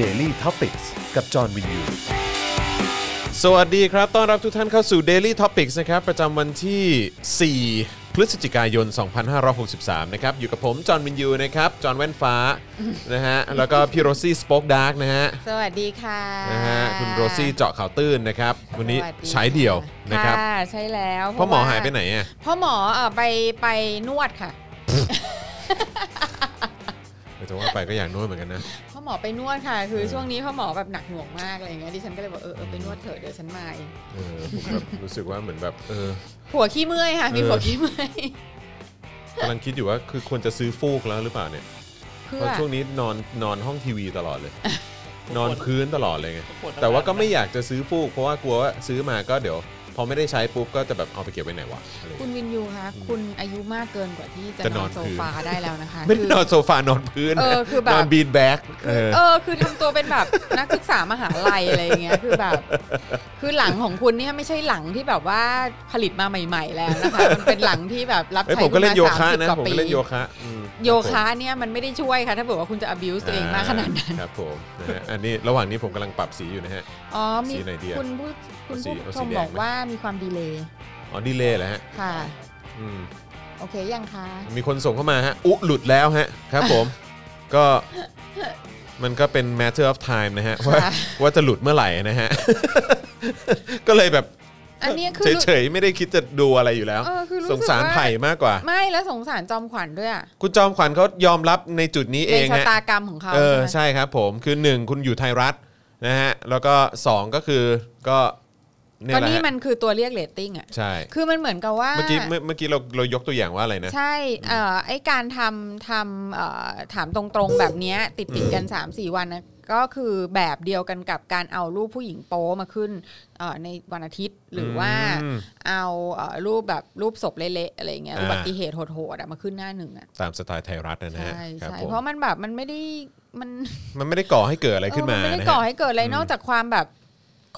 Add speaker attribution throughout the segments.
Speaker 1: Daily t o p i c กกับจอห์นวินยู
Speaker 2: สวัสดีครับ ต้อนรับทุกท่านเข้าสู่ Daily Topics นะครับ ประจำวันที่ 4 พฤศจิกายน 2563 นะครับ อยู่กับผม จอห์นวินยู นะครับ จอห์นแว่นฟ้า นะฮะ แล้วก็พี่โรซี่สป็อกดาร์กนะฮะ
Speaker 3: สวัสดีค่ะ
Speaker 2: นะฮะ คุณโรซี่เจาะข่าวตื้นนะครับ วันนี้
Speaker 3: สสค่ะ
Speaker 2: ใช้เดี่ยวนะครับ
Speaker 3: ใช่แล้ว
Speaker 2: พ่อหมอ
Speaker 3: ว่
Speaker 2: หายไปไหนอ่ะ
Speaker 3: พ่อหมอเอ่อไปไปนวดค่ะ
Speaker 2: จะว่าไปก็อยากนวดเหมือนกันนะ
Speaker 3: พ่อหมอไปนวดค่ะ คือ
Speaker 2: เออ
Speaker 3: ช่วงนี้พ่อหมอแบบหนักหน่วงมากอะไรอย่างเงี้ยดิฉันก็เลยบอกเออเออไปนวดเถอะเดี๋ยวฉันมาเอง
Speaker 2: เออผมแบบ รู้สึกว่าเหมือนแบบ เออ
Speaker 3: ผัวขี้เมื่อยค่ะ มี
Speaker 2: เออ
Speaker 3: ผัวขี้เมื่อย
Speaker 2: กำลังคิดอยู่ว่าคือควรจะซื้อฟูกแล้วหรือเปล่าเนี่ย
Speaker 3: เพื่
Speaker 2: เพ
Speaker 3: อ
Speaker 2: ราะช่วงนี้นอนนอนห้องทีวีตลอดเลย นอนพื้นตลอดเลยไง
Speaker 4: ปด
Speaker 2: แต่ว่าก็ไม่อยากจะซื้อฟูก เพราะว่ากลัวว่าซื้อมาก็เดี๋ยว พอไม่ได้ใช้ปุ๊บก็จะแบบเอาไปเก็บไว้ไหนวะอะไรอย่าง
Speaker 3: คุ
Speaker 2: เงี้ย
Speaker 3: ณวินยูคะคุณอายุมากเกินกว่าที่จะ
Speaker 2: จะน
Speaker 3: น
Speaker 2: อ
Speaker 3: อน น
Speaker 2: พื้น
Speaker 3: โซฟาได้แล้วนะคะ
Speaker 2: ไม่ได้
Speaker 3: คือ
Speaker 2: นอนโซฟานอนพื้น
Speaker 3: เออคือแบบ
Speaker 2: นอนบีนแบ็กเออ
Speaker 3: เออคือทำตัวเป็นแบบ นักศึกษามหาลัยอะไรอย่างเงี้ยคือแบบ คือหลังของคุณเนี่ยไม่ใช่หลังที่แบบว่าผลิตมาใหม่ ๆ แล้ว นะคะมันเป็นหลังที่แบบรับ
Speaker 2: เอ้ย
Speaker 3: ใช้
Speaker 2: ผมก็เล่นโย
Speaker 3: คุณมา
Speaker 2: คะ
Speaker 3: สามสิบ
Speaker 2: นะ
Speaker 3: กว่า
Speaker 2: ผม
Speaker 3: ปี
Speaker 2: ก็เล่นโยคะอืม
Speaker 3: โยคะเนี่ยมันไม่ได้ช่วยค่ะ ถ้าเกิดว่าคุณจะ abuse ตัวเองมากขนาดนั้น
Speaker 2: ครับผมนะฮะอันนี้ระหว่างนี้ผมกำลังปรับสีอยู่นะฮะ
Speaker 3: อ๋อมี
Speaker 2: สีไหนดีอะ
Speaker 3: คุณผู้คุณผู้
Speaker 2: เอาสี
Speaker 3: ชม
Speaker 2: แดง
Speaker 3: บอก
Speaker 2: ไหม
Speaker 3: ว่ามีความดีเลย์
Speaker 2: อ๋อดีเลยแล้วฮะ
Speaker 3: ค่ะ
Speaker 2: อืม
Speaker 3: โอเคยังคะ
Speaker 2: มีคนส่งเข้ามาฮะอุ๊หลุดแล้วฮะครับผม ก็มันก็เป็น matter of time นะฮะว่าว่าจะหลุดเมื่อไหร่นะฮ ะ ก็เลยแบบ
Speaker 3: อันเนี้ยคือ
Speaker 2: เฉยๆ ไม่ได้คิดจะดูอะไรอยู่แล้ว
Speaker 3: เออคือรู้สึ
Speaker 2: ส
Speaker 3: ก
Speaker 2: งสาร
Speaker 3: ว่า
Speaker 2: ไผ่มากกว่า
Speaker 3: ไม่แล้วสงสารจอมขวัญด้วยอะ
Speaker 2: คุณจอมขวัญเขายอมรับในจุดนี้เอ
Speaker 3: ใน
Speaker 2: ง
Speaker 3: ชะ
Speaker 2: ฮะ
Speaker 3: ตากรรมของเขา
Speaker 2: เออ
Speaker 3: ใช่ไหม
Speaker 2: ใช่ครับผมคือ 1 คุณอยู่ไทยรัฐนะฮะ แล้วก็ 2 ก็คือก็เนี่ย
Speaker 3: ก็
Speaker 2: แหละ
Speaker 3: นี่
Speaker 2: ฮะ
Speaker 3: มันคือตัวเรียกเรตติ้งอ่ะ
Speaker 2: ใช่
Speaker 3: คือมันเหมือนกับว่า
Speaker 2: เมื่อกี้เมื่อเมื่อกี้เราเรายกตัวอย่างว่าอะไรนะ
Speaker 3: ใช่เอ่อไอการทำทำเอ่อถามตรงๆแบบเนี้ยติดติดๆกัน 3 4 วันนะก็คือแบบเดียวกันกับการเอารูปผู้หญิงโป๊มาขึ้นเอ่อในวันอาทิตย์หรือว่า
Speaker 2: อืม
Speaker 3: เอาเอ่อรูปแบบรูปศพเละๆอะไรเงี้ย
Speaker 2: อ่า
Speaker 3: อุบัติเหตุโหดๆอะมาขึ้นหน้าหนึ่งอะ
Speaker 2: ตามสไตล์ไทยรัฐนะ
Speaker 3: ใช่
Speaker 2: ฮะครับ
Speaker 3: ใช่
Speaker 2: ผม
Speaker 3: เพราะมันแบบมันไม่ได้มัน
Speaker 2: มันไม่ได้ก่อให้เกิดอะไรขึ้นมา
Speaker 3: เออไม่ได้
Speaker 2: นะ
Speaker 3: ก่อ
Speaker 2: ฮะ
Speaker 3: ให้เกิดอะไรนอกจากความแบบ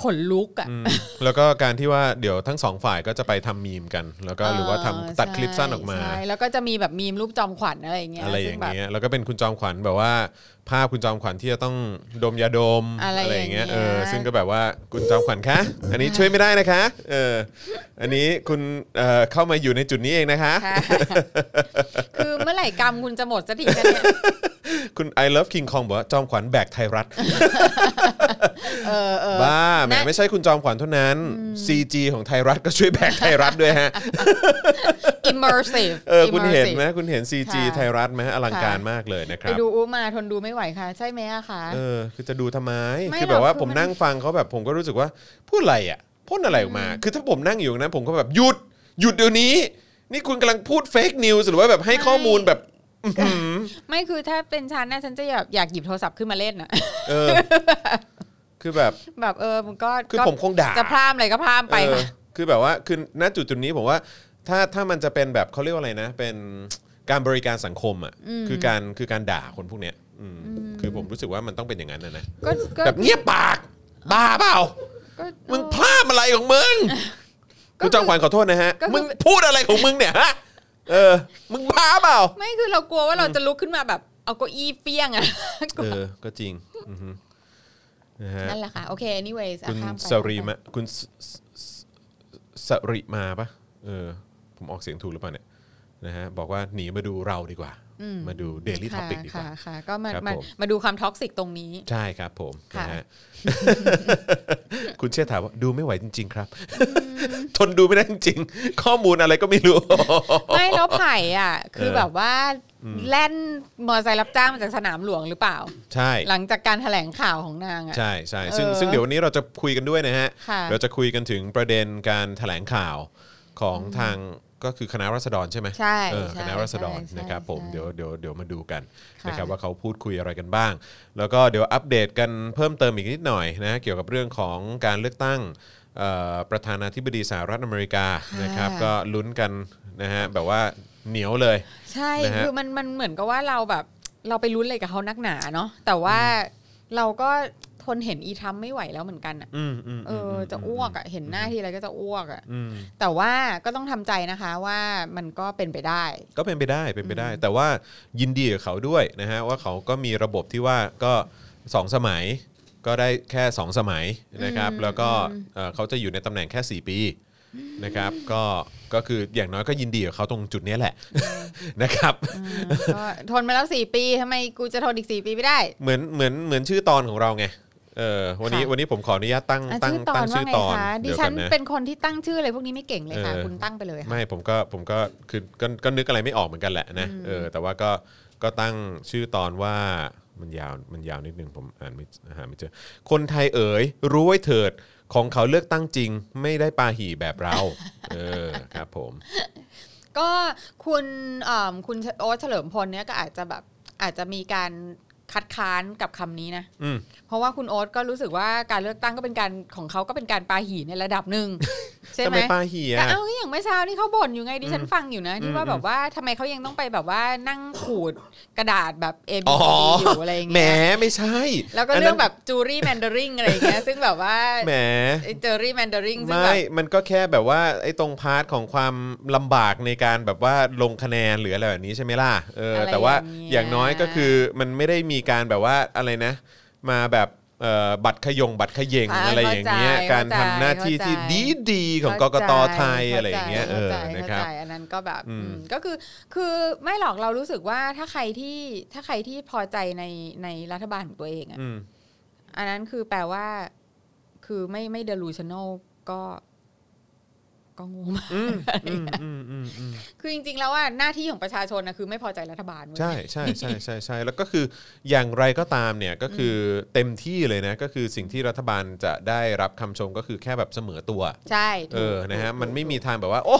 Speaker 3: ขนลุกอะ
Speaker 2: อืมแล้วก็การที่ว่าเดี๋ยวทั้งสองฝ่ายก็จะไปทำมีมกัน แล้วก็หรือว่าทำตัดคลิปสั้นออกมา
Speaker 3: ใช่แล้วก็จะมีแบบมีมรูปจอมขวัญอะไรเงี้ย
Speaker 2: อะไรอย่าง
Speaker 3: ซึ่
Speaker 2: เงี้
Speaker 3: แบ
Speaker 2: ย
Speaker 3: บ
Speaker 2: แล้วก็เป็นคุณจอมขวัญแบบว่า ภาพคุณจอมขวัญที่จะต้องดมยาดม
Speaker 3: อะไร
Speaker 2: างเงี้ย
Speaker 3: อย่างเงี้ย
Speaker 2: เออซึ่งก็แบบว่าคุณจอมขวัญ คะ อันนี้ช่วยไม่ได้นะคะเอออันนี้คุณเอ่อเข้ามาอยู่ในจุดนี้เองนะคะ
Speaker 3: ค่ะ คือเมื่อไหร่กรรมคุณจะหมดสักทีคะ เนี่ย
Speaker 2: คุณ I love King Kong บอกว่าจอมขวัญแบกไทยรัฐ
Speaker 3: เออเออ
Speaker 2: บ้าแหม
Speaker 3: นะ
Speaker 2: ไม่ใช่คุณจอมขวัญเท่านั้น CG ของไทยรัฐก็ช่วยแบกไทยรัฐด้วยฮะ
Speaker 3: immersive
Speaker 2: เออคุณเห็น
Speaker 3: immersive
Speaker 2: ไหมคุณเห็น CG
Speaker 3: ค่ะ
Speaker 2: ไทยรัฐไหมฮะอลังการ
Speaker 3: ค่ะ
Speaker 2: มากเลยนะค
Speaker 3: ไป
Speaker 2: รับ
Speaker 3: ดูอูมาทนดูไม่ไหวค่ะ ใช่ไหมอะคะ
Speaker 2: เออคือจะดูทำไม
Speaker 3: ไม่
Speaker 2: คือแบบว่า
Speaker 3: หรอกคือ
Speaker 2: ผม
Speaker 3: มัน
Speaker 2: นั่งฟังเขาแบบผมก็รู้สึกว่าพูดอะไรอ่ะพ่นอะไรออกมา คือถ้าผมนั่งอยู่ตรงนั้นผมก็แบบหยุดหยุดเดี๋ยวนี้ นี่คุณกำลังพูดเฟกนิวส์หรือว่าแบบให้ข้อมูลแบบอื้อหือ
Speaker 3: ไม่คือถ้าเป็นฉันนะฉันจะแบบอยากหยิบโทรศัพท์ขึ้นมาเล่นนะ
Speaker 2: เออ คือแบบ
Speaker 3: แบบเออมันก็
Speaker 2: คือ
Speaker 3: ก็
Speaker 2: ผมคงด่า
Speaker 3: จะพลามอะไรก็พลามไป
Speaker 2: เออ
Speaker 3: ค่ะ
Speaker 2: คือแบบว่าคือณจุดจุดนี้ผมว่า ถ้าถ้ามันจะเป็นแบบเขาเรียกว่าอะไรนะ เป็นการบริการสังคมอ่ะ
Speaker 3: อืม
Speaker 2: คือการคือการด่าคนพวกเนี้ยอืมคือผมรู้สึกว่ามันต้องเป็นอย่างนั้นนะนะ
Speaker 3: ก็ก็
Speaker 2: แบบเงียบปากบ้าเปล่า
Speaker 3: ก็
Speaker 2: มึงพลาดอะไรของมึง
Speaker 3: ก็คือ
Speaker 2: กูจองขวัญขอโทษนะฮะ
Speaker 3: ก็คือ
Speaker 2: มึงพูดอะไรของมึงเนี่ยฮะ เออ มึงบ้าเปล่า
Speaker 3: ไม่คือเรากลัวว่าเราจะลุกขึ้นมาแบบ เอาเก้าอี้เฟี้ยงอะ
Speaker 2: เออ ก็จริงอือฮึนะฮะ
Speaker 3: นั่นแหละค่ะ โอเค anyways
Speaker 2: คุณ
Speaker 3: อ่ะข้ามไป
Speaker 2: สรีมาคุณสสสสริมาปะเออ ผมออกเสียงถูกหรือเปล่าเนี่ย นะฮะ บอกว่าหนีมาดูเราดีกว่า มาดู Daily Topic ดีก
Speaker 3: ค่ะ
Speaker 2: ว่า
Speaker 3: ค่ะ ก็มา
Speaker 2: ครับ
Speaker 3: มา
Speaker 2: ผม
Speaker 3: มาดูความท็อกซิกตรงนี้
Speaker 2: ใช่ครับผม
Speaker 3: ค่ะ
Speaker 2: นะฮ ะ คุณเชื่อถามว่าดูไม่ไหวจริง ๆ ครับ ทนดูไม่ได้จริงๆข้อมูลอะไรก็ไม่รู้
Speaker 3: ไม่แล้วไผ่อ่ะ คือ
Speaker 2: เออ
Speaker 3: แบบว่าแล่นมอเตอร์ไซค์รับจ้างมาจากสนามหลวงหรือเปล่า
Speaker 2: ใช่
Speaker 3: หลังจากการแถลงข่าวของนางอ่ะ
Speaker 2: ใช่ใช่ซึ่ง
Speaker 3: เออ
Speaker 2: ซึ่งเดี๋ยววันนี้เราจะคุยกันด้วยนะฮะ
Speaker 3: ค่ะ
Speaker 2: เราจะคุยกันถึงประเด็นการแถลงข่าวของทางก็คือคณะรัษฎรใช่ไหม
Speaker 3: ใช่
Speaker 2: เออ
Speaker 3: ใช่
Speaker 2: คณะรัษฎร
Speaker 3: ใช่
Speaker 2: นะครับผม
Speaker 3: ใช่
Speaker 2: เดี๋ยวเดี๋ยวเดี๋ยวมาดูกัน
Speaker 3: ค่ะ
Speaker 2: นะครับว่าเขาพูดคุยอะไรกันบ้าง แล้วก็เดี๋ยวอัปเดตกันเพิ่มเติมอีกนิดหน่อยนะเกี่ยวกับเรื่องของการเลือกตั้งเอ่อประธานาธิบดีสหรัฐอเมริกา
Speaker 3: ค่ะ
Speaker 2: นะครับก็ลุ้นกันนะฮะแบบว่าเหนียวเลย
Speaker 3: ใช่
Speaker 2: นะฮะ
Speaker 3: คือมันมันเหมือนกับว่าเราแบบเราไปลุ้นอะไรกับเขานักหนาเนาะแต่ว่าเราก็ทนเห็นอีทรัมป์ไม่ไหวแล้วเหมือนกันอ่ะ
Speaker 2: อืมอืม
Speaker 3: เอออจะอ้วกอ่ะเห็นหน้าทีไรก็จะอ้วกอ่ะ
Speaker 2: อืม
Speaker 3: แต่ว่าก็ต้องทำใจนะคะว่ามันก็เป็นไปได้
Speaker 2: ก็เป็นไปได้เป็นไปได้ แต่ว่ายินดีกับเขาด้วยนะฮะว่าเขาก็มีระบบที่ว่าก็ สองสมัยก็ได้แค่ 2 สมัยนะครับ แล้วก็เอ่อเขาจะอยู่ในตำแหน่งแค่ 4 ปีนะครับก็ก็คืออย่างน้อยก็ยินดีกับเขาตรงจุดเนี้ยแหละ นะครับ
Speaker 3: ก็ทนมาแล้วสี่ปีทำไมกูจะทนอีกสี่ปีไม่ได้
Speaker 2: เหมือนเหมือนเหมือนชื่อตอนของเราไงเออวันนี้
Speaker 3: ค่ะ
Speaker 2: วันนี้ผมขออนุญาตตั้ง
Speaker 3: อ่ะ
Speaker 2: ตั้ง
Speaker 3: ชื่อตอ
Speaker 2: ตั้
Speaker 3: น
Speaker 2: ง
Speaker 3: ว่า
Speaker 2: ชื่อ
Speaker 3: ไง
Speaker 2: ตอน
Speaker 3: คะดิ
Speaker 2: เดี๋ยวก่
Speaker 3: ฉั
Speaker 2: อน นนะ
Speaker 3: เป็นคนที่ตั้งชื่ออะไรพวกนี้ไม่เก่งเลยค่ะ
Speaker 2: เออ
Speaker 3: คุณตั้งไปเลยค่ะ
Speaker 2: ไม่ผมก็ผมก็คือก็ก็นึกอะไรไม่ออกเหมือนกันแหละนะเออแต่ว่าก็ก็ตั้งชื่อตอนว่ามันยาวมันยาวนิดนึงผมอ่านไม่หาไม่เจอ คนไทยเอ๋ยรู้ไว้เถิดของเขาเลือกตั้งจริง ไม่ได้ปาหี่แบบ เรา เออครับผม
Speaker 3: ก็คุณเอิ่มคุณโอ๊ตเฉลิมพลเนี่ยก็อาจจะแบบอาจจะมีการคัดค้านกับคำนี้นะ
Speaker 2: อืม
Speaker 3: เพราะว่าคุณโอ๊ตก็รู้สึกว่าการเลือกตั้งก็เป็นการของเขาก็เป็นการปาหีในระดับ หนึ่ง ใช่
Speaker 2: ทำ
Speaker 3: ไหม
Speaker 2: ไมปาหี่
Speaker 3: ก็
Speaker 2: อ่ะ
Speaker 3: เอาอย่างเมื่อเช้านี่เขาบ่นอยู่ไงดิฉันฟังอยู่นะที่ว่า
Speaker 2: อืม
Speaker 3: แบบว่าทำไมเขายังต้องไปแบบว่านั่งขูดกระดาษแบบเอ็น
Speaker 2: อ๋อ
Speaker 3: อยู่อะไรอย่าง
Speaker 2: แหม
Speaker 3: เงี้ย
Speaker 2: ไม่ใช่
Speaker 3: แล้วก็เรื่องแบบจูรี่แมนดาริงอะไรอย่างเงี้ยซึ่งแบบว่า
Speaker 2: แหม
Speaker 3: เจอรี่แมนดาริงซึ่งแบ
Speaker 2: ไม่
Speaker 3: บ
Speaker 2: มันก็แค่แบบว่าไอ้ตรงพาร์ทของความลำบากในการแบบว่าลงคะแนนหรืออะไรแบบนี้ใช่ไหมล่ะ เออ
Speaker 3: อะไร
Speaker 2: แต่ว่าอ
Speaker 3: อ
Speaker 2: า
Speaker 3: ย่ย่าง งเงี้ย
Speaker 2: น้อยก็คือมันไม่ได้มีการแบบว่าอะไรนะ มาแบบเอ่อบัตรขยงบัตรขยเยงอะไรอย่างเงี้ย การทำหน้าที่ที่ดีดีๆของกกตไทยอะไรอย่างเงี้ย เออ
Speaker 3: ข้าใจ
Speaker 2: นะครับ
Speaker 3: เข้าใจอันนั้นก็แบบ
Speaker 2: อืม
Speaker 3: อืมก็คือคือไม่หรอกเรารู้สึกว่าถ้าใครที่ถ้าใครที่พอใจในในรัฐบาลของตัวเองอะ
Speaker 2: อืม
Speaker 3: อันนั้นคือแปลว่า คือไม่ไม่ delusional ก็ ก็งงมาก
Speaker 2: อืมอืมอืมอืมอืม
Speaker 3: คือจริง ๆ แล้วว่าหน้าที่ของประชาชนนะคือไม่พอใจรัฐบาลเว้ย
Speaker 2: ใช่ใช่ใช่ใช่ใช่แล้วก็คืออย่างไรก็ตามเนี่ยก็คือเต็มที่เลยนะก็คือสิ่งที่รัฐบาลจะได้รับคำชมก็คือแค่แบบเสมอตัว
Speaker 3: ใช่
Speaker 2: เอ
Speaker 3: ถูก
Speaker 2: อ นะฮะ
Speaker 3: ถูก
Speaker 2: มันไม่มีทางแบบว่า โอ้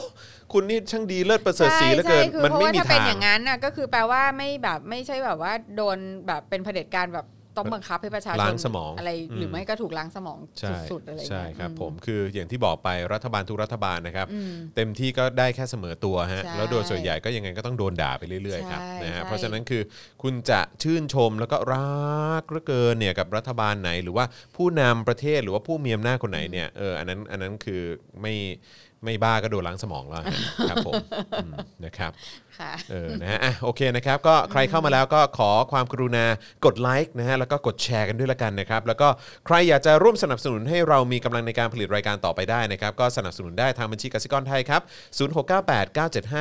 Speaker 2: คุณนี่ช่างดีเลิศประเสริฐ
Speaker 3: ใช่
Speaker 2: สีเหลือเกิน
Speaker 3: ใช่คือ
Speaker 2: มัน
Speaker 3: เพราะ
Speaker 2: ไม่
Speaker 3: ว่า
Speaker 2: มี
Speaker 3: ถ้าเป็น
Speaker 2: ทา
Speaker 3: อง ย่างนั้นน่ะก็คือแปลว่าไม่แบบไม่ใช่แบบว่าโดนแบบเป็นเผด็จการแบบต้องบังคับให้ประชาชน
Speaker 2: ล้างสมอง
Speaker 3: อะไรหรือ
Speaker 2: ม
Speaker 3: อไม่ก็ถูกล้างสมอง
Speaker 2: ใช่
Speaker 3: สุดๆอะไรอย่าง
Speaker 2: ใช่
Speaker 3: เงี้ย
Speaker 2: ครับ
Speaker 3: อืม
Speaker 2: ผม คืออย่างที่บอกไปรัฐบาลทุกรัฐบาลนะครับ
Speaker 3: อืม
Speaker 2: เต็มที่ก็ได้แค่เสมอตัวฮะ
Speaker 3: ใช่
Speaker 2: แล้วโดยส่วนใหญ่ก็ยังไงก็ต้องโดนด่าไปเรื่อยๆครับ
Speaker 3: ใช่
Speaker 2: นะฮะ
Speaker 3: ใช่
Speaker 2: เพราะฉะนั้นคือคุณจะชื่นชมแล้วก็รักเหลือเกินเนี่ยกับรัฐบาลไหน หรือว่าผู้นำประเทศหรือว่าผู้มีอำนาจคนไหน เนี่ย เออ อันนั้น อันนั้นคือไม่ไม่บ้าก็โดนล้างสมองแล้วฮะครับผมอืมนะครับ
Speaker 3: ค่ะ
Speaker 2: เออ นะฮะ อ่ะ โอเคนะครับ ก็ใครเข้ามาแล้วก็ขอความกรุณากดไลค์นะฮะ แล้วก็กดแชร์กันด้วยละกันนะครับ แล้วก็ใครอยากจะร่วมสนับสนุนให้เรามีกำลังในการผลิตรายการต่อไปได้นะครับ ก็สนับสนุนได้ทางบัญชีกสิกรไทยครับ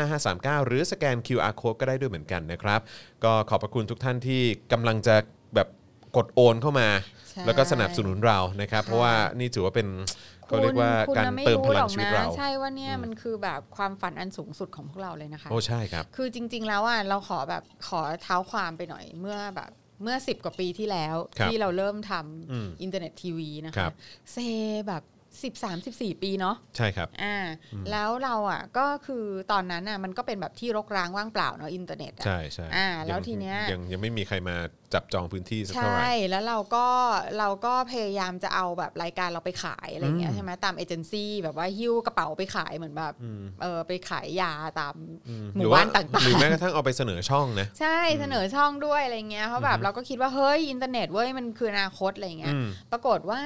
Speaker 2: 0698975539 หรือสแกน QR code ก็ได้ด้วยเหมือนกันนะครับ ก็ขอบพระคุณทุกท่านที่กำลังจะแบบกดโอนเข้ามา
Speaker 3: ใช่
Speaker 2: แล้วก็สนับสนุนเรานะครับ
Speaker 3: ค่ะ
Speaker 2: เพราะว่านี่ถือว่าเป็นก็เรียกว่า
Speaker 3: คุณ
Speaker 2: การ
Speaker 3: น่ะไม่
Speaker 2: เติมพลั
Speaker 3: ห
Speaker 2: ง
Speaker 3: อก
Speaker 2: ชีวิต
Speaker 3: นะ
Speaker 2: เรา
Speaker 3: ใช่ว่าเนี่ยมันคือแบบความฝันอันสูงสุดของพวกเราเลยนะคะ
Speaker 2: โอ้ ใช่ครับ
Speaker 3: คือจริง ๆ แล้วอ่ะเราขอแบบขอเท้าความไปหน่อยเมื่อแบบเมื่อสิบกว่าปีที่แล้ว
Speaker 2: ครับ
Speaker 3: ที่เราเริ่มท
Speaker 2: อืม
Speaker 3: ำอินเทอร์เน็ตทีวีนะ
Speaker 2: ครั
Speaker 3: คะ
Speaker 2: บ
Speaker 3: เซแบบสิบสามสิบสี่ปีเนาะ
Speaker 2: ใช่ครับ
Speaker 3: อ่าแล้วเราอ่ะก็คือตอนนั้นอ่ะมันก็เป็นแบบที่รกร้างว่างเปล่าเนาะอินเทอร์เน็ตอ่ะ
Speaker 2: ใช่ใช่
Speaker 3: อ่าแล้ว
Speaker 2: ง
Speaker 3: ทีเนี้ย
Speaker 2: ยังยังไม่มีใครมาจับจองพื้นที่สัก
Speaker 3: ใช
Speaker 2: เท่าไหร่
Speaker 3: ่แล้วเราก็เราก็พยายามจะเอาแบบรายการเราไปขายอะไรเงี้
Speaker 2: อื
Speaker 3: ย
Speaker 2: ม
Speaker 3: ใช่ไหมตามเอเจนซี่แบบว่าหิ้วกระเป๋าไปขายเหมือนแบบ
Speaker 2: อืม
Speaker 3: เออไปขายยาตาม
Speaker 2: อืม
Speaker 3: ห
Speaker 2: ห
Speaker 3: มู่
Speaker 2: รือว่า
Speaker 3: บ้านต่าง
Speaker 2: หรือแม้กระทั่งเอาไปเสนอช่องนะ
Speaker 3: ๆ ใช่เสนอช่องด้วยอะไรเงี้ยเพราะแบบเราก็คิดว่าเฮ้ยอินเทอร์เน็ตเว้ยมันคืออนาคตอะไรเงี้ย
Speaker 2: อืม
Speaker 3: ปรากฏว่า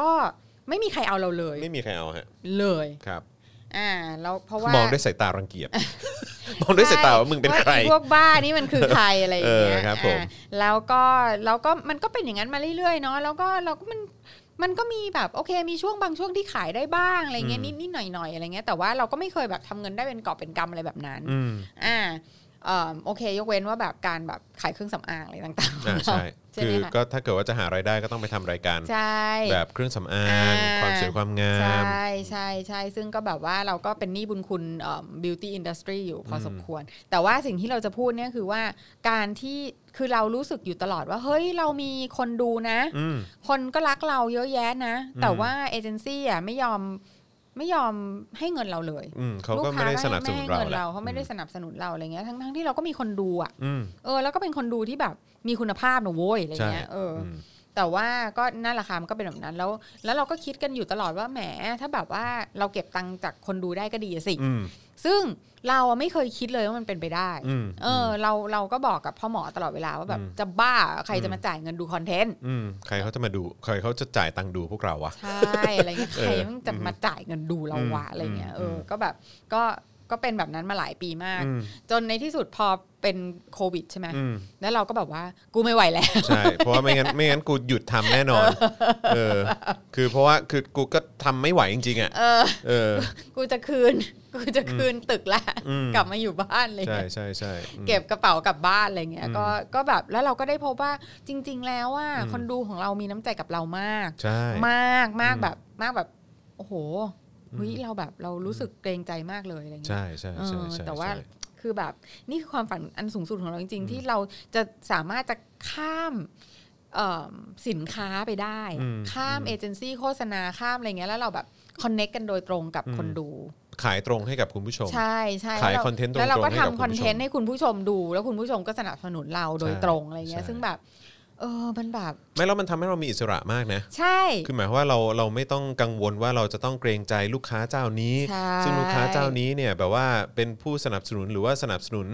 Speaker 3: ก็ไม่มีใครเอาเราเลย
Speaker 2: ไม่มีใครเอาฮะ
Speaker 3: เลย
Speaker 2: ครับ
Speaker 3: อ่าแล้วเพราะว่า
Speaker 2: มองด้วยสายตารังเกียจ มองด้วยสายตาว่ามึงเป็นใคร
Speaker 3: ว่าอีพวกบ้านี่มันคือใครอะไรอย่างเงี้
Speaker 2: เอย อครับผม
Speaker 3: อ่ะแล้วก็แล้วก็มันก็เป็นอย่างนั้นมาเรื่อยๆเนาะแล้วก็เราก็มันมันก็มีแบบโอเคมีช่วงบางช่วงที่ขายได้บ้างอะไรเงี้ย
Speaker 2: อืม
Speaker 3: นิดๆหน่อยๆอะไรเงี้ยแต่ว่าเราก็ไม่เคยแบบทำเงินได้เป็นกอบเป็นกำอะไรแบบนั้น
Speaker 2: อืม
Speaker 3: อ่าเอ่อโอเค ยกเว้นว่าแบบการแบบขายเครื่องสำอางอะไรต่างๆ
Speaker 2: อ่าใช่
Speaker 3: ใช่
Speaker 2: คื
Speaker 3: ไห
Speaker 2: อ
Speaker 3: มคะ
Speaker 2: ก็ถ้าเกิดว่าจะหารายได้ก็ต้องไปทำรายการ
Speaker 3: ใช่
Speaker 2: แบบเครื่องสำอา
Speaker 3: อ่
Speaker 2: ง
Speaker 3: า
Speaker 2: ความสวยความงา
Speaker 3: ใช่
Speaker 2: ม
Speaker 3: ใช่ใช่ซึ่งก็แบบว่าเราก็เป็นหนี้บุญคุณเอิ่ม beauty industry อยู่พอสมควร แต่ว่าสิ่งที่เราจะพูดเนี่ยคือว่าการที่คือเรารู้สึกอยู่ตลอดว่า เฮ้ย เรามีคนดูนะ
Speaker 2: อืม
Speaker 3: คนก็รักเราเยอะแยะนะ
Speaker 2: อืม
Speaker 3: แต่ว่าเอเจนซี่อ่ะไม่ยอมไม่ยอมให้เงินเราเลย
Speaker 2: อืมเขาก็ไม่ได้สนับสนุน
Speaker 3: ให้
Speaker 2: เรา
Speaker 3: เงิน
Speaker 2: แหละ
Speaker 3: เราเขาไม่ได้สนับสนุนเราอะไรเงี้ยทั้งทั้งที่เราก็มีคนดูอ่ะ
Speaker 2: อืม
Speaker 3: เออแล้วก็เป็นคนดูที่แบบมีคุณภาพนะโว้ยอะไรเงี้ย
Speaker 2: ใช่
Speaker 3: เอออ
Speaker 2: อืม
Speaker 3: แต่ว่าก็นั่นแหละค่ะมันก็เป็นแบบนั้นแล้ว แล้วเราก็คิดกันอยู่ตลอดว่าแหมถ้าแบบว่าเราเก็บตังค์จากคนดูได้ก็ดีอะสิ
Speaker 2: อืม
Speaker 3: ซึ่งเราอะไม่เคยคิดเลยว่ามันเป็นไปได้
Speaker 2: อืม
Speaker 3: เออ เราเราก็บอกกับพ่อหมอตลอดเวลาว่าแบบ
Speaker 2: อืม
Speaker 3: จะบ้าเหรอใครจะมาจ่ายเงินดูคอนเทนต์
Speaker 2: อืม ใครเขาจะมาดู ใครเขาจะจ่ายตังค์ดูพวกเราวะ
Speaker 3: ใช่อะไรเงี้ยใครมันจะมาจ่ายเงินดูเราวะ
Speaker 2: อืม
Speaker 3: อะไรเงี้ยเอออ
Speaker 2: ม
Speaker 3: ก็แบบก็ ก็เป็นแบบนั้นมาหลายปีมาก
Speaker 2: อืม
Speaker 3: จนในที่สุดพอเป็นโควิดใช่ไหม
Speaker 2: อืม
Speaker 3: แล้วเราก็แบบว่ากูไม่ไหวแล้ว
Speaker 2: ใช่ เพราะว่าไม่งั้นไม่งั้นกูหยุดทำแน่นอน เออ คือเพราะว่าคือกูก็ทำไม่ไหวจริงๆอ่ะ
Speaker 3: เออ
Speaker 2: เออ
Speaker 3: กูจะคืน กูจะคืนตึกละ
Speaker 2: อืม
Speaker 3: กลับมาอยู่บ้านอะไร
Speaker 2: ใช่
Speaker 3: เงี้ย
Speaker 2: ใช่ใช่อืม
Speaker 3: เก็บกระเป๋ากลับบ้านอะไรเงี้ย
Speaker 2: อืม
Speaker 3: ก็ก็แบบแล้วเราก็ได้พบว่าจริง ๆ แล้วว่า
Speaker 2: อืม
Speaker 3: คนดูของเรามีน้ำใจกับเรามาก
Speaker 2: ใช่
Speaker 3: มากมาก
Speaker 2: อืม
Speaker 3: แบบมากแบบโอ้โหเฮ้ยเราแบบเรารู้สึกเกรงใจมากเลยอะไรเงี้ย
Speaker 2: ใช่ใช่ใช่
Speaker 3: เออ
Speaker 2: ใช่
Speaker 3: แต่ว่า
Speaker 2: ใช่
Speaker 3: คือแบบนี่คือความฝันอันสูงสุดของเราจริง
Speaker 2: อืม
Speaker 3: ๆ ที่เราจะสามารถจะข้ามเอิ่มสินค้าไปได้
Speaker 2: อืม
Speaker 3: ข้าม
Speaker 2: อืม
Speaker 3: เอเจนซี่โฆษณาข้ามอะไรเงี้ยแล้วเราแบบคอนเน็กกันโดยตรงกับ
Speaker 2: อืม
Speaker 3: คนดู
Speaker 2: ขายตรงให้กับคุณผู้ชม
Speaker 3: ใช่ใช่
Speaker 2: ขาย
Speaker 3: แล้ว
Speaker 2: คอนเทนต์ตรงๆ
Speaker 3: แล้วเราก็
Speaker 2: ให้กับคุณผู้ชม
Speaker 3: ทำคอนเทนต์ให้คุณผู้ชมดู แล้วคุณผู้ชมก็สนับสนุนเราโดย
Speaker 2: ใช่
Speaker 3: ตรงอะไรเงี้ย
Speaker 2: ใช่
Speaker 3: ซึ่งแบบ เออมันแบบ
Speaker 2: ไม่แล้วมันทำให้เรามีอิสระมากนะ
Speaker 3: ใช่
Speaker 2: คือหมายความว่าเราเราไม่ต้องกังวลว่าเราจะต้องเกรงใจลูกค้าเจ้านี้
Speaker 3: ใช่
Speaker 2: ซึ่งลูกค้าเจ้านี้เนี่ยแบบว่าเป็นผู้สนับสนุนหรือว่าสนับสนุน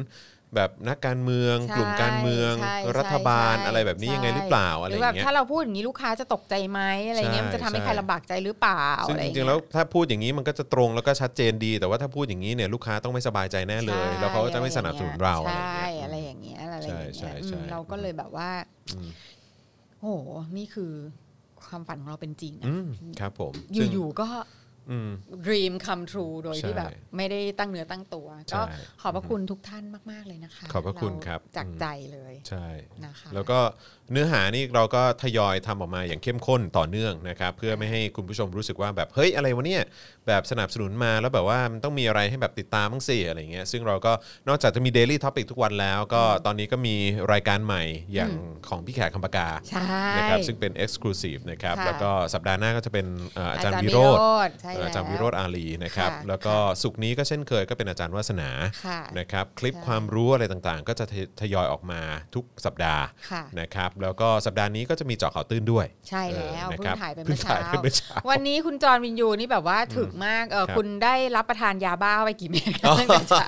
Speaker 2: แบบนักการเมือง
Speaker 3: ใช่
Speaker 2: กลุ่มการเมือง
Speaker 3: ใช่ใช่
Speaker 2: รัฐบาล
Speaker 3: ใช่
Speaker 2: อะไรแบบนี้
Speaker 3: ใช่
Speaker 2: ยังไงหรือเปล่าอะไร
Speaker 3: ห
Speaker 2: อ
Speaker 3: รื
Speaker 2: ย่า
Speaker 3: อแบ
Speaker 2: ง
Speaker 3: บ
Speaker 2: เงี้ย
Speaker 3: ถ้าเราพูดอย่างนี้ลูกค้าจะตกใจไหมอะไรเงี้ยมันจะทำให้
Speaker 2: ใช่
Speaker 3: ใครลำบากใจหรือเปล่า
Speaker 2: ซึ่ง
Speaker 3: อะไร
Speaker 2: จ
Speaker 3: เงี้ย
Speaker 2: ริงๆแล้วถ้าพูดอย่างนี้มันก็จะตรงแล้วก็ชัดเจนดี แต่ว่าถ้าพูดอย่างนี้เนี่ยลูกค้าต้องไม่สบายใจแน่เลย
Speaker 3: ใช่
Speaker 2: แล้วเขาก็จะไม่สนับสนุนเราอะไรอย่าง
Speaker 3: ใช่
Speaker 2: เงี้ย
Speaker 3: อะไรอย่างเงี้ยอะไรอย่างเงี้ย
Speaker 2: ใช่ใช่
Speaker 3: อืม
Speaker 2: ใช่
Speaker 3: เราก็เลยแบบว่า
Speaker 2: อืม
Speaker 3: โหนี่คือความฝันของเราเป็นจริงอะ
Speaker 2: อืมครับผม
Speaker 3: อยู่ๆก็
Speaker 2: อืม
Speaker 3: dream come true โดยที่
Speaker 2: ใช่
Speaker 3: แบบไม่ได้ตั้งเนื้อตั้งตัว
Speaker 2: ใช่
Speaker 3: ก็ขอบพระคุณทุกท่านมาก ๆ เลยนะคะ
Speaker 2: ขอบพระคุณ
Speaker 3: เา
Speaker 2: ครับ
Speaker 3: จาก
Speaker 2: อืม
Speaker 3: ใจเลย
Speaker 2: ใช่
Speaker 3: นะคะ
Speaker 2: แล้วก็เนื้อหานี่เราก็ทยอยทำออกมาอย่างเข้มข้นต่อเนื่องนะครับ เพื่อไม่ให้คุณผู้ชมรู้สึกว่าแบบเฮ้ยอะไรวะเนี่ยแบบสนับสนุนมาแล้วแบบว่ามันต้องมีอะไรให้แบบติดตามบ้างสิอะไรเงี้ยซึ่งเราก็นอกจากจะมี Daily Topic ทุกวันแล้ว ก็ตอนนี้ก็มีรายการใหม่อย่างของพี่แขกคำปากา
Speaker 3: ใช่
Speaker 2: นะครับซึ่งเป็น Exclusive นะครับ
Speaker 3: ค่ะ
Speaker 2: แล้วก็สัปดาห์หน้าก็จะเป็นเอ่ออาจารย์วิ
Speaker 3: วิ
Speaker 2: โรธ
Speaker 3: ธใช่
Speaker 2: อาจารย์
Speaker 3: แล้ว
Speaker 2: วิโรธอาลีนะครับ
Speaker 3: ค่ะ
Speaker 2: แล้วก็สุกร์นี้ก็เช่นเคยก็เป็นอาจารย์วาสนา
Speaker 3: ค่ะ
Speaker 2: นะครับ คลิป
Speaker 3: ใช่
Speaker 2: ความรู้อะไรต่างๆ ก็จะทยทยอยออกมาทุกสัปดาห์
Speaker 3: ค่ะ
Speaker 2: นะครับ แล้วก็สัปดาห์นี้ก็จะมีเจาะข่าวตื้นด้วย
Speaker 3: ใช่แล้ว
Speaker 2: ออนะค
Speaker 3: เพิ่ง
Speaker 2: รับ
Speaker 3: ถ่ายไป
Speaker 2: เพิ่
Speaker 3: เมื่
Speaker 2: ง
Speaker 3: อ
Speaker 2: ถ่า
Speaker 3: เช้าย
Speaker 2: ไปเมื่อเช้า
Speaker 3: วันนี้คุณจอร์นวินยูนี่แบบว่าถึกมากเออ
Speaker 2: ครับ
Speaker 3: คุณได้รับประทานยาบ้าไปกี่เม็ดตั้งแต่เช้า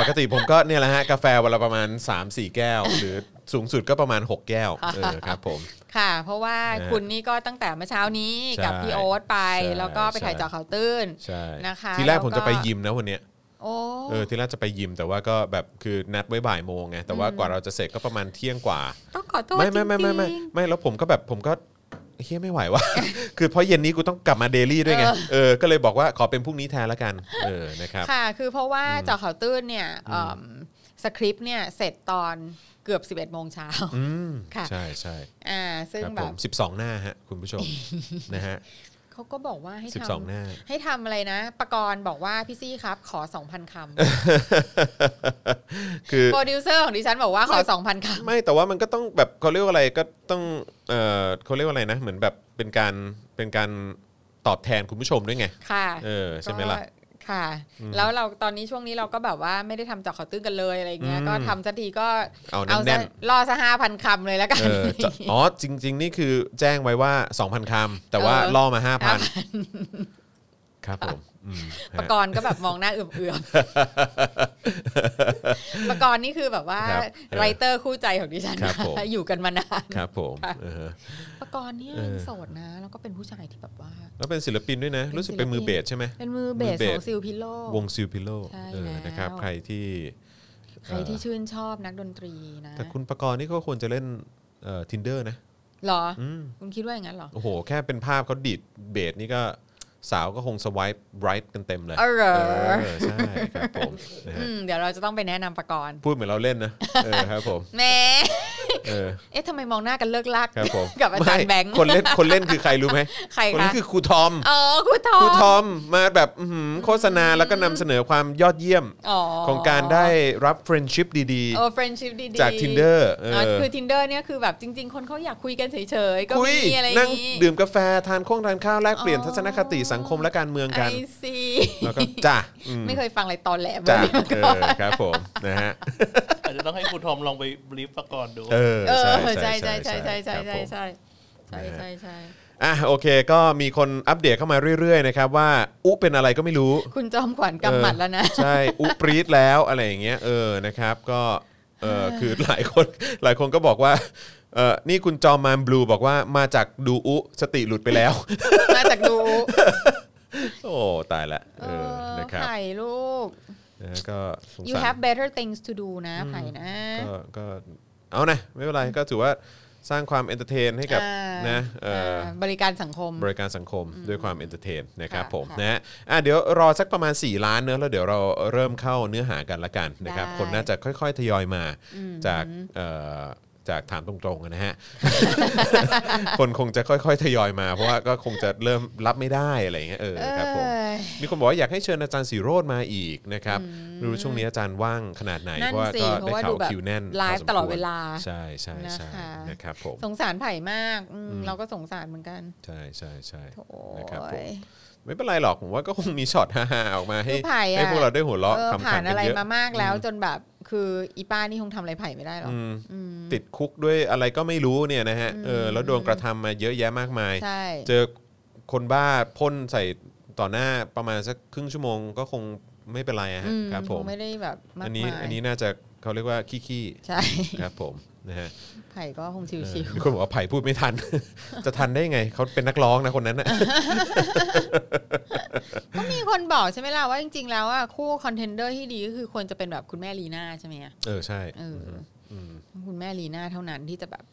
Speaker 2: ปกติผมก็เนี่ยแหละฮะกาแฟวันละประมาณ 3-4 แก้ว หรือสูงสุดก็ประมาณ 6 แก้วเออครับผม
Speaker 3: ค่ะ เพราะว่า
Speaker 2: นะ
Speaker 3: คุณนี่ก็ตั้งแต่เมื่อเช้านี้
Speaker 2: ใช่
Speaker 3: กับพี่โอ๊ตไป
Speaker 2: ใช่
Speaker 3: แล้วก็ไปถ่าย
Speaker 2: ใช่
Speaker 3: เจอเขาวตื้น
Speaker 2: ใช่
Speaker 3: นะคะ
Speaker 2: ทีแรก
Speaker 3: แล้วก็
Speaker 2: ผมจะไปยิมนะวันเนี้ย
Speaker 3: โอ้
Speaker 2: เออทีแรกจะไปยิมแต่ว่าก็แบบคือนัดไว้บ่ายโมงไงแต่ว่ากว่าเราจะเสร็จก็ประมาณเที่ยงกว่า
Speaker 3: ต้องขอโทษจ
Speaker 2: ไม่
Speaker 3: ริง
Speaker 2: ไม่ไม่ไม่ไม่ไม่แล้วผมก็แบบผมก็เฮียไม่ไหววะ คือเพราะเย็นนี้กูต้องกลับมาเดลี่ด้วยไงเออก็เลยบอกว่าขอเป็นพรุ่งนี้แทนละกัน เออนะครับ
Speaker 3: ๆค่ะ คือเพราะว่าเจอเขาวตื้นเนี่ยเอิ่มสคริปต์เนี่ยเสร็จตอนเกือบ 11โมงเช้า
Speaker 2: อืม
Speaker 3: ค่ะ
Speaker 2: ใช่ใช่
Speaker 3: อ่า ซึ่ง
Speaker 2: ครับ
Speaker 3: แบ
Speaker 2: ผ
Speaker 3: บ
Speaker 2: ม12 หน้าฮะคุณ ผู้ชม นะฮะ
Speaker 3: เขาก็บอกว่าให้ท
Speaker 2: 12 หน้า
Speaker 3: ำให้ทำอะไรนะ ประกรณ์บอกว่าพี่ซี่ครับขอ 2,000ค
Speaker 2: คือ
Speaker 3: ำ โปรดิวเซอร์ของดิฉันบอกว่าขอ 2,000คำ
Speaker 2: ไม่แต่ว่ามันก็ต้องแบบเขาเรียกว่าอะไรก็ต้องเออเขาเรียกว่าอะไรนะ เหมือนแบบเป็นการเป็นการตอบแทนคุณผู้ชมด้วยไง
Speaker 3: ค่ะ
Speaker 2: เออใช่ไหมล่ะ
Speaker 3: ก็ค่ะ แล้วเราตอนนี้ช่วงนี้เราก็แบบว่าไม่ได้ทำเจาะข่าวตื้นกันเลยอะไรเงี้ย
Speaker 2: อืม
Speaker 3: ก็ทำสักทีก็
Speaker 2: เอาแน่นๆ
Speaker 3: ซะล่อซะห้าพันคำเลยแล้วกัน
Speaker 2: เออจะอ๋อจริง ๆ นี่คือแจ้งไว้ว่า 2,000คำแต่ว่า
Speaker 3: เออ
Speaker 2: ล่อมา 5,000 ครับผมอืม
Speaker 3: ป
Speaker 2: ฮะ
Speaker 3: ระกรณ์ก็แบบมองหน้าเอื่อม ๆ ประกรณ์นี่คือแบบว่า
Speaker 2: ครับ
Speaker 3: ไรเตอร์คู่ใจของดิฉัน
Speaker 2: ครับผม
Speaker 3: อยู่กันมานาน
Speaker 2: ครับผมเออ
Speaker 3: ประกรณ์เนี่ยยังโสดนะ แล้วก็เป็นผู้ชายที่แบบว่า
Speaker 2: แล้วเป็นศิลปินด้วยนะ
Speaker 3: เป็น
Speaker 2: รู้สึกเป็นมือ
Speaker 3: ศิลปิ
Speaker 2: เบ
Speaker 3: น
Speaker 2: สใช่ไหม
Speaker 3: เป็นมือเบ
Speaker 2: มื
Speaker 3: ส
Speaker 2: อเบส
Speaker 3: ของซิลพิโล
Speaker 2: วงซิลพิโล
Speaker 3: ใช่
Speaker 2: เออ
Speaker 3: แล้ว
Speaker 2: นะครับ ใครที่
Speaker 3: ใครที่ชื่นชอบนักดนตรีนะ
Speaker 2: แต่คุณประกรณ์นี่ก็ควรจะเล่นเอ่อทินเดอร์นะ
Speaker 3: เหรออ
Speaker 2: ม
Speaker 3: คุณคิดว่าอย่างนั้นเหรอ
Speaker 2: โอ้โห แค่เป็นภาพเขาดีดเบสนี่ก็สาวก็คงสวายไรท์กันเต็มเลย
Speaker 3: เออเหรอ
Speaker 2: เออใช่ครับผมนะฮะ
Speaker 3: มเดี๋ยวเราจะต้องไปแนะนำประกรณ์
Speaker 2: พูดเหมือนเราเล่นนะเออครับผม
Speaker 3: แหม
Speaker 2: เออ
Speaker 3: เอ๊ะทำไมมองหน้ากันเลิกลัก
Speaker 2: ครับผม
Speaker 3: กับอาจารย์
Speaker 2: ไม่
Speaker 3: แบงค์
Speaker 2: คนเล่นคนเล่นคือใครรู้ไหม
Speaker 3: ใครคะ
Speaker 2: นนั้นคือครูทอม
Speaker 3: อ๋อครูทอ
Speaker 2: ครูท
Speaker 3: ม
Speaker 2: อมมาแบบอื้อหือโฆษณาแล้วก็นำเสนอความยอดเยี่ยม
Speaker 3: อ๋อ
Speaker 2: ของการได้รับเฟรนชิพดี
Speaker 3: โอ้ friendship ดี
Speaker 2: ๆ จาก Tinder เอออ
Speaker 3: คือ tinder เนี่ยคือแบบจริง ๆ คนเขาอยากคุยกันเฉยๆ ก็
Speaker 2: คุย
Speaker 3: มีอะไร
Speaker 2: นั่ง
Speaker 3: นี้
Speaker 2: ดื่มกาแฟ ทานข้องทานข้าว แลกเปลี่ยนทัศนคติสังคมและการเมืองกัน
Speaker 3: ไอซี
Speaker 2: แล้วก็จ้ะอืม
Speaker 3: ไม่เคยฟังอะไรตอนแหล
Speaker 2: จ้ะ
Speaker 3: เว้ย
Speaker 2: เออครับผมนะฮะ
Speaker 4: อาจจะต้องให้ครูทอมลองไปบรีฟประกอบดู
Speaker 2: เออ
Speaker 3: เออ
Speaker 2: ใช่
Speaker 3: ใช่ใช่ใช่ใช่
Speaker 2: ครับ
Speaker 3: ใช่
Speaker 2: ผม
Speaker 3: ใช่
Speaker 2: นะฮะ
Speaker 3: ใช่ใช่ใช่
Speaker 2: อ่ะโอเค ก็มีคนอัปเดตเข้ามาเรื่อยๆนะครับว่าอุเป็นอะไรก็ไม่รู้
Speaker 3: คุณจอมขวัญกำหมัดแล้วนะ
Speaker 2: เอ อใช่อุปรีดแล้วอะไรอย่างเงี้ยเออนะครับก็เออคือ หลายคนหลายคนก็บอกว่าเออนี่คุณจอมมานบลูบอกว่ามาจากดูอุสติหลุดไปแล้ว
Speaker 3: มาจากดู
Speaker 2: โอ้ตายละเออนะครับ
Speaker 3: ถ่ายลูก
Speaker 2: เ นะฮะก็สง
Speaker 3: you
Speaker 2: สาร
Speaker 3: have better things to do นะไผ่นะ
Speaker 2: ก็ก็เอานะไม่เป็นไรก็ถือว่าสร้างความเอนเตอร์เทนให้กับ
Speaker 3: อ่าน
Speaker 2: นะเอ่ออบ
Speaker 3: ริการสังคม
Speaker 2: บริการสังคมด้วยความเอนเตอร์เทนนะครับ
Speaker 3: ค่ะ
Speaker 2: ผม
Speaker 3: ค่ะ
Speaker 2: นะฮะอ่ะเดี๋ยวรอสักประมาณ 4 ล้านเนอะแล้วเดี๋ยวเราเริ่มเข้าเนื้อหากันละกันนะครับ
Speaker 3: ได้
Speaker 2: คนน่าจะค่อยๆ ทยอยมาจากเอ่อจากถามตรงๆนะฮะ คนคงจะค่อยๆ ทยอยมา เพราะว่าก็คงจะเริ่มรับไม่ได้อะไรอย่างเงี้ยเออครับผม
Speaker 3: เอ้ย
Speaker 2: มีคนบอกว่าอยากให้เชิญอาจารย์สีโรดมาอีกนะครับไม่รู้ช่วงนี้อาจารย์ว่างขนาดไหน
Speaker 3: นั่น
Speaker 2: เพราะว่า
Speaker 3: สิ
Speaker 2: ก็ได้
Speaker 3: เพราะว่า
Speaker 2: ข่า
Speaker 3: ดู
Speaker 2: ว
Speaker 3: แบบ
Speaker 2: คิวแน่น
Speaker 3: ไล
Speaker 2: พอสมค
Speaker 3: ฟ์
Speaker 2: วร
Speaker 3: ตลอดเวลา
Speaker 2: ใช่ใช่ใช่
Speaker 3: นะคะ
Speaker 2: นะครับผม
Speaker 3: สงสารไผ่มากอืมเราก็สงสารเหมือนกัน
Speaker 2: ใช่ใช่ใช่
Speaker 3: โถ่
Speaker 2: นะครับผมไม่เป็นไรหรอกผมว่าก็คงมีช็อตฮ าๆออกมาให้
Speaker 3: คือไผ่อะ
Speaker 2: ให้พวกเราได้หัวเราะ
Speaker 3: เออ
Speaker 2: คำ
Speaker 3: ผ่า
Speaker 2: ขั
Speaker 3: น
Speaker 2: นกั
Speaker 3: อะ
Speaker 2: น
Speaker 3: ไร
Speaker 2: เยอะ
Speaker 3: มามากแล้วจนแบบคืออีป้านี่คงทำอะไรไผ่ไม่ได้หรอก
Speaker 2: อืมติดคุกด้วยอะไรก็ไม่รู้เนี่ยนะฮะเออแล้วโดนกระทำมาเยอะแยะมากมาย
Speaker 3: ใช่
Speaker 2: เจอคนบ้าพ่นใส่ต่อหน้าประมาณสักครึ่งชั่วโมงก็คงไม่เป็นไรอะฮะ
Speaker 3: อืม
Speaker 2: ครับผม
Speaker 3: งไม่ได้แบบมาก
Speaker 2: อันนี้
Speaker 3: มาย
Speaker 2: อันนี้น่าจะเขาเรียกว่าขี้ ขี้
Speaker 3: ใช่
Speaker 2: ครับผมนะฮะ
Speaker 3: ไผ่ก็คงชิว
Speaker 2: เออ
Speaker 3: ๆ
Speaker 2: มีคนบอกว่าไผ่พูดไม่ทัน จะทันได้ไงเขาเป็นนักร้องนะคนนั้นนะ
Speaker 3: ก็มีคนบอกใช่ไหมล่ะว่าจริงๆแล้วอ่ะคู่คอนเทนเดอร์ที่ดีก็คือควรจะเป็นแบบคุณแม่ลีน่าใช่ไหมอะ
Speaker 2: เออใช่
Speaker 3: เออ
Speaker 2: ม
Speaker 3: อคุณแม่ลีน่าเท่านั้นที่จะแบบ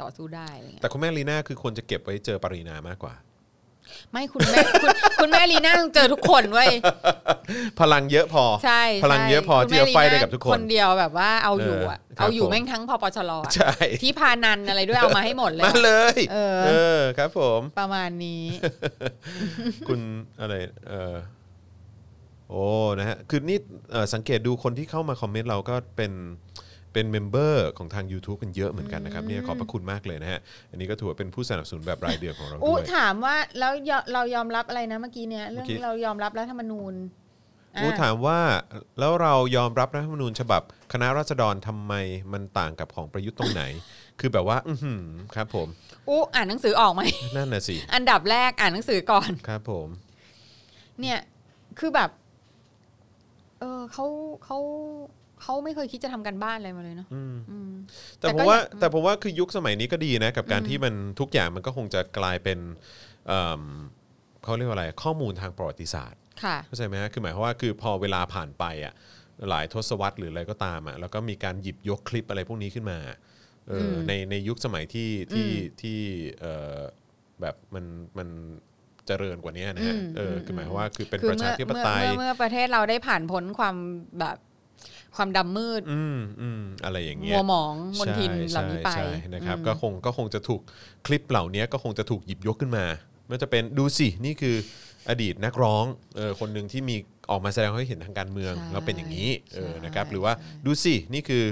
Speaker 3: ต่อสู้ได้อะไรเงี้ย
Speaker 2: แต่คุณแม่ลีน่าคือควรจะเก็บไว้เจอปรินามากกว่า
Speaker 3: ไม่คุณแม่คุณ คุณแม่ลีน่าต้องเจอทุกคนเว้ย
Speaker 2: พลังเยอะพอ
Speaker 3: ใช่
Speaker 2: พลังเยอะพอ
Speaker 3: ใช่
Speaker 2: ที่จะไฟท์ได้กับทุกคน
Speaker 3: คนเดียวแบบว่าเอาอยู่อะ
Speaker 2: เออครับ
Speaker 3: เอาอยู่
Speaker 2: ผม
Speaker 3: แม่งทั้งพปชรอะ
Speaker 2: ใช่
Speaker 3: ที่พานันอะไรด้วยเอามาให้หมดเลย
Speaker 2: มาเลย
Speaker 3: เออ
Speaker 2: อครับผม
Speaker 3: ประมาณนี้
Speaker 2: คุณอะไรเออโอ้นะฮะคือนี่เอ่อสังเกตดูคนที่เข้ามาคอมเมนต์เราก็เป็นเป็นเมมเบอร์ของทาง YouTube กันเยอะเหมือนกันนะครับเนี่ยขอบพระคุณมากเลยนะฮะ อันนี้ก็ถือว่าเป็นผู้สนับสนุนแบบรายเดือนของเรา
Speaker 3: อู้
Speaker 2: ด้วย
Speaker 3: ถามว่าแล้วยอเรายอมรับอะไรนะเมื่อกี้เนี่ยเรื่อง
Speaker 2: เมื่อกี้
Speaker 3: เรายอมรับรัฐธรรมนูญะ
Speaker 2: อู้ถามว่าแล้วเรายอมรับรัฐธรรมนูญฉบับ คณะราษฎรทำไมมันต่างกับของประยุทธ์ตรงไหน คือแบบว่า อื้อหือครับผม
Speaker 3: อู้อ่านหนังสือออกไหม
Speaker 2: นั่นน่ะสิ
Speaker 3: อันดับแรกอ่านหนังสือก่อน
Speaker 2: ครับผม
Speaker 3: เนี่ยคือแบบ เออเขาเขาเขาไม่เคยคิดจะทำกันบ้านอะไรมาเลยเนาะ
Speaker 2: อืม
Speaker 3: อืม
Speaker 2: แต่ผ
Speaker 3: แต่
Speaker 2: ม
Speaker 3: ก็
Speaker 2: ว่า
Speaker 3: อยาก
Speaker 2: แต่ผมว่าคือยุคสมัยนี้ก็ดีนะกับการ
Speaker 3: อืม
Speaker 2: ที่มันทุกอย่างมันก็คงจะกลายเป็นเอิ่มเขาเรียกว่าอะไรข้อมูลทางประวัติศาสตร์
Speaker 3: ค่ะ
Speaker 2: เข้าใจไหมฮะคือหมายความว่าคือพอเวลาผ่านไปอ่ะหลายทศวรรษหรืออะไรก็ตามอ่ะแล้วก็มีการหยิบยกคลิปอะไรพวกนี้ขึ้นมาเอออ
Speaker 3: ม
Speaker 2: ในในยุคสมัยที่ที่
Speaker 3: อืม
Speaker 2: ที่เอ่อแบบมันมันเจริญกว่านี้นะฮะ
Speaker 3: อืม
Speaker 2: เอออ
Speaker 3: ม
Speaker 2: คือหมายความว่าคือเป็นประชาธิป
Speaker 3: เมื่อ
Speaker 2: ไตย
Speaker 3: เมื่อเมื่อประเทศเราได้ผ่านพ้นความแบบ ความดำมืด
Speaker 2: อืมอืมอะไรอย่างเงี้ย
Speaker 3: มัวหมองมนทินเหล่านี้ไป
Speaker 2: ใช่ใช่นะครับ
Speaker 3: อืม
Speaker 2: ก็คงก็คงจะถูกคลิปเหล่านี้ก็คงจะถูกหยิบยกขึ้นมาไมันจะเป็นดูสินี่คืออดีตนักร้องเออคนหนึ่งที่มีออกมาแสดงให้เห็นทางการเมือง
Speaker 3: ใช่
Speaker 2: แล้วเป็นอย่างนี้เออ
Speaker 3: ใช่
Speaker 2: นะครับหรือว่า
Speaker 3: ใช่
Speaker 2: ดูสินี่คือ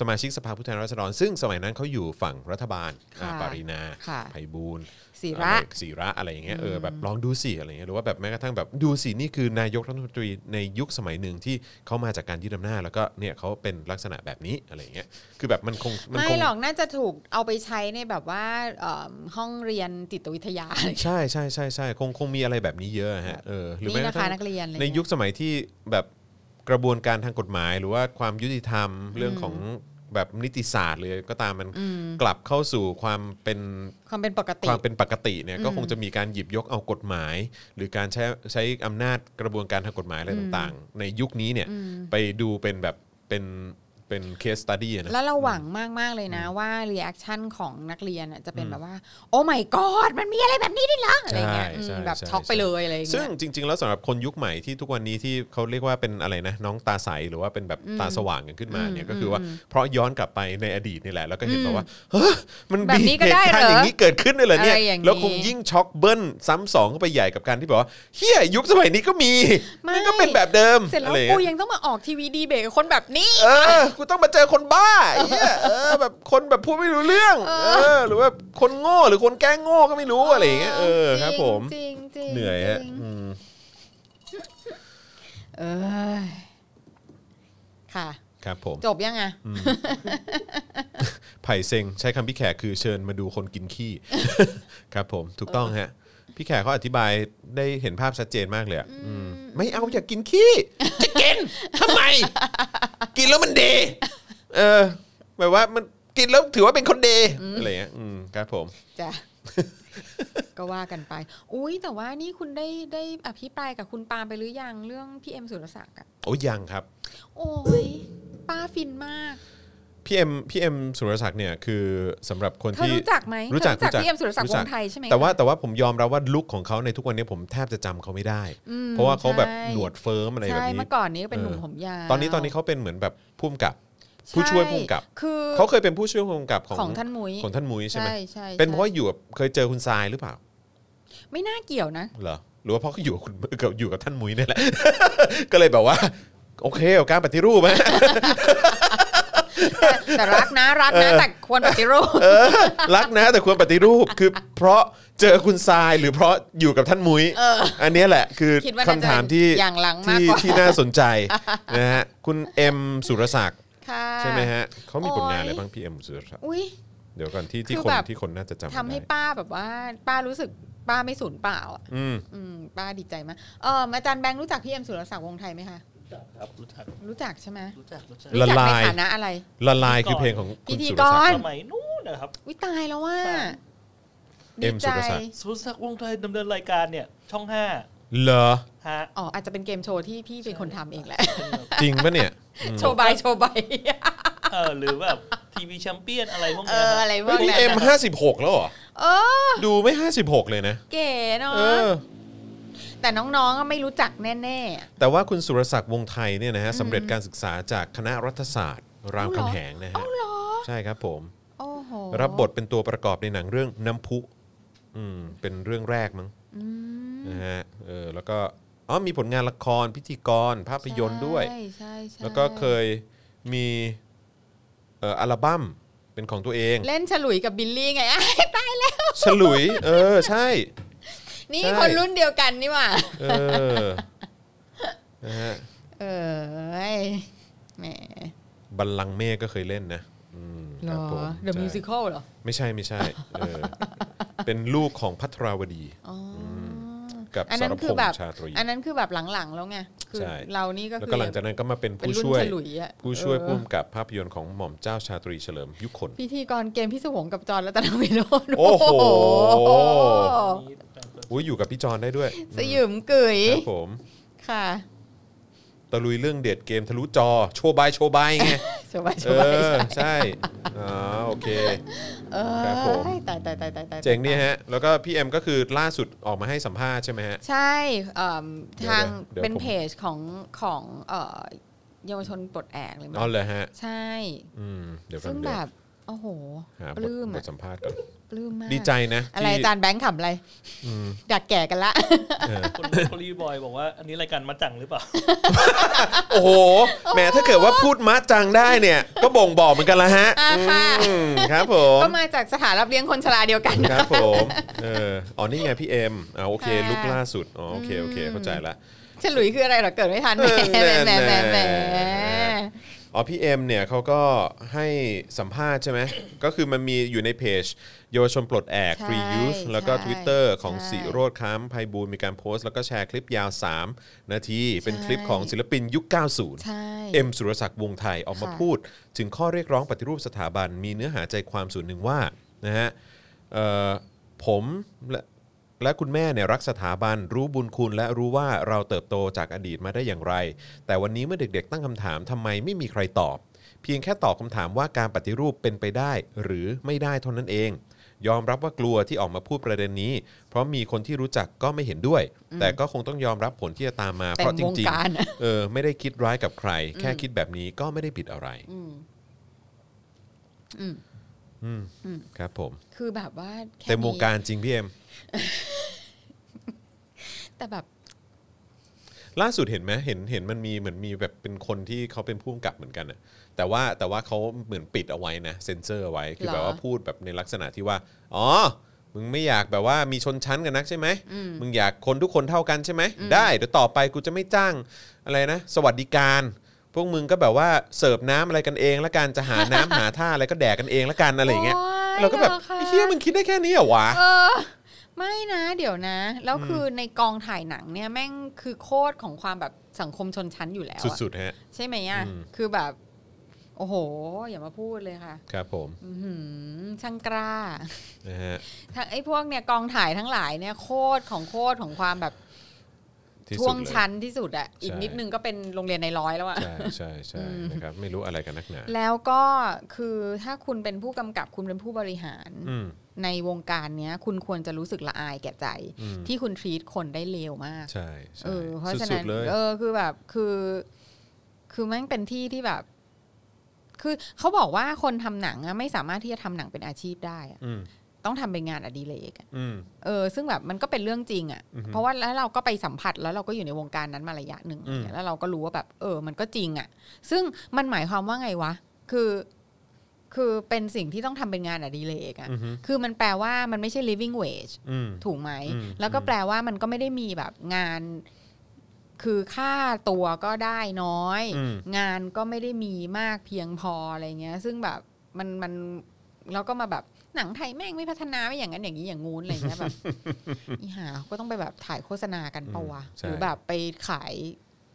Speaker 2: สมาชิกสภาผู้แทนราษฎร ซึ่งสมัยนั้นเขาอยู่ฝั่งรัฐบาลอ่า
Speaker 3: ค่ะ
Speaker 2: ปารีนา
Speaker 3: ค่ะ
Speaker 2: ไพบูลย์
Speaker 3: ศิ
Speaker 2: อ
Speaker 3: ระ
Speaker 2: ไสีระอะไรอย่างเงี้ยเออแบบลองดูสิอะไรเงี้ยหรือว่าแบบแม้กระทั่งแบบดูสินี่คือนายกรัฐมนตรีในยุคสมัยหนึ่งที่เขามาจากการยึดอำนาจแล้วก็เนี่ยเขาเป็นลักษณะแบบนี้อะไรเงี้ยคือแบบมันคงมัน
Speaker 3: ไม่
Speaker 2: คง
Speaker 3: หรอกน่าจะถูกเอาไปใช้ในแบบว่าเอิ่มห้องเรียนจิตวิทยา
Speaker 2: ใช่ใช่ใช่ใช่คงคงมีอะไรแบบนี้เยอะฮะเออหรือแม้
Speaker 3: นี่
Speaker 2: กระ
Speaker 3: นะคะ
Speaker 2: ทั่ง
Speaker 3: นักเรียนอะไร
Speaker 2: ใน
Speaker 3: เงี้
Speaker 2: ยุคสมัยที่แบบกระบวนการทางกฎหมาย หรือว่าความยุติธรรมเรื่องของแบบนิติศาสตร์เลยก็ตามมัน
Speaker 3: อืม
Speaker 2: กลับเข้าสู่ความเป็น
Speaker 3: ความเป็นปกติ
Speaker 2: ความเป็นปกติเนี่ย
Speaker 3: อืม
Speaker 2: ก็คงจะมีการหยิบยกเอากฎหมาย หรือการใช้ใช้อำนาจกระบวนการทางกฎหมายอะไร
Speaker 3: อืม
Speaker 2: ต่างๆ ในยุคนี้เนี่ย
Speaker 3: อืม
Speaker 2: ไปดูเป็นแบบเป็นเป็นเคสตัดดี้นะ
Speaker 3: แล้วเราหวังมาก ๆ เลยนะ ว่ารีแอคชั่นของนักเรียนอะจะเป็นแบบว่า โอ้ my god มันมีอะไรแบบนี้ด้วยเหรออะไรเงี้ยอืม
Speaker 2: ใช่ใช่
Speaker 3: แบบ
Speaker 2: ใช่
Speaker 3: ช็อกไป
Speaker 2: ใช่
Speaker 3: เลยอะไรเงี้ย
Speaker 2: ซึ่งจริง ๆ แล้วสำหรับคนยุคใหม่ที่ทุกวันนี้ที่เขาเรียกว่าเป็นอะไรนะน้องตาใสหรือว่าเป็นแบบตาสว่างกันขึ้นมาเนี่ย
Speaker 3: อืม
Speaker 2: ก็คือว่า
Speaker 3: อืม
Speaker 2: เพราะย้อนกลับไปในอดีตนี่แหละแล้วก็เห็นแบบว่าเฮ้ยมัน
Speaker 3: แบบนี้
Speaker 2: มี
Speaker 3: ก็
Speaker 2: เห
Speaker 3: ได้
Speaker 2: ตุ
Speaker 3: เหรอ
Speaker 2: การณ์อย่างนี้เกิดขึ้นเลยเหรอเนี่ย
Speaker 3: อะไรอย่างนี้
Speaker 2: แล้วคงยิ่งช็อกเบิ้ลซ้ำสองเข้าไปใหญ่กับการที่แบบว่าเฮียยุคสมัยนี้ก็มีนี่ก็เป็นแบบเดิม
Speaker 3: เสร็จแล้
Speaker 2: อะ
Speaker 3: ว
Speaker 2: ไอย่างงี้ย
Speaker 3: กูยังต้องมาออกทีวีดีเบตกับคนแบบนี้
Speaker 2: เออ กูต้องมาเจอคนบ้าไอ้เหี้ยเออ แบบคนแบบพูดไม่รู้เรื่อง เออ หรือว่าคนโง่หรือคนแกล้งโง่ก็ไม่รู้อะไรอย่างเงี้ย เออ ครับผม
Speaker 3: จริงๆจริงๆ
Speaker 2: เหนื่อยฮะ
Speaker 3: จริง
Speaker 2: อืม
Speaker 3: ๆเอ้ยค่ะ
Speaker 2: ครับผม
Speaker 3: จบยังอะ
Speaker 2: ไผ่เซ็งใช้คำพี่แขกคือเชิญมาดูคนกินขี้ ครับผม ถูกต้องฮะ พี่แขกเขาอธิบายได้เห็นภาพชัดเจนมากเลยอะอืมไม่เอาอยากกินขี้ จะกิน ทำไม กินแล้วมันเด เออ หมายว่ามันกินแล้วถือว่าเป็นคนเดอะไรอย่างเงี้ย อืม ครับผม
Speaker 3: จ้ะ ก็ว่ากันไป อุ้ยแต่ว่านี่คุณได้ได้อภิปรายกับคุณปาล์มไปหรือยังเรื่องพี่เอ็มสุรศักดิ์อะ
Speaker 2: โอ้ยังครับ
Speaker 3: โอ้ยป้าฟินมาก
Speaker 2: พี่เอ็มพี่เอ็มสุรศักดิ์เนี่ยคือสำหรับคน
Speaker 3: เธอ
Speaker 2: ที่
Speaker 3: รู้จักไหม
Speaker 2: รู้จัก
Speaker 3: เธอรู้
Speaker 2: รู้จั
Speaker 3: จัก
Speaker 2: ก
Speaker 3: พี่เอ็มสุรศักดิ์
Speaker 2: รู้
Speaker 3: ว
Speaker 2: จัก
Speaker 3: งไทยใช่ไหม
Speaker 2: แต่ว่า
Speaker 3: คะ
Speaker 2: แต่ว่าผมยอมรับว่าลุคของเขาในทุกวันนี้ผมแทบจะจำเขาไม่ได้
Speaker 3: อืม
Speaker 2: เพราะว่าเขาแบบ
Speaker 3: ใช่
Speaker 2: หนวดเฟิร์มอะไรแบบ
Speaker 3: ใช่
Speaker 2: นี้
Speaker 3: เมื่อก่อนนี้ก็เป็นหนุ่ม
Speaker 2: เออ
Speaker 3: ผมยาว
Speaker 2: ตอนนี้ตอนนี้เขาเป็นเหมือนแบบพุ่มกับ ผู้ช่วยผู้กำกับ
Speaker 3: ใช่คือ
Speaker 2: เขาเคยเป็นผู้ช่วยผู้กำกับของ
Speaker 3: ของท่านมุ้ย
Speaker 2: ของท่านมุ้ยใช่ไหม
Speaker 3: ใช่ใช่
Speaker 2: เป็นเพราะอยู่กับเคยเจอคุณทรายหรือเปล่า
Speaker 3: ไม่น่าเกี่ยวนะ
Speaker 2: เหรอหรือว่าเพราะเขาอยู่กับคุณกับอยู่กับท่านมุ้ยเนี่ยแหละ ก็เลยแบบว่า โอเคกับการปฏิรู ปไหม
Speaker 3: แต่แต่รักนะรักนะแต่ควรปฏิรูป
Speaker 2: เออรักนะแต่ควรปฏิรูปคือเพราะเจอคุณทรายหรือเพราะอยู่กับท่านมุ้ยอันเนี้ยแหละคือ
Speaker 3: คิดว่า
Speaker 2: คำ
Speaker 3: น่าจะ
Speaker 2: ถามที่
Speaker 3: อย่างหลังมาก
Speaker 2: ที่
Speaker 3: กว่า
Speaker 2: ที่น่าส นใจ นะฮะคุณเอ็มสุรศักดิ์
Speaker 3: ค่ะ
Speaker 2: ใช่ไหมฮะเขามีผลงานอะไร
Speaker 3: โอ้ย
Speaker 2: บ้างพี่เอ็มสุรศักดิ์
Speaker 3: อุ้ย
Speaker 2: เดี๋ยวก่อนที่ที่
Speaker 3: คือ
Speaker 2: คน
Speaker 3: แบบ
Speaker 2: ที่คนน่าจะจำ
Speaker 3: ทำให้
Speaker 2: ได้
Speaker 3: ป้าแบบว่า ป้ารู้สึกป้าไม่สูญเปล่าอะ
Speaker 2: อืม
Speaker 3: อืมป้าดีใจมากเอออาจารย์แบงค์รู้จักพี่เอ็มสุรศักดิ์วงไทยไหมคะ
Speaker 4: รู้จักครับรู้จัก
Speaker 3: รู้จักใช่ไหม
Speaker 4: รู้จักรู้จัก
Speaker 3: รู้จักในฐานะอะไร
Speaker 2: ละลายคือเพลงของ
Speaker 3: พิ
Speaker 2: คุณ
Speaker 3: ธี
Speaker 2: สุร
Speaker 3: ก
Speaker 2: ศักดิ์
Speaker 3: ร
Speaker 4: สมัยนู้นนะครับ
Speaker 3: วิตายแล้วว่า
Speaker 4: ใช่
Speaker 2: เอ็
Speaker 3: ดี
Speaker 2: มสุร
Speaker 3: ใจ
Speaker 2: ศักดิ์
Speaker 4: สุรศักดิ์วงศ์ไทยดำเนินรายการเนี่ย ช่องห้า
Speaker 2: เหรอ
Speaker 4: ฮะ
Speaker 3: อ๋ออาจจะเป็นเกมโชว์ที่พี่เป็นคนทำเองแหละ
Speaker 2: จริงปะเนี่ย
Speaker 3: โชว์ใบโชว์ใบ
Speaker 4: เออหรือแบบทีวีแชมเปี้ยนอะไรพวก
Speaker 3: เอ
Speaker 4: เนี้
Speaker 3: อ
Speaker 4: ย ฮะ
Speaker 3: อะไรพว
Speaker 2: เฮ้ย
Speaker 3: ก
Speaker 2: นี่
Speaker 3: นั้
Speaker 2: เอ็
Speaker 3: น
Speaker 2: มห้าสิบหกแล้วเหรอ
Speaker 3: เออ
Speaker 2: ดูไม่ห้าสิบหกเลยนะ
Speaker 3: เก๋เนาะ
Speaker 2: เออ
Speaker 3: แต่น้องๆก็ไม่รู้จักแน่ๆ
Speaker 2: แต่ว่าคุณสุรศักดิ์วงศ์ไทยเนี่ยนะฮะสำเร็จการศึกษาจากคณะรัฐศาสตร์ ราม
Speaker 3: อ๋อเหรอ
Speaker 2: คำแหงนะฮะ
Speaker 3: เหรอ
Speaker 2: ใช่ครับผม
Speaker 3: โอ้โห
Speaker 2: รับบทเป็นตัวประกอบในหนังเรื่องน้ำพุอืมเป็นเรื่องแรกมั้ง
Speaker 3: อืม
Speaker 2: นะฮะเออแล้วก็อ๋อมีผลงานละครพิธีกร ภาพยนตร์ด้วย
Speaker 3: ใช่ใช่ใช่
Speaker 2: แล้วก็เคยมีเอ่ออัลบั้มเป็นของตัวเอง
Speaker 3: เล่นฉลุยกับบิลลี่ไง อ่ะ
Speaker 2: ฉลุย เออ ใช่
Speaker 3: นี่
Speaker 2: ใช่
Speaker 3: คนรุ่นเดียวกันนี่หว่า
Speaker 2: เออนะฮะ
Speaker 3: เออเว้ยแหม
Speaker 2: บัลลังก์เมฆก็เคยเล่นนะอืม
Speaker 3: หร
Speaker 2: คบ
Speaker 3: อ
Speaker 2: ผม
Speaker 3: The
Speaker 2: ใช่
Speaker 3: Musical เหรอ
Speaker 2: ไม่ใช่ไม่ใช่เออ เป็นลูกของพัทราวดี
Speaker 3: อ๋ออ
Speaker 2: กับ
Speaker 3: อัน
Speaker 2: ส
Speaker 3: นั้น
Speaker 2: รพ
Speaker 3: คือง แบบ
Speaker 2: ษ์ชาตรี
Speaker 3: อันนั้นคือแบบหลังๆแล้วไงคือ
Speaker 2: ใช่
Speaker 3: เรานี่ก็
Speaker 2: แล้ว
Speaker 3: คื
Speaker 2: ก็หลังจากนั้นก็มาเป็น
Speaker 3: เป็น
Speaker 2: ผู้
Speaker 3: รุ่น
Speaker 2: ช่วย
Speaker 3: ฉลุยอ่ะ
Speaker 2: ผู้ช่วย
Speaker 3: เออ
Speaker 2: ผู้กำกับภาพยนตร์ของหม่อมเจ้าชาตรีเฉลิมยุคน
Speaker 3: พิธีกรเกมพี่สวงกับจอร์นรัตนวิโรจน์
Speaker 2: โอ้โห
Speaker 3: โอ้โห
Speaker 4: นี่แต่งตัว
Speaker 2: อุ้ยอยู่กับพี่จอนได้ด้วย
Speaker 3: สยุมกึ๋ย
Speaker 2: ครับผม
Speaker 3: ค่ะ
Speaker 2: ตะลุยเรื่องเด็ดเกมทะลุจอ โชว์บายโชว์บายไง
Speaker 3: สบาย
Speaker 2: เอบ
Speaker 3: สาย
Speaker 2: อ ใช่อ๋อโอเค
Speaker 3: เออ
Speaker 2: ครับผม
Speaker 3: ตายตายตายตายตาย
Speaker 2: เจ๋งเนี่ยฮะ แล้วก็พี่เอ็มก็คือล่าสุดออกมาให้สัมภาษณ์ใช่ไหมฮะ
Speaker 3: ใช่เอิ่ม
Speaker 2: เดี๋ยว
Speaker 3: ทาง
Speaker 2: เดี๋ยว
Speaker 3: เป็น
Speaker 2: ผม
Speaker 3: เพจของของเอ่อเยาวชนปลดแอกเลยมั้
Speaker 2: อ๋อย เลยฮะ
Speaker 3: ใช่
Speaker 2: อืม เดี๋ยวผม
Speaker 3: ซึ่ง
Speaker 2: เดี๋
Speaker 3: แบ
Speaker 2: ยว
Speaker 3: บโอ้โห
Speaker 2: หาบ
Speaker 3: ป
Speaker 2: ท
Speaker 3: ลื้ม
Speaker 2: บ
Speaker 3: อะ
Speaker 2: ทสัมภาษณ์ก่อน
Speaker 3: ปลื้มมาก
Speaker 2: ดีใจนะ
Speaker 3: อะไร
Speaker 2: ที่
Speaker 3: อาจารย์แบงค์ขำอะไร
Speaker 2: อืม
Speaker 3: ดักแก่กันละ
Speaker 4: คุณคุณรีบอยบอกว่า อันนี้รายการมาจังหรือเปล่า
Speaker 2: โอ้โห แหม ถ้าเกิดว่าพูดมะจังได้เนี่ย ก็บ่งบอกเหมือนกันละฮะ
Speaker 3: อ่าค่ะ
Speaker 2: อืมครับผม
Speaker 3: ก็มาจากสถานรับเลี้ยงคนชราเดียวกัน
Speaker 2: ค
Speaker 3: นะ
Speaker 2: รับผมเอออ๋อนี่ไงพี่เอ็มอ่าโอเค
Speaker 3: ค่ะ
Speaker 2: ลุกล่าสุด อ๋อ โอเค โอเค เข้าใจละ
Speaker 3: ฉลุยคืออะไรเหรอเกิดไม่ทันแห
Speaker 2: เออ
Speaker 3: มแหมแหมแหม
Speaker 2: แหม อ๋อ พี่เอ็มเนี่ยเขาก็ให้สัมภาษณ์ใช่ไหม ก็คือมันมีอยู่ในเพจเยาวชนปลดแอก
Speaker 3: ใช่
Speaker 2: Free Youth แล้วก็
Speaker 3: ใช่
Speaker 2: Twitter ของ
Speaker 3: ใช่
Speaker 2: สีโรดค้ำไพบูลย์มีการโพสต์ แล้วก็แชร์คลิปยาว 3 นาที เป็นคลิปของศิลปินยุค 90
Speaker 3: ใช่
Speaker 2: เอ็มสุรศักดิ์วงศ์ไทยออกมา
Speaker 3: ค่ะ
Speaker 2: พูด ถึงข้อเรียกร้องปฏิรูปสถาบันมีเนื้อหาใจความส่วนหนึ่งว่านะฮะเอ่อผมและและคุณแม่เนี่ยรักสถาบันรู้บุญคุณ และรู้ว่าเราเติบโตจากอดีตมาได้อย่างไร แต่วันนี้เมื่อเด็กๆ ตั้งคำถามทำไมไม่มีใครตอบ เพียงแค่ตอบคำถามว่าการปฏิรูปเป็นไปได้หรือไม่ได้เท่านั้นเอง ยอมรับว่ากลัวที่ออกมาพูดประเด็นนี้ เพราะมีคนที่รู้จักก็ไม่เห็นด้วย แต่ก็คงต้องยอมรับผลที่จะตามมา
Speaker 3: เต็
Speaker 2: เพราะ
Speaker 3: ม
Speaker 2: จ
Speaker 3: วง
Speaker 2: ริง
Speaker 3: การอะ
Speaker 2: ๆเออไม่ได้คิดร้ายกับใคร แค่คิดแบบนี้ก็ไม่ได้ผิดอะไร
Speaker 3: อืมอืม
Speaker 2: อืมครับผม
Speaker 3: คือแบบว่าแค่
Speaker 2: เต็มวง
Speaker 3: นี้
Speaker 2: การจริงพี่เอ็ม
Speaker 3: แต่แบบ
Speaker 2: ล่าสุดเห็นไหมเห็นเห็นมันมีเหมือนมีแบบเป็นคนที่เขาเป็นผู้กำกับเหมือนกันอะแต่ว่าแต่ว่าเขาเหมือนปิดเอาไว้นะเซ็นเซอร์เอาไว้คือแบบว่าพูดแบบในลักษณะที่ว่าอ๋อมึงไม่อยากแบบว่ามีชนชั้นกันนักใช่ไหม
Speaker 3: อืม
Speaker 2: มึงอยากคนทุกคนเท่ากันใช่ไหมได้เดี๋ยวต่อไปกูจะไม่จ้างอะไรนะ สวัสดิการ พวกมึงก็แบบว่าเสิร์ฟน้ำอะไรกันเองละกันจะหาน้ำ หาท่าอะไรก็แดกกันเองละกันอะไรอย่างเงี้ย
Speaker 3: โอ๊ย
Speaker 2: เราก็แบบ
Speaker 3: เหรอคะ
Speaker 2: ไอ้เฮียมึงคิดได้แค่นี้เหรอวะ
Speaker 3: เออไม่นะเดี๋ยวนะ แล้วคือในกองถ่ายหนังเนี่ยแม่งคือโคตรของความแบบสังคมชนชั้นอยู่แล้วอะ
Speaker 2: สุดๆฮะ
Speaker 3: ใช่ไหมอ่ะ
Speaker 2: อืม
Speaker 3: คือแบบ โอ้โห อย่ามาพูดเลยค่ะ
Speaker 2: ครับผม
Speaker 3: อื้อหือช่างกล้า
Speaker 2: นะฮะ
Speaker 3: ทั้งไอ้พวกเนี่ยกองถ่ายทั้งหลายเนี่ยโคตรของโคตรของความแบบ
Speaker 2: ที่
Speaker 3: ช่
Speaker 2: สุด
Speaker 3: วง
Speaker 2: เลย
Speaker 3: ชั้นที่สุดอะอีก
Speaker 2: ใช่
Speaker 3: นิดนึงก็เป็นโรงเรียนในร้อยแล้วอะ
Speaker 2: ใช่ใช่ใช่นะครับไม่รู้อะไรกันนักหนา
Speaker 3: แล้วก็คือถ้าคุณเป็นผู้กำกับคุณเป็นผู้บริหาร
Speaker 2: อืม
Speaker 3: ในวงการเนี้ย คุณควรจะรู้สึกละอายแก่ใจ
Speaker 2: อืม
Speaker 3: ที่คุณทรีตคนได้เลวมาก
Speaker 2: ใช่ใช่
Speaker 3: เออเพราะฉะ
Speaker 2: สุ
Speaker 3: นั้
Speaker 2: ด
Speaker 3: น
Speaker 2: ๆเลย
Speaker 3: เออคือแบบคือ คือแมันเป็นที่ที่แบบ คือเขาบอกว่าคนทำหนังอะไม่สามารถที่จะทำหนังเป็นอาชีพได้อะ
Speaker 2: ม
Speaker 3: ต้องทำเป็นงานอดิเรกอะ
Speaker 2: อืม
Speaker 3: เออซึ่งแบบมันก็เป็นเรื่องจริงอะ
Speaker 2: อือฮึ
Speaker 3: เพราะว่าแล้วเราก็ไปสัมผัสแล้วเราก็อยู่ในวงการนั้นมาระยะหนึ่ง
Speaker 2: อืม
Speaker 3: เนี่ยแล้วเราก็รู้ว่าแบบ เออ มันก็จริงอะซึ่งมันหมายความว่าไงวะ คือ คือเป็นสิ่งที่ต้องทำเป็นงานอดิเรกอะ
Speaker 2: อืม
Speaker 3: คือมันแปลว่ามันไม่ใช่ living wage
Speaker 2: อืม
Speaker 3: ถูกไหม
Speaker 2: อืม
Speaker 3: แล้วก็
Speaker 2: อืม
Speaker 3: แปลว่ามันก็ไม่ได้มีแบบงาน คือค่าตัวก็ได้น้อย
Speaker 2: อืม
Speaker 3: งานก็ไม่ได้มีมากเพียงพออะไรเงี้ย ซึ่งแบบมันมันแล้วก็มาแบบหนังไทยแม่งไม่พัฒนาไม่อย่างนั้นอย่างนี้อย่างงู้นอะไรเงี้ย แบบ อีหาเขาก็ต้องไปแบบถ่ายโฆษณากันปะวะ
Speaker 2: อืมใช่
Speaker 3: หรือแบบไปขาย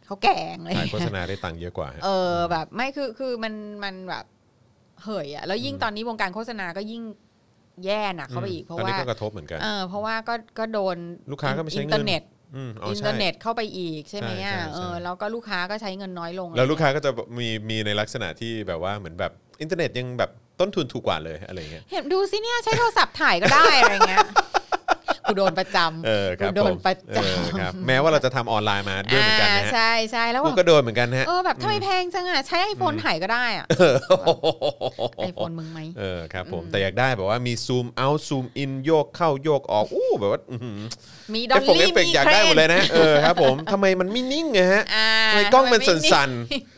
Speaker 3: เขาวแกงอะไร
Speaker 2: ถ่ายโฆ
Speaker 3: เงี้
Speaker 2: ษ
Speaker 3: ย
Speaker 2: ณาได้ตังค์เยอะกว่าฮะ
Speaker 3: เออแบบไม่คือคือมันมันแบบเหยอะแล้วยิ่ง
Speaker 2: อืม
Speaker 3: ตอนนี้วงการโฆษณาก็ยิ่งแย่หนักเข้าไปอีกเพราะ
Speaker 2: ตอนนี้
Speaker 3: ว่า
Speaker 2: ก็กระทบเหมือนกัน
Speaker 3: เออเพราะว่าก็ก็โดน
Speaker 2: ลูกค้าก็ไม่ใช้เงิน
Speaker 3: อินเทอร์เน็ต
Speaker 2: อืมอ๋อ
Speaker 3: อิน
Speaker 2: ใช่
Speaker 3: เทอร์เน็ตเข้าไปอีกใช่ไหมอ่ะ
Speaker 2: ใช่ใช่ใช่
Speaker 3: เออแล้วก็ลูกค้าก็ใช้เงินน้อยลง
Speaker 2: แล้วลูกค้าก็จะมีมีในลักษณะที่แบบว่าเหมือนแบบอินเทอร์เน็ตยังแบบต้นทุนถูกกว่าเลยอะไรเงี้ย
Speaker 3: เห็นดูสิเนี่ยใช้โทรศัพท์ถ่ายก็ได้ อะไรเงี้ ยกูโดนประจ
Speaker 2: เออ
Speaker 3: ำ
Speaker 2: ครั
Speaker 3: กู
Speaker 2: บ
Speaker 3: โด
Speaker 2: ผ
Speaker 3: น
Speaker 2: ม
Speaker 3: ประ
Speaker 2: เอ
Speaker 3: จ
Speaker 2: อครับแม้ว่าเราจะทำออนไลน์มา
Speaker 3: ำ
Speaker 2: ด้วยเหมือนกันนะ
Speaker 3: อ่า
Speaker 2: ฮะ
Speaker 3: ใช่ใช่แล้ว
Speaker 2: กู
Speaker 3: แบบ
Speaker 2: ก็โดนเหมือนกันฮะ
Speaker 3: เออแบบทำไมแพงจังอ่ะใช้ไอโฟนถ่ายก็ได้อ่ะไอโฟนมึงไหม
Speaker 2: เออครับผมแต่อยากได้แบบว่ามีซูมเอาซูมอินโยกเข้าโยกออกอู้แบบว่าอื้อหือ
Speaker 3: มีด
Speaker 2: เอ
Speaker 3: อล
Speaker 2: ฟเฟกต์เอฟเฟก
Speaker 3: ลี่มี
Speaker 2: ต์อยาก
Speaker 3: เคร
Speaker 2: ได้หมด
Speaker 3: น
Speaker 2: เลยนะเออครับ ผมทำไมมันไม่นิ่งไงฮะ
Speaker 3: อ่า
Speaker 2: ทำไมกล้องมัน
Speaker 3: ทำไ
Speaker 2: สั่น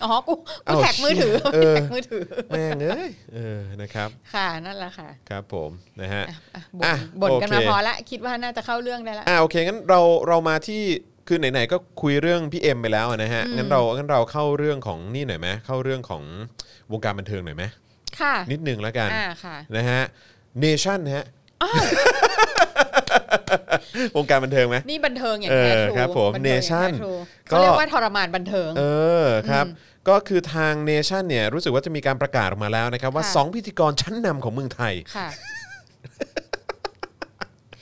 Speaker 3: อ๋อกูกู
Speaker 2: เอ้า
Speaker 3: แท็กมือถือ
Speaker 2: เออ
Speaker 3: แท็กมือถือ
Speaker 2: แม่งเอ้ยเออนะครับ
Speaker 3: ค่ะนั่นแหละค่ะ
Speaker 2: ครับผมนะฮะ
Speaker 3: อ่ะอ่ะบ่น
Speaker 2: อ่ะ
Speaker 3: บ่นกันมา
Speaker 2: โอเค
Speaker 3: พอละคิดว่าน่าจะเข้าเรื่องได้ละ
Speaker 2: อ่าโอเคงั้นเราเรามาที่คือไหนๆก็คุยเรื่องพี่เอ็มไปแล้วนะฮะ
Speaker 3: อืม
Speaker 2: งั้นเรางั้นเราเข้าเรื่องของนี่หน่อยไหมเข้าเรื่องของวงการบันเทิงหน่อยไหม
Speaker 3: ค่ะ
Speaker 2: นิดนึงแล้วกัน
Speaker 3: อ่าค่ะ
Speaker 2: นะฮะเนชั่นฮะ วงการบันเทิงไหม
Speaker 3: นี่บันเทิงอย่างแท้ทรู
Speaker 2: เออครับผม
Speaker 3: บัทิงอย่างแท้
Speaker 2: Nation
Speaker 3: ทรู
Speaker 2: ก็
Speaker 3: เขาเรียกว่าทรมานบันเทิง
Speaker 2: เออครับ ก็คือทางเนชั่นเนี่ยรู้สึกว่าจะมีการประกาศออกมาแล้วนะครับ ว่า
Speaker 3: ค่ะ
Speaker 2: 2 พิธีกรชั้นนำของเมืองไทย
Speaker 3: ค่ะ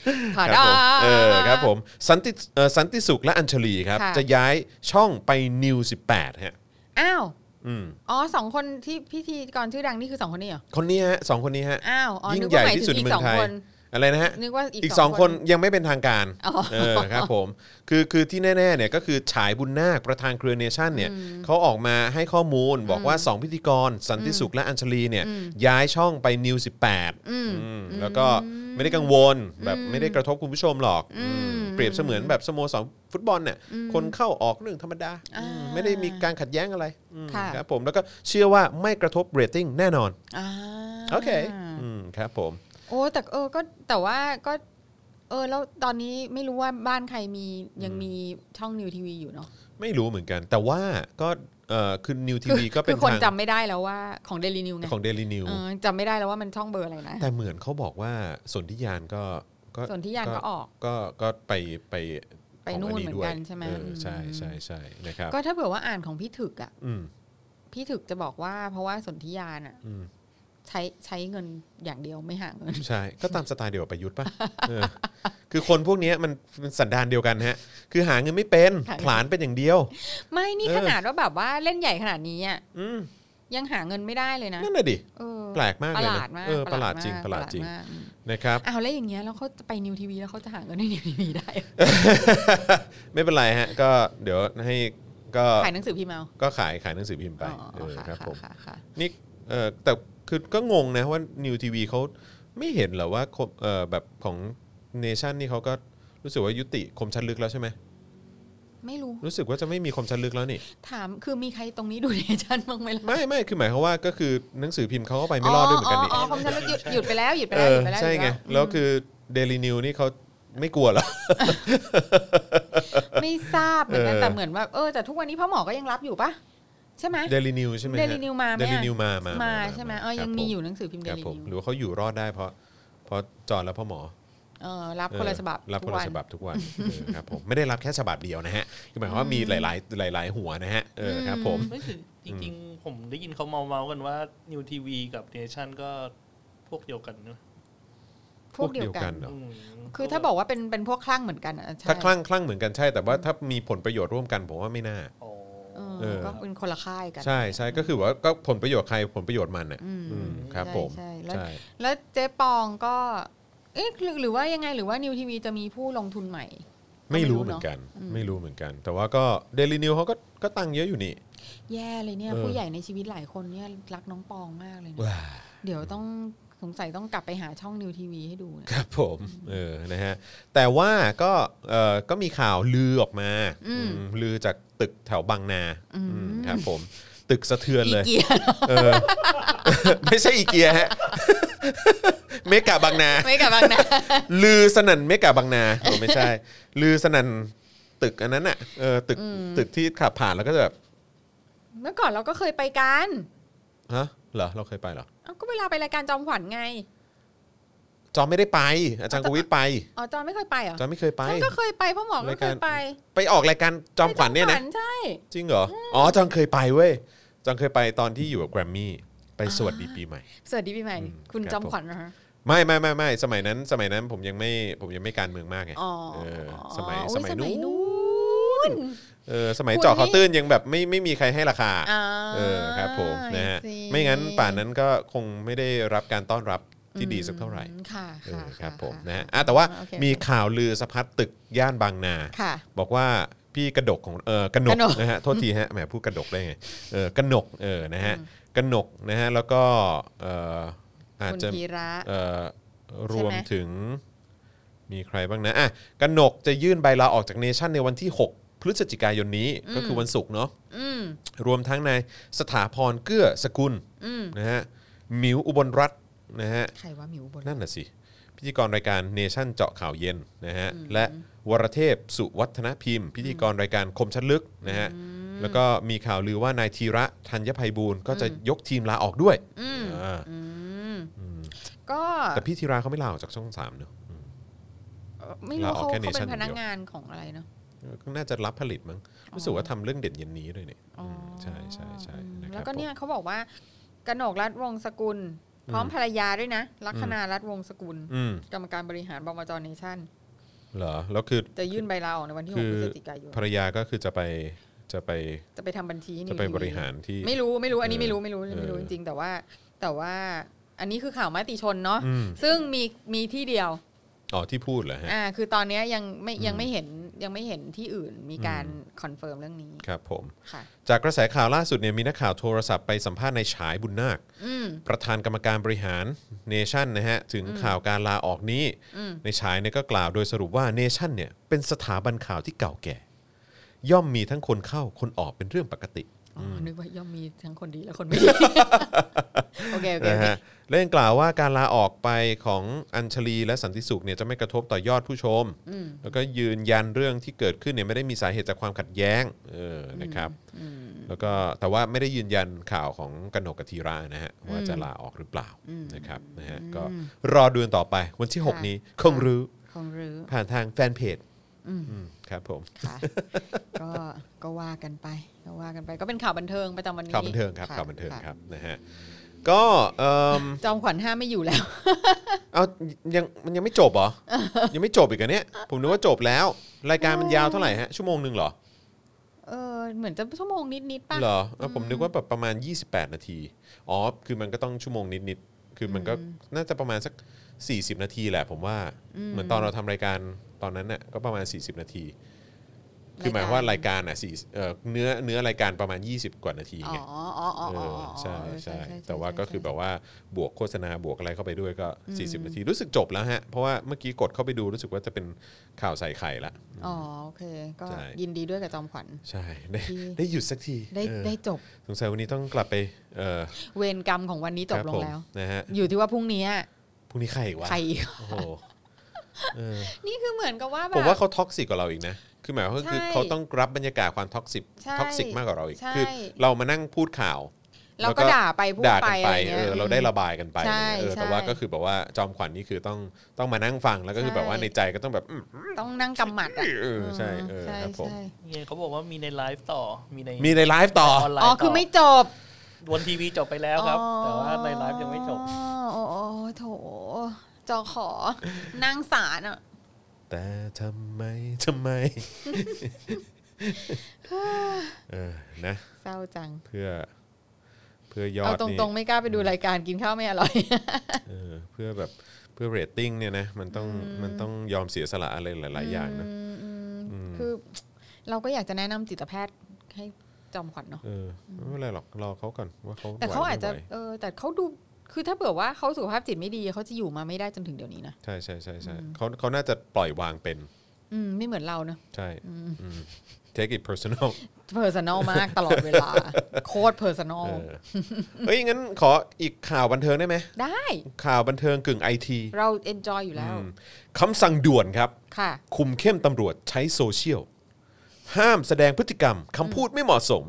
Speaker 2: ค
Speaker 3: ค่ะ
Speaker 2: รัผมเออครับผมสันติเอ่อสันติสุขและอัญชลีครับ
Speaker 3: ค่ะ
Speaker 2: จะย้ายช่องไปนิว 18ฮะ
Speaker 3: อ้าว
Speaker 2: อืม
Speaker 3: อ๋อสองคนที่พิธีกรชื่อดังนี่คือสองคนนี้เหรอ
Speaker 2: คนนี้ฮะสองคนนี้ฮะ
Speaker 3: อ้าวอ๋อ
Speaker 2: ยิ่
Speaker 3: นึ
Speaker 2: ง
Speaker 3: ก
Speaker 2: ใหญ่
Speaker 3: ว่าหมาย
Speaker 2: ที่สุ
Speaker 3: ถึ
Speaker 2: ดใน
Speaker 3: งอี
Speaker 2: เมื
Speaker 3: ก
Speaker 2: อ
Speaker 3: สอง ง
Speaker 2: ไทย
Speaker 3: คน
Speaker 2: อะไรนะฮะ
Speaker 3: นึกว่าอี
Speaker 2: อีกสองคนยังไม่เป็นทางการ
Speaker 3: อ๋อ
Speaker 2: เออครับผมคือคือที่แน่ๆเนี่ยก็คือฉายบุญนาคประธานเครือเนชั่นเนี่ยเขาออกมาให้ข้อมูลบอกว่า 2 พิธีกร สันติสุขและอัญชลีเนี่ยย้ายช่องไปนิว 18
Speaker 3: อืม
Speaker 2: อืมแล้วก็ไม่ได้กังวลแบบไม่ได้กระทบคุณผู้ชมหรอก
Speaker 3: อืม
Speaker 2: เปรียบเสมือนแบบสโมสรฟุตบอลเนี่ยคนเข้าออกเรื่องธรรมดา
Speaker 3: อ่า
Speaker 2: อืมไม่ได้มีการขัดแย้งอะไรอืม
Speaker 3: ค่ะ
Speaker 2: ครับผมแล้วก็เชื่อว่าไม่กระทบเรตติ้งแน่นอน
Speaker 3: อ่า
Speaker 2: โอเคอืมครับผม
Speaker 3: โอ้แต่เออก็แต่ว่าก็ เออ แล้วตอนนี้ไม่รู้ว่าบ้านใครมียังมีช่องนิวทีวีอยู่เนาะ
Speaker 2: ไม่รู้เหมือนกัน แต่ว่าก็เอ่อคือนิวทีวีก็เป็
Speaker 3: คื
Speaker 2: น
Speaker 3: อคน
Speaker 2: ทาง
Speaker 3: จำไม่ได้แล้วว่าของเดลินิวไง
Speaker 2: ของเดลินิว
Speaker 3: เออจำไม่ได้แล้วว่ามันช่องเบอร์อะไรนะ
Speaker 2: แต่เหมือนเขาบอกว่าสนธิยานก็ก็
Speaker 3: ส่วนที่ยานก็ออก
Speaker 2: ก็ก็ไปไป
Speaker 3: ไป
Speaker 2: ของ
Speaker 3: นู่
Speaker 2: อั
Speaker 3: นเหมือน
Speaker 2: ด้วย
Speaker 3: กันใช่ไหม
Speaker 2: เออ
Speaker 3: ม
Speaker 2: ใช่ใช่ใช่นะครับ
Speaker 3: ก็ถ้าเผื่อว่าอ่านของพี่ถึกอ่ะ
Speaker 2: อืม
Speaker 3: พี่ถึกจะบอกว่าเพราะว่าสนธิยานอ่ะ
Speaker 2: อืม
Speaker 3: ใช้ใช้เงินอย่างเดียวไม่หาเงิน
Speaker 2: ใช่ ก็ตามสไตล์เดียวกับประยุทธ์ป่ะเออคือคนพวกเนี้ยมันมันสันดานเดียวกันฮะ คือหาเงินไม่เป็น
Speaker 3: หาเงิน
Speaker 2: ผลานเป็นอย่างเดียว
Speaker 3: ไม่นี่
Speaker 2: เออ
Speaker 3: ขนาดว่าแบบว่าเล่นใหญ่ขนาดนี้อ่ะ
Speaker 2: อืม
Speaker 3: ยังหาเงินไม่ได้เลยนะ
Speaker 2: นั่นน่ะดิ
Speaker 3: เออ
Speaker 2: แปลกมาก
Speaker 3: ประ
Speaker 2: เล
Speaker 3: ห
Speaker 2: ย
Speaker 3: ลา
Speaker 2: นะ
Speaker 3: ดมาก
Speaker 2: เออประหลาดจริงประหลาดจริง
Speaker 3: มากอืม
Speaker 2: นะครับ
Speaker 3: อ้าวแล้วอย่างเงี้ยแล้วเขาจะไปนิวทีวีแล้วเขาจะหาเงินในนิวทีวีได้เหรอ
Speaker 2: ไม่เป็นไรฮะ ก็เดี๋ยวให้ก็
Speaker 3: ขายหนังสือพิมพ์เอา
Speaker 2: ก็ขายขายหนังสือพิมพ์ไป
Speaker 3: อ๋อ
Speaker 2: เออ
Speaker 3: ค่ะ
Speaker 2: ครับผม
Speaker 3: ค่ะค่ะ
Speaker 2: นี่เออแต่คือก็งงนะว่านิวทีวีเขาไม่เห็นเหรอว่าคมเออแบบของเนชั่นนี่เขาก็รู้สึกว่ายุติคมชัดลึกแล้วใช่ไหม
Speaker 3: ไม่รู้
Speaker 2: รู้สึกว่าจะไม่มีคมชัดลึกแล้วนี่
Speaker 3: ถามคือมีใครตรงนี้ดู เนชั่นบ้างไหมล่ะ
Speaker 2: ไม่ไม่คือหมายความว่าก็คือหนังสือพิมพ์เขาก็ไปไม่รอดด้วยเหมือนกันนี่
Speaker 3: อ๋อความฉันหยุดหยุดไปแล้วหยุดไป
Speaker 2: เอ
Speaker 3: แล้วห
Speaker 2: อ
Speaker 3: ยุดไปแล้ว
Speaker 2: ใช่ไงแล้วคือเดล y นิวนี่เขาไม่กลัวเหรอ
Speaker 3: ไม่ทราบเหมือนกัน
Speaker 2: เออ
Speaker 3: แต่เหมือนว่าเออแต่ทุกวันนี้พ่อหมอก็ยังรับอยู่ปะใช่ไหม
Speaker 2: เดล y นิวใช่ไหม
Speaker 3: เดลินิวมาไหม
Speaker 2: เดลินิวมามา
Speaker 3: มา
Speaker 2: มา
Speaker 3: ใช่ไหมา เออยั
Speaker 2: ค
Speaker 3: ง
Speaker 2: รับ
Speaker 3: มี
Speaker 2: ผ
Speaker 3: อยู่หนังสือพิมพ์เด
Speaker 2: ครับ
Speaker 3: ลิ
Speaker 2: ผม
Speaker 3: นิว
Speaker 2: หรือว่าเขาอยู่รอดได้เพราะเพราะจอห์นและพ่อหมอ
Speaker 3: เออรับคนละฉบับ
Speaker 2: เออรับค
Speaker 3: ทุ
Speaker 2: น
Speaker 3: กวั
Speaker 2: ละ
Speaker 3: น
Speaker 2: ฉบับทุกวันเออครับผมไม่ได้รับแค่ฉบับเดียวนะฮะคือหมายความว่ามีหลาย ๆ หลาย ๆ หัวนะฮะเออครับผม
Speaker 4: ไม่ถึง จริงๆ ผมได้ยินเขาเมาเมาๆกันว่านิวทีวีกับเนชั่นก็พวกเดียวกันนะ
Speaker 3: พวกเดียวกัน
Speaker 2: เหรอ
Speaker 4: อืม
Speaker 3: คือถ้าบอกว่าเป็นเป็นพวกคลั่งเหมือนกันอ่ะใช่
Speaker 2: ถ้าคลั่งคลั่งเหมือนกันใช่ แต่ว่าถ้ามีผลประโยชน์ร่วมกันผมว่าไม่น่า
Speaker 4: อ๋อ
Speaker 3: เออ
Speaker 2: เออ
Speaker 3: ก็เป็นคนละค่ายกัน
Speaker 2: ใช่ใช่ก็คือว่าก็ผลประโยชน์ใครผลประโยชน์มันน่ะ
Speaker 3: อืม
Speaker 2: อืมครับ
Speaker 3: ใช่
Speaker 2: ผม
Speaker 3: ใช่แล้ว
Speaker 2: ใช่
Speaker 3: แล้วเจ๊ปองก็ เอ๊ะหรือหรือว่ายังไงหรือว่านิวทีวีจะมีผู้ลงทุนใหม่
Speaker 2: ไม่รู้เหมือนกัน ไม่รู้เหมือนกัน แต่ว่าก็เดลินิวเขาก็ก็ตังค์เยอะอยู่นี่
Speaker 3: แย่เลยเนี่ย
Speaker 2: เออ
Speaker 3: ผู้ใหญ่ในชีวิตหลายคนเนี่ยรักน้องปองมากเลยนะ
Speaker 2: ว้า
Speaker 3: เดี๋ยวต้องสงสัยต้องกลับไปหาช่องนิวทีวีให้ดูนะครับ
Speaker 2: ผมเออนะฮะแต่ว่าก็เออก็มีข่าวลือออกมาอืมลือจากตึกแถวบางนาอืมครับผมตึกสะเทือน
Speaker 3: อี
Speaker 2: เลย
Speaker 3: เกีย
Speaker 2: เอ อ ไม่ใช่อีเกียฮะเมกะบางนา
Speaker 3: ไม่กลับบางนะ
Speaker 2: ลือสนั่นเมกะบางนาโอ้ไม่ใช่ ลือสนั่นตึกอันนั้นอ่ะเออตึกตึกที่ขับผ่านแล้วก็จะแบบ
Speaker 3: เมื่อก่อนเราก็เคยไปกัน
Speaker 2: ฮะเหรอเราเคยไปเหรอ
Speaker 3: เอ้าก็เวลาไปรายการจอมขวัญไง
Speaker 2: จอมไม่ได้ไป อาจารย์กวิทย์ไป
Speaker 3: อ๋อจอมไม่เคยไปเหรอ
Speaker 2: จอมไม่เคยไป
Speaker 3: ฉันก็เคยไปพ่อหมอก็
Speaker 2: ราย
Speaker 3: เค
Speaker 2: การ
Speaker 3: ยไป
Speaker 2: ไปออกรายการจอมขวัญเนี่ยนะ
Speaker 3: จอมใช่
Speaker 2: จริงเหรอ อ๋อจองเคยไปเว้ยจองเคยไปตอนที่อยู่กับแกรมมี่ไปสวัสดีปีใหม่
Speaker 3: สวัสดีปีใหม่
Speaker 2: อืม
Speaker 3: คุณ
Speaker 2: ครับ
Speaker 3: จอมขวัญนะฮะ
Speaker 2: ไม่ไม่ไม่ไม่สมัยนั้นสมัยนั้นผมยังไม่ผมยังไม่การเมืองมากไง
Speaker 3: อ๋อ
Speaker 2: เออสมัย
Speaker 3: อุ๊
Speaker 2: สมัยนู้น
Speaker 3: น
Speaker 2: เออสมัย
Speaker 3: คุณ
Speaker 2: เจาะเขา
Speaker 3: นี่
Speaker 2: ตื้นยังแบบไม่ไม่มีใครให้ราคา
Speaker 3: อ่า
Speaker 2: เออครับผมนะฮะ
Speaker 3: สิ
Speaker 2: ไม่งั้นป่านนั้นก็คงไม่ได้รับการต้อนรับที่ดีสักเท่าไหร่
Speaker 3: อืมค่ะ
Speaker 2: เอ
Speaker 3: ค่ะ
Speaker 2: อครับ
Speaker 3: ะ
Speaker 2: ผม
Speaker 3: ค่
Speaker 2: นะฮะอ่ะแต่ว่า
Speaker 3: โอเค
Speaker 2: มีข่าวลือสะพัดตึกย่านบางนา
Speaker 3: ค่ะ
Speaker 2: บอกว่าพี่กระดกของเออกระหนก
Speaker 3: กระหนก
Speaker 2: นะฮะโทษทีฮะแหมพูดกระดกได้ไงเออกระหนกเออนะฮะกระหนกนะฮะแล้วก็เอออาจ
Speaker 3: คุณ
Speaker 2: จะ
Speaker 3: ธีระ
Speaker 2: เออรวม
Speaker 3: ใช่ไหม
Speaker 2: ถึงมีใครบ้างนะอ่ะกระหนกจะยื่นใบลาออกจากเนชั่นในวันที่ 6 พฤศจิกายนนี้ก็คือวันศุกร์เนาะ
Speaker 3: อืม
Speaker 2: รวมทั้งนายสถาพรเกื้อสกุล
Speaker 3: อืม
Speaker 2: นะฮะหมิวอุบลรัตน์นะฮะ
Speaker 3: ใครว่าหมิวบน
Speaker 2: นั่นน่ะสิ พิธีกรรายการเนชั่นเจาะข่าวเย็นนะฮะและวรเทพสุวัฒนพิมพ์ พิธีกรรายการคมชัดลึกนะฮะแล้วก็มีข่าวลือว่านายธีระธัญภัยบูลย์ก็จะยกทีมลาออกด้วยอ่า
Speaker 3: อืมก็
Speaker 2: แต่พี่ธีระเขาไม่ลาออกจากช่องสามเนอะ
Speaker 3: เอ่อไม่รู้
Speaker 2: ลาออก
Speaker 3: เขา
Speaker 2: แค่
Speaker 3: เขาเป็น
Speaker 2: Nation
Speaker 3: พนัก
Speaker 2: เดียว
Speaker 3: งานของอะไรเนาะ
Speaker 2: ก็น่าจะรับผลิตมั้งรู้สึกว่าทำเรื่องเด่นเย็นนี้ด้วยเนี่ย
Speaker 3: อ๋อ
Speaker 2: มใช่ใช่ใช่
Speaker 3: อืม
Speaker 2: ะครับ
Speaker 3: แล้วก็
Speaker 2: ผม
Speaker 3: เนี่ยเขาบอกว่ากนกรัฐวงศ์สกุล พร้อม
Speaker 2: อืม
Speaker 3: ภรรยาด้วยนะลัคนารัฐวงศ์สกุล
Speaker 2: อืม
Speaker 3: กรรมการบริหารบมจเนชั่น
Speaker 2: เหรอแล้วคือ
Speaker 3: จะยื่นใบลาออกในวันที่
Speaker 2: คือ
Speaker 3: 6พฤศจิกายน
Speaker 2: ภรรยาก็คือจะไปจะไป
Speaker 3: จะไปทำบัญชีให้นิ
Speaker 2: จะ
Speaker 3: ว
Speaker 2: ไป
Speaker 3: ทีวี
Speaker 2: บริหารที่
Speaker 3: ไม่รู้ไม่รู้อันนี้
Speaker 2: เออ
Speaker 3: ไม่รู้ไม่รู้ไม่รู้
Speaker 2: เอ
Speaker 3: จ
Speaker 2: อ
Speaker 3: ริงๆ แต่ว่าแต่ว่าอันนี้คือข่าวมติชนเนาะ
Speaker 2: อืม
Speaker 3: ซึ่งมีมีที่เดียว
Speaker 2: อ๋อที่พูดเหรอฮะ
Speaker 3: อ่า คือตอนเนี้ยยังไม่ยัง
Speaker 2: อืม
Speaker 3: ไม่เห็นยังไม่เห็นที่อื่นมีการ
Speaker 2: อืม
Speaker 3: คอนเฟิร์มเรื่องนี้
Speaker 2: ครับผม
Speaker 3: ค่ะ
Speaker 2: จากกระแสข่าวล่าสุดเนี่ยมีนักข่าวโทรศัพท์ไปสัมภาษณ์ในายฉายบุญนาค
Speaker 3: อืม
Speaker 2: ประธานกรรมการบริหารเนชั่นนะฮะ ถึงข่าวการลาออกนี้
Speaker 3: อืม
Speaker 2: ในฉายเนี่ยก็กล่าวโดยสรุปว่าเนชั่นเนี่ยเป็นสถาบันข่าวที่เก่าแก่ ย่อมมีทั้งคนเข้าคนออกเป็นเรื่องปกติ
Speaker 3: อ๋ออนึกว่าย่อมมีทั้งคนดีและคนไม่ดี โอเคโอเคโอ
Speaker 2: นะ
Speaker 3: เค
Speaker 2: ฮะและยังกล่าวว่าการลาออกไปของอัญชลีและสันติสุขเนี่ยจะไม่กระทบต่อยอดผู้ชม แล้วก็ยืนยันเรื่องที่เกิดขึ้นเนี่ยไม่ได้มีสาเหตุจากความขัดแย้งเออนะครับแล้วก็แต่ว่าไม่ได้ยืนยันข่าวของกนกกบธีรานะฮะว่าจะลาออกหรือเปล่านะครับนะฮะก็รอดูกันต่อไปวันที่ 6 นี้คงรู้
Speaker 3: คงรื้อ
Speaker 2: ผ่านทางแฟนเพจอืมครับผม
Speaker 3: ค่ะ ก็ก็ว่ากันไปก็ว่ากันไป ก็เป็นข่าวบันเทิงประจำวันนี้
Speaker 2: ข่าวบันเทิงครับ
Speaker 3: ะ
Speaker 2: ข่าวบันเทิง
Speaker 3: ะ
Speaker 2: ครับนะฮะก็เอิ่ม
Speaker 3: จอมขวัญห้ามไม่อยู่แล้ว
Speaker 2: เอายังมันยังไม่จบ เหรอ ยังไม่จบอีกเหรอะเนี่ย ผมนึกว่าจบแล้ว รายการมันยาวเท่าไหร่ฮะ ชั่วโมงหนึ่งเหรอ
Speaker 3: เออเหมือนจะชั่วโมงนิดๆป่ะ
Speaker 2: เหรอเออผมนึกว่าแบบประมาณ 28 นาที อ๋อ คือมันก็ต้องชั่วโมงนิดๆ คือมันก็น่าจะประมาณสัก 40 นาทีแหละ ผมว่า เหมือนตอนเราทำรายการตอนนั้นน่ะก็ประมาณ 40 นาที คือหมายความว่ารายการอ่ะสี่เอ่อเนื้อเนื้อรายการประมาณ 20 กว่านาที
Speaker 3: อ๋อ
Speaker 2: ไง
Speaker 3: อ๋ออ๋อ
Speaker 2: เอ
Speaker 3: อ๋อ
Speaker 2: อ
Speaker 3: อ๋อ
Speaker 2: ใช่ใช่
Speaker 3: เออ
Speaker 2: แต่ว่า
Speaker 3: ใช่
Speaker 2: ก็คือ
Speaker 3: ใช่
Speaker 2: แบบว่าบวกโฆษณาบวกอะไรเข้าไปด้วยก็ 40 นาที รู้สึกจบแล้วฮะ เพราะว่าเมื่อกี้กดเข้าไปดูรู้สึกว่าจะเป็นข่าวใส่ไข่ละ
Speaker 3: อ๋อโอเค ก็
Speaker 2: ใช่
Speaker 3: ยินดีด้วยกับจอมขวัญ
Speaker 2: ใช่ได้
Speaker 3: ดี
Speaker 2: ได้หยุดสักที
Speaker 3: ได้
Speaker 2: เออ
Speaker 3: ได้จบ
Speaker 2: สงสัยวันนี้ต้องกลับไปเออ
Speaker 3: เวรกรรมของวันนี้จ
Speaker 2: ค
Speaker 3: บ
Speaker 2: รับ
Speaker 3: ล
Speaker 2: ผ
Speaker 3: ง
Speaker 2: ม
Speaker 3: แล้ว
Speaker 2: นะฮะ
Speaker 3: อยู่ที่ว่าพรุ่งนี้อะ
Speaker 2: พรุ่งนี้ใครอีกวะ
Speaker 3: ใคร
Speaker 2: โอ้โหเออ
Speaker 3: นี่คือเหมือนกับว่าแบ
Speaker 2: ผมว่า
Speaker 3: บ
Speaker 2: เขาท็อกซิกกว่าเราอีกนะ คือหมายความว่าคือ
Speaker 3: ใช่
Speaker 2: เขาต้องรับบรรยากาศความท็อกซิก
Speaker 3: ใช่
Speaker 2: ท็อกซิกมากกว่าเราอีก
Speaker 3: ใช่
Speaker 2: คือเรามานั่งพูดข่าว
Speaker 3: เราก็ด่าไปพูด
Speaker 2: ด่ากัน
Speaker 3: ไปอะไรเงี้ย
Speaker 2: เออเราได้ระบายกันไป
Speaker 3: ใช่
Speaker 2: เออ
Speaker 3: ใช่
Speaker 2: แต่ว่าก็คือแบบว่าจอมขวัญนี่คือต้องต้องมานั่งฟังแล้วก็คือ
Speaker 3: ใช่
Speaker 2: แบบว่าในใจก็ต้องแบบอืม
Speaker 3: ต้องนั่งกำหมัดอ่ะ
Speaker 2: เออใช่เออ
Speaker 3: ใช่
Speaker 2: ครับผม
Speaker 3: ใช่
Speaker 4: เนี่ยเขาบอกว่ามีในไลฟ์ต่อมีใน
Speaker 2: มีในไลฟ์ต่อ
Speaker 4: ออนไลน์
Speaker 3: อ๋
Speaker 4: ต่
Speaker 3: อ
Speaker 4: อ
Speaker 3: คือไม่จบ
Speaker 4: บนทีวีจบไปแล้วครับ แต่ว่าในไลฟ์ยังไม่จบ
Speaker 3: อ๋อโอ้โอ้โถ จอขอ นั่งสารอ่ะ
Speaker 2: แต่ทำไม ทำไม เออนะ
Speaker 3: เศร้าจัง
Speaker 2: เพื่อเพื่อยอ
Speaker 3: เอา
Speaker 2: ด
Speaker 3: ต
Speaker 2: นี่
Speaker 3: รงๆ ไม่กล้าไปดูรายการกินข้าวไม่อร่อย
Speaker 2: เออเพื่อแบบเพื่อเรตติ้งเนี่ยนะมันต้องมันต้องยอมเสียสละอะไรหลาย ๆ อย่างนะ
Speaker 3: คือเราก็อยากจะแนะนำจิตแพทย์ให้จอมขวัญเนาะ
Speaker 2: เออไม่เป็นไรหรอกรอเขาก่อนว่าเขา
Speaker 3: แต่เขา
Speaker 2: ไหวไม่
Speaker 3: อาจจะ
Speaker 2: ไหว
Speaker 3: เออ แต่เขาดู คือถ้าเผื่อว่าเขาสุขภาพจิตไม่ดีเขาจะอยู่มาไม่ได้จนถึงเดี๋ยวนี้นะ
Speaker 2: ใช่ใช่ใช่ใช่เขาเขาน่าจะปล่อยวางเป็น
Speaker 3: อืม ไม่เหมือนเราเนอะ
Speaker 2: ใช่อืม take it personal
Speaker 3: เพอร์ซันอลมากตลอดเว ลา โคตรเพอร์ซันอล
Speaker 2: เออเฮ้ย งั้นขออีกข่าวบันเทิงได้ไหม
Speaker 3: ได้
Speaker 2: ข่าวบันเทิงกึ่งไอที
Speaker 3: เราเอนจอยอยู่แล้ว
Speaker 2: คำสั่งด่วนครับ
Speaker 3: ค่ะ
Speaker 2: คุมเข้มตำรวจใช้โซเชียล ห้ามแสดงพฤติกรรมคำพูดไม่เหมาะสม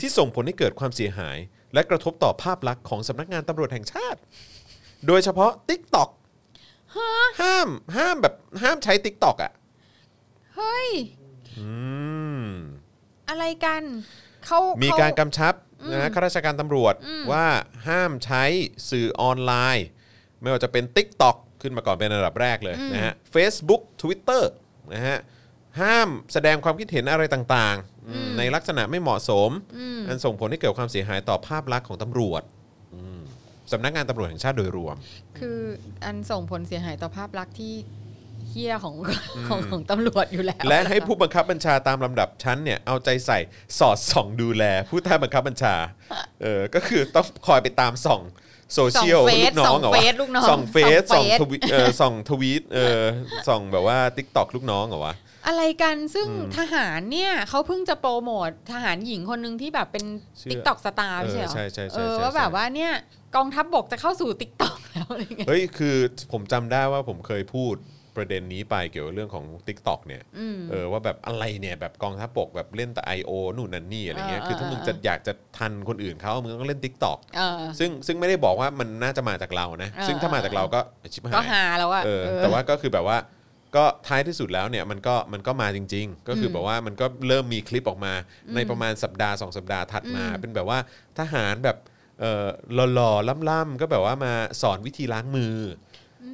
Speaker 2: ที่ส่งผลให้เกิดความเสียหาย และกระทบต่อภาพลักษณ์ของสำนักงานตำรวจแห่งชาติ โดยเฉพาะ TikTok ห้ามห้ามแบบห้ามใช้ TikTok อ่ะ
Speaker 3: เฮ้ย
Speaker 2: อืม
Speaker 3: อะไรกันเขา
Speaker 2: มี
Speaker 3: มี
Speaker 2: การกำชับนะข้าราชการตำรวจว่าห้ามใช้สื่อออนไลน์ ไม่ว่าจะเป็น TikTok ขึ้นมาก่อนเป็นอันดับแรกเลยนะฮะ Facebook Twitter นะฮะห้ามแสดงความคิดเห็นอะไรต่างๆอืมในลักษณะไม่เหมาะสมอันส่งผลให้เกิดความเสียหายต่อภาพลักษณ์ของตำรวจอืมสำนักงานตำรวจแห่งชาติโดยรวม
Speaker 3: คืออันส่งผลเสียหายต่อภาพลักษณ์ที่เฮี้ยของของของตำรวจอยู่แล้ว
Speaker 2: และให้ผู้บังคับบัญชาตามลำดับชั้นเนี่ยเอาใจใส่สอดส่องดูแล ผู้ใต้บังคับบัญชา เออก็คือต้องคอยไปตามส่องโซเชียลลูกน้องเหรอวะส่องเฟซส่องทวิตเออส่องทวีตเออส่องแบบว่าทิกตอกลูกน้องเหรอวะ
Speaker 3: อะไรกันซึ่งทหารเนี่ยเขาเพิ่งจะโปรโมททหารหญิงคนหนึ่งที่แบบเป็น
Speaker 2: ชื่อ
Speaker 3: ติ๊กตอกสตาร์ไม่ใช่เหรอ
Speaker 2: เออใช่ใช่ใช่
Speaker 3: เออ
Speaker 2: ใช่
Speaker 3: ว่า
Speaker 2: ใช่
Speaker 3: แบบว่าเนี่ยกองทัพบกจะเข้าสู่ติ๊กตอกแล้วอะไรเงี้ย
Speaker 2: เฮ้ยคือผมจำได้ว่าผมเคยพูดประเด็นนี้ไปเกี่ยวกับเรื่องของ Tik t o อกเนี่ยเออว่าแบบอะไรเนี่ยแบบกองทัพบกแบบเล่นแต่ I.O. นู่นนั่นนี่อะไรเงี้ยคือถ้ามึงจะอยากจะทันคนอื่นเขามึงต้องเล่น Tik t o อก
Speaker 3: เออ
Speaker 2: ซึ่งซึ่งไม่ได้บอกว่ามันน่าจะมาจากเรานะ
Speaker 3: เออ
Speaker 2: ซึ่งถ้ามาจากเราก็ชิบหาย
Speaker 3: ก็หาแล้วอะ
Speaker 2: เออ
Speaker 3: เออ
Speaker 2: แต่ว่าก็คือแบบว่าก็ท้ายที่สุดแล้วเนี่ยมันก็มันก็มาจริง ๆ ก็คืออแบบว่ามันก็เริ่มมีคลิปออกมา ในประมาณสัปดาห์สองสัปดาห์ถัดมา เป็นแบบว่าทหารแบบเออหล่อๆล่ำๆก็แบบว่ามาสอนวิธีล้างมืออ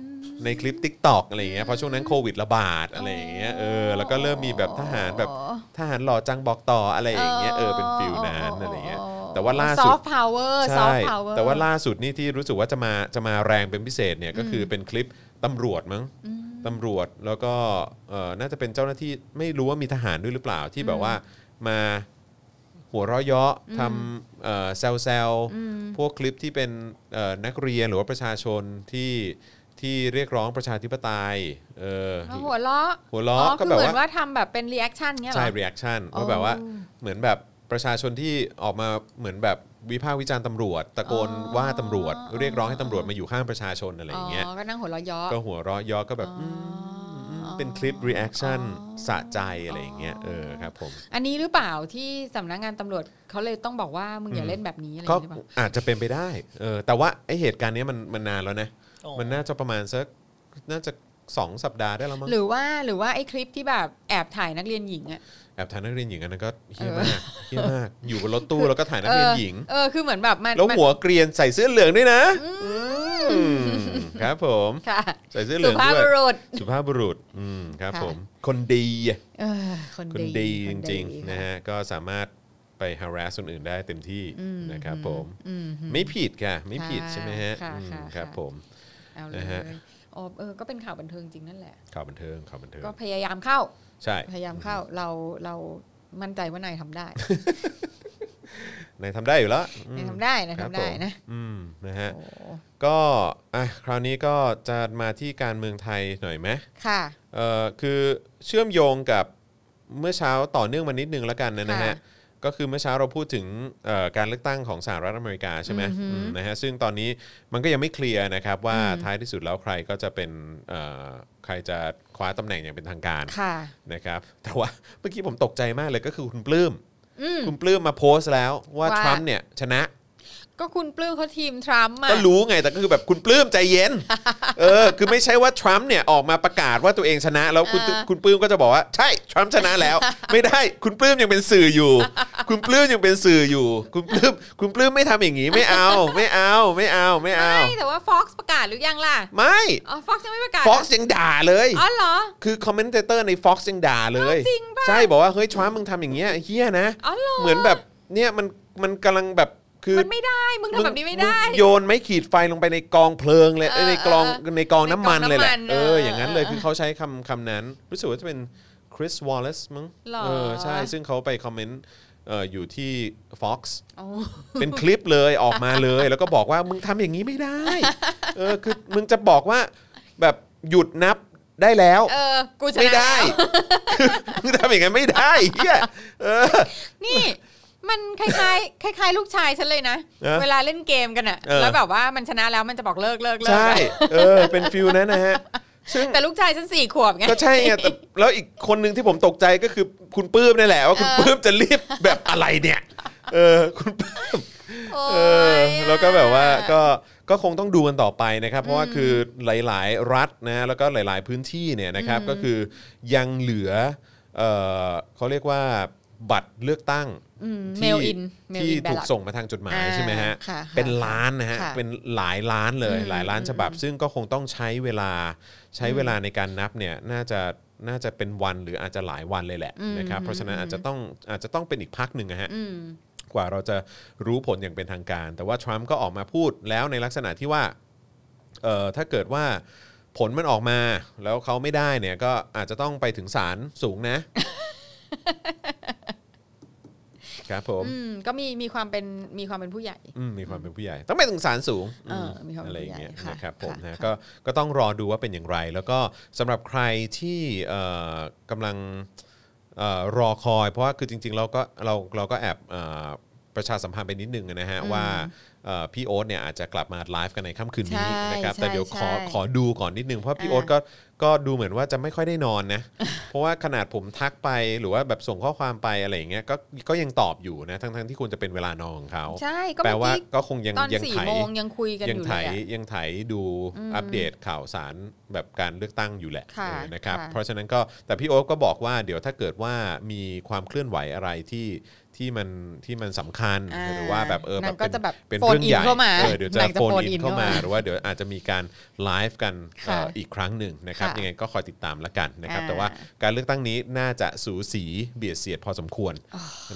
Speaker 2: ในคลิป Tik t o อกอะไรอย่างเงี้ยเพราะช่วงนั้นโควิดระบาดอะไรอย่างเงี้ยเออแล้วก็เริ่มมีแบบทหารแบบ
Speaker 3: อ๋อ
Speaker 2: ทหารหล่อจังบอกต่ออะไรอย่างเงี้ยเออเป็นฟิลนั้นอะไรอย่างเงี้ยแต่ว่าล่า
Speaker 3: ซ
Speaker 2: สุ
Speaker 3: อ
Speaker 2: ด
Speaker 3: ฟต์พาวเวอร์ซอ
Speaker 2: ใช่
Speaker 3: ฟต์พาวเวอร์
Speaker 2: แต่ว่าล่าสุดนี่ที่รู้สึกว่าจะมาจะมาแรงเป็นพิเศษเนี่ยก็คือเป็นคลิปตำรวจมั้งตำรวจแล้วก็เอ่อน่าจะเป็นเจ้าหน้าที่ไม่รู้ว่ามีทหารด้วยหรือเปล่าที่แบบว่ามาหัวเราะเยาะทำเอ่อแซลแซลพวกคลิปที่เป็นเอ่อนักเรียนหรือว่าประชาชนที่ที่เรียกร้องประชาธิปไตยเออ
Speaker 3: แล้วหัวเราะ
Speaker 2: หัวเราะ
Speaker 3: อ๋อ
Speaker 2: ก็
Speaker 3: คือ
Speaker 2: แบบ
Speaker 3: เหมือ
Speaker 2: ว่า
Speaker 3: นว่าทำแบบเป็นรีแอคชั่นเงี้ยเหร
Speaker 2: ใช่
Speaker 3: อ
Speaker 2: reaction
Speaker 3: อ๋อ
Speaker 2: ว่าแบบว่าเหมือนแบบประชาชนที่ออกมาเหมือนแบบวิพากษ์วิจารณ์ตำรวจ ตะโกน
Speaker 3: อ๋อ
Speaker 2: ว่าตำรวจ เรียกร้องให้ตำรวจมาอยู่ข้างประชาชนอะไรอย่างเงี้ย
Speaker 3: อ๋อก็นั่งหัวเราะเยาะ
Speaker 2: ก็หัวเราะยอก็แบบมมเป็นคลิป reaction สะใจอะไรอย่างเงี้ยเออครับผม
Speaker 3: อันนี้หรือเปล่าที่สำนักงานตำรวจเขาเลยต้องบอกว่ามึงอย่าเล่นแบบนี้อะไรอ
Speaker 2: ก็
Speaker 3: ย่างเงี้ยหรือเปล่า
Speaker 2: อาจจะเป็นไปได้เออแต่ว่าไอเหตุการณ์เนี้ยมันมันนานแล้วนะ
Speaker 4: อ๋อ
Speaker 2: มันน่าจะประมาณสักน่าจะสองสัปดาห์ได้แล้วมั้ง
Speaker 3: หรือว่าหรือว่าไอ้คลิปที่แบบแอบถ่ายนักเรียนหญิงอะ
Speaker 2: แอบถ่ายนักเรียนหญิงอันนั้นก็เฮี้ยมากเฮี้ยมากอยู่บนรถตู้แล้วก็ถ่ายนัก
Speaker 3: เอ
Speaker 2: เรียน
Speaker 3: อ
Speaker 2: หญิง
Speaker 3: เออคือเหมือนแบบมัน
Speaker 2: แล้ว
Speaker 3: มัน
Speaker 2: หัวเกรียนใส่เสื้อเหลืองด้วยนะอืมครับผม
Speaker 3: ค่ะ
Speaker 2: ใส่เสื้อเหลื
Speaker 3: สุ
Speaker 2: อง
Speaker 3: ภาพ
Speaker 2: ด้ว
Speaker 3: บุ
Speaker 2: ย
Speaker 3: รุษ
Speaker 2: สุภาพบุรุษอืมครับ
Speaker 3: ค่ะ
Speaker 2: ผมคนดีอะ
Speaker 3: เออคน
Speaker 2: คน
Speaker 3: ดี
Speaker 2: ดี
Speaker 3: ค
Speaker 2: จ
Speaker 3: นดี
Speaker 2: ริงๆนะฮะก็สามารถไป harass คนอื่นได้เต็มที่นะครับผม
Speaker 3: อืม
Speaker 2: ไม่ผิดค่ะ ไม่ผิด
Speaker 3: ค่ะ
Speaker 2: ใช่ไหมฮะ
Speaker 3: ค่ะ
Speaker 2: อืม
Speaker 3: ค่ะ
Speaker 2: ครับ
Speaker 3: ค่ะ
Speaker 2: ผม
Speaker 3: เอาเลย
Speaker 2: นะฮะ
Speaker 3: อ๋อเออก็เป็นข่าวบันเทิงจริงนั่นแหละ
Speaker 2: ข่าวบันเทิงข่าวบันเทิง
Speaker 3: ก็พยายามเข้า
Speaker 2: ใช่
Speaker 3: พยายามเข้าเราเรามั่นใจว่านายทำได้
Speaker 2: นายทำได้อยู่แล้วอืม
Speaker 3: นายทำได้นาย
Speaker 2: ครับ
Speaker 3: ทำได้
Speaker 2: ผม
Speaker 3: นะ
Speaker 2: อืมนะฮะ
Speaker 3: โอ้
Speaker 2: ก็อ่ะคราวนี้ก็จะมาที่การเมืองไทยหน่อยไหม
Speaker 3: ค่ะ
Speaker 2: เอ่อคือเชื่อมโยงกับเมื่อเช้าต่อเนื่องมานิดนึงแล้วกันนะนะฮะ
Speaker 3: ค่ะ
Speaker 2: ก็คือเมื่อเช้าเราพูดถึงเอ่อการเลือกตั้งของสหรัฐอเมริกาใช่ไหมอืมนะฮะซึ่งตอนนี้มันก็ยังไม่เคลียร์นะครับว่าท้ายที่สุดแล้วใครก็จะเป็นเอ่อใครจะคว้าตำแหน่งอย่างเป็นทางการ
Speaker 3: ค่ะ
Speaker 2: นะครับแต่ว่า เมื่อกี้ผมตกใจมากเลยก็คือคุณปลื้ม
Speaker 3: อืม
Speaker 2: คุณปลื้มมาโพสต์แล้วว่า
Speaker 3: ว่า
Speaker 2: ทรัมป์เนี่ยชนะ
Speaker 3: ก็คุณปลื้มเขาทีมทรัมป์อ่ะ
Speaker 2: ก็รู้ไงแต่ก็คือแบบคุณปลื้มใจเย็ น เออ คือไม่ใช่ว่าทรัมป์เนี่ยออกมาประกาศว่าตัวเองชนะ แล้วคุณ
Speaker 3: อ่า
Speaker 2: คุณปลื้มก็จะบอกว่าใช่ทรัมป์ชนะแล้ว ไม่ได้คุณปลื้มยังเป็นสื่ออยู่ คุณปลื้มยังเป็นสื่ออยู่ คุณปลื้มคุณปลื้มไม่ทำอย่างนี้ไม่เอาไม่เอาไม่เอาไม่เอา
Speaker 3: ไม่แต่ว่าฟ็อกซ์ประกาศหรือยังล่ะ
Speaker 2: ไม่
Speaker 3: อ๋อฟ็อกซ์ยังไม่ประกาศ
Speaker 2: ฟ็อกซ์ยังด่าเลย
Speaker 3: อ๋อเหรอ
Speaker 2: คือคอมเมนเตอร์ใน Fox ยังด่าเลย
Speaker 3: จริงป่ะ
Speaker 2: ใช่บอกว่าเฮ้ยทรัมป์มึงทำอย่างเงี้ยเฮี้ยนะ
Speaker 3: อ๋อเหรอ
Speaker 2: เหมือนแบบเนี่ยมันมันกำลังแบบคือ
Speaker 3: มันไม่ได้ มึงทำแบบนี้ไม่ได้
Speaker 2: งโยนไม้ขีดไฟลงไปในกองเพลิงเลย
Speaker 3: เออ
Speaker 2: ในกอง
Speaker 3: เออ
Speaker 2: ในกองน้ำมันเลยแหละ
Speaker 3: ในกองน้ำ
Speaker 2: เอ
Speaker 3: มันเอ
Speaker 2: อ
Speaker 3: อ
Speaker 2: อย่างนั้นเลย
Speaker 3: เออ
Speaker 2: คือเขาใช้คำคำนั้น รู้สึกว่าจะเป็นคริสวอลเล e มั้ง
Speaker 3: หรอ
Speaker 2: เออใช่ซึ่งเขาไปคอมเมนต์เอ่ออยู่ที่ Fox
Speaker 3: โอ้
Speaker 2: เป็นคลิปเลย ออกมาเลย แล้วก็บอกว่ามึงทำอย่างนี้ไม่ได้เออคือมึงจะบอกว่าแบบหยุดนับได้แล้ว
Speaker 3: เออ กูชนะ
Speaker 2: ไม่ได้
Speaker 3: แล้ว
Speaker 2: คือทำอย่างนั้น ไม่ได้เฮียเออ
Speaker 3: นี่ มันคล้ายๆ คล้าย ๆ ลูกชายฉันเลยนะ
Speaker 2: เออ
Speaker 3: เวลาเล่นเกมกันอะ
Speaker 2: เออ
Speaker 3: แล้วแบบว่ามันชนะแล้วมันจะบอกเลิกเลิกเลิก
Speaker 2: ใช่
Speaker 3: อะ
Speaker 2: เออ เป็นฟิลนั้นนะฮะ ซึ่ง
Speaker 3: แต่ลูกชายฉันสี่ขวบไง
Speaker 2: ก็ใช่ไงแต่แล้วอีกคนหนึ่งที่ผมตกใจก็คือคุณปื้มนี่แหละ ว่าคุณ
Speaker 3: เออ
Speaker 2: ปื้มจะรีบแบบอะไรเนี่ย เออ คุณปื้ม
Speaker 3: โอ้ย
Speaker 2: เออแล้วก็แบบว่า
Speaker 3: อะ
Speaker 2: ก็ก็คงต้องดูกันต่อไปนะครับ เพราะว่าคือหลาย ๆ รัฐนะแล้วก็หลาย ๆ พื้นที่เนี่ยนะครับก็คือยังเหลือเอ่อเขาเรียกว่าบัตรเลือกตั้ง
Speaker 3: อืม
Speaker 2: ที่
Speaker 3: mail in mail
Speaker 2: ที่
Speaker 3: in ballot
Speaker 2: ถูกส่งมาทางจดหมาย
Speaker 3: อ่า
Speaker 2: ใช่ไหมฮะ
Speaker 3: ค่ะ
Speaker 2: เป็นล้านนะฮะ
Speaker 3: ค่ะ
Speaker 2: เป็นหลายล้านเลย
Speaker 3: อืม
Speaker 2: หลายล้านฉบับ ซึ่งก็คงต้องใช้เวลาใช้เวลาในการนับเนี่ยน่าจะน่าจะเป็นวันหรืออาจจะหลายวันเลยแหละ
Speaker 3: อืม
Speaker 2: นะครับเพราะฉะนั้นอาจจะต้องอาจจะต้องเป็นอีกพักหนึ่งนะฮะ
Speaker 3: ืม
Speaker 2: กว่าเราจะรู้ผลอย่างเป็นทางการ แต่ว่าทรัมป์ก็ออกมาพูดแล้วในลักษณะที่ว่าเอ่อถ้าเกิดว่าผลมันออกมา แล้วเขาไม่ได้เนี่ยก็อาจจะต้องไปถึงศาลสูงนะ ครับผม
Speaker 3: อืมก็มีมีความเป็นมีความเป็นผู้ใหญ่
Speaker 2: อืมมีความเป็นผู้ใหญ่ ต้องไปถึงศาลสูง
Speaker 3: เออ
Speaker 2: ม
Speaker 3: มีความเป็น
Speaker 2: อะไรอย่างเงี้ย
Speaker 3: ผู้ใหญ่ค่ะ
Speaker 2: นะครับผม
Speaker 3: ค่ะ
Speaker 2: นะ
Speaker 3: ค่ะ
Speaker 2: ก็ก็ต้องรอดูว่าเป็นอย่างไร แล้วก็สำหรับใครที่เอ่อกำลัง เอ่อรอคอยเพราะว่าคือจริงๆ เราก็เราเราก็แอบเอ่อประชาสัมพันธ์ไปนิดนึงนะฮะ ว่าเอ่อพี่โอ๊ตเนี่ยอาจจะกลับมาไลฟ์กันในค่ำคืนนี้
Speaker 3: ใช่
Speaker 2: นะครับ
Speaker 3: ใช่
Speaker 2: แต่เดี๋ยวขอ
Speaker 3: ใช่
Speaker 2: ขอดูก่อนนิดนึง เพราะพี่
Speaker 3: อ่า
Speaker 2: โอ๊ตก็ก็ดูเหมือนว่าจะไม่ค่อยได้นอน นะ เพราะว่าขนาดผมทักไปหรือว่าแบบส่งข้อความไปอะไรอย่างเงี้ยก็ก็ยังตอบอยู่นะทั้งทั้งที่ควรจะเป็นเวลานอนของเขา
Speaker 3: ใช่ก็
Speaker 2: แปล
Speaker 3: เมื่อ
Speaker 2: ว่า
Speaker 3: กี้
Speaker 2: ก็คงยัง
Speaker 3: ตอน
Speaker 2: ยัง
Speaker 3: สี่
Speaker 2: ไถ
Speaker 3: โมงยังคุยกัน
Speaker 2: ยัง
Speaker 3: อยู่
Speaker 2: ไถ
Speaker 3: เลยอะ
Speaker 2: ยังไถดูอัปเดตข่าวสารแบบการเลือกตั้งอยู่แหละ
Speaker 3: ค่ะ
Speaker 2: เออนะครับ
Speaker 3: ค่ะ
Speaker 2: เพราะฉะนั้นก็แต่พี่โอ๊คก็บอกว่าเดี๋ยวถ้าเกิดว่ามีความเคลื่อนไหวอะไรที่ที่มันที่มันสำคัญ
Speaker 3: อ่า
Speaker 2: หรือว่าแบบเออแบ
Speaker 3: นา
Speaker 2: บ
Speaker 3: ง
Speaker 2: เป็
Speaker 3: ก็
Speaker 2: น
Speaker 3: จะแบบ
Speaker 2: เป็น
Speaker 3: โฟน
Speaker 2: เรื่อง
Speaker 3: อิน
Speaker 2: ใหญ่
Speaker 3: เข้ามา
Speaker 2: เออเดี๋ยวจะ
Speaker 3: นางจะ
Speaker 2: โฟน
Speaker 3: โฟน
Speaker 2: อิ
Speaker 3: อิ
Speaker 2: น
Speaker 3: น
Speaker 2: เข้า
Speaker 3: เข้า
Speaker 2: มา
Speaker 3: มา
Speaker 2: หรือว่าเดี๋ยวอาจจะมีการไลฟ์กันเอ่อ
Speaker 3: ค่ะ
Speaker 2: อีกครั้งหนึ่งนะครับ
Speaker 3: ค่ะ
Speaker 2: ยังไงก็คอยติดตามละกันนะครับ
Speaker 3: อ่า
Speaker 2: แต่ว่าการเลือกตั้งนี้น่าจะสูสีเบียดเสียดพอสมควร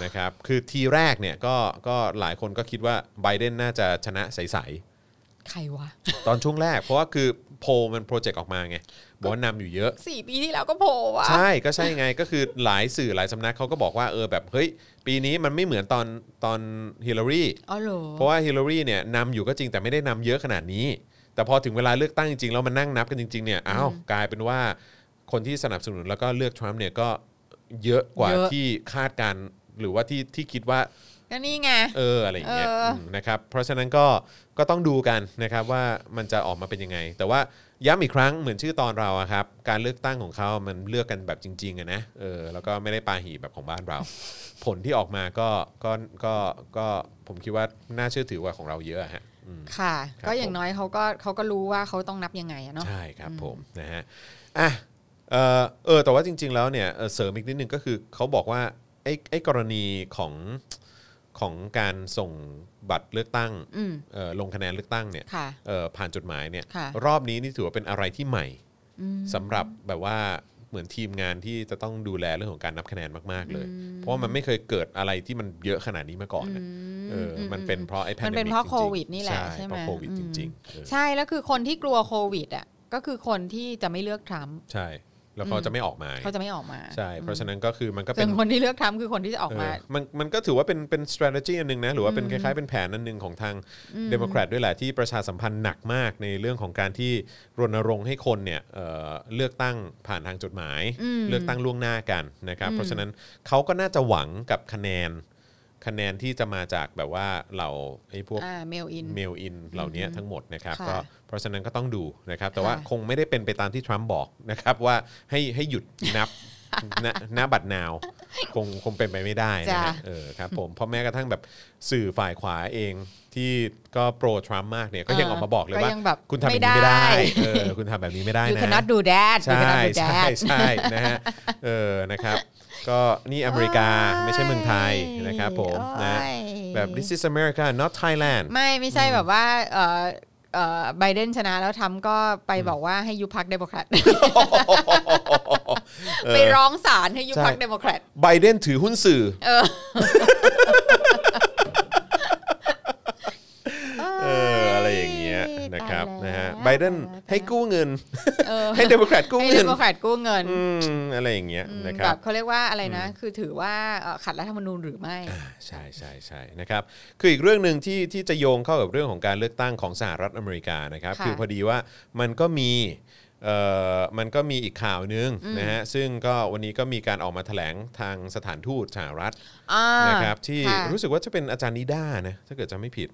Speaker 2: นะครับคือทีแรกเนี่ยก็ก็หลายคนก็คิดว่าไบเดนน่าจะชนะใสๆ
Speaker 3: ใครวะ
Speaker 2: ตอนช่วงแรกเพราะว่าคือโพลมันโปรเจกต์ออกมาไงบอกว่านำอยู่เยอะ
Speaker 3: สี่ปีที่แล้วก็โผล่วะ
Speaker 2: ใช่ก็ใช่ไงก็คือหลายสื่อหลายสำนักเขาก็บอกว่าเออแบบเฮ้ย ปีนี้มันไม่เหมือนตอนตอนฮิลลารี
Speaker 3: อ๋อเหรอ
Speaker 2: เพราะว่าฮิลลารีเนี่ยนำอยู่ก็จริงแต่ไม่ได้นำเยอะขนาดนี้ แต่พอถึงเวลาเลือกตั้งจริงๆแล้วมันนั่งนับกันจริงๆเนี่ยอ้าวกลายเป็นว่าคนที่สนับสนุนแล้วก็เลือกทรัมป์เนี่ยก็เยอะกว่า
Speaker 3: เยอะ
Speaker 2: ที่คาดการณ์หรือว่าที่ที่คิดว่า
Speaker 3: ก็นี่ไง
Speaker 2: เอออะไรอย่างเงี้ย
Speaker 3: เออ
Speaker 2: ม
Speaker 3: อื
Speaker 2: นะครับเพราะฉะนั้นก็ก็ต้องดูกันนะครับว่ามันจะออกมาเป็นยังไง แต่ว่าย้ำอีกครั้งเหมือนชื่อตอนเราอะครับการเลือกตั้งของเขามันเลือกกันแบบจริงๆอะนะเออแล้วก็ไม่ได้ปาหีแบบของบ้านเรา ผลที่ออกมาก็ก็ก็ก็ผมคิดว่าน่าเชื่อถือกว่าของเราเยอะอะฮะอืม
Speaker 3: ค่ะ
Speaker 2: ครับ
Speaker 3: ก็อย่างน้อยเขาก็เขาก็รู้ว่าเขาต้องนับยังไงอะเนาะ
Speaker 2: ใช่ครับผมนะฮะอ่ะเอ่อเออแต่ว่าจริง ๆ แล้วเนี่ยเอ่อเสริมอีกนิดนึงก็คือเขาบอกว่าไอ้ไอ้กรณีของของการส่งบัตรเลือกตั้ง
Speaker 3: อืม
Speaker 2: เอ่อลงคะแนนเลือกตั้งเนี่ย
Speaker 3: ค่ะ
Speaker 2: เอ่อผ่านจดหมายเนี่ย
Speaker 3: ค่ะ
Speaker 2: รอบนี้นี่ถือว่าเป็นอะไรที่ใหม่
Speaker 3: อืม
Speaker 2: สำหรับแบบว่าเหมือนทีมงานที่จะต้องดูแลเรื่องของการนับคะแนนมาก ๆ เลย เพราะว่ามันไม่เคยเกิดอะไรที่มันเยอะขนาดนี้มาก่อนนะเอออ
Speaker 3: ม
Speaker 2: มันเป็นเพราะไอ้แพ
Speaker 3: มันเป็นเพราะโควิดนี่แหละใช่ไหม
Speaker 2: เพราะโควิด
Speaker 3: อืม
Speaker 2: จริงๆเออ
Speaker 3: ใช่ แล้วคือคนที่กลัวโควิดอ่ะ ก็คือคนที่จะไม่เลือกทรัมป์
Speaker 2: ใช่ แล้วเขาจะไม่ออกมาไง
Speaker 3: เขาจะไม่ออกมา
Speaker 2: ใช่ เพราะฉะนั้นก็คือมันก็
Speaker 3: ส่
Speaker 2: เป็
Speaker 3: วน นคนที่เลือกทรัมป์คือคนที่จะออกมา
Speaker 2: เออนมันก็ถือว่าเป็นเป็น strategy อันหนึงนะ หรือว่าเป็นคล้ายๆเป็นแผนอันหนึงของทางเดโมแครตด้วยแหละที่ประชาสัมพันธ์หนักมากในเรื่องของการที่รณรงค์ให้คนเนี่ยเอ่อเลือกตั้งผ่านทางจดหมาย
Speaker 3: อืม
Speaker 2: เลือกตั้งล่วงหน้ากันนะครับ เพราะฉะนั้นเขาก็น่าจะหวังกับคะแนน คะแนนที่จะมาจากแบบว่าเราไอ้พวก
Speaker 3: อ่าเมลอิน
Speaker 2: เมลอินเหล่านี้ทั้งหมดนะครับ
Speaker 3: ค่ะ
Speaker 2: ก็เพราะฉะนั้นก็ต้องดูนะครับ แต่ว่า
Speaker 3: ค่ะ
Speaker 2: คงไม่ได้เป็นไปตามที่ทรัมป์บอกนะครับว่าให้ให้หยุดนับ ณณบัตรนาวคงคงเป็นไปไม่ได้นะฮะ
Speaker 3: จ้ะ
Speaker 2: เออครับผมเพราะแม้กระทั่งแบบสื่อฝ่ายขวาเองที่ก็โปรทรัมป์มากเนี่ยก็ยังออกมาบอกเลยว่า
Speaker 3: ก็ยังแบบ
Speaker 2: คุณทำแบบนี้ไม่ได้
Speaker 3: ไม่ได้
Speaker 2: เอ อคุณทำแบบนี้ไม่ได้
Speaker 3: you
Speaker 2: นะ
Speaker 3: cannot do that you
Speaker 2: ใช่
Speaker 3: cannot do
Speaker 2: ใช่
Speaker 3: that
Speaker 2: ใช่นะฮะเออนะครับ ก็นี่อเมริกาไม่ใช่เมืองไทยนะครับผมนะ
Speaker 3: โอ้ย
Speaker 2: แบบ this is America not Thailand
Speaker 3: ไม่ไม่ใช่แบบว่าเอ่อเอ่อไบเดนชนะแล้วทำก็ไปบอกว่าให้ยุบพักเดโมแครตไปร้องศาลให้ยุบ
Speaker 2: ใช่
Speaker 3: พักเดโมแครต
Speaker 2: ไบเดนถือหุ้นสื่อ
Speaker 3: เออ
Speaker 2: เอออะไรอย่างเงี้ยนะครับ
Speaker 3: ตายแล้ว
Speaker 2: นะฮะ
Speaker 3: ตายแล้ว
Speaker 2: ไบเดน
Speaker 3: ตายแล้ว
Speaker 2: ให้กู้เงิน
Speaker 3: เออ
Speaker 2: ให้เดโมแครตกู้
Speaker 3: ให้เด
Speaker 2: เงิน
Speaker 3: โมแครตกู้เงิน
Speaker 2: อืมอะไรอย่างเงี้ย
Speaker 3: อืม
Speaker 2: นะค
Speaker 3: แบ
Speaker 2: รับบ
Speaker 3: เขาเรียกว่าอะไรนะ คือถือว่าเอ่อขัดรัฐธรรมนูญหรือไม่
Speaker 2: ใช่ใช่ใช่นะครับคืออีกเรื่องหนึ่งที่ที่จะโยงเข้ากับเรื่องของการเลือกตั้งของสหรัฐอเมริกานะครับ
Speaker 3: ค่ะ
Speaker 2: คือพอดีว่ามันก็มีเอ่อมันก็มีอีกข่าวหนึงนะฮะซึ่งก็วันนี้ก็มีการออกมาแถลงทางสถานทูตสหรัฐ
Speaker 3: า
Speaker 2: นะครับที่
Speaker 3: ค่ะ
Speaker 2: รู้สึกว่าจะเป็นอาจารย์นิด้านะถ้าเกิดจำไม่ผิด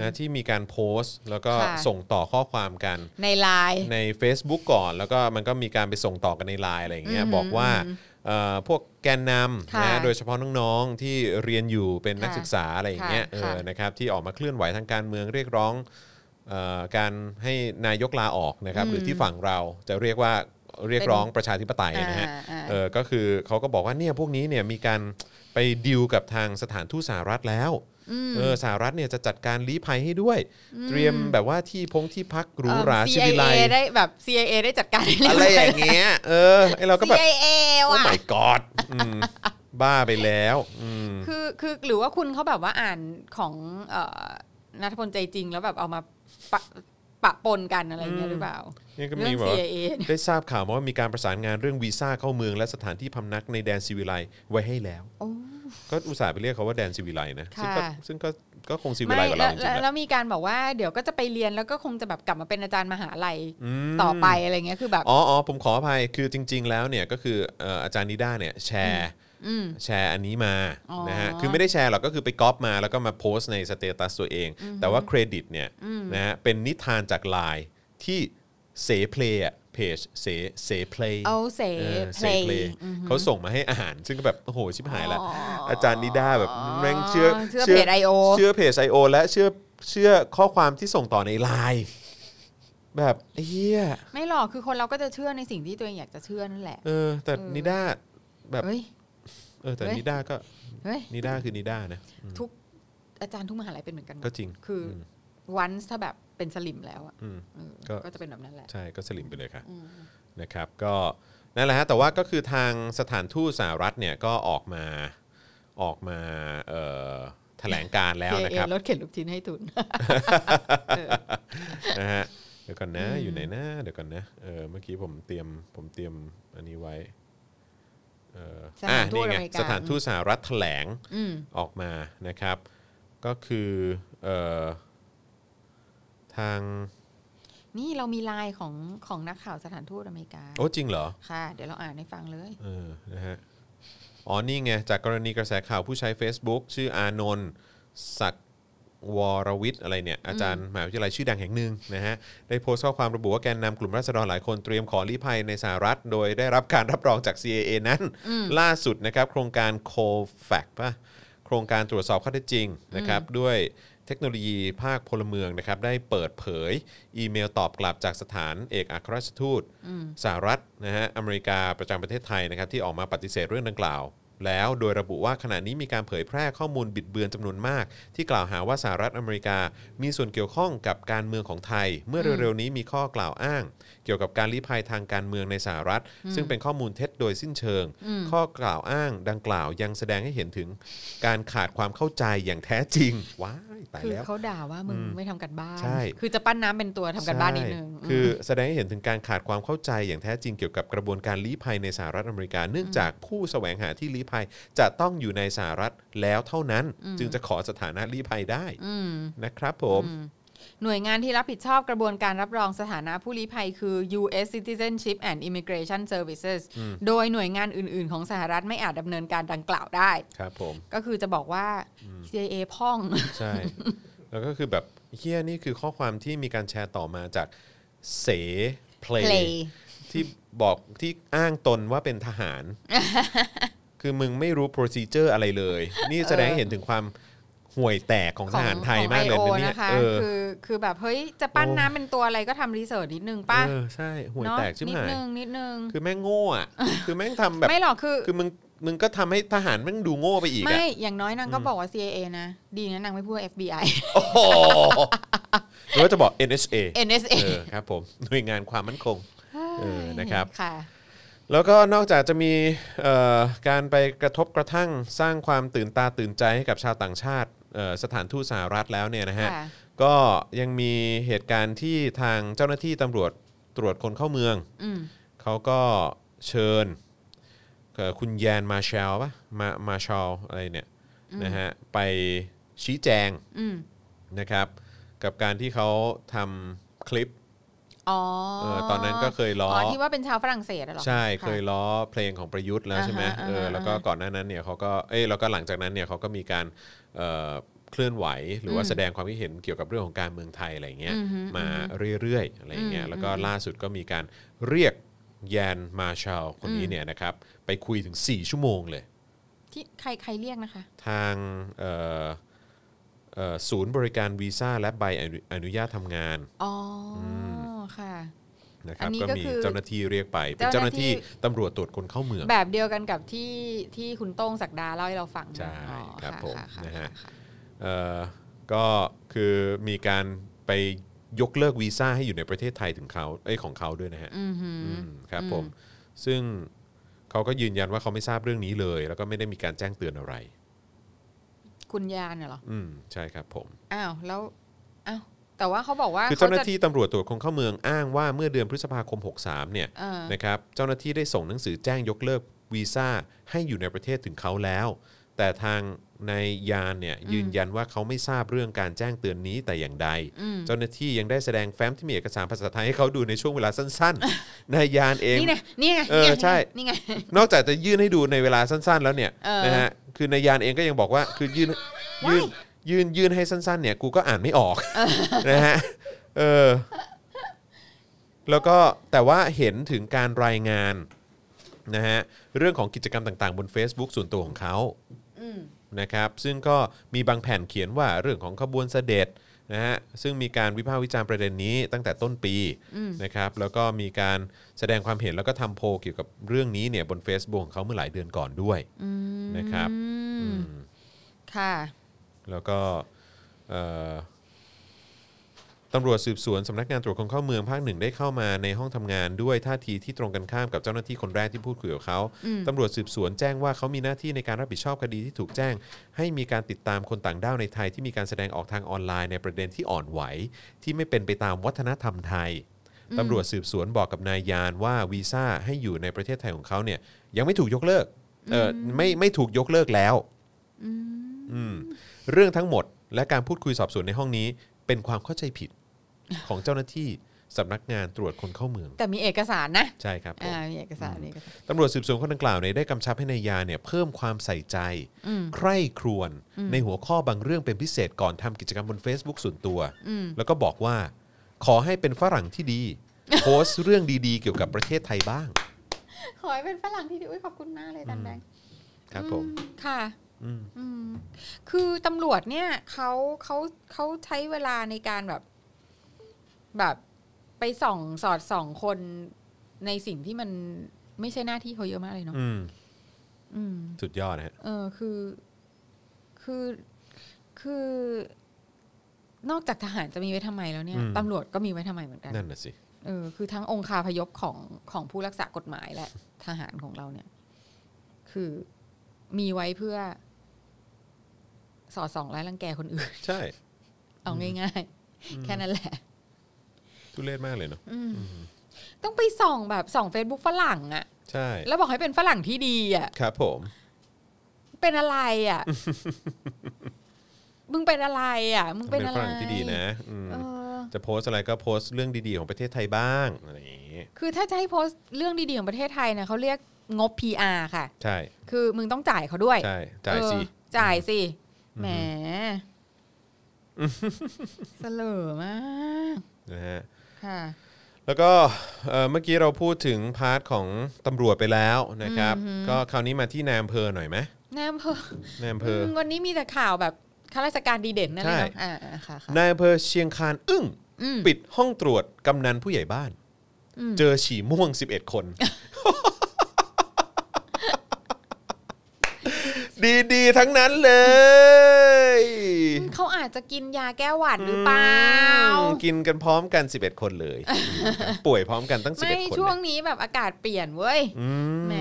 Speaker 2: นะที่มีการโพสต์ แล้วก็
Speaker 3: ค่ะ
Speaker 2: ส่งต่อข้อความกัน
Speaker 3: ในไลน์
Speaker 2: ใน Facebook ก่อน แล้วก็มันก็มีการไปส่งต่อกันในไลน์อะไรอย่างเงี้ยบอกว่าเอ่อพวกแกนนำ
Speaker 3: ะ
Speaker 2: นะโดยเฉพาะน้องๆที่เรียนอยู่เป็นนัก
Speaker 3: ค่ะ
Speaker 2: ศึกษาอะไรอย่างเงี้ย
Speaker 3: ค่ะ
Speaker 2: เออ
Speaker 3: ค่ะ
Speaker 2: นะครับที่ออกมาเคลื่อนไหวทางการเมืองเรียกร้องเอ่อการให้นายกลาออกนะครับหรือที่ฝั่งเราจะเรียกว่าเรียกร้องประชาธิปไตยนะฮะ
Speaker 3: อ่าอ่า
Speaker 2: เออก็คือเขาก็บอกว่าเนี่ยพวกนี้เนี่ยมีการไปดิวกับทางสถานทูตสหรัฐแล้วเออสหรัฐเนี่ยจะจัดการลี้ภัยให้ด้วย เตรียมแบบว่าที่พงที่พักหรูหรา
Speaker 3: เอิ่ม
Speaker 2: ชิวิไล
Speaker 3: CIA ได้แบบ CIA ได้จัดการให้เรียบ
Speaker 2: อะไร
Speaker 3: ร้อย
Speaker 2: อย่างเงี้ยเออไอเราก็แบบ
Speaker 3: CIA
Speaker 2: โอ้
Speaker 3: ว่ะ
Speaker 2: my god อืมบ้าไปแล้วอืม
Speaker 3: คือคือหรือว่าคุณเขาแบบว่าอ่านของเอ่อนัทพลใจจริงแล้วแบบเอามาปะปะปนกันอะไรเงี้ยหรือเปล่า
Speaker 2: เนี่ยก็มี
Speaker 3: เรื่อง
Speaker 2: แบบว่า
Speaker 3: CIA
Speaker 2: ได้ทราบข่าวมาว่ามีการประสานงานเรื่องวีซ่าเข้าเมืองและสถานที่พำนักในแดนซิวิไลไว้ให้แล้ว
Speaker 3: โอ้
Speaker 2: ก็อุตส่าห์ไปเรียกเขาว่าแดนซิวิไลนะซึ่งก็
Speaker 3: ค่ะ
Speaker 2: ซึ่งก็ก็คงซิวิ
Speaker 3: ไม่
Speaker 2: ไลกว่า
Speaker 3: แล้
Speaker 2: เรา
Speaker 3: ว
Speaker 2: จริงๆ
Speaker 3: แล้ว
Speaker 2: แหละ
Speaker 3: แล้วมีการบอกว่าเดี๋ยวก็จะไปเรียนแล้วก็คงจะแบบกลับมาเป็นอาจารย์มหาลัย
Speaker 2: ม
Speaker 3: ต่อไปอะไรเงี้ยคือแบบ
Speaker 2: อ๋ออ๋อผมขออภัย คือจริง ๆ แล้วเนี่ยก็คือเอ่ออาจารย์นิด้าเนี่ยแชร์
Speaker 3: อืม
Speaker 2: แชร์อันนี้มา
Speaker 3: อ๋อ
Speaker 2: นะฮะ คือไม่ได้แชร์หรอก ก็คือไปก๊อปมาแล้วก็มาโพสต์ในสเตตัสตัวเอง แต่ว่าเครดิตเนี่ยนะฮะเป็นนิทานจากไลน์ที่เสเพลย์อะเพจเสเสเพลย์
Speaker 3: เอาเส
Speaker 2: เออเส
Speaker 3: play
Speaker 2: เพลย์
Speaker 3: อือฮึ
Speaker 2: เขาส่งมาให้อ่าน ซึ่งก็แบบโอ้โหชิบหายละ
Speaker 3: อ๋ออ
Speaker 2: อาจารย์นิด้าแบบแม่งเชื่อ
Speaker 3: เชื่อเพจ IO
Speaker 2: เชื่อเพจ IO และเชื่อเชื่อข้อความที่ส่งต่อในไลน์แบบเฮีย
Speaker 3: ไม่หรอกคือคนเราก็จะเชื่อในสิ่งที่ตัวเองอยากจะเชื่อนั่นแหละ
Speaker 2: เออแต่นิด้าแบบ
Speaker 3: เฮ้ย
Speaker 2: เออแต่นิด้าก็
Speaker 3: เฮ้ย
Speaker 2: นิด้าคือนิด้านะ
Speaker 3: ทุกอาจารย์ทุกมหาลัยเป็นเหมือนกันหมด
Speaker 2: ก็จริง
Speaker 3: คืออ
Speaker 2: ม
Speaker 3: วันถ้าแบบเป็นสลิมแล้วอะ
Speaker 2: อืม
Speaker 3: เออ
Speaker 2: ก็
Speaker 3: ก็จะเป็นแบบนั้นแหละ
Speaker 2: ใช่ก็สลิมไปเลยค่ะ
Speaker 3: อืม
Speaker 2: นะครับก็นั่นแหละฮะแต่ว่าก็คือทางสถานทูตสหรัฐเนี่ยก็ออกมาออกมาเอ่อแถลงการแล้วนะ
Speaker 3: CIA
Speaker 2: ครับ
Speaker 3: รถเข็นลูกชิ้นให้ทุน
Speaker 2: นะฮะเดี๋ยวก่อนนะอยู่ไหนนะเดี๋ยวก่อนนะเออเมื่อกี้ผมเตรียมผมเตรียมอันนี้ไว้เออ
Speaker 3: สถานทูต
Speaker 2: อ่ะไง
Speaker 3: อเมริกา
Speaker 2: สถานทูตสหรัฐแถลง
Speaker 3: อืม
Speaker 2: ออกมานะครับ ก็คือเอ่อทาง
Speaker 3: นี่เรามีไลน์ของของนักข่าวสถานทูตอเมริกา
Speaker 2: โอ้จริงเหรอ
Speaker 3: ค่ะ เดี๋ยวเราอ่านให้ฟังเลย
Speaker 2: เออนะฮะอ๋อ นี่ไง จากกรณีกระแสข่าวผู้ใช้ Facebook ชื่ออานนท์ศักดิ์วรวิทย์อะไรเนี่ย อาจารย์มหาวิทยาลัยชื่อดังแห่งหนึ่งนะฮะ ได้โพสต์ข้อความระบุว่าแกนนำกลุ่มราษฎรหลายคนเตรียมขอลี้ภัยในสหรัฐ โดยได้รับการรับรองจาก CAA นั้น ล่าสุดนะครับ โครงการ c o f a x ป่ะ โครงการตรวจสอบข้อเท็จจริงนะครับด้วยเทคโนโลยีภาคพลเมืองนะครับได้เปิดเผย อีเมลตอบกลับจากสถานเอกอัครราชทูตสหรัฐนะฮะอเมริกาประจำประเทศไทยนะครับที่ออกมาปฏิเสธเรื่องดังกล่าว แล้วโดยระบุว่าขณะนี้มีการเผยแพร่ข้อมูลบิดเบือนจำนวนมาก ที่กล่าวหาว่าสหรัฐอเมริกา มีส่วนเกี่ยวข้องกับการเมืองของไทย เมื่อเร็วๆนี้มีข้อกล่าวอ้าง เกี่ยวกับการลี้ภัยทางการเมืองในสหรัฐ ซึ่งเป็นข้อมูลเท็จโดยสิ้นเชิง ข้อกล่าวอ้างดังกล่าวยังแสดงให้เห็นถึงการขาดความเข้าใจอย่างแท้จริง ว้ายตาย
Speaker 3: คือ
Speaker 2: แล้ว
Speaker 3: เขาด่าว่ามึงไม่ทำกันบ้าน
Speaker 2: ใช่
Speaker 3: คือจะปั้นน้ำเป็นตัวทำกันบ้านนิดนึง
Speaker 2: ใช่คือแสดงให้เห็นถึงการขาดความเข้าใจอย่างแท้จริงเกี่ยวกับกระบวนการลี้ภัยในสหรัฐอเมริกา เนื่องจากผู้แสวงหาที่ลี้ภัยจะต้องอยู่ในสหรัฐแล้วเท่านั้น จึงจะขอสถานะลี้ภัยได้
Speaker 3: ม
Speaker 2: นะครับผม
Speaker 3: หน่วยงานที่รับผิดชอบกระบวนการรับรองสถานะผู้ลี้ภัยคือ U.S. Citizenship and Immigration Services โดยหน่วยงานอื่น ๆ ของสหรัฐไม่อาจดำเนินการดังกล่าวได้
Speaker 2: ครับผม
Speaker 3: ก็คือจะบอกว่า CIA พ่อง
Speaker 2: ใช่ แล้วก็คือแบบเฮียนี่คือข้อความที่มีการแชร์ต่อมาจากเสเพล
Speaker 3: play
Speaker 2: ท ที่บอกที่อ้างตนว่าเป็นท หาร คือมึงไม่รู้ procedure อะไรเลย นี่แสดงให้เห็นถึงความห่วยแตกของทหารไทย
Speaker 3: ของ
Speaker 2: มากเลย
Speaker 3: IO
Speaker 2: นะเนี่ย
Speaker 3: นะคะ
Speaker 2: เออ
Speaker 3: คือคือแบบเฮ้ยจะปั้น
Speaker 2: โอ้
Speaker 3: น้ำเป็นตัวอะไรก็ทำรีเสิร์ชนิดนึงป่ะ
Speaker 2: เออใช่ห่วย
Speaker 3: เนอะ
Speaker 2: แตกชิบ
Speaker 3: นิด
Speaker 2: หาย
Speaker 3: นึงนิดนึง
Speaker 2: คือแม่งโง่อะคือแม่งทำแบบ
Speaker 3: ไม่หรอกคือ
Speaker 2: คือมึงมึงก็ทำให้ทหารแม่งดูโง่ไปอีกอะ
Speaker 3: ไม่ อย่างน้อยนางก็บอกว่า CIA นะ ดีนะนางไม่พูดว่า FBI
Speaker 2: โอ้โห หรือว่าจะบอก NSA
Speaker 3: NSA
Speaker 2: เออครับผมหน่วยงานความมั่นคง เออนะครับ
Speaker 3: ค่ะ
Speaker 2: แล้วก็นอกจากจะมีเอ่อการไปกระทบกระทั่งสร้างความตื่นตาตื่นใจให้กับชาวต่างชาติเอ่อสถานทูตสหรัฐแล้วเนี่ยนะฮะ
Speaker 3: ค่ะ
Speaker 2: ก็ยังมีเหตุการณ์ที่ทางเจ้าหน้าที่ตำรวจตรวจคนเข้าเมือง
Speaker 3: อืม
Speaker 2: เขาก็เชิญเอ่อคุณแยนมาแชลปะมามาแชลอะไรเนี่ยนะฮะไปชี้แจง
Speaker 3: อืม
Speaker 2: นะครับ กับการที่เขาทำคลิป
Speaker 3: อ๋อ
Speaker 2: เอ่อตอนนั้นก็เคยล้อ
Speaker 3: อ๋อ
Speaker 2: อ
Speaker 3: ที่ว่าเป็นชาวฝรั่งเศสอะเหรอ
Speaker 2: ใช่เคยล้อเพลงของประยุทธ์แล้วใช่ไหม
Speaker 3: อ่าฮะ
Speaker 2: เออ
Speaker 3: อ่าฮะ
Speaker 2: แล้วก็ก่อนหน้านั้นเนี่ยเขาก็เอ้ยแล้วก็หลังจากนั้นเนี่ยเขาก็มีการเอ่อเคลื่อนไหว หรือว่า
Speaker 3: อืม
Speaker 2: แสดงความคิดเห็นเกี่ยวกับเรื่องของการเมืองไทยอะไรอย่างเงี้ย
Speaker 3: อือฮึ
Speaker 2: มาเรื่อยๆอะไรอย่างเงี้ย
Speaker 3: อืม
Speaker 2: แล้วก็ล่าสุดก็มีการเรียกแยนมาชาลคนนี้
Speaker 3: อืม
Speaker 2: เนี่ยนะครับไปคุยถึง 4 ชั่วโมงเลย
Speaker 3: ที่ใครใครเรียกนะคะ
Speaker 2: ทางเอ่อเอ่อศูนย์บริการวีซ่าและใบอนุอนุญาตทำงาน
Speaker 3: อ๋ออค่ะ
Speaker 2: นะครับ
Speaker 3: อันนี้
Speaker 2: ก็
Speaker 3: ก็
Speaker 2: มี
Speaker 3: คือ
Speaker 2: เจ้าหน้าที่เรียกไปเป็นเจ้า
Speaker 3: เจ้า
Speaker 2: ห
Speaker 3: ห
Speaker 2: น้า
Speaker 3: น้าที่
Speaker 2: ที่ตำรวจตรวจคนเข้าเมือง
Speaker 3: แบบเดียวกันกับที่ที่คุณโต้งศักดาเล่าให้เราฟัง
Speaker 2: ใช่
Speaker 3: อ๋อ
Speaker 2: ครับ
Speaker 3: ะ
Speaker 2: ผม
Speaker 3: ค่
Speaker 2: นะฮะ
Speaker 3: ค่
Speaker 2: เอ่อก็คือมีการไปยกเลิกวีซ่าให้อยู่ในประเทศไทยถึงเขาเอ้ยของเขาด้วยนะฮะ
Speaker 3: อืมหือ
Speaker 2: อืมครับผมซึ่งเขาก็ยืนยันว่าเขาไม่ทราบเรื่องนี้เลย แล้วก็ไม่ได้มีการแจ้งเตือนอะไร
Speaker 3: คุณยานน่ะเหรอ
Speaker 2: อืมใช่ครับผม
Speaker 3: อ้าวแล้วอ้าวแต่ว่าเขาบอกว่า
Speaker 2: คือเจ้าหน้าที่ตำรวจตรวจคนเข้าเมืองอ้างว่าเมื่อเดือนพฤษภาคม 63เนี่ย
Speaker 3: เออ
Speaker 2: นะครับเจ้าหน้าที่ได้ส่งหนังสือแจ้งยกเลิกวีซ่าให้อยู่ในประเทศถึงเขาแล้ว แต่ทางนายยานเนี่ยยืนยันว่าเขาไม่ทราบเรื่องการแจ้งเตือนนี้แต่อย่างใด
Speaker 3: อืม
Speaker 2: เจ้าหน้าที่ยังได้แสดงแฟ้มที่มีเอกสารภาษาไทยให้เขาดูในช่วงเวลาสั้นๆ นายยานเอง
Speaker 3: นี่ไงนี่ไง
Speaker 2: เออใช่
Speaker 3: นี่ไง
Speaker 2: นอกจากจะยื่นให้ดูในเวลาสั้นๆ แล้วเนี่ย
Speaker 3: เออ
Speaker 2: นะฮะคือนายยานเองก็ยังบอกว่าคือยื่นยื่นยื่นยื่นให้สั้นๆเนี่ยกูก็อ่านไม่ออก นะฮะเออแล้วก็แต่ว่าเห็นถึงการรายงานนะฮะเรื่องของกิจกรรมต่างๆ บน Facebook ส่วนตัวของเขา
Speaker 3: อืม
Speaker 2: นะครับซึ่งก็มีบางแผ่นเขียนว่าเรื่องของขบวนเสด็จนะฮะซึ่งมีการวิพากษ์วิจารณ์ประเด็นนี้ตั้งแต่ต้นปี
Speaker 3: อืม
Speaker 2: นะครับแล้วก็มีการแสดงความเห็นแล้วก็ทำโพลเกี่ยวกับเรื่องนี้เนี่ยบน Facebook ของเขาเมื่อหลายเดือนก่อนด้วย
Speaker 3: อืม
Speaker 2: นะครับ อืม
Speaker 3: ค่ะ
Speaker 2: แล้วก็เอ่อตำรวจสืบสวนสำนักงานตรวจคนเข้าเมืองภาคหนึ่งได้เข้ามาในห้องทำงานด้วยท่าทีที่ตรงกันข้ามกับเจ้าหน้าที่คนแรกที่พูดคุยกับเขา
Speaker 3: อืม
Speaker 2: ตำรวจสืบสวนแจ้งว่าเขามีหน้าที่ในการรับผิดชอบคดีที่ถูกแจ้ง ให้มีการติดตามคนต่างด้าวในไทยที่มีการแสดงออกทางออนไลน์ในประเด็นที่อ่อนไหว ที่ไม่เป็นไปตามวัฒนธรรมไทย ตำรวจสืบสวนบอกกับนายยานว่าวีซ่าให้อยู่ในประเทศไทยของเขาเนี่ยยังไม่ถูกยกเลิกเอออไม่ไม่ถูกยกเลิกแล้วอืมเรื่องทั้งหมดและการพูดคุยสอบสวนในห้องนี้ เป็นความเข้าใจผิดของเจ้าหน้าที่สำนักงานตรวจคนเข้าเมือง
Speaker 3: แต่มีเอกสารนะ
Speaker 2: ใช่ครับผม
Speaker 3: อ่ามีเอกสารมีเอกสาร
Speaker 2: ตำรวจสืบสวนคนดังกล่าวเนี่ยได้กำชับให้นายยาเนี่ยเพิ่มความใส่ใจ
Speaker 3: อืม
Speaker 2: ใคร่ครวญในหัวข้อบางเรื่องเป็นพิเศษก่อนทำกิจกรรมบน Facebook ส่วนตัว
Speaker 3: อืม
Speaker 2: แล้วก็บอกว่า ขอให้เป็นฝรั่งที่ดี โพสต์เรื่องดีๆ เกี่ยวกับประเทศไทยบ้าง
Speaker 3: ขอให้เป็นฝรั่งที่ดีอุ้ยขอบคุณมากเลยอาจันแบงค์
Speaker 2: ครับผม
Speaker 3: อืค่ะ
Speaker 2: อืม
Speaker 3: อืมคือตำรวจเนี่ยเขาเขาเขาใช้เวลาในการแบบ แบบไปส่องสอดส่องคนในสิ่งที่มันไม่ใช่หน้าที่เขาเยอะมากเลยเนาะ
Speaker 2: อืม
Speaker 3: อืม
Speaker 2: สุดยอดนะฮะ
Speaker 3: เออคือคือคือ นอกจากทหารจะมีไว้ทำไมแล้วเนี่ย
Speaker 2: อืม
Speaker 3: ตำรวจก็มีไว้ทำไมเหมือนกัน
Speaker 2: นั่นน่ะสิ
Speaker 3: เออคือทั้งองคาพยพของของผู้รักษากฎหมายและทหารของเราเนี่ย คือมีไว้เพื่อ สอดส่องไล่รังแกคนอื่น
Speaker 2: ใช่
Speaker 3: เอาง่ายๆ แค่นั้นแหละ
Speaker 2: ทุเรศมากเลยเนาะ
Speaker 3: อืมต้องไปส่องแบบส่อง Facebook ฝรั่งอะ
Speaker 2: ใช่
Speaker 3: แล้วบอกให้เป็นฝรั่งที่ดีอะ
Speaker 2: ครับผม
Speaker 3: เป็นอะไร อ่ะ มึงเป็นอะไรอ่ะ มึงเป็น
Speaker 2: เป็น
Speaker 3: อะไร
Speaker 2: ฝรั่งที่ดีนะอืม
Speaker 3: เออ
Speaker 2: จะโพสต์อะไรก็โพสต์เรื่องดีๆของประเทศไทยบ้างอะไรอย่างงี้
Speaker 3: คือถ้าจะให้โพสต์เรื่องดีๆของประเทศไทยนะเขาเรียกงบ PR ค่ะ
Speaker 2: ใช่
Speaker 3: คือมึงต้องจ่ายเขาด้วย
Speaker 2: ใช่จ่ายสิ
Speaker 3: เออจ่ายสิ
Speaker 2: อืม
Speaker 3: แหมเสลอมาก
Speaker 2: นะฮะ
Speaker 3: ค่ะ
Speaker 2: แล้วก็เอ่อเมื่อกี้เราพูดถึงพาร์ทของตำรวจไปแล้วนะครับ ก็คราวนี้มาที่นายอำเภอหน่อยไหม
Speaker 3: นายอำเภอน
Speaker 2: ายอำเภอ
Speaker 3: มวันนี้มีแต่ข่าวแบบข้าราชการดีเด่นนั่นเลยเนาะ
Speaker 2: ใช่
Speaker 3: อ่าอ่าค่ะค่ะ
Speaker 2: นายอำเภอเชียงคานอึ้ง
Speaker 3: อืม
Speaker 2: ปิดห้องตรวจกำนันผู้ใหญ่บ้าน
Speaker 3: อืม
Speaker 2: เจอฉี่ม่วง 11 คน ดีดีๆ ทั้งนั้นเลย
Speaker 3: เขาอาจจะกินยาแก้หวัดหรือเปล่า
Speaker 2: อืมกินกันพร้อมกัน 11 คน เลย ป่วยพร้อมกันตั้ง
Speaker 3: ไม่
Speaker 2: 11 คน
Speaker 3: ช่วง
Speaker 2: เนี่ย
Speaker 3: นี้แบบอากาศเปลี่ยนเว้ย
Speaker 2: อืม
Speaker 3: แหม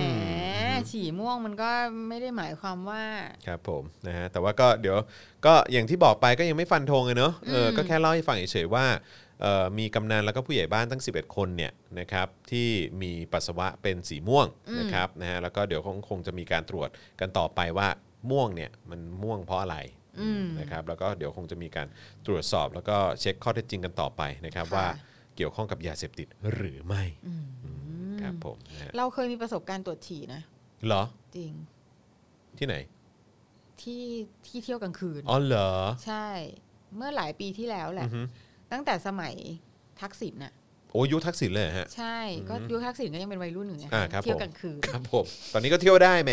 Speaker 3: ฉี่ม่วงมันก็ไม่ได้หมายความว่า
Speaker 2: ครับผมนะฮะแต่ว่าก็เดี๋ยวก็อย่างที่บอกไปก็ยังไม่ฟันธงเลยเนอะเอออ
Speaker 3: ม
Speaker 2: ก็แค่เล่าให้ฟังเฉยๆว่าเอ่อมีกำนันแล้วก็ผู้ใหญ่บ้านตั้ง 11 คนเนี่ยนะครับที่มีปัสสาวะเป็นสีม่วงนะครับนะฮะแล้วก็เดี๋ยวคงคงจะมีการตรวจกันต่อไปว่าม่วงเนี่ยมันม่วงเพราะอะไร
Speaker 3: อืม
Speaker 2: นะครับแล้วก็เดี๋ยวคงจะมีการตรวจสอบแล้วก็เช็คข้อเท็จจริงกันต่อไปนะครับ
Speaker 3: ค่ะ
Speaker 2: ว่าเกี่ยวข้องกับยาเสพติดหรือไม่ครับผมนะฮะ
Speaker 3: เราเคยมีประสบการณ์ตรวจฉี่นะ
Speaker 2: เหรอ
Speaker 3: จริง
Speaker 2: ที่ไหน
Speaker 3: ที่ที่เที่ยวกลางคืน
Speaker 2: อ๋อเหรอ
Speaker 3: ใช่ เมื่อหลายปีที่แล้วแห
Speaker 2: อื
Speaker 3: ละ
Speaker 2: อฮึ
Speaker 3: ตั้งแต่สมัยทักษิณน่ะ
Speaker 2: โอ้ยุคทักษิณเลยเหรอฮะ
Speaker 3: ใช่ก็ยุคทักษิณก็ยังเป็นวัยรุ่นอยู่ไง
Speaker 2: อ่าครับ
Speaker 3: เที่ยวกลางคืน
Speaker 2: ครับผม ตอนนี้ก็เที่ยวได้แหม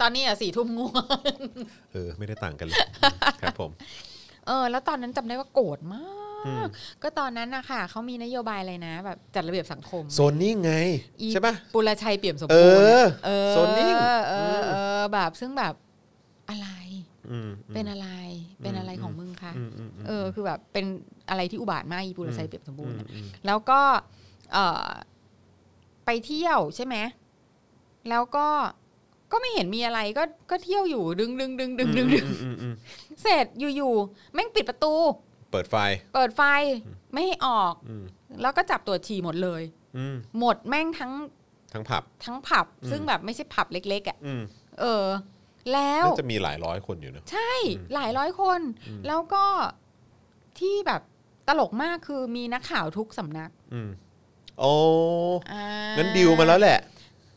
Speaker 3: ตอนนี้อ่ะสี่ทุ่มง่ว ง
Speaker 2: เออไม่ได้ต่างกันเลยครับผม
Speaker 3: เออ แล้วตอนนั้นจำได้ว่าโกรธมา
Speaker 2: อืม
Speaker 3: ก ก็ตอนนั้นนะคะเขามีนโยบายอะไรนะ แบบจัดระเบียบสังคม
Speaker 2: โซนนิ่งไง
Speaker 3: อี
Speaker 2: ใช่ปะ
Speaker 3: ปุรชัยเปี่ยมสมบูรณ์
Speaker 2: เออ
Speaker 3: อะเออ
Speaker 2: โซนนิ่ง
Speaker 3: เออเออเออแบบซึ่งแบบอะไร
Speaker 2: อืมอืม
Speaker 3: เป็นอะไรเป็นอะไรของมึงคะ
Speaker 2: อืมอืมอืม
Speaker 3: เออคือแบบเป็นอะไรที่อุบาทมากอีปุรชัยเปี่ยมสมบู
Speaker 2: อื
Speaker 3: รณ์
Speaker 2: ม
Speaker 3: อะ
Speaker 2: อืม
Speaker 3: แล้วก็เออไปเที่ยวใช่ไหมแล้วก็ก็ไม่เห็นมีอะไรก็ก็เที่ยวอยู่ดึงดึงดึงดึงดึงดึง
Speaker 2: อืมอืมอืม
Speaker 3: เสร็จอยู่ๆแม่งปิดประตู
Speaker 2: เปิดไฟ
Speaker 3: เปิดไฟไม่ให้ออก
Speaker 2: อืม
Speaker 3: แล้วก็จับตรวจฉี่หมดเลย
Speaker 2: อืม
Speaker 3: หมดแม่งทั้ง
Speaker 2: ทั้งผับ
Speaker 3: ทั้งผับ
Speaker 2: อืม
Speaker 3: ซึ่งแบบไม่ใช่ผับเล็ก ๆ อ่ะ
Speaker 2: อืม
Speaker 3: เออ แล้ว
Speaker 2: น่าจะมีหลายร้อยคนอยู่เนอะ
Speaker 3: ใช่
Speaker 2: อืม
Speaker 3: หลายร้อยคน
Speaker 2: อืม
Speaker 3: แล้วก็ที่แบบตลกมากคือมีนักข่าวทุกสำนัก
Speaker 2: อืมโอ้
Speaker 3: อ่า
Speaker 2: งั้นดิวมาแล้วแหละ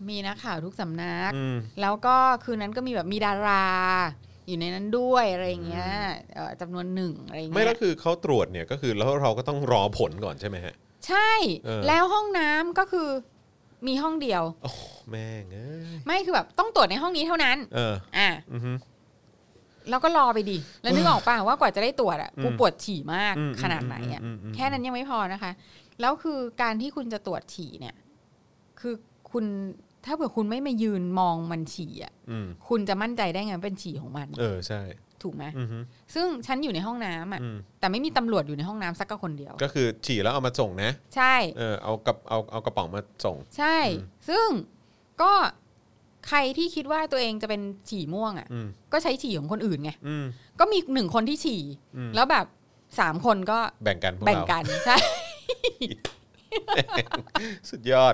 Speaker 3: มีนักข่าวทุกสำนัก
Speaker 2: อืม
Speaker 3: แล้วก็คืนนั้นก็มีแบบมีดารา อยู่ในนั้นด้วยอะไรอย่างเงี้ยเอ่อจำนวนหนึ่งอะไรอย่าง
Speaker 2: ไม่
Speaker 3: เงี้
Speaker 2: แล้ว
Speaker 3: ย
Speaker 2: คือเขาตรวจเนี่ยก็คือแล้วเราก็ต้องรอผลก่อนใช่ไหมฮะ
Speaker 3: ใช่
Speaker 2: เออ
Speaker 3: แล้วห้องน้ำก็คือมีห้องเดียว
Speaker 2: โอ้แม่งเอ้ย
Speaker 3: ไม่คือแบบต้องตรวจในห้องนี้เท่านั้น
Speaker 2: เออ
Speaker 3: อ่ะ
Speaker 2: อือฮึ
Speaker 3: แล้วก็รอไปดิ แล้วนึกออกป่ะว่ากว่าจะได้ตรวจอ่ะ
Speaker 2: อืม
Speaker 3: กูปวดฉี่มาก
Speaker 2: อืม
Speaker 3: ขนาดไหนอ่ะ
Speaker 2: อืมอืมอืม
Speaker 3: แค่นั้นยังไม่พอนะคะ แล้วคือการที่คุณจะตรวจฉี่เนี่ย คือคุณถ้าเผื่อคุณไม่มายืนมองมันฉี่อ่ะ
Speaker 2: อืม
Speaker 3: คุณจะมั่นใจได้ไงว่าเป็นฉี่ของมัน
Speaker 2: เออใช่
Speaker 3: ถูกไหม
Speaker 2: อือฮึ
Speaker 3: ซึ่งฉันอยู่ในห้องน้ำอ่ะ
Speaker 2: อืม
Speaker 3: แต่ไม่มีตำรวจอยู่ในห้องน้ำสักก็คนเดียว
Speaker 2: ก็คือฉี่แล้วเอามาส่งนะ
Speaker 3: ใช่
Speaker 2: เออเอากับเอาเอากระป๋องมาส่ง
Speaker 3: ใช่ ซึ่งก็ใครที่คิดว่าตัวเองจะเป็นฉี่ม่วงอ่ะ
Speaker 2: อืม
Speaker 3: ก็ใช้ฉี่ของคนอื่นไง
Speaker 2: อืม
Speaker 3: ก็มีหนึ่งคนที่ฉี่
Speaker 2: อืม
Speaker 3: แล้วแบบสามคนก็
Speaker 2: แบ่งกันพวก
Speaker 3: แบ่ง
Speaker 2: เรา
Speaker 3: กัน ใช่
Speaker 2: สุดยอด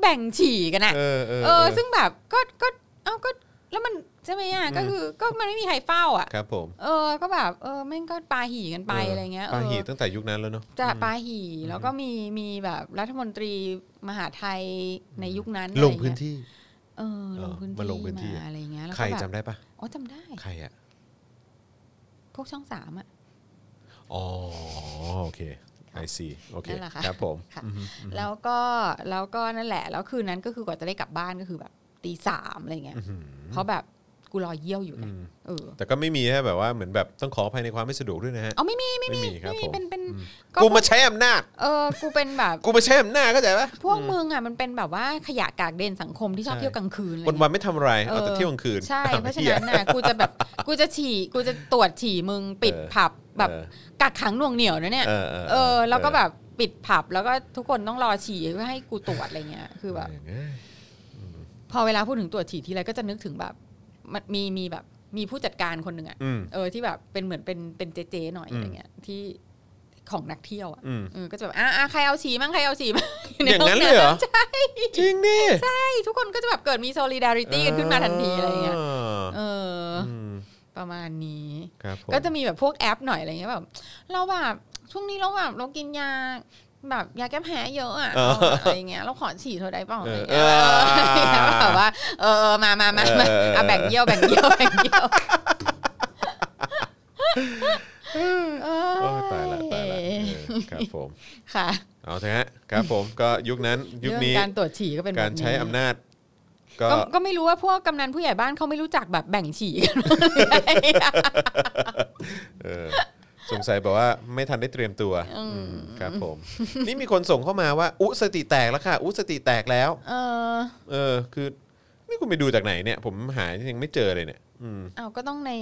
Speaker 3: แบ่งฉี่กันอะ
Speaker 2: เออเออ
Speaker 3: เออ ซึ่งแบบก็ก็เอาก็แล้วมันใช่ไหมอ่ะก็คือก็มันไม่มีใครเฝ้าอ่ะ
Speaker 2: ครับผม
Speaker 3: เออ ก็แบบเออแม่งก็ปาหี่กันไปอะไรเงี้ยเอ
Speaker 2: ปาหี
Speaker 3: อ
Speaker 2: ตั้งแต่ยุคนั้นแล้วเนาะ
Speaker 3: จะปาหี่แล้วก็มีมีแบบรัฐมนตรีมหาไทยในยุคนั้น
Speaker 2: ลง
Speaker 3: อะไรเย
Speaker 2: พื้นที่
Speaker 3: เออลงพื้นที่
Speaker 2: มาลงพื้นที่
Speaker 3: มาอะไรเงี้ยแล้ว
Speaker 2: ใคร
Speaker 3: ก็แบ
Speaker 2: จำ
Speaker 3: บ
Speaker 2: ได้ปะ
Speaker 3: อ๋อจำได้
Speaker 2: ใครอ่ะ
Speaker 3: พวกช่องสามอ่ะ
Speaker 2: อ๋อโอเค I see โอเค
Speaker 3: นั่นแหละค่ะ
Speaker 2: ครับผม
Speaker 3: ค่ะ
Speaker 2: อือฮึ
Speaker 3: แล้วก็แล้วก็นั่นแหละ แล้วคืนนั้นก็คือกว่าจะได้กลับบ้านก็คือแบบตีสามอะไรเงี้ย
Speaker 2: อื้อหือ
Speaker 3: เพราะแบบกูรอเยี่ยวอยู่ไง
Speaker 2: อืม
Speaker 3: เออ
Speaker 2: แต่ก็ไม่มีฮะแบบว่าเหมือนแบบต้องขออภัยในความไม่สะดวกด้วยนะฮะ
Speaker 3: เอาไม่มีไม่
Speaker 2: ไม่
Speaker 3: มี
Speaker 2: มีครับ
Speaker 3: ไม่
Speaker 2: ผ
Speaker 3: มี
Speaker 2: ม
Speaker 3: เป็นเป็นก็
Speaker 2: กูมาใช้อำนาจ
Speaker 3: เออกูเป็นแบบ
Speaker 2: กูมาใช้อำนาจเข้าใจปะ
Speaker 3: พวกมึงอ่ะมันเป็นแบบว่าขยะกากเด่นสังคมที่ชอบ
Speaker 2: ใช่
Speaker 3: เที่ยวกลางคืนอะไร
Speaker 2: วันวั
Speaker 3: เงี้ย
Speaker 2: นๆไม่ทำอะไร
Speaker 3: เออ
Speaker 2: เอาแต่เที่ยวกลางคืน
Speaker 3: ใช่
Speaker 2: อ้ว
Speaker 3: เพราะฉะ
Speaker 2: หี้ย
Speaker 3: นั้นน่ะกูจะแบบกูจะฉี่กูจะตรวจฉี่มึงปิด
Speaker 2: เออ
Speaker 3: ผับแบบ
Speaker 2: เออ
Speaker 3: กักขังหน่วงเหนียวนะเนี่ย
Speaker 2: เออ
Speaker 3: เออแล้วก็แบบปิดผับแล้วก็ทุกคนต้องรอฉี่เพื่อให้กูตรวจอะไรเงี้ยคือแบบ
Speaker 2: อย่างเงี้ย
Speaker 3: พอเวลาพูดถึงตรวจฉี่ทีไรก็จะนึกถึงแบบมันมีมีแบบมีผู้จัดการคนหนึ่งอ่ะ
Speaker 2: อืม
Speaker 3: เออที่แบบเป็นเหมือนเป็นเป็นเจ๊ๆหน่อยอะไรเงี้ยที่ของนักเที่ยวอ่ะ
Speaker 2: อืม
Speaker 3: เออก็จะแบบอ่ะอ่ะใครเอาฉี่มั่งใครเอาฉี่มั่ง
Speaker 2: อย่างนั้นเลยเหรอ
Speaker 3: ใช่
Speaker 2: จริงดิ
Speaker 3: ใช่ทุกคนก็จะแบบเกิดมี solidarity กันขึ้นมาทันทีอะไรเงี้ย เออ
Speaker 2: ม
Speaker 3: ประมาณนี้
Speaker 2: ครับผม
Speaker 3: ก็จะมีแบบพวกแอปหน่อยอะไรเงี้ยแบบเราแบบช่วงนี้เราแบบเรากินยาแบบยาแก้แพ้เยอะอะเอออะไรเงี้ยเราขอฉี่เธอได้เปล่าอะไร
Speaker 2: เอ
Speaker 3: เงี้ย
Speaker 2: อ
Speaker 3: แบบว่าเออเออมามามามา
Speaker 2: เออเออ
Speaker 3: เอาแบ่งเยี่ยวแบ่งเยี่ยวแบ่งเยี่ยว
Speaker 2: โอ้ยตายละตายละเออครับผม
Speaker 3: ค่ะ
Speaker 2: เอาเถอะฮะครับผมก็ยุคนั้นยุค
Speaker 3: เรื่อง
Speaker 2: นี้
Speaker 3: การตรวจฉี่ก็เป็นแบบ
Speaker 2: การ
Speaker 3: นี้
Speaker 2: ใช้อำนาจ ก็
Speaker 3: ก็ก็ไม่รู้ว่าพวกกำนันผู้ใหญ่บ้านเขาไม่รู้จักแบบแบ่งฉี่กัน
Speaker 2: เออสงสัยแบบว่าไม่ทันได้เตรียมตัวอืมครับผม นี่มีคนส่งเข้ามาว่า อุสติแตกแล้วค่ะ อุสติแตกแล้ว
Speaker 3: เออ
Speaker 2: เออ คือนี่คุณไปดูจากไหนเนี่ย ผมหายังไม่เจอเลยเนี่ย อืม
Speaker 3: เอาก็ต้องใน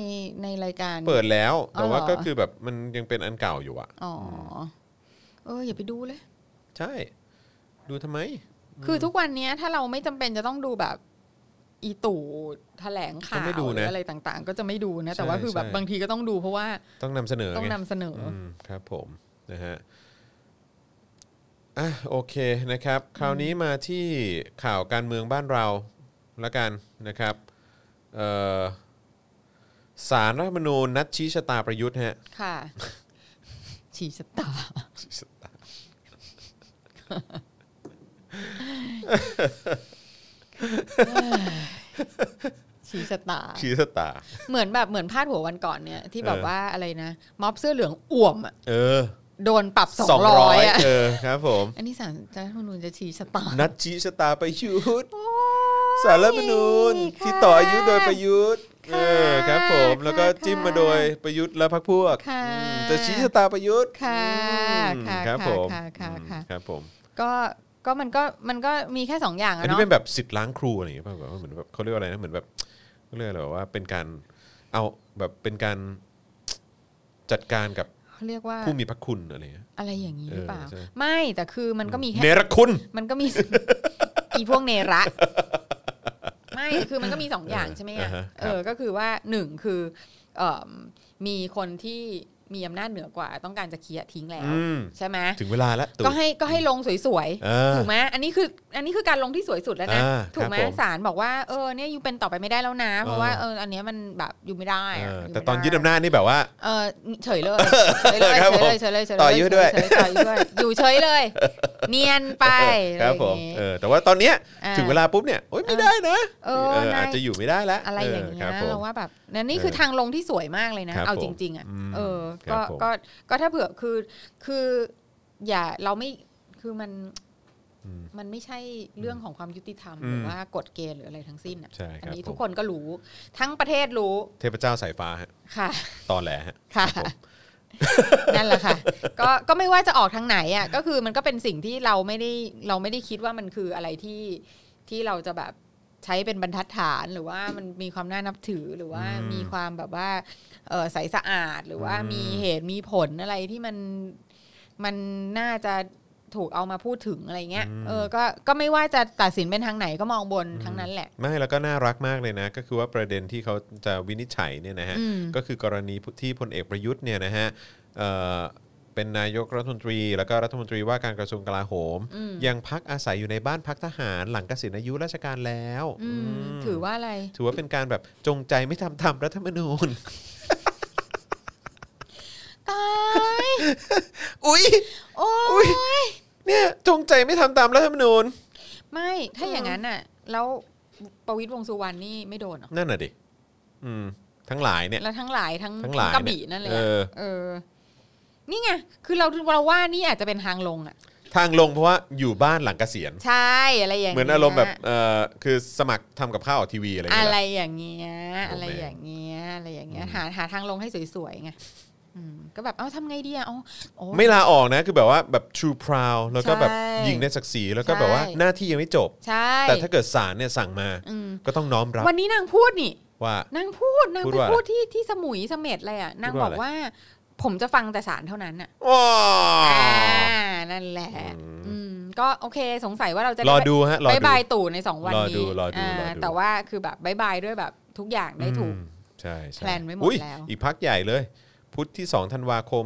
Speaker 3: ในรายการ
Speaker 2: เปิดแล้วแต่ว่า
Speaker 3: อ๋อเหรอ
Speaker 2: ก็คือแบบมันยังเป็นอันเก่าอยู่อะ
Speaker 3: อ๋อเอออย่าไปดูเลย
Speaker 2: ใช่ ดูทำไม
Speaker 3: คือทุกวันเนี้ยถ้าเราไม่จำเป็นจะต้องดูแบบอีตู่แถลงข่า
Speaker 2: ก็ไม่
Speaker 3: ว
Speaker 2: ดู
Speaker 3: ห
Speaker 2: นะ
Speaker 3: รืออะไรต่างๆ ก็จะไม่ดูนะ แต่
Speaker 2: ใช่
Speaker 3: ว่าคือแบบ
Speaker 2: ใช่
Speaker 3: บางทีก็ต้องดูเพราะว่า
Speaker 2: ต้องนำเสนอ
Speaker 3: ต้อง
Speaker 2: ไง
Speaker 3: นำเสนออ
Speaker 2: มครับผมนะฮะอ่ะโอเคนะครับ คราวนี้มาที่ข่าวการเมืองบ้านเราละกันนะครับเอ่อสารรัฐธรรมนูญนัดชี้ชะตาประยุทธ์ฮะ
Speaker 3: ค่ะ ชีชะตา ชีชะตา
Speaker 2: ชี้ชะตา
Speaker 3: เหมือนแบบเหมือนพาดหัววันก่อนเนี่ย ที่แบบ
Speaker 2: เออ
Speaker 3: ว่าอะไรนะ ม็อบเสื้อเหลืองอ่วมอะ
Speaker 2: เออ
Speaker 3: โดนปรับสองร้อยอ่ะ
Speaker 2: เออครับผม
Speaker 3: อันนี้สารรัฐธรรมนูญจะชี้ชะตา
Speaker 2: นัดชี้ชะตาประยุทธ์สารรัฐธรรมนูญ
Speaker 3: ค่ะ
Speaker 2: ที่ต่ออายุโดยประยุทธ์
Speaker 3: ค่ะ
Speaker 2: เออครับผมแล้วก็
Speaker 3: ค่ะ
Speaker 2: จิ้มมาโดยประยุทธ์และพรรคพวก
Speaker 3: ค่ะ
Speaker 2: อืมจะชี้ชะตาประยุทธ์
Speaker 3: ค่ะค่ะ
Speaker 2: ครับผม
Speaker 3: ค่ะค่ะค่ะ
Speaker 2: อืมครับผม
Speaker 3: ก็ก็มันก็มันก็มีแค่สองอย่าง
Speaker 2: อัน
Speaker 3: อะ
Speaker 2: นี้
Speaker 3: เนาะ
Speaker 2: เป็นแบบสิทธิ์ล้างครูอะไรอย่างเงี้ยป่ะแบบว่าเหมือนแบบเขาเรียกว่าอะไรนะเหมือนแบบเขาเรียกอะไรแบบว่าเป็นการเอาแบบเป็นการจัดการกับ
Speaker 3: เขาเรียกว่า
Speaker 2: ผู้มีพระคุณอะไรเงี้ย
Speaker 3: อะไรอย่างนี้หรือเปล่า
Speaker 2: เออใช่
Speaker 3: ไม่แต่คือมันก็มีแค่
Speaker 2: เนรคุณ
Speaker 3: มันก็มี อีพวกเนระ ไม่คือมันก็มีสองอย่างใช่ไหม
Speaker 2: อ่า
Speaker 3: อะ
Speaker 2: ฮะครับ
Speaker 3: เออก็คือว่าหนึ่งคือเอิ่มมีคนที่มีอำนาจเหนือกว่า ต้องการจะเคลียร์ทิ้งแล้ว
Speaker 2: อืม
Speaker 3: ใช่ไหม
Speaker 2: ถึงเวลาแล้วตู่
Speaker 3: ก็ให้ก็ให้ลงสวยๆ
Speaker 2: เออ
Speaker 3: ถูกไหมอันนี้คือ อันนี้คือการลงที่สวยสุดแล้วนะ
Speaker 2: อ่า
Speaker 3: ถูกไหม
Speaker 2: ครับผม
Speaker 3: ศาลบอกว่า เออ เนี่ยยูเป็นต่อไปไม่ได้แล้วนะ เพราะว่า เออ อันเนี้ยมันแบบอยู่ไม่ได้
Speaker 2: เอ
Speaker 3: อะ
Speaker 2: อ
Speaker 3: อยู่ไม่
Speaker 2: แต่ตอน
Speaker 3: ไ
Speaker 2: ยึดอำนาจนี่แบบว่า
Speaker 3: เออเฉยเลยเฉยเลย
Speaker 2: ครับผม
Speaker 3: เฉยเลยเฉยเล
Speaker 2: ต่ออายุด้วย
Speaker 3: เฉๆต่ออายุด้วย อยู่เฉยเลย เนียนไป
Speaker 2: ครับผมเออแต่ว่าตอนเนี้ย
Speaker 3: อ่า
Speaker 2: ถึงเวลาปุ๊บเนี่ยโอ๊ยไม่ได้นะ
Speaker 3: เออ
Speaker 2: เออ
Speaker 3: ได้
Speaker 2: อาจจะอยู่ไม่ได้แล้ว
Speaker 3: อะไรอย่างเงี้
Speaker 2: ค
Speaker 3: ย
Speaker 2: บผม
Speaker 3: เราว่าแบบนั่นนี่คือ
Speaker 2: เออ
Speaker 3: ทางลงที่สวยมากเลยนะ
Speaker 2: ครับ
Speaker 3: เอา
Speaker 2: ผม
Speaker 3: จริง ๆอ่ะ
Speaker 2: อืม
Speaker 3: เออ
Speaker 2: ครั
Speaker 3: ก็
Speaker 2: บผม
Speaker 3: ก็ก็ถ้าเผื่อคือคืออย่าเราไม่คือมัน
Speaker 2: อืม
Speaker 3: มันไม่ใช่เรื่องของความยุติธรรม
Speaker 2: อืม
Speaker 3: หรือว่ากฎเกณฑ์หรืออะไรทั้งสิ้นอ่ะ
Speaker 2: ใช่ครับ
Speaker 3: อันี้
Speaker 2: ผม
Speaker 3: ทุกคนก็รู้ทั้งประเทศรู้
Speaker 2: เทพเจ้าสายฟ้าฮะ
Speaker 3: ค่ะ
Speaker 2: ตอนแหลฮะ
Speaker 3: ค่ะ
Speaker 2: ครับผม
Speaker 3: นั่นแหละค่ะ ก็ก็ไม่ว่าจะออกทางไหนอ่ะก็คือมันก็เป็นสิ่งที่เราไม่ได้เราไม่ได้คิดว่ามันคืออะไรที่ที่เราจะแบบใช้เป็นบรรทัดฐานหรือว่ามันมีความน่านับถือหรือว่า
Speaker 2: อืม
Speaker 3: มีความแบบว่าเออใสสะอาดหรือว่า
Speaker 2: อืม
Speaker 3: มีเหตุมีผลอะไรที่มันมันน่าจะถูกเอามาพูดถึงอะไรเงี้ยเออก็ก็ไม่ว่าจะตัดสินเป็นทางไหนก็มองบนทั้งนั้นแหละ
Speaker 2: ไม่แล้วก็น่ารักมากเลยนะ ก็คือว่าประเด็นที่เขาจะวินิจฉัยเนี่ยนะฮะ
Speaker 3: อืม
Speaker 2: ก็คือกรณีที่พลเอกประยุทธ์เนี่ยนะฮะเอ่อเป็นนายกรัฐมนตรี แล้วก็รัฐมนตรีว่าการกระทรวงกลาโหม
Speaker 3: อืม
Speaker 2: ยังพักอาศัยอยู่ในบ้านพักทหารหลังเกษียณอายุราชการแล้ว
Speaker 3: อืม
Speaker 2: อืม
Speaker 3: ถือว่าอะไร
Speaker 2: ถือว่าเป็นการแบบจงใจไม่ทำตามรัฐธรรมนูญ
Speaker 3: ตาย
Speaker 2: อุ๊ย
Speaker 3: โอ้ย
Speaker 2: อุ๊ย เนี่ยจงใจไม่ทำตามรัฐธรรมนูญ
Speaker 3: ไม่ถ้าอย่างนั้นน่ะ แล้วประวิตรวงษ์สุวรรณนี่ไม่โดนเหรอ
Speaker 2: นั่นน่ะดิ อืม ทั้งหลายเนี่ย
Speaker 3: แล้วทั้งหลายทั้ง
Speaker 2: ทั้งหลาย
Speaker 3: กระบี่นั่นเลย
Speaker 2: เอ
Speaker 3: อะ
Speaker 2: อ
Speaker 3: เออ นี่ไงคือเราเราว่านี่อาจจะเป็นทางลงอ่ะ
Speaker 2: ทางลงเพราะว่าอยู่บ้านหลังเกษียณ
Speaker 3: ใช่อะไรอย่าง
Speaker 2: เหมือนอารมณ์แบบเออคือสมัครทำกับข้าวออกทีวีอะไรอย่าง
Speaker 3: อะไร
Speaker 2: เงี้ย
Speaker 3: อย่างเงี้ย
Speaker 2: โอ้แม่ง
Speaker 3: อะไรอย่างเงี้ยอะไรอย่างเงี้ย
Speaker 2: อืม
Speaker 3: หาหาทางลงให้สวยๆไงอืมก็แบบเอ้าทำไงดีอ่ะเอ๋อ
Speaker 2: ไม่ลาออกนะ คือแบบว่าแบบ true proud แล้วก็แบบ
Speaker 3: ใช่
Speaker 2: ยิงในศักดิ์ศรีแล้วก็แบบว่า
Speaker 3: ใช่
Speaker 2: หน้าที่ยังไม่จบ
Speaker 3: ใช่
Speaker 2: แต่ถ้าเกิดศาลเนี่ยสั่งมา
Speaker 3: อืม
Speaker 2: ก็ต้องน้อมรับ
Speaker 3: วันนี้นางพูดนี่
Speaker 2: ว่า
Speaker 3: นางพูดนาง
Speaker 2: พูด
Speaker 3: ไป
Speaker 2: ว่า
Speaker 3: พูดที่ที่สมุยเสม็ดเลยอ่ะนาง
Speaker 2: พูด
Speaker 3: บ
Speaker 2: ว่า
Speaker 3: อ
Speaker 2: อะ
Speaker 3: ก
Speaker 2: ไร
Speaker 3: ว่า ผมจะฟังแต่สารเท่านั้นอ่ะ
Speaker 2: อ๋อ
Speaker 3: อ่า นั่นแหละ
Speaker 2: อืม
Speaker 3: อืม ก็โอเค สงสัยว่าเราจะ
Speaker 2: รอ
Speaker 3: ได้
Speaker 2: ดูฮะ รอบ
Speaker 3: าย
Speaker 2: ดู
Speaker 3: บายตู่ในสองวัน
Speaker 2: รอดู
Speaker 3: นี้
Speaker 2: รอดู
Speaker 3: อ่าร
Speaker 2: อดู
Speaker 3: แต่ว่าคือแบบบายบายด้วยแบบทุกอย่างได้ถูก
Speaker 2: อืมใช่ใช่
Speaker 3: แพลนไว้หมด
Speaker 2: อุ๊ย
Speaker 3: แล้ว
Speaker 2: อีกพักใหญ่เลย พุธที่2ธันวาคม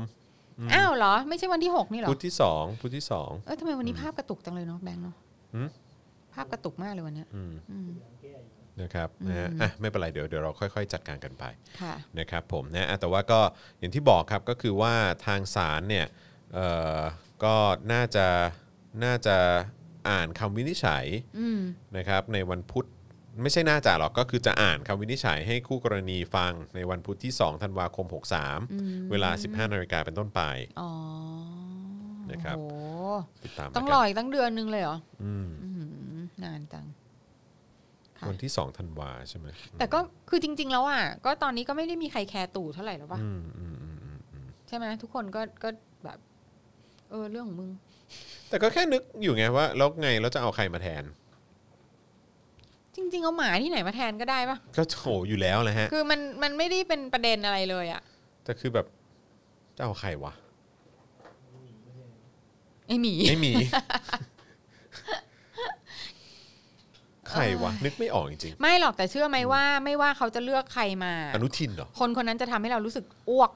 Speaker 3: อ้าวเหรอ ไม่ใช่วันที่หกนี่เหรอ
Speaker 2: พุธที่2พุธที่สอง
Speaker 3: เอ้ยทำไมวันนี้ภาพกระตุกจังเลยเนาะแบงค์เนาะ
Speaker 2: หืม
Speaker 3: ภาพกระตุกมากเลยวันเนี้ย
Speaker 2: อืม
Speaker 3: อืม
Speaker 2: นะครับนะฮะ
Speaker 3: อืม
Speaker 2: อ่ะไม่เป็นไรเดี๋ยวเดี๋ยวเราค่อยๆ จัดการกันไป
Speaker 3: ค่ะ
Speaker 2: นะครับผมนะอ่ะแต่ว่าก็อย่างที่บอกครับก็คือว่าทางศาลเนี่ยเอ่อก็น่าจะน่าจะอ่านคำวินิจฉัย
Speaker 3: อืม
Speaker 2: นะครับในวันพุธไม่ใช่น่าจะหรอกก็คือจะอ่านคำวินิจฉัยให้คู่กรณีฟังในวันพุธที่2ธันวาคม
Speaker 3: อืม
Speaker 2: 63 เวลา 15นาฬิกาเป็นต้นไป
Speaker 3: อ๋อ
Speaker 2: นะครับ
Speaker 3: โอ้โห
Speaker 2: ติดตาม
Speaker 3: ต้อง
Speaker 2: นะค
Speaker 3: ร
Speaker 2: รั
Speaker 3: อบ อีกตั้งเดือนนึงเลยเหรอ
Speaker 2: อืม
Speaker 3: อื้อหือนานจังค่ะ
Speaker 2: วันที่2ธันวาใช่ไหม
Speaker 3: แต่ก็คือจริง ๆ แล้วอ่ะก็ตอนนี้ก็ไม่ได้มีใครแคร์ตู่เท่าไหร่แล้วปะ
Speaker 2: อืมอืมอืมอืมอืม
Speaker 3: ใช่ไหมทุกคนก็ก็แบบ เออเรื่องของมึง
Speaker 2: แต่ก็แค่นึกอยู่ไงว่าแล้วไงเราจะเอาใครมาแทน
Speaker 3: จริง ๆ เอาหมาที่ไหนมาแทนก็ได้ปะ
Speaker 2: ก็โถอยู่แล้วแหละฮะ
Speaker 3: คือมันมันไม่ได้เป็นประเด็นอะไรเลยอ่ะ
Speaker 2: แต่คือแบบจะเอาใครวะ
Speaker 3: ไอหมี
Speaker 2: ไม่ มี ใครวะ นึกไม่ออกจริง
Speaker 3: ไม่หรอกแต่เชื่อไหมว่า ไม่ว่าเขาจะเลือกใครมา
Speaker 2: ๆอนุทินเหรอ
Speaker 3: คนคนนั้นจะทำให้เรารู้สึกอ้วก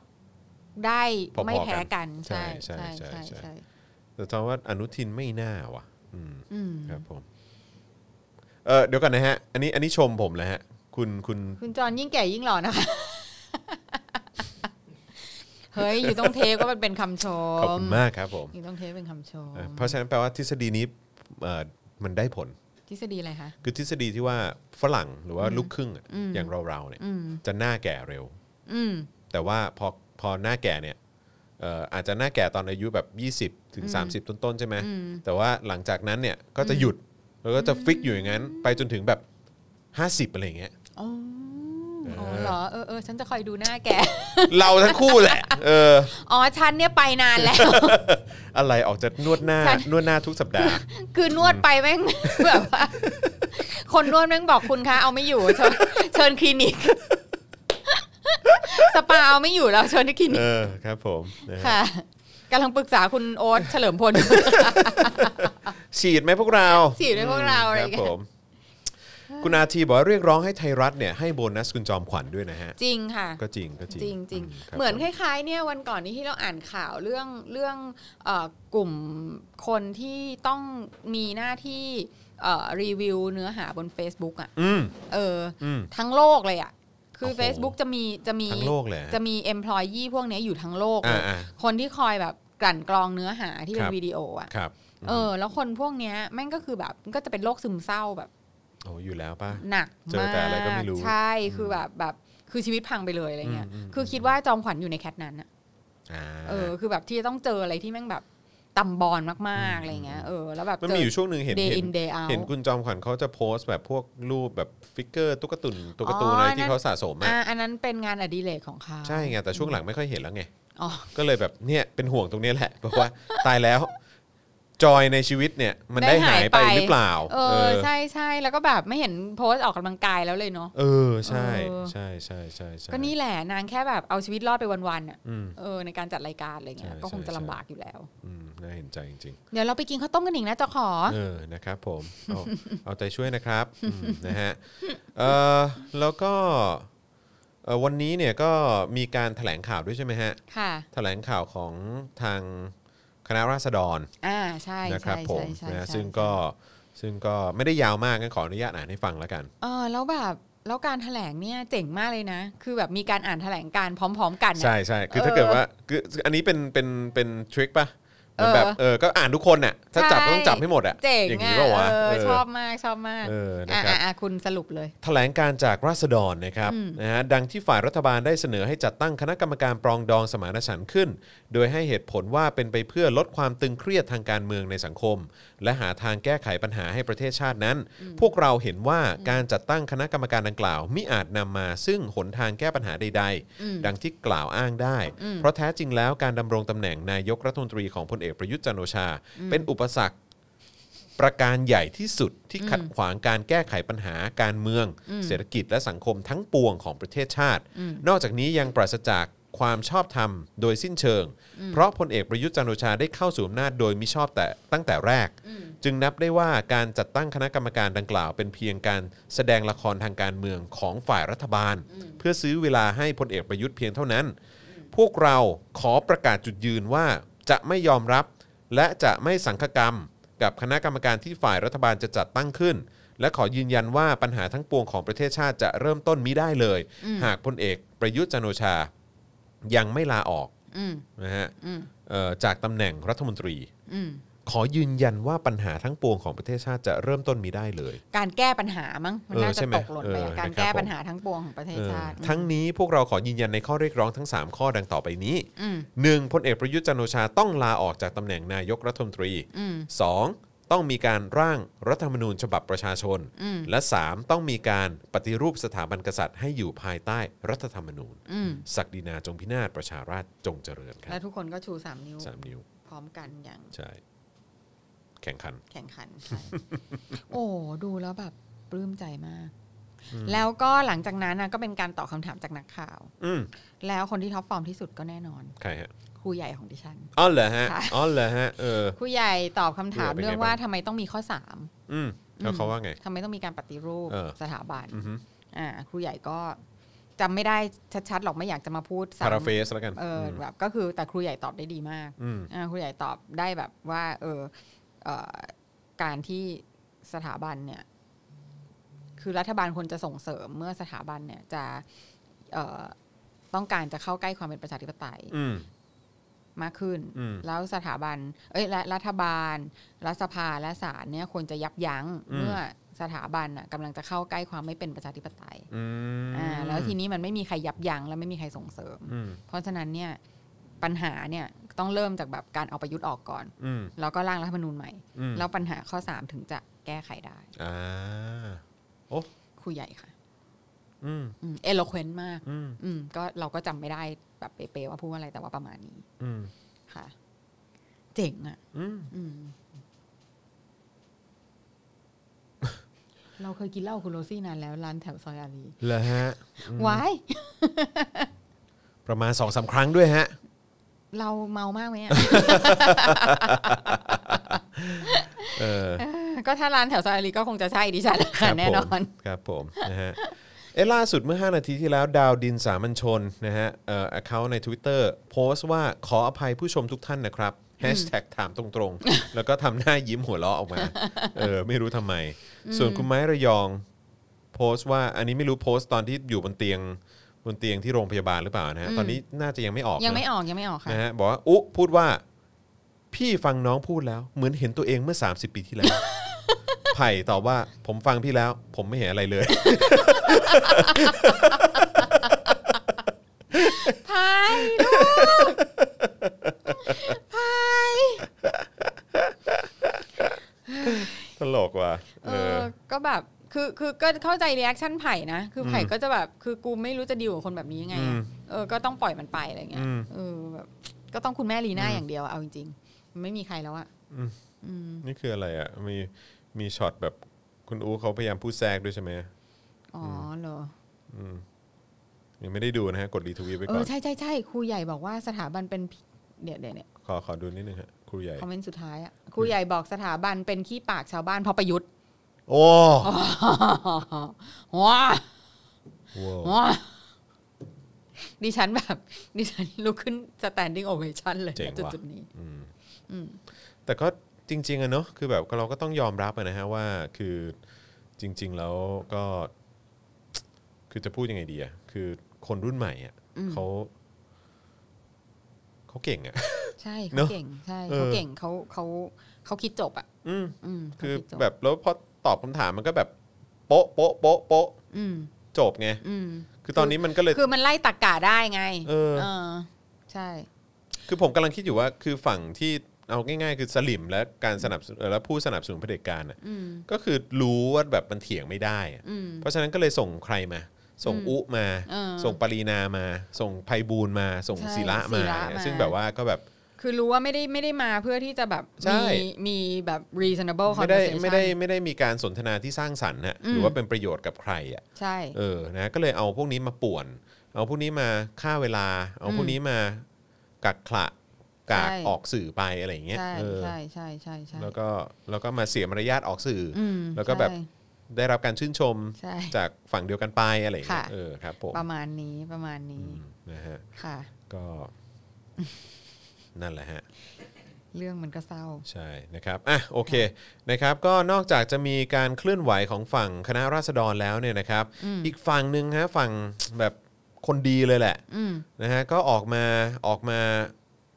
Speaker 3: ได้
Speaker 2: พอๆ
Speaker 3: ไม่แพ้
Speaker 2: กั
Speaker 3: กัน
Speaker 2: น
Speaker 3: ใช่
Speaker 2: ใช่
Speaker 3: ใช่
Speaker 2: ใช่
Speaker 3: ใช่
Speaker 2: ใช่
Speaker 3: ใช่
Speaker 2: แต่ทว่าอนุทินไม่น่าวะอืม
Speaker 3: อืม
Speaker 2: ครับผม เออเดี๋ยวกันนะฮะ อันนี้อันนี้ชมผมแล้วฮะ คุณคุณ
Speaker 3: คุณจรยิ่งแก่ยิ่งหล่อนะคะ เฮ้ย อยู่ต้องเทปก็มันเป็นคำชม
Speaker 2: ขอบคุณมากครับผม
Speaker 3: อยู่ต้องเทปเป็นคำชม
Speaker 2: เอ่อเพราะฉะนั้นแปลว่าทฤษฎีนี้เอ่อมันได้ผล
Speaker 3: ทฤษฎีอะไรคะ
Speaker 2: คือทฤษฎีที่ว่าฝรั่งหรือว่าลูกครึ่งอะ
Speaker 3: อืม
Speaker 2: อย่างเราเราๆเนี่ย
Speaker 3: อืม
Speaker 2: จะหน้าแก่เร็ว
Speaker 3: อืม
Speaker 2: แต่ว่าพอพอหน้าแก่เนี่ยเอ่ออาจจะหน้าแก่ตอนอายุแบบ 20 ถึง 30 ต้นๆใช่ไหม
Speaker 3: อืม
Speaker 2: แต่ว่าหลังจากนั้นเนี่ยก็จะหยุดแล้วก็จะฟิกอยู่อย่างนั้น ไปจนถึงแบบ 50อะไรอย่างเงี้ ย
Speaker 3: อ๋ออ๋อ
Speaker 2: เออ
Speaker 3: เหรอเออเออฉันจะคอยดูหน้าแก
Speaker 2: เราทั้งคู่แหละ เออ
Speaker 3: อ๋อฉันเนี่ยไปนาน แล้ว
Speaker 2: อะไรออกจะนวดหน้า
Speaker 3: ใช่
Speaker 2: นวดหน้าทุกสัป ดาห์
Speaker 3: คือนวดไปแม่ง แบบว่าคนนวดแม่งบอกคุณคะเอาไม่อยู่เชิญเชิญคลินิก สปาเอาไม่อยู่แล้วเชิญที่คลินิ
Speaker 2: เอก อครับผมนะฮะ
Speaker 3: ค่ะกำลังปรึกษาคุณโอ๊ตเฉลิมพล
Speaker 2: ฉีดไหมพวกเรา
Speaker 3: ฉีดไหมพวกเราอะไร
Speaker 2: ค
Speaker 3: อ
Speaker 2: รับ
Speaker 3: ย่างเงี้
Speaker 2: ผ
Speaker 3: ย
Speaker 2: มคุณอาทีบอกว่าเรียกร้องให้ไทยรัฐเนี่ยให้โบนัสคุณจอมขวัญด้วยนะฮะ
Speaker 3: จริงค่ะ
Speaker 2: ก็จริงก็จริง
Speaker 3: จริงจริง
Speaker 2: อืคบ
Speaker 3: เหมือน
Speaker 2: ผ
Speaker 3: คล้ายๆเนี่ยวันก่อนนี้ที่เราอ่านข่าวเรื่องเรื่องเอ่อกลุ่มคนที่ต้องมีหน้าที่เอ่อรีวิวเนื้อหาบน Facebook อ่ะ
Speaker 2: อืม
Speaker 3: เออ
Speaker 2: อืม
Speaker 3: ทั้งโลกเลยอ่ะ คือ
Speaker 2: โอ้โห
Speaker 3: Facebook จะมีจะมี
Speaker 2: ทั้งโลกเลยฮะ
Speaker 3: จะมี employee พวกเนี้ยอยู่ทั้งโลกเล
Speaker 2: อ่าย อ่า
Speaker 3: คนที่คอยแบบกลั่นกรองเนื้อหาที่เป็
Speaker 2: คน รับ
Speaker 3: วิดีโออ่ะ
Speaker 2: ครับ
Speaker 3: เออ แล้วคนพวกเนี้ยแม่งก็คือแบบก็จะเป็นโรคซึมเศร้าแบบ
Speaker 2: โอ้อยู่แล้วป่ะ
Speaker 3: หนัก
Speaker 2: เจอ
Speaker 3: มา
Speaker 2: แต่อะไรก็ไม่
Speaker 3: ก
Speaker 2: รู้
Speaker 3: ใช่คือแบบแบบคือชีวิตพังไปเลยอะไรเงี้ย
Speaker 2: อืมอืม
Speaker 3: คือคิดว่าจอมขวัญอยู่ในแคทนั้นอะ
Speaker 2: อ่า
Speaker 3: เออคือแบบที่จะต้องเจออะไรที่แม่งแบบตำบอลมากๆอะไรเงี้ยเออแล้วแบบ
Speaker 2: มัน
Speaker 3: เจ
Speaker 2: มี
Speaker 3: อ
Speaker 2: อยู่ช่วงหนึ่งเห็น
Speaker 3: day
Speaker 2: เห็น
Speaker 3: in day out
Speaker 2: เห็นคุณจอมขวัญเขาจะโพสต์แบบพวกรูปแบบฟิกเกอร์ตุ๊กตาตุนตุ๊กตาตูนอะไร
Speaker 3: อ๋อนั่
Speaker 2: ที่
Speaker 3: น
Speaker 2: เขาสะสมอะ
Speaker 3: อ่าอันนั้นเป็นงานอดิเรกของเขา
Speaker 2: ใช่ไงแต่ช่วงหลังไม่ค่อยเห็นแล้วไง
Speaker 3: อ๋อ
Speaker 2: ก็เลยแบบเนี่ยเป็นห่วงตรงเนี้ยแหละบอกว่า ตายแล้ว จอยในชีวิตเนี่ย มัน
Speaker 3: ได้
Speaker 2: ได้หายไป
Speaker 3: หายไป
Speaker 2: หรือเปล่า
Speaker 3: เออใช่ใช่แล้วก็แบบไม่เห็นโพสต์ออกกำลังกายแล้วเลยเนาะ
Speaker 2: เออใช่
Speaker 3: เออ
Speaker 2: ใช่ใช่ใช่ใช่
Speaker 3: ก็นี่แหละนางแค่แบบเอาชีวิตรอดไปวันๆอ่ะ
Speaker 2: อืม
Speaker 3: เออในการจัดรายการอะไรเงี้ย
Speaker 2: ใช่
Speaker 3: ก็คงจะ
Speaker 2: ใช่
Speaker 3: ลำบากอยู่แล้ว
Speaker 2: อืมน่าเห็นใจจริง
Speaker 3: เดี๋ยวเราไปกินข้าวต้มกันอีกนะเจ้าขอ
Speaker 2: ๆ เออนะครับผมเอาเอาใจช่วยนะครับอืมนะฮะเออแล้วก็เอ่อวันนี้เนี่ยก็มีการแถลงข่าวด้วยใช่ไหมฮะ
Speaker 3: ค่ะ
Speaker 2: แถลงข่าวของทางคณะราษฎร
Speaker 3: อ่าใช่
Speaker 2: นะครับ
Speaker 3: ใช่
Speaker 2: ผม
Speaker 3: ใช่ใช่
Speaker 2: นะ
Speaker 3: ใช่
Speaker 2: ซึ่งก็ซึ่งก็ไม่ได้ยาวมากงั้นขออนุญาตอ่านให้ฟังแล้วกัน
Speaker 3: เออแล้วแบบแล้วการแถลงเนี่ยเจ๋งมากเลยนะ คือแบบมีการอ่านแถลงการพร้อม ๆ กันน่ะ
Speaker 2: ใช่ใช่คือ
Speaker 3: เออ
Speaker 2: ถ้าเกิดว่าคืออันนี้เป็นเป็นเป็นทริคปะเหมือนแบบ
Speaker 3: เออ
Speaker 2: เออก็อ่านทุกคนน่ะถ้าจับ
Speaker 3: ใช่
Speaker 2: ก็ต้องจับให้หมดอ่ะ
Speaker 3: เจ๋ง
Speaker 2: อย่างนี้
Speaker 3: อ่ะ
Speaker 2: ป่าวะ
Speaker 3: เออ
Speaker 2: เออ
Speaker 3: ชอบมากชอบมาก
Speaker 2: เออนะ
Speaker 3: อ่ะ
Speaker 2: ครับ
Speaker 3: อ่ะอ่ะคุณสรุปเลย
Speaker 2: แถลงการจากราษฎรนะครับนะฮะดังที่ฝ่ายรัฐบาลได้เสนอให้จัดตั้งคณะกรรมการปรองดองสมานฉันท์ขึ้น โดยให้เหตุผลว่าเป็นไปเพื่อลดความตึงเครียดทางการเมืองในสังคม และหาทางแก้ไขปัญหาให้ประเทศชาตินั้น พวกเราเห็นว่าการจัดตั้งคณะกรรมการดังกล่าวมิอาจนำมาซึ่งหนทางแก้ปัญหาใด ๆ ดังที่กล่าวอ้างได้ เพราะแท้จริงแล้วการดำรงตำแหน่งนายกรัฐมนตรีของพลเอกประยุทธ์จันทร์โอชา เป็นอุปสรรค ประการใหญ่ที่สุดที่ขัดขวางการแก้ไขปัญหาการเมือง เศรษฐกิจและสังคมทั้งปวงของประเทศชาติ นอกจากนี้ยังปราศจากความชอบธรรมโดยสิ้นเชิง เพราะพลเอกประยุทธ์จันทร์โอชาได้เข้าสู่อำนาจโดยมิชอบแต่ตั้งแต่แรก จึงนับได้ว่าการจัดตั้งคณะกรรมการดังกล่าว เป็นเพียงการแสดงละครทางการเมืองของฝ่ายรัฐบาล เพื่อซื้อเวลาให้พลเอกประยุทธ์เพียงเท่านั้น พวกเราขอประกาศจุดยืนว่าจะไม่ยอมรับ และจะไม่สังคกรรม กับคณะกรรมการที่ฝ่ายรัฐบาลจะจัดตั้งขึ้น และขอยืนยันว่าปัญหาทั้งปวงของประเทศชาติจะเริ่มต้นมิได้เลย หากพลเอกประยุทธ์จันทร์โอชา ยังไม่ลาออก
Speaker 3: อืม
Speaker 2: นะฮะ
Speaker 3: อืม
Speaker 2: เอ่อจากตำแหน่งรัฐมนตรี
Speaker 3: อืม
Speaker 2: ข ขอยืนยันว่าปัญหาทั้งปวงของประเทศชาติจะเริ่มต้นมีได้เลย
Speaker 3: การแก้ปัญหามั้งมัน
Speaker 2: เออ
Speaker 3: น่า
Speaker 2: ใช่
Speaker 3: จะ
Speaker 2: ไหม
Speaker 3: ตกหล่นไปอะ
Speaker 2: เออ
Speaker 3: การ
Speaker 2: นะครับ
Speaker 3: แก้ปัญหาทั้งปวงของประเทศ
Speaker 2: เออ
Speaker 3: ชาติ
Speaker 2: ทั้งนี้พวกเราขอยืนยันในข้อเรียกร้องทั้ง 3 ข้อดังต่อไปนี้
Speaker 3: อืม
Speaker 2: 1. พลเอกประยุทธ์จันทร์โอชาต้องลาออกจากตำแหน่งนายกรัฐมนตรี
Speaker 3: อืม
Speaker 2: 2. ต้องมีการร่างรัฐธรรมนูญฉบับประชาชน
Speaker 3: อืม
Speaker 2: และ 3. ต้องมีการปฏิรูปสถาบันกษัตริย์ให้อยู่ภายใต้รัฐธรรมนูญ
Speaker 3: อืม
Speaker 2: ศักดินาจงพินาศประชาราษฎร์จงเจริญครั
Speaker 3: แล้
Speaker 2: บ
Speaker 3: วทุกคนก็ชูสามนิ้ว
Speaker 2: สามนิ้ว
Speaker 3: พร้อมกันอย่าง
Speaker 2: ใช่ แข่งขัน
Speaker 3: แข่งขันใช่ โอ้ดูแล้วแบบปลื้มใจมาก แล้วก็หลังจากนั้นนะก็เป็นการตอบคำถามจากนักข่าว
Speaker 2: อืม
Speaker 3: แล้วคนที่ท็อปฟอร์มที่สุดก็แน่นอน
Speaker 2: ใครฮะ
Speaker 3: ครูใหญ่ของดิฉัน
Speaker 2: อ๋อเหรอฮะ
Speaker 3: ค่ะ
Speaker 2: อ๋อเหรอฮะเออ
Speaker 3: ครูใหญ่ตอบคำถาม
Speaker 2: ครูใหญ่เป็นไง
Speaker 3: เรื่องว่า
Speaker 2: บ้าง
Speaker 3: ทำไมต้องมีข้อสาม
Speaker 2: อืมแล้วเขาว่าไง
Speaker 3: ทำไมต้องมีการปฏิรูป
Speaker 2: เออ
Speaker 3: สถาบัน
Speaker 2: อือฮึ
Speaker 3: อ่าครูใหญ่ก็จำไม่ได้ชัดๆหรอกไม่อยากจะมาพูด
Speaker 2: พาราเฟ
Speaker 3: ซ้ำ
Speaker 2: สแล้วกัน
Speaker 3: เออแบบก็คือแต่ครูใหญ่ตอบได้ดีมาก
Speaker 2: อืม
Speaker 3: อ่าครูใหญ่ตอบได้แบบว่าเออเออการที่สถาบันเนี่ยคือรัฐบาลควรจะส่งเสริมเมื่อสถาบันเนี่ยจะเอ่อต้องการจะเข้าใกล้ความเป็นประชาธิปไตย
Speaker 2: อืม
Speaker 3: มากขึ้น
Speaker 2: อืม
Speaker 3: แล้วสถาบันเอ้ยและรัฐบาล รัฐสภาและศาลเนี่ยควรจะยับยั้ง
Speaker 2: อืม
Speaker 3: เมื่อสถาบันน่ะกำลังจะเข้าใกล้ความไม่เป็นประชาธิปไตย
Speaker 2: อืม
Speaker 3: อ่าแล้วทีนี้มันไม่มีใครยับยั้งและไม่มีใครส่งเสริม
Speaker 2: อืม
Speaker 3: เพราะฉะนั้นเนี่ยปัญหาเนี่ยต้องเริ่มจากแบบการเอาประยุทธ์ออกก่อน
Speaker 2: อืม
Speaker 3: แล้วก็ร่างรัฐธรรมนูญใหม่
Speaker 2: อืม
Speaker 3: แล้วปัญหาข้อ 3 ถึงจะแก้ไขได้
Speaker 2: อ่า
Speaker 3: ครูใหญ่ค่ะ
Speaker 2: อืม
Speaker 3: เอโลเควนมาก
Speaker 2: อืม
Speaker 3: อืมก็เราก็จำไม่ได้แบบเป๊ะๆว่าพูดว่าอะไรแต่ว่าประมาณนี้
Speaker 2: อืม
Speaker 3: ค่ะ เจ๋งอ่ะ
Speaker 2: อืม
Speaker 3: อื ม เราเคยกินเหล้าคุณโรซี่นานแล้วร้านแถวซอยอารี
Speaker 2: เหรอฮะอืม
Speaker 3: วาย
Speaker 2: ประมาณสองสามครั้งด้วยฮะ
Speaker 3: เราเมามากไหมอะ
Speaker 2: เออ
Speaker 3: ก็ถ้าร้านแถวซอยอารีก็คงจะใช่ดิฉันค่ะแน่นอน
Speaker 2: ครับผมนะฮะเอยล่าสุดเมื่อ 5 นาทีที่แล้วดาวดินสามัญชนนะฮะเอ่อ account ใน Twitter โพสต์ว่าขออภัยผู้ชมทุกท่านนะครับแฮชแท็กถามตรงๆ แล้วก็ทำหน้ายิ้มหัวเราะ ออกมาเออไม่รู้ทำไม ส่วนคุณไม้ระยอง โพสต์ว่าอันนี้ไม่รู้โพสต์ตอนที่อยู่บนเตียงบนเตียงที่โรงพยาบาลหรือเปล่านะฮะ
Speaker 3: อืม
Speaker 2: ตอนนี้น่าจะยังไม่ออก
Speaker 3: ยังไม่
Speaker 2: นะ
Speaker 3: ออกยังไม่ออกค่ะ
Speaker 2: นะฮะบอกว่าอุ๊พูดว่า พี่ฟังน้องพูดแล้ว เหมือนเห็นตัวเองเมื่อ 30 ปีที่ แล้ว ไผ่ตอบว่าผมฟังพี่แล้ว ผมไม่เห็นอะไรเลย
Speaker 3: พายลูกพาย
Speaker 2: ตลกว่ะ
Speaker 3: เอ
Speaker 2: เออ
Speaker 3: อก็แบบคือคือก็เข้าใจรีแอคชั่นไผ่นะ คืออ
Speaker 2: ม
Speaker 3: ไผ่ก็จะแบบคือกูไม่รู้จะดีลกับคนแบบนี้ยังไงอะ
Speaker 2: อืม
Speaker 3: เออก็ต้องปล่อยมันไปอะไรเงี้ย
Speaker 2: อืม
Speaker 3: เออแบบก็ต้องคุณแม่ลีน่า
Speaker 2: อืม
Speaker 3: อย่างเดียวอะเอาจริงๆมันไม่มีใครแล้วอะอืม
Speaker 2: นี่คืออะไรอ่ะ มีมีช็อตแบบคุณอู๋เขาพยายามพูดแทรกด้วยใช่ไหม
Speaker 3: อ๋อเหรอ
Speaker 2: อืมยังไม่ได้ดูนะฮะ กดรีทวีตไว้
Speaker 3: เอ
Speaker 2: ก่อ
Speaker 3: อน ใช่ใช่ใช่ครูใหญ่บอกว่าสถาบันเป็นพี่เดี๋ยวเดี๋ยวเนี่ย
Speaker 2: ขอขอดูนิดนึงฮะครูใหญ่
Speaker 3: คอมเมนต์สุดท้ายอะครูใหญ่บอกสถาบันเป็นขี้ปากชาวบ้านเพราะประยุทธ์
Speaker 2: โอ้
Speaker 3: ว้า
Speaker 2: โว้
Speaker 3: ว้าดิฉันแบบ ดิฉันลุกขึ้น standing ovation เลยนะจุดจุดๆนี้
Speaker 2: อืม
Speaker 3: อืม
Speaker 2: แต่ก็จริง ๆอะเนาะคือแบบเราก็ต้องยอมรับอะนะฮะว่าคือจริง ๆ แล้วก็ คือจะพูดยังไงดีอะคือคนรุ่นใหม่อ่ะ
Speaker 3: อืม
Speaker 2: เขาเขาเก่ งอ่ะ
Speaker 3: ใช่
Speaker 2: เน
Speaker 3: เขา
Speaker 2: อะ
Speaker 3: เก่ง ใช่
Speaker 2: เออ
Speaker 3: เขาเก่งเขาเขาเขาคิดจบอ่ะ
Speaker 2: อืม
Speaker 3: อืมเขา
Speaker 2: คือ
Speaker 3: ดจ
Speaker 2: แบบแล้วพอตอบคำถามมันก็แบบโป๊ะโป๊ะโป๊ะโป๊ะ
Speaker 3: อืม
Speaker 2: จบไง
Speaker 3: อืม
Speaker 2: คือตอนนี้มันก็เลย
Speaker 3: คือมันไล่ตักกะได้ไง
Speaker 2: เออ
Speaker 3: ใช่
Speaker 2: คือผมกำลังคิดอยู่ว่าคือฝั่งที่เอาง่าย ๆ คือสลิมและการสนับสนุนเอ่อและผู้สนับสนุนเผด็จการน่ะ
Speaker 3: อืม
Speaker 2: ก็คือรู้ว่าแบบมันเถียงไม่ได้อะ
Speaker 3: อืม
Speaker 2: เพราะฉะนั้นก็เลยส่งใครมา ส่ง
Speaker 3: อืม
Speaker 2: อุมา
Speaker 3: เออ
Speaker 2: ส่งปรีนามา ส่งไพบูลย์มา ส่ง
Speaker 3: ใช่
Speaker 2: ศิระมา
Speaker 3: ศิระมา
Speaker 2: ซึ่งแบบว่าก็แบบ
Speaker 3: คือรู้ว่าไม่ได้ไม่ได้มาเพื่อที่จะแบบ
Speaker 2: ใช่
Speaker 3: มีมีแบบ reasonable
Speaker 2: ไม่ได้
Speaker 3: conversation
Speaker 2: ไม่ได้ไม่ได้มีการสนทนาที่สร้างสรรค์นะหรือว่าเป็นประโยชน์กับใครอ่ะ
Speaker 3: ใช่
Speaker 2: เออ นะ ก็เลยเอาพวกนี้มาป่วน เอาพวกนี้มาฆ่าเวลา เอาพวกนี้มากักขละกาก
Speaker 3: ใช่
Speaker 2: ออกสื่อไปอะไรอย่างเงี้ย
Speaker 3: ใช่
Speaker 2: เออ
Speaker 3: ใช่ใช่ใช่ใช่
Speaker 2: แล้วก็ แล้วก็มาเสียมารยาทออกสื่ออ
Speaker 3: อืม
Speaker 2: แล้วก็แบบ
Speaker 3: ใช่
Speaker 2: ได้รับการชื่นชม
Speaker 3: ใช่
Speaker 2: จากฝั่งเดียวกันไปอะไรอย่างเงี้ย
Speaker 3: ค่ะ
Speaker 2: เออ ครับผม
Speaker 3: ประมาณนี้ประมาณ
Speaker 2: อื
Speaker 3: นี้
Speaker 2: มนะฮะ
Speaker 3: ค่ะ
Speaker 2: ก็ นั่นแหละฮะ
Speaker 3: เรื่องมันก็เศร้า
Speaker 2: ใช่นะครับ อ่ะโอเคนะครับ ก็นอกจากจะมีการเคลื่อนไหวของฝั่งคณะราษฎรแล้วเนี่ยนะครับ อีกฝั่งหนึ่งฮะฝั่งแบบคนดีเลยแหละ
Speaker 3: อืม
Speaker 2: นะฮะก็ออกมาออกมา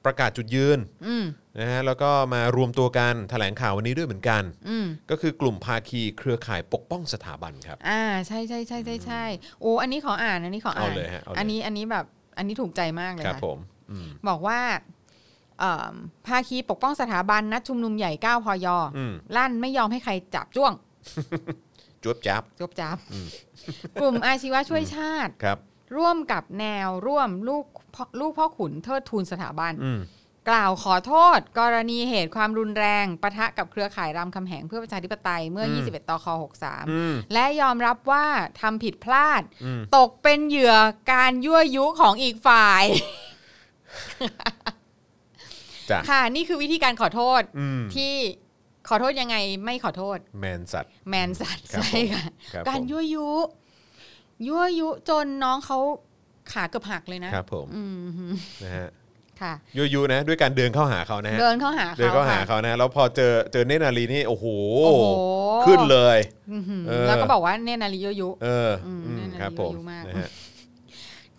Speaker 2: ประกาศจุดยืน
Speaker 3: อืม
Speaker 2: นะฮะแล้วก็มารวมตัวกันแถลงข่าววันนี้ด้วยเหมือนกัน
Speaker 3: อืม
Speaker 2: ก็คือกลุ่มภาคีเครือข่ายปกป้องสถาบันครับ
Speaker 3: อ่าใช่ใช่ใช่ใช่ใช่โอ้อันนี้ขออ่านอันนี้ขออ่าน
Speaker 2: เอาเลยฮะเอาเลย
Speaker 3: นนี้อันนี้แบบอันนี้ถูกใจมากเลย
Speaker 2: ครับ
Speaker 3: ค่ะ
Speaker 2: ผมอืม
Speaker 3: บอกว่าเอิ่มภาคีปกป้องสถาบันนัดชุมนุมใหญ่ 9 พย
Speaker 2: อืม
Speaker 3: ลั่นไม่ยอมให้ใครจับจ้วง
Speaker 2: จวบจับ
Speaker 3: จบจับ กลุ่มอาชีวะช่วยชาติ
Speaker 2: ครับ
Speaker 3: ร่วมกับแนวร่วมลูกพ่อลูกพ่อขุนเทิดทูนสถาบัน
Speaker 2: อืม
Speaker 3: กล่าวขอโทษ กรณีเหตุความรุนแรงปะทะกับเครือข่ายรามคำแหงเพื่อประชาธิปไตยเมื่อ 21ตค63
Speaker 2: อืม
Speaker 3: และยอมรับว่าทำผิดพลาด
Speaker 2: อืม
Speaker 3: ตกเป็นเหยื่อการยั่วยุของอีกฝ่าย
Speaker 2: จ้ะ
Speaker 3: ค่ะ นี่คือวิธีการขอโทษ
Speaker 2: อืม
Speaker 3: ที่ขอโทษยังไงไม่ขอโทษ
Speaker 2: แมนสัตว์
Speaker 3: แมนสัตว์
Speaker 2: ครับ
Speaker 3: ใช่ค่ะ
Speaker 2: ครับ
Speaker 3: การ
Speaker 2: ผม
Speaker 3: ยั่วยุ ยั่วยุจนน้องเขาขาเกือบหักเลยนะครับ
Speaker 2: ผม
Speaker 3: อืมฮึ
Speaker 2: นะฮะ
Speaker 3: ค่ะ
Speaker 2: ยูยูนะ ด้วยการเดินเข้าหาเขานะฮะ
Speaker 3: เดินเข้าหา
Speaker 2: เดิน
Speaker 3: เขา
Speaker 2: เข้าหา
Speaker 3: ค่ะ
Speaker 2: เขานะ แล้วพอเจอเจอเนตรนารีนี่โอ้โห
Speaker 3: โอ้โห
Speaker 2: ขึ้นเลย
Speaker 3: อื้อหือ
Speaker 2: เออ
Speaker 3: แล้วก็บอกว่าเนี่ยนาฬิยั่วยุ
Speaker 2: เอออ
Speaker 3: ม
Speaker 2: อืม
Speaker 3: เนตรนารี
Speaker 2: ครับผม
Speaker 3: ยั่วยุมาก
Speaker 2: นะฮะ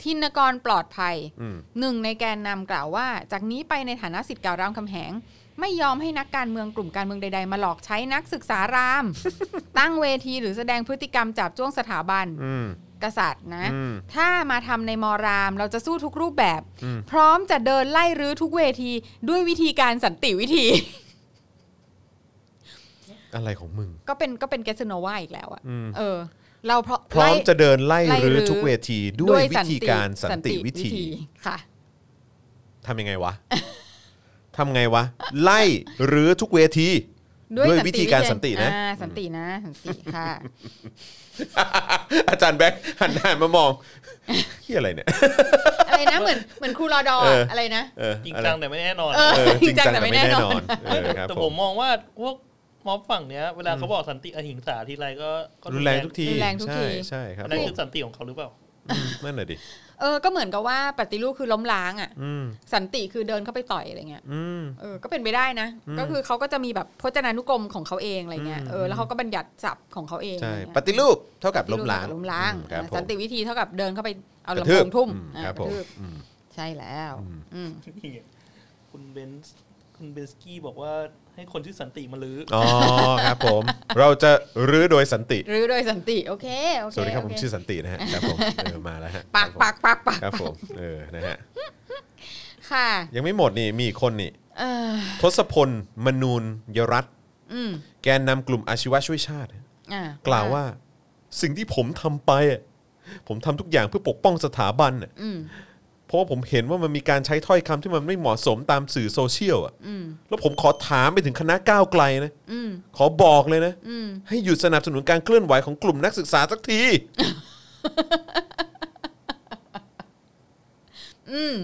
Speaker 3: ทินกรปลอดภัย
Speaker 2: อืม
Speaker 3: หนึ่งในแกนนำกล่าวว่า จากนี้ไปในฐานะสิทธิ์เก่ารามคำแหง ไม่ยอมให้นักการเมืองกลุ่มการเมืองใด ๆ มาหลอกใช้นักศึกษาราม ตั้งเวทีหรือแสดงพฤติกรรมจับจ้วงสถาบัน
Speaker 2: อืม
Speaker 3: กษัตริย์นะ
Speaker 2: อืม
Speaker 3: ถ้ามาทำในมอรามเราจะสู้ทุกรูปแบบ
Speaker 2: อืม
Speaker 3: พร้อมจะเดินไล่รื้อทุกเวทีด้วยวิธีการสันติวิธี
Speaker 2: อะไรของมึง
Speaker 3: ก็เป็นก็เป็นแกสโนวาอีกแล้วอะ
Speaker 2: อืม
Speaker 3: เออ เราเพราะ
Speaker 2: พร้อม
Speaker 3: ไล่
Speaker 2: จะเดินไล่
Speaker 3: ไล่
Speaker 2: รื้อ
Speaker 3: รื้อ
Speaker 2: ทุกเวทีด้วยวิธีการสันติวิธี
Speaker 3: ค่ะ
Speaker 2: ทำยังไงวะ ทำไงวะ ไล่รื้อทุกเวที
Speaker 3: ด้วย
Speaker 2: ด้วยวิธีการ
Speaker 3: ธี
Speaker 2: สันตินะ
Speaker 3: อ่าสันตินะสันติค่ะ
Speaker 2: อาจารย์แบงค์หันหน้ามามองเฮียอะไรเนี่ย
Speaker 3: อะไรนะเหมือนเหมือนครูรอดอ
Speaker 2: เอออ
Speaker 3: อะไรนะ
Speaker 2: เออ
Speaker 4: จริง
Speaker 2: อะไร
Speaker 4: จังแต่ไม่แน่นอน
Speaker 3: เออ
Speaker 2: เออจริงจัง
Speaker 3: จริงจังแต่
Speaker 2: แต่
Speaker 3: ไม่
Speaker 2: ไม่
Speaker 3: แน่
Speaker 2: แน่
Speaker 3: น
Speaker 2: น
Speaker 3: อ
Speaker 2: อน นเอ อครับ
Speaker 4: แต่
Speaker 2: ผ
Speaker 4: ผม มมองว่าพวกม็อบฝั่งเนี้ย เวลาเขาบอกสันติอหิงสาทีไรก็
Speaker 2: รุนแรงทุกที
Speaker 3: รุนแรงทุกที
Speaker 2: ใช่ใช่ครับ
Speaker 4: อันนั่น
Speaker 2: ผม
Speaker 4: คือสันติของเขาหรือเปล่า
Speaker 2: นั่นแหละดิ
Speaker 3: เออ ก็เหมือนกับว่าปฏิรูปคือล้มล้างอ่ะ
Speaker 2: อืม
Speaker 3: สันติคือเดินเข้าไปต่อยอะไรเงี้ย
Speaker 2: อืม
Speaker 3: เออ ก็เป็นไปได้นะ
Speaker 2: อืม
Speaker 3: ก็คือเขาก็จะมีแบบพจนานุกรมของเขาเองอะไรเงี้ย
Speaker 2: อืม
Speaker 3: เออ แล้วเขาก็บัญญัติศัพท์ของเขาเอง
Speaker 2: ใช่
Speaker 3: อะไรเงี้ย
Speaker 2: ปฏิรูปเท่ากับล้มล้าง
Speaker 3: ปฏิรูปล้มล้าง
Speaker 2: อืมครับ
Speaker 3: อ่า
Speaker 2: ผม
Speaker 3: สันติวิธีเท่ากับเดินเข้าไปเอา
Speaker 2: กระ
Speaker 3: ลำโพ
Speaker 2: ทืบ
Speaker 3: งทุ่ม
Speaker 2: อื
Speaker 3: อ่า
Speaker 2: ครับ
Speaker 3: ก
Speaker 2: ผม
Speaker 3: ระทืบ
Speaker 2: อืม
Speaker 3: ใช่แล้ว
Speaker 2: อืม
Speaker 3: อืม
Speaker 4: นี่ไงคุณเบนซ์คุณเบนสกี้บอกว่าให้คนชื่อสันติมาลื้อ
Speaker 2: อ๋อครับ ผม เราจะรื้อโดยสันติ
Speaker 3: หรือโดยสันติ โอเค โอเค
Speaker 2: สวัสดีครับ ผ
Speaker 3: โอ
Speaker 2: ม
Speaker 3: เ
Speaker 2: ชื่อสันตินะฮะครับผมเออมาแล้วฮะ
Speaker 3: ปากปากปากปาก
Speaker 2: ครับผมเออนะฮะ
Speaker 3: ค่ะ
Speaker 2: ยังไม่หมดนี่มีอีกคนนี่
Speaker 3: เออ
Speaker 2: ทศพลมนูนยรัตน์
Speaker 3: อืม
Speaker 2: แกนนำกลุ่มอาชีวะช่วยชาติ
Speaker 3: อ่าก
Speaker 2: ล่าวว่าสิ่งที่ผมทำไปอะผมทำทุกอย่างเพื่อปกป้องสถาบันอะ
Speaker 3: อืม
Speaker 2: เพราะว่าผมเห็นว่ามันมีการใช้ถ้อยคำที่มันไม่เหมาะสมตามสื่อโซเชียลอะ
Speaker 3: อืม
Speaker 2: แล้วผมขอถามไปถึงคณะก้าวไกลนะ
Speaker 3: อืม
Speaker 2: ขอบอกเลยนะ
Speaker 3: อืม
Speaker 2: ให้หยุดสนับสนุนการเคลื่อนไหวของกลุ่มนักศึกษาสักที
Speaker 3: อืม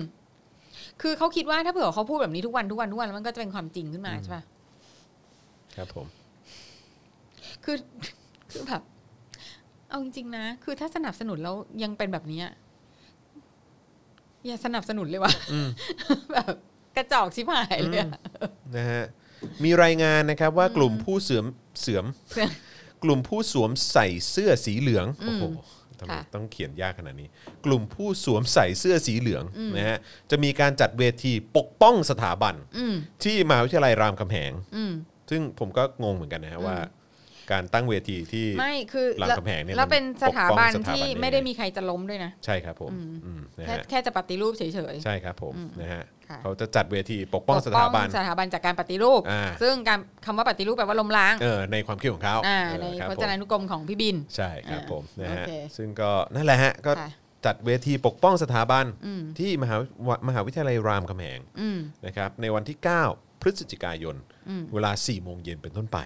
Speaker 3: คือเขาคิดว่าถ้าเผื่อเขาพูดแบบนี้ทุกวันทุกวันทุกวันแล้วมันก็จะเป็นความจริงขึ้นมาใช่ปะ
Speaker 2: ครับผม
Speaker 3: คือ คือแบบ เอาจริงๆนะ คือถ้าสนับสนุนแล้วยังเป็นแบบเนี้ยอย่าสนับสนุนเลยวะ
Speaker 2: อืม
Speaker 3: แบบกระจอกชิบหายเลยอะ
Speaker 2: นะฮะมีรายงานนะครับว่ากลุ่มผู้เสื่อมเสื่อม
Speaker 3: เสื่อม
Speaker 2: กลุ่มผู้สวมใส่เสื้อสีเหลือง
Speaker 3: อืม
Speaker 2: โอ้โหทำไม
Speaker 3: ค่ะ
Speaker 2: ต้องเขียนยากขนาดนี้ กลุ่มผู้สวมใส่เสื้อสีเหลืองนะฮะจะมีการจัดเวทีปกป้องสถาบัน
Speaker 3: อืม
Speaker 2: ที่มหาวิทยาลัยรามคำแหง
Speaker 3: อืม
Speaker 2: ซึ่งผมก็งงเหมือนกันนะฮะ
Speaker 3: อืม
Speaker 2: ว่า การตั้งเวทีที่
Speaker 3: ไม่คือ
Speaker 2: ราม
Speaker 3: แล้ว
Speaker 2: คำแหงเนี่ย
Speaker 3: แล้วเป็น
Speaker 2: มัน
Speaker 3: สถาบัน
Speaker 2: ปกป้องสถาบัน
Speaker 3: ที่
Speaker 2: ได้ไง
Speaker 3: ไม่ได้มีใครจะล้มด้วยนะ
Speaker 2: ใช่ครับผม
Speaker 3: อืม
Speaker 2: อืมนะ
Speaker 3: แค่
Speaker 2: ฮะ
Speaker 3: แค่จะปฏิรูปเฉย
Speaker 2: ใช่ครับผม
Speaker 3: อืม
Speaker 2: นะฮะ
Speaker 3: ค่ะ
Speaker 2: เขาจะจัดเวทีปก
Speaker 3: ๆ
Speaker 2: ป้องสถาบัน
Speaker 3: ปกป้องสถาบันจากการปฏิรูป
Speaker 2: อ่า
Speaker 3: ซึ่งการคำว่าปฏิรูปแปลว่าล้มล้าง
Speaker 2: เออในความคิดของเขา
Speaker 3: อ่า
Speaker 2: เออ
Speaker 3: ใน
Speaker 2: ครับ
Speaker 3: พ
Speaker 2: ผม
Speaker 3: จนานุกรมของพี่บิน
Speaker 2: ใช่ครับผมนะฮะ
Speaker 3: โอเค
Speaker 2: ซึ่งก็นั่นแหละฮะก็
Speaker 3: ค่ะ
Speaker 2: จัดเวทีปกป้องสถาบัน
Speaker 3: อืม
Speaker 2: ที่มหามหาวิทยาลัยรามคำแหง
Speaker 3: อืม
Speaker 2: นะครับในวันที่ 9 พฤศจิกายน
Speaker 3: อืม
Speaker 2: เวลา 4 โมงเย็นเป็นต้นไป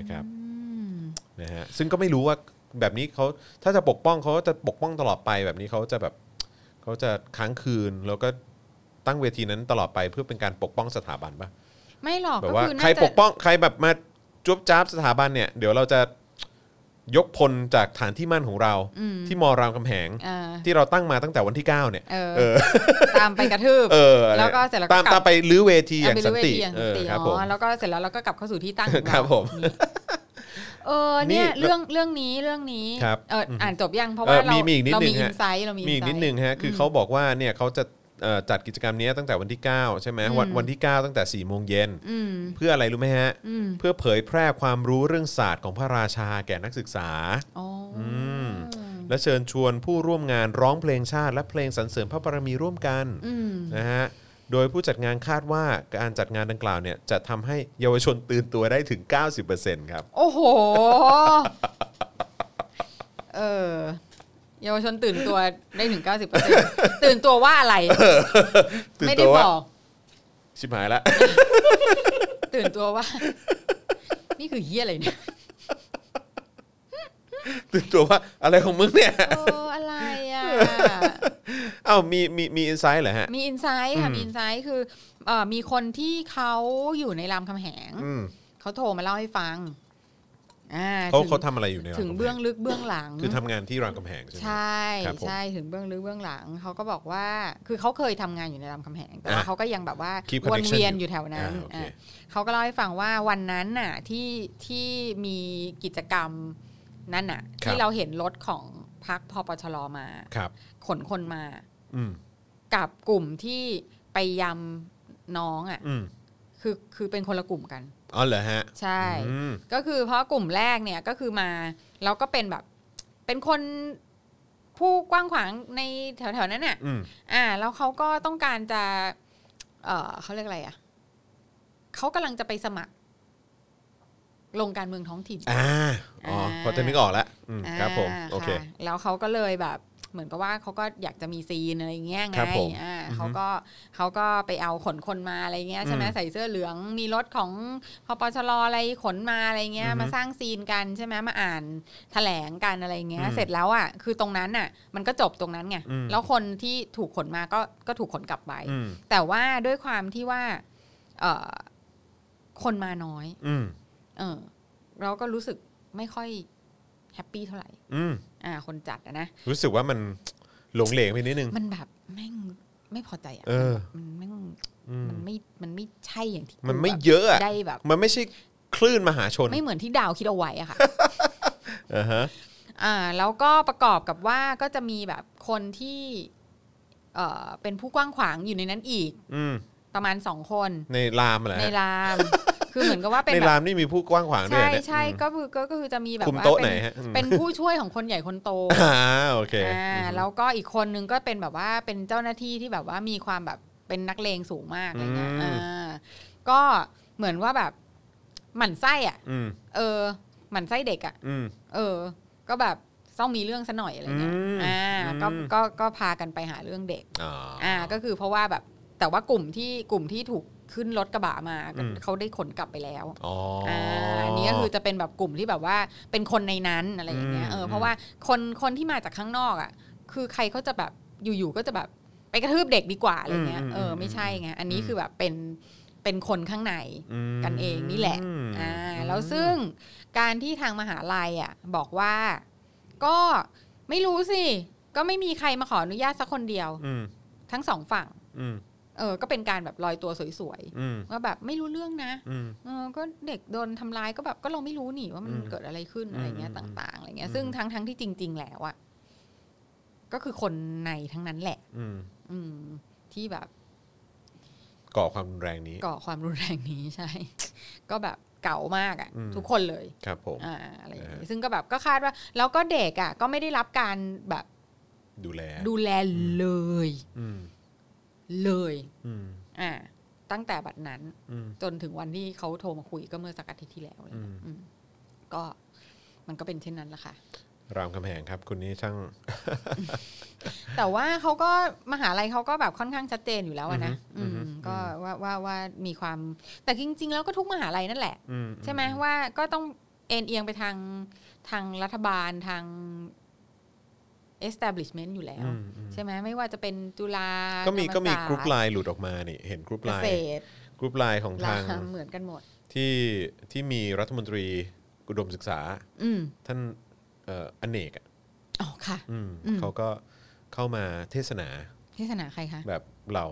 Speaker 2: นะครับ
Speaker 3: อืม
Speaker 2: นะฮะซึ่งก็ไม่รู้ว่าแบบนี้เขาถ้าจะปกป้องเขาก็จะปกป้องตลอดไปแบบนี้เขาจะแบบเขาจะค้างคืนแล้วก็ตั้งเวทีนั้นตลอดไปเพื่อเป็นการปกป้องสถาบันปะ
Speaker 3: ไม่หรอก
Speaker 2: แบบ
Speaker 3: ก็
Speaker 2: ว่า
Speaker 3: คือ
Speaker 2: ใคร
Speaker 3: น่า
Speaker 2: ป
Speaker 3: จะ
Speaker 2: กป้องใครแบบมาจุ๊บจ้าบสถาบันเนี่ยเดี๋ยวเราจะยกพลจากฐานที่มั่นของเรา
Speaker 3: อืม
Speaker 2: ที่มอรามคำแหง
Speaker 3: เออ
Speaker 2: ที่เราตั้งมาตั้งแต่วันที่ 9 เนี่ย
Speaker 3: เออ
Speaker 2: เออ
Speaker 3: ตามไปกระทืบ
Speaker 2: เอออะไร
Speaker 3: แล้วก็เสร็จแล้วก็
Speaker 2: ตาม
Speaker 3: กลั
Speaker 2: ตา
Speaker 3: บ
Speaker 2: มไปรื้อเวทีอย่าง
Speaker 3: เอา
Speaker 2: สัน
Speaker 3: ไปเว
Speaker 2: ติ
Speaker 3: ทีอย่าง
Speaker 2: เอ
Speaker 3: สัน
Speaker 2: อ
Speaker 3: ติ
Speaker 2: ครับ
Speaker 3: อ๋
Speaker 2: ผม
Speaker 3: อแล้วก็เสร็จแล้วเราก็กลับเข้าสู่ที่ตั้งของเา
Speaker 2: ครับผม
Speaker 3: นี่เออเนี่ย
Speaker 2: นี่
Speaker 3: เรื่องเรื่องนี้เรื่องนี้
Speaker 2: ครับ
Speaker 3: เอออ
Speaker 2: ม
Speaker 3: อ่านจบยังเพราะ
Speaker 2: เออ
Speaker 3: ว่าเราม
Speaker 2: อีกนิด
Speaker 3: เรา
Speaker 2: นึ
Speaker 3: มี
Speaker 2: ง
Speaker 3: อิ
Speaker 2: ฮะ
Speaker 3: นไซต์เรามี
Speaker 2: มีอีกนิด
Speaker 3: insight
Speaker 2: นึงฮะคือเขาบอกว่าเนี่ยเขาจะ เอ่อจัดกิจกรรมเนี้ยตั้งแต่วันที่ 9 ใช่ไหมวันวันที่ 9 ตั้งแต่4ี่โมงเย็น
Speaker 3: อืม
Speaker 2: เพื่ออะไรรู้ไหมฮะ
Speaker 3: อืม
Speaker 2: เพื่อเผยแพร่ความรู้เรื่องศาสตร์ของพระราชาแก่นักศึกษา
Speaker 3: อ๋ออ
Speaker 2: ม และเชิญชวนผู้ร่วมงานร้องเพลงชาติ และเพลงสรรเสริมพระบารมีร่วมกัน
Speaker 3: อืม
Speaker 2: นะฮะ โดยผู้จัดงานคาดว่าการจัดงานดังกล่าวเนี่ยจะทำให้เยาวชนตื่นตัวได้ถึง 90%ครับ
Speaker 3: โอ้โห เออเยาวชนตื่นตัวได้ถึงเก้าสิบเปอร์เซ็นตื่นตัวว่าอะไร
Speaker 2: ตื่น
Speaker 3: ไม่
Speaker 2: ตั
Speaker 3: ได้
Speaker 2: ว
Speaker 3: บ
Speaker 2: ว่า
Speaker 3: อก
Speaker 2: ชิบหายละ
Speaker 3: ตื่นตัวว่า นี่คือเฮียอะไรเนี่ย
Speaker 2: ตื่นตัวว่าอะไรของมึงเนี่ย
Speaker 3: โอ้อะไรอ่ะ
Speaker 2: เอ้ามีมีมีอินไซต์เหรอฮะ
Speaker 3: มีอินไซต์ค่ะ มีอินไซต์คือเอ่อมีคนที่เขาอยู่ในรามคำแหง
Speaker 2: อืม
Speaker 3: เขาโทรมาเล่าให้ฟัง อ่า
Speaker 2: เขา
Speaker 3: ถึง
Speaker 2: เขาทำอะไรอยู่ในราม
Speaker 3: ถึง
Speaker 2: คำแห
Speaker 3: เบื้องลึกเบื้องหลัง
Speaker 2: คือทำงานที่รามคำแหงใช่ไหม
Speaker 3: ใช่
Speaker 2: ครับผม
Speaker 3: ใช่ถึงเบื้องลึกเบื้องหลัง เขาก็บอกว่าคือเขาเคยทำงานอยู่ในรามคำแหง แต่ว่า
Speaker 2: อ่ะ
Speaker 3: เขาก็ยังแบบว่า
Speaker 2: Keep
Speaker 3: วน
Speaker 2: connection
Speaker 3: เวียนอยู่แถวนั้น
Speaker 2: อ่าโอเค
Speaker 3: อ่ะเขาก็เล่าให้ฟังว่าวันนั้นน่ะที่ที่มีกิจกรรมนั่นน่ะ ที่เราเห็นรถของพักพปชรมา
Speaker 2: ครับ
Speaker 3: ขนคนมา
Speaker 2: อืม
Speaker 3: กับกลุ่มที่ไปยำน้องอ่ะ
Speaker 2: อืม
Speaker 3: คือคือเป็นคนละกลุ่มกัน
Speaker 2: อ๋อเหรอฮะ
Speaker 3: ใช่
Speaker 2: อืม
Speaker 3: ก็คือเพราะกลุ่มแรกเนี่ยก็คือมาแล้วก็เป็นแบบ เป็นคนผู้กว้างขวางในแถวๆนั้นน่ะ
Speaker 2: อืม
Speaker 3: อ่า แล้วเขาก็ต้องการจะ เออเขาเรียกอะไรอ่ะเขากำลังจะไปสมัคร ลงการเมืองท้องถิ่น
Speaker 2: อ่าอ๋ออา พอจะนึกออกแล้วอืม
Speaker 3: อ่า
Speaker 2: ครับผมโอเค
Speaker 3: ะแล้วเขาก็เลยแบบ เหมือนกับว่าเขาก็อยากจะมีซีนอะไรอย่างเงี้ยไง
Speaker 2: ครับผม
Speaker 3: อ่า
Speaker 2: อือฮึ
Speaker 3: เขาก็เขาก็ไปเอาขนคนมาอะไรเงี้ยใช่ไหม
Speaker 2: อืม
Speaker 3: ใส่เสื้อเหลือง มีรถของพปชรอะไรขนมาอะไรเงี้ย
Speaker 2: อือฮึ
Speaker 3: มาสร้างซีนกันใช่ไหมมาอ่านแถลงกันอะไรเงี้ย
Speaker 2: อืม
Speaker 3: เสร็จแล้วอ่ะคือตรงนั้นอ่ะ มันก็จบตรงนั้นไง
Speaker 2: อืม
Speaker 3: แล้วคนที่ถูกขนมาก็ก็ถูกขนกลับไป
Speaker 2: อืม
Speaker 3: แต่ว่าด้วยความที่ว่า เออคนมาน้อย
Speaker 2: อืม
Speaker 3: เออ เราก็รู้สึกไม่ค่อยแฮปปี้เท่าไหร่
Speaker 2: อืม
Speaker 3: อ่าคนจัดอะนะ
Speaker 2: รู้สึกว่ามันหลงเหลงไปนิดนึง
Speaker 3: มันแบบแม่งไม่พอใจอ่ะ
Speaker 2: เออ
Speaker 3: มันแม่ง
Speaker 2: อืม
Speaker 3: มันไม่มันไม่ใช่อย่างที่กู
Speaker 2: มันไม่
Speaker 3: แบบ
Speaker 2: เยอะอะ
Speaker 3: ได้แบบ
Speaker 2: มันไม่ใช่คลื่นมหาชน
Speaker 3: ไม่เหมือนที่ดาวคิดเอาไว้ อะค่ะ
Speaker 2: อ่าฮะ
Speaker 3: อ่า แล้วก็ประกอบกับว่าก็จะมีแบบคนที่ เอ่อเป็นผู้กว้างขวางอยู่ในนั้นอีก
Speaker 2: อืม
Speaker 3: ประมาณสองคน
Speaker 2: ในรามเหรอ
Speaker 3: ใน
Speaker 2: ฮะ
Speaker 3: ราม คือเหมือนกับว่าเป็น
Speaker 2: ใน
Speaker 3: แบ
Speaker 2: ราม
Speaker 3: บ
Speaker 2: นี่มีผู้กว้างขวางด้วย
Speaker 3: ใช่
Speaker 2: เนี่ย
Speaker 3: ใช่
Speaker 2: อืม
Speaker 3: ก็คือก็ก็คือจะมีแบบ
Speaker 2: คุม
Speaker 3: ว่า
Speaker 2: โต๊ะ
Speaker 3: เป็
Speaker 2: ไหน
Speaker 3: น
Speaker 2: ฮะอืม
Speaker 3: เป็นผู้ช่วยของคนใหญ่คนโต
Speaker 2: อ่าโอเค
Speaker 3: อ่า
Speaker 2: อืม
Speaker 3: แล้วก็อีกคนนึงก็เป็นแบบว่าเป็นเจ้าหน้าที่ที่แบบว่ามีความแบบเป็นนักเลงสูงมากอะไรเงี้ย
Speaker 2: อืม
Speaker 3: อ่าก็เหมือนว่าแบบหมั่นไส้อ่ะ
Speaker 2: อืม
Speaker 3: เออหมั่นไส้เด็กอ่ะ
Speaker 2: อืม
Speaker 3: เออ ก็แบบต้องมีเรื่องซะหน่อยอะไรเงี้ย
Speaker 2: อืม
Speaker 3: อ่าก็
Speaker 2: อืม
Speaker 3: ก็ก็พากันไปหาเรื่องเด็ก
Speaker 2: อ่า
Speaker 3: อ่าก็คือเพราะว่าแบบแต่ว่ากลุ่มที่กลุ่มที่ถูกขึ้นรถกระบะมา
Speaker 2: อืม
Speaker 3: เขาได้ขนกลับไปแล้ว
Speaker 2: อ๋ออ
Speaker 3: อ่าอันนี้ก็คือจะเป็นแบบกลุ่มที่แบบว่าเป็นคนในนั้นอะไรอย่างเงี้ย
Speaker 2: อืม
Speaker 3: เอออ
Speaker 2: ม
Speaker 3: เพราะว่าคนคนที่มาจากข้างนอกอ่ะ คือใครเขาจะแบบอยู่ๆก็จะแบบไปกระทืบเด็กดีกว่าอะไรเงี้ยเออไม่ใช่ไงอันนี้คือแบบเป็นเป็นคนข้างใน
Speaker 2: ม
Speaker 3: กันเองนี่แหละ
Speaker 2: ม
Speaker 3: อ่าแล้วซึ่งการที่ทางมหาลัยอ่ะ บอกว่าก็ไม่รู้สิ ก็ไม่มีใครมาขออนุญาตสักคนเดียว
Speaker 2: อืม
Speaker 3: ทั้งสองฝั่ง
Speaker 2: อืม
Speaker 3: เออก็เป็นการแบบลอยตัวสวย
Speaker 2: อืม
Speaker 3: ๆว่าแบบไม่รู้เรื่องนะ
Speaker 2: อืม
Speaker 3: เออก็เด็กโดนทำร้ายก็แบบก็เราไม่รู้นี่ว่ามัน
Speaker 2: อืม
Speaker 3: เกิดอะไรขึ้นอะไรเงี้ย
Speaker 2: อืม
Speaker 3: ต่างๆอะไรเงี้
Speaker 2: อื
Speaker 3: ย
Speaker 2: ม
Speaker 3: ซึ่งทั้งทั้งที่จริง ๆ แล้วอะก็คือคนในทั้งนั้นแหละ
Speaker 2: อืม
Speaker 3: อืม ที่แบบ
Speaker 2: ก่อความรุนแรงนี้
Speaker 3: ก่อความรุนแรงนี้ ใช่ ก็แบบเก่ามากอะ
Speaker 2: อืม
Speaker 3: ทุกคนเลย
Speaker 2: ครับผม
Speaker 3: อ่าอะไรอย่างงี้
Speaker 2: อ่า
Speaker 3: ซึ่งก็แบบก็คาดว่า แล้วก็เด็กอะก็ไม่ได้รับการแบบ
Speaker 2: ดูแล
Speaker 3: ดูแลเลย
Speaker 2: อืม
Speaker 3: เลย
Speaker 2: อืม
Speaker 3: อ่า ตั้งแต่บัดนั้น
Speaker 2: อืม
Speaker 3: จนถึงวันที่เขาโทรมาคุยก็เมื่อสักอาทิตย์ที่แล้วเลยนะ
Speaker 2: อืม
Speaker 3: อืมก็มันก็เป็นเช่นนั้นแหละค่ะ
Speaker 2: รามคำแหงครับคุณนี่ช่าง
Speaker 3: แต่ว่าเขาก็มหาลัยเขาก็แบบค่อนข้างชัดเจนอยู่แล้วอะนะ
Speaker 2: อือฮึอื
Speaker 3: อืม
Speaker 2: อฮึ
Speaker 3: ก็ว่าว่าว่ามีความแต่จริง ๆ แล้วก็ทุกมหาลัยนั่นแหละ
Speaker 2: อื
Speaker 3: ใช่ไหมว่าก็ต้องเอ็นเอียงไปทางทางรัฐบาลทาง establishment อยู่แล้ว
Speaker 2: อืมอืม
Speaker 3: ใช่ไหมไม่ว่าจะเป็นจุฬา
Speaker 2: ก็มีก็มี
Speaker 3: ธรรศาสต
Speaker 2: กรุ๊ปไลน์หลุดออกมานี่ เห็นกรุ๊ป
Speaker 3: เก
Speaker 2: ไลน์
Speaker 3: ษตร
Speaker 2: กรุ๊ปไลน์ของ
Speaker 3: รา
Speaker 2: ทาง
Speaker 3: มเหมือนกันหมด
Speaker 2: ที่ที่มีรัฐมนตรีอุดมศึกษา
Speaker 3: อืม
Speaker 2: ท่านเอ่ออเนกอะ
Speaker 3: อ๋อค่ะ
Speaker 2: อืม
Speaker 3: อืม
Speaker 2: เขาก็เข้ามาเทศนา
Speaker 3: เทศนาใครคะ
Speaker 2: แบบเหล่า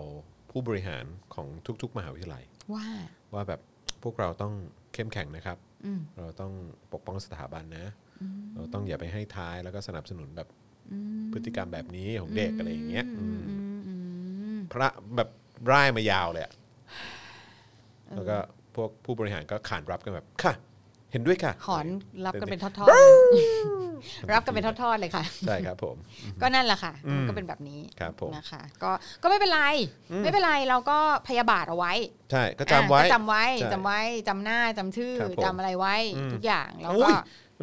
Speaker 2: ผู้บริหารของทุก ๆ มหาวิทยาลัย
Speaker 3: ว่า
Speaker 2: ว่าแบบพวกเราต้องเข้มแข็งนะครับ
Speaker 3: อืม
Speaker 2: เราต้องปกป้องสถาบันนะ
Speaker 3: อืม
Speaker 2: เราต้องอย่าไปให้ท้ายแล้วก็สนับสนุนแบบ
Speaker 3: อืม
Speaker 2: พฤติกรรมแบบนี้ของเด็กอะไรอย่างเงี้ยอืม
Speaker 3: อืมอืม
Speaker 2: พระแบบร่ายมายาวเลยอะแล้วก็พวกผู้บริหารก็ขานรับกันแบบค่ะ เห็นด้วยค่ะ
Speaker 3: หอนรับกันเป็นทอด
Speaker 2: บรู๊
Speaker 3: ๆ รับกันเป็นทอดๆเลยค่ะ
Speaker 2: ใช่ครับผม
Speaker 3: ก็นั่นแหละค่ะ
Speaker 2: อืม
Speaker 3: มันก็เป็นแบบนี้
Speaker 2: ครับผม
Speaker 3: นะคะก็ก็ไม่เป็นไร ไม่เป็นไรเราก็พยาบาทเอาไว้
Speaker 2: ใช่ก็จำไว้
Speaker 3: อ่ะก็จำไว้
Speaker 2: ใช่
Speaker 3: จำไว้จำหน้าจำชื่อ
Speaker 2: ครับผม
Speaker 3: จำอะไรไว้
Speaker 2: อืม
Speaker 3: ทุกอย่างแล้ว
Speaker 2: อุ๊
Speaker 3: ก็
Speaker 2: ย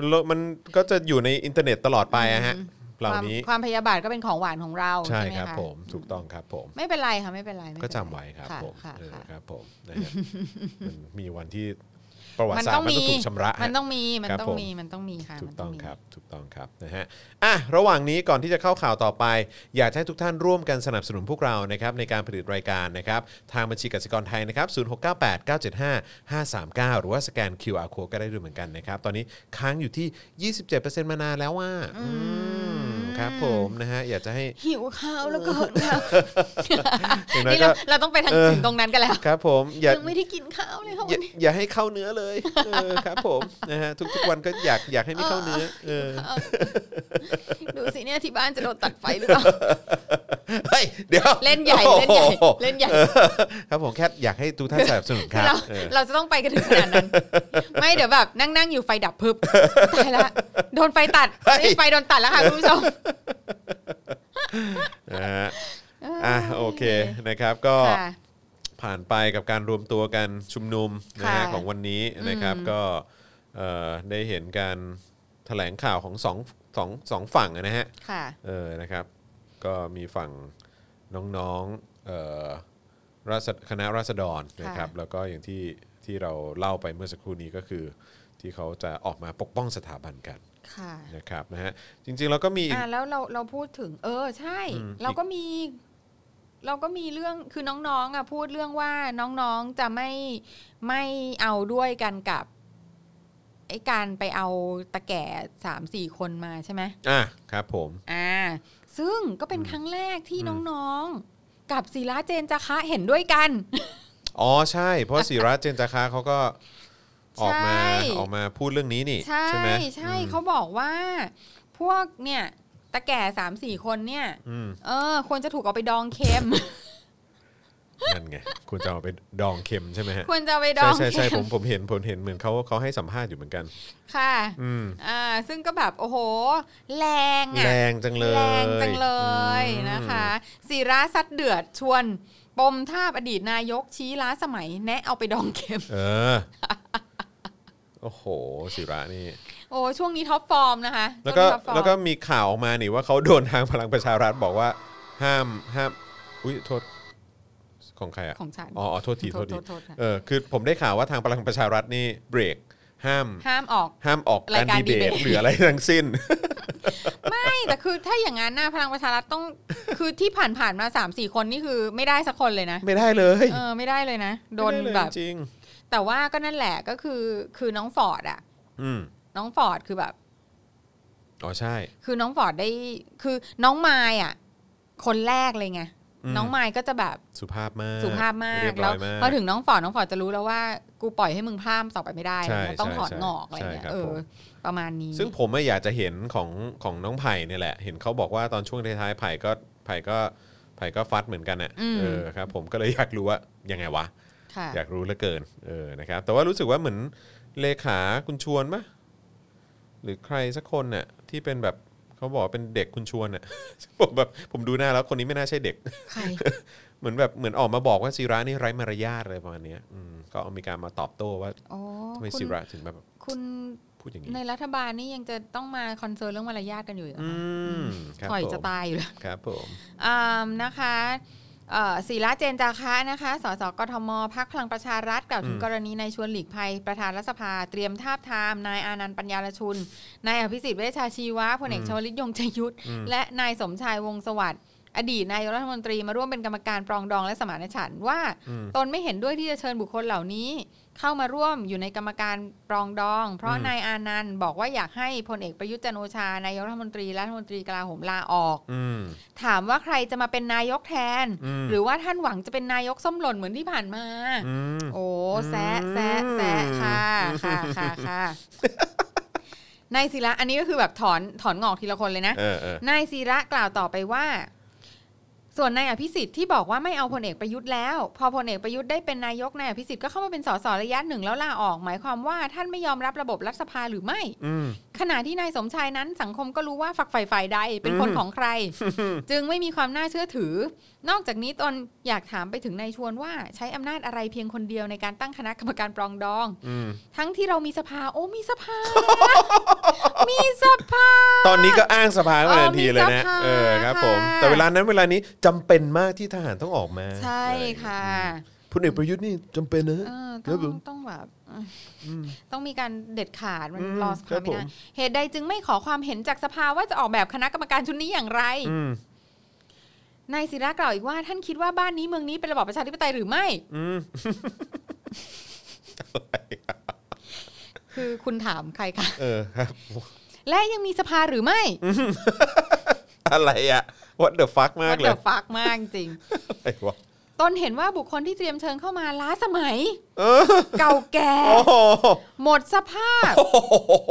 Speaker 2: แล้วมันก็จะอยู่ในอินเทอร์เน็ตตลอดไปอะฮะ เหล่า
Speaker 3: ความ
Speaker 2: นี้
Speaker 3: ความพยาบาทก็เป็นของหวานของเรา
Speaker 2: ใช่
Speaker 3: ใช่ไหม
Speaker 2: ครับ
Speaker 3: คะ
Speaker 2: ผมถูกต้องครับผม
Speaker 3: ไม่เป็นไรค่ะไม่เป็นไรม่เป็นร
Speaker 2: ก็จำไว้ครับ
Speaker 3: ะ
Speaker 2: ผม
Speaker 3: ค่ะ
Speaker 2: เออ
Speaker 3: ค่ะ
Speaker 2: ครับผมนะฮะมันมีวันที่ประวัติ
Speaker 3: มัน
Speaker 2: ศาสต
Speaker 3: ต้อ
Speaker 2: ร์
Speaker 3: ง
Speaker 2: มัน
Speaker 3: มี
Speaker 2: ต้องถูกชำระฮะ
Speaker 3: มันต้องมีมัน
Speaker 2: ครับ
Speaker 3: ต้อง
Speaker 2: ผม
Speaker 3: มีมันต้องมีค่ะ
Speaker 2: ถูก
Speaker 3: มัน
Speaker 2: ต้อง
Speaker 3: มี
Speaker 2: ครับถูกต้องครับนะฮะอ่ะระหว่างนี้ก่อนที่จะเข้าข่าวต่อไป อยากให้ทุกท่านร่วมกันสนับสนุนพวกเรานะครับในการผลิตรายการนะครับทางบัญชีกสิกรไทยนะครับศูนย์หกเก้หรือว่าสแกน QR code ก็ได้ด้วยเหมือนกันนะครับ ตอนนี้ค้างอยู่ที่ 27%มานานแล้วว่าครับผมนะฮะอยากจะให้
Speaker 3: หิวข้าวแล้วก็
Speaker 2: อย่างน้อย
Speaker 3: นี่เรา
Speaker 2: ก็
Speaker 3: เราต้องไปทาง
Speaker 2: เออ
Speaker 3: ถึงตรงนั้นกันแล้ว
Speaker 2: ครับผมอย่า
Speaker 3: ยังไม่ได้กินข้าวเลยค่ะ
Speaker 2: อ
Speaker 3: วั
Speaker 2: ย่าน
Speaker 3: นี้
Speaker 2: อย่าให้เข้าเนื้อเลยเออครับผมนะฮะทุกๆวันก็อยากอยากให้ไม่เข้าเนื้อเออ
Speaker 3: เออดูสิเนี่ยที่บ้านจะโดนตัดไฟหรือเปล่า
Speaker 2: เฮ้ยเดี๋ยว
Speaker 3: เล่นใหญ่เล่นใหญ่
Speaker 2: โอ้โ
Speaker 3: เล่นใหญ่
Speaker 2: เออครับผมแค่อยากให้ทุกท่านสนับสนุนครับ
Speaker 3: เรา
Speaker 2: เออ
Speaker 3: เราจะต้องไปกันถึงขนาด นั้น ไม่เดี๋ยวแบบนั่งนั่งอยู่ไฟดับพึบตายละโดนไฟตัดนี่ไฟโดนตัดแล้วค่ะคุณผู้ชม
Speaker 2: นะฮะอ่ะโอเคนะครับก็
Speaker 3: ค่ะ
Speaker 2: ผ่านไปกับการรวมตัวกันชุมนุมนะฮะ
Speaker 3: ค่ะ
Speaker 2: ของวันนี้นะครับ
Speaker 3: อืม
Speaker 2: ก็เอ่อได้เห็นการแถลงข่าวของสองสองสองฝั่งนะฮะ
Speaker 3: ค่ะ
Speaker 2: เออ นะครับ ก็มีฝั่งน้องๆเอ่อราษฎคณะราษฎรนะครับ แล้วก็อย่างที่ที่เราเล่าไปเมื่อสักครู่นี้ก็คือ ที่เขาจะออกมาปกป้องสถาบันกัน
Speaker 3: ค่ะ
Speaker 2: นะครับนะฮะ จริงๆเราก็มีอีก
Speaker 3: อ่ะแล้วเราเราพูดถึง เออใช่
Speaker 2: อืม
Speaker 3: เราก็มี เราก็มีเรื่องคือน้องๆอ่ะพูดเรื่องว่าน้องๆจะไม่ไม่เอาด้วยกันกับไอ้การไปเอาตะแก่สามสี่คนมาใช่ไหม
Speaker 2: อ่ะครับผม
Speaker 3: อ่าซึ่งก็เป็นครั้งแรกที่
Speaker 2: อืม
Speaker 3: น้องๆ กับศิลาเจนจะคะเห็นด้วยกัน
Speaker 2: อ๋อ ใช่ เพราะศิระเจนจาคาเขา ก็ออกมา
Speaker 3: ใช่
Speaker 2: ออกมาพูดเรื่องนี้นี่
Speaker 3: ใช่
Speaker 2: ใช่ไหม
Speaker 3: ใช่
Speaker 2: อืม
Speaker 3: เขาบอกว่า พวกเนี่ยตะแก่สามสี่คนเนี่ย
Speaker 2: อืม
Speaker 3: เออ ควรจะถูกเอาไปดองเค็ ม
Speaker 2: นั่นไงคุณจะเอาไปดองเค็มใช่ไหมฮะ
Speaker 3: ควรจะเอาไปด
Speaker 2: ใช่
Speaker 3: อง
Speaker 2: ใช่ใช่
Speaker 3: เค็
Speaker 2: ผ
Speaker 3: ม
Speaker 2: มผมเห็นผมเห็นเหมือนเขาเขาให้สัมภาษณ์อยู่เหมือนกัน
Speaker 3: ค่ะ
Speaker 2: อืม
Speaker 3: อ่าซึ่งก็แบบโอ้โห แรงอ่ะ
Speaker 2: แรงจังเลย
Speaker 3: แรงจังเลย
Speaker 2: อืม
Speaker 3: นะคะศิระซัดเดือดชวน ปมท่าบอดีตนายกชี้ล้าสมัยแนะเอาไปดองเค็ม
Speaker 2: เออ โอ้โห ศิระนี่
Speaker 3: โอ้ช่วงนี้ท็อปฟอร์มนะคะ
Speaker 2: แล้วก็
Speaker 3: ช่งนี้ท็อปฟอร์ม
Speaker 2: แล้วก็มีข่าวออกมานี่ว่าเขาโดนทางพลังประชารัฐบอกว่า ห้ามห้าม อุ้ยโทษ ของใครอ่ะ
Speaker 3: ของฉัน
Speaker 2: อ๋ออ๋อโทษทีโทษที
Speaker 3: โทษค่ะ
Speaker 2: เออคือผมได้ข่าวว่าทางพลังประชารัฐนี่เบรก ห้าม
Speaker 3: ห้ามออก
Speaker 2: ห้ามออกการ
Speaker 3: รายการ
Speaker 2: ดีเบต
Speaker 3: debate
Speaker 2: หรืออะไรทั้งสิ้น
Speaker 3: ไม่แต่คือถ้าอย่างนั้นนะพลังประชารัฐต้อง คือที่ผ่านผ่านๆมา3ามสี่คนนี่คือไม่ได้สักคนเลยนะ
Speaker 2: ไม่ได้เลย
Speaker 3: เออไม่ได้เลยนะโดน
Speaker 2: ไม่ไเลย
Speaker 3: แบบ
Speaker 2: จริง
Speaker 3: แต่ว่าก็นั่นแหละก็คือคือน้องฟอร์ดอะ
Speaker 2: ๆอืม
Speaker 3: น้องฟอร์ดคือแบบ
Speaker 2: อ๋อใช่
Speaker 3: คือน้องฟอร์ดได้คือน้องมายอะคนแรกเลยไง
Speaker 2: อืม
Speaker 3: น้องมายก็จะแบบ
Speaker 2: สุภาพมาก
Speaker 3: สุภาพมาก
Speaker 2: เรียบร้
Speaker 3: แล้ว
Speaker 2: อยมาก
Speaker 3: พอถึงน้องฟอร์ดน้องฟอร์ดจะรู้แล้วว่า กูปล่อยให้มึงพลาดต่อไปไม่ได้
Speaker 2: ใช่
Speaker 3: นะต้องถอด
Speaker 2: ใช่
Speaker 3: งอกอะไรเงี้ย
Speaker 2: ใช่ครับ
Speaker 3: เอ
Speaker 2: ผ
Speaker 3: อ
Speaker 2: ม
Speaker 3: ประมาณนี้
Speaker 2: ซึ่งผมอะอยากจะเห็นของของน้องไผ่เนี่ยแหละ เห็นเขาบอกว่าตอนช่วงท้ายๆไผ่ก็ไผ่ก็ไผ่ก็ฟัดเหมือนกันน่ะ
Speaker 3: อืม
Speaker 2: เออครับผมก็เลยอยากรู้ว่ายังไงวะ
Speaker 3: ค่ะ
Speaker 2: อยากรู้เหลือเกินเออนะครับแต่ว่ารู้สึกว่าเหมือนเลขาคุณชวนปะหรือใครสักคนน่ะที่เป็นแบบเขาบอกว่าเป็นเด็กคุณชวนน่ะ ผมแบบผมดูหน้าแล้วคนนี้ไม่น่าใช่เด็ก
Speaker 3: ใคร
Speaker 2: เหมือนแบบเหมือนออกมาบอกว่าศิระนี่ไร้มารยาทอะไรประมาณเนี้ยอืมก็เอามีการมาตอบโต้ว่า
Speaker 3: โอ้
Speaker 2: ทำไม
Speaker 3: คุ
Speaker 2: ศิ
Speaker 3: ณ
Speaker 2: ระถึงแบบ
Speaker 3: คุณ
Speaker 2: พูดอย่างนี้
Speaker 3: ในรัฐบาลนี่ยังจะต้องมาคอนเซิร์นเรื่องมารยาทกันอยู่อีกเหรอ
Speaker 2: อื
Speaker 3: คะ
Speaker 2: มครับ
Speaker 3: ถอย
Speaker 2: ผม
Speaker 3: จะตายอยู่แล้ว
Speaker 2: ครับผม
Speaker 3: อ่านะคะเอ่อศิระเจนจาคะนะคะ สสกทมพักพลังประชารัฐกล่าวถึง
Speaker 2: อืม
Speaker 3: กรณีนายชวนหลีกภัย ประธานรัฐสภา เตรียมทาบทาม นายอานันต์ปัญญาลชุน นายอภิสิทธิ์เวชชาชีวะพลเอกชวลิตยงใจยุทธ
Speaker 2: อืม
Speaker 3: และนายสมชายวงศ์สวัสดิ์อดีตนายกรัฐมนตรีมาร่วมเป็นกรรมการปรองดองและสมานฉันท์ว่า
Speaker 2: อืม
Speaker 3: ตนไม่เห็นด้วยที่จะเชิญบุคคลเหล่านี้ เข้ามาร่วมอยู่ในกรรมการปรองดอง เพราะ
Speaker 2: อืม
Speaker 3: นายอานันต์บอกว่าอยากให้พลเอกประยุทธ์จันทร์โอชานายกรัฐมนตรีและรัฐมนตรีกลาโหมลาออก
Speaker 2: อืม
Speaker 3: ถามว่าใครจะมาเป็นนายกแทน
Speaker 2: อืม
Speaker 3: หรือว่าท่านหวังจะเป็นนายกส้มหล่นเหมือนที่ผ่านมา
Speaker 2: อืม
Speaker 3: โอ้แซะแซะแซะค่ะค่ะค่ะ ค่ะนายศิระอันนี้ก็คือแบบถอนถอนงอกทีละคนเลยนะ
Speaker 2: เออเออ
Speaker 3: นายศิระกล่าวต่อไปว่า ส่วนนายอภิสิทธิ์ที่บอกว่าไม่เอาพลเอกประยุทธ์แล้ว พอพลเอกประยุทธ์ได้เป็นนายกนายอภิสิทธิ์ก็เข้ามาเป็นสสระยะหนึ่งแล้วลาออก หมายความว่าท่านไม่ยอมรับระบบรัฐสภาหรือไม่
Speaker 2: อืม
Speaker 3: ขณะที่นายสมชายนั้นสังคมก็รู้ว่าฝักใฝ่ฝ่ายใดเป็นคน
Speaker 2: อืม
Speaker 3: ของ ใคร จึงไม่มีความน่าเชื่อถือ นอกจากนี้ตนอยากถามไปถึงนายชวนว่าใช้อำนาจอะไรเพียงคนเดียวในการตั้งคณะกรรมการปรองดอง
Speaker 2: อืม
Speaker 3: ทั้งที่เรามีสภา โอ้มีส ภา มีสภา
Speaker 2: ตอนนี้ก็อ้างสภาขึ้นมา
Speaker 3: เออ
Speaker 2: ทันทีเลยนะ
Speaker 3: มีสภา
Speaker 2: เออครับผม
Speaker 3: ค่ะ
Speaker 2: แต่เวลานั้นเวลานี้จำเป็นมากที่ทหารต้องออกมา
Speaker 3: ใช่ค่ะ
Speaker 2: พลเอกประยุทธ์นี่จำเป็นนะ
Speaker 3: เออ
Speaker 2: ครั
Speaker 3: ต้อบ ง
Speaker 2: ผม
Speaker 3: ต้องแบบเออ
Speaker 2: อืม
Speaker 3: ต้องมีการเด็ดขาดมัน
Speaker 2: อืม
Speaker 3: รอส
Speaker 2: ครั
Speaker 3: ภา
Speaker 2: บผ
Speaker 3: ไม่ได้
Speaker 2: ม
Speaker 3: เหตุใดจึงไม่ขอความเห็นจากสภาว่าจะออกแบบคณะกรรมการชุดนี้อย่างไร
Speaker 2: อืม
Speaker 3: นายศิระกล่าวอีกว่าท่านคิดว่าบ้านนี้เมืองนี้เป็นระบอบประชาธิปไตยหรือไม่
Speaker 2: อืม
Speaker 3: คือคุณถามใครคะ
Speaker 2: เออครับ
Speaker 3: และยังมีสภาหรือไม่
Speaker 2: อะไรอะ what the fuck มาก
Speaker 3: น
Speaker 2: เล
Speaker 3: เดื
Speaker 2: ย
Speaker 3: อดฟักมากจริง
Speaker 2: อะไรวะ
Speaker 3: ตนเห็นว่าบุคคลที่เตรียมเชิญเข้ามาล้าสมัย
Speaker 2: เออ
Speaker 3: เก่าแก่
Speaker 2: โอ้โห
Speaker 3: หมดสภาพ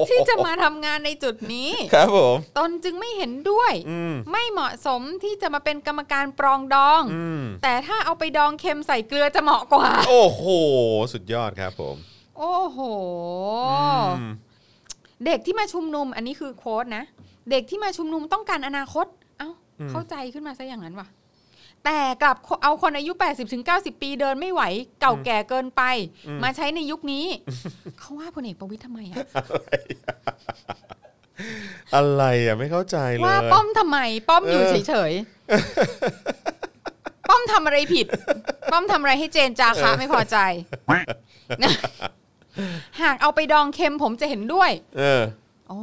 Speaker 3: ที่จะมาทำงานในจุดนี้
Speaker 2: ครับผม
Speaker 3: ตนจึงไม่เห็นด้วย
Speaker 2: อืม
Speaker 3: ไม่เหมาะสมที่จะมาเป็นกรรมการปรองดอง
Speaker 2: อืม
Speaker 3: แต่ถ้าเอาไปดองเค็มใส่เกลือจะเหมาะกว่า
Speaker 2: โอ้โห สุดยอดครับผม
Speaker 3: โอ้โห
Speaker 2: อืม
Speaker 3: เด็กที่มาชุมนุมอันนี้คือโค้ดนะ เด็กที่มาชุมนุมต้องการอนาคต เอ้า
Speaker 2: อืม
Speaker 3: เข้าใจขึ้นมาซะอย่างนั้นว่ะ แต่กลับเอาคนอายุ 80-90ถึง90 ปีเดินไม่ไหว เก่าแก่เกินไป มาใช้ในยุคนี้ เขาว่าพลเอกประวิทย์ทำไมอะ
Speaker 2: อะไรอ่ะไม่เข้าใจเลย
Speaker 3: ว่าป้อมทำไม ป้อมอยู่
Speaker 2: เออ
Speaker 3: เฉยๆ ป้อมทำอะไรผิด ป้อมทำอะไรให้เจนจาคะไม่พอใจนะหากเอาไปดองเค็มผมจะเห็นด้วย
Speaker 2: เออ
Speaker 3: โอ้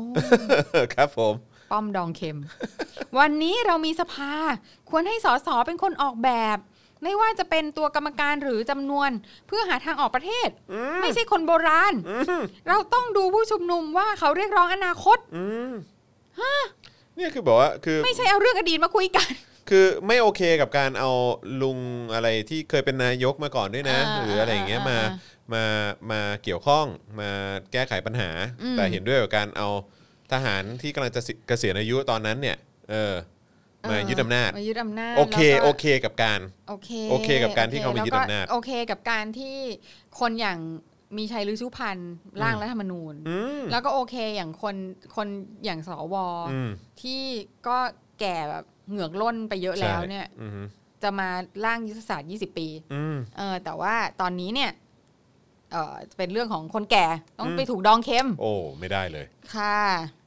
Speaker 2: ครับผม
Speaker 3: ป้อมดองเค็ม วันนี้เรามีสภา ควรให้สสเป็นคนออกแบบ ไม่ว่าจะเป็นตัวกรรมการหรือจำนวน เพื่อหาทางออกประเทศ ไม่ใช่คนโบราณ เราต้องดูผู้ชุมนุมว่าเขาเรียกร้องอนาคต
Speaker 2: อืมเนี่ยคือบอกว่าคือ
Speaker 3: ไม่ใช่เอาเรื่องอดีตมาคุยกัน
Speaker 2: คือไม่โอเคกับการเอาลุงอะไรที่เคยเป็นนายกมาก่อนด้วยนะ
Speaker 3: อ่า
Speaker 2: หรืออะไรอย่างเงี้ยมา
Speaker 3: อ่าอ่า
Speaker 2: มามาเกี่ยวข้องมาแก้ไขปัญหา
Speaker 3: อืม
Speaker 2: แต่เห็นด้วยกับการเอาทหารที่กำลังจะเกษียณอายุตอนนั้นเนี่ยเออมา
Speaker 3: เออ
Speaker 2: ยึดอำนาจ
Speaker 3: มายึดอำนาจ
Speaker 2: โอเค
Speaker 3: แล้วก็
Speaker 2: โอเคกับการ
Speaker 3: โอเค
Speaker 2: โอเคกับการที่เขามายึด
Speaker 3: แล้ว
Speaker 2: อำนาจ
Speaker 3: โอเคกับการที่คนอย่างมีชัยฤชุพันธ์ร่างรัฐธรรมนูญ
Speaker 2: อืม
Speaker 3: แล้วก็โอเคอย่างคนคนอย่างสว
Speaker 2: อืม
Speaker 3: ที่ก็แก่แบบเหงือกล้นไปเยอะแล้วเนี่ย
Speaker 2: ใช่อืม
Speaker 3: จะมาร่างยุทธศาสตร์ 20 ปี
Speaker 2: อืม
Speaker 3: เออ แต่ว่าตอนนี้เนี่ย เออเป็นเรื่องของคนแก่ ต้อง
Speaker 2: อืม
Speaker 3: ไปถูกดองเค็ม
Speaker 2: โอ้ไม่ได้เลย
Speaker 3: ค่ะ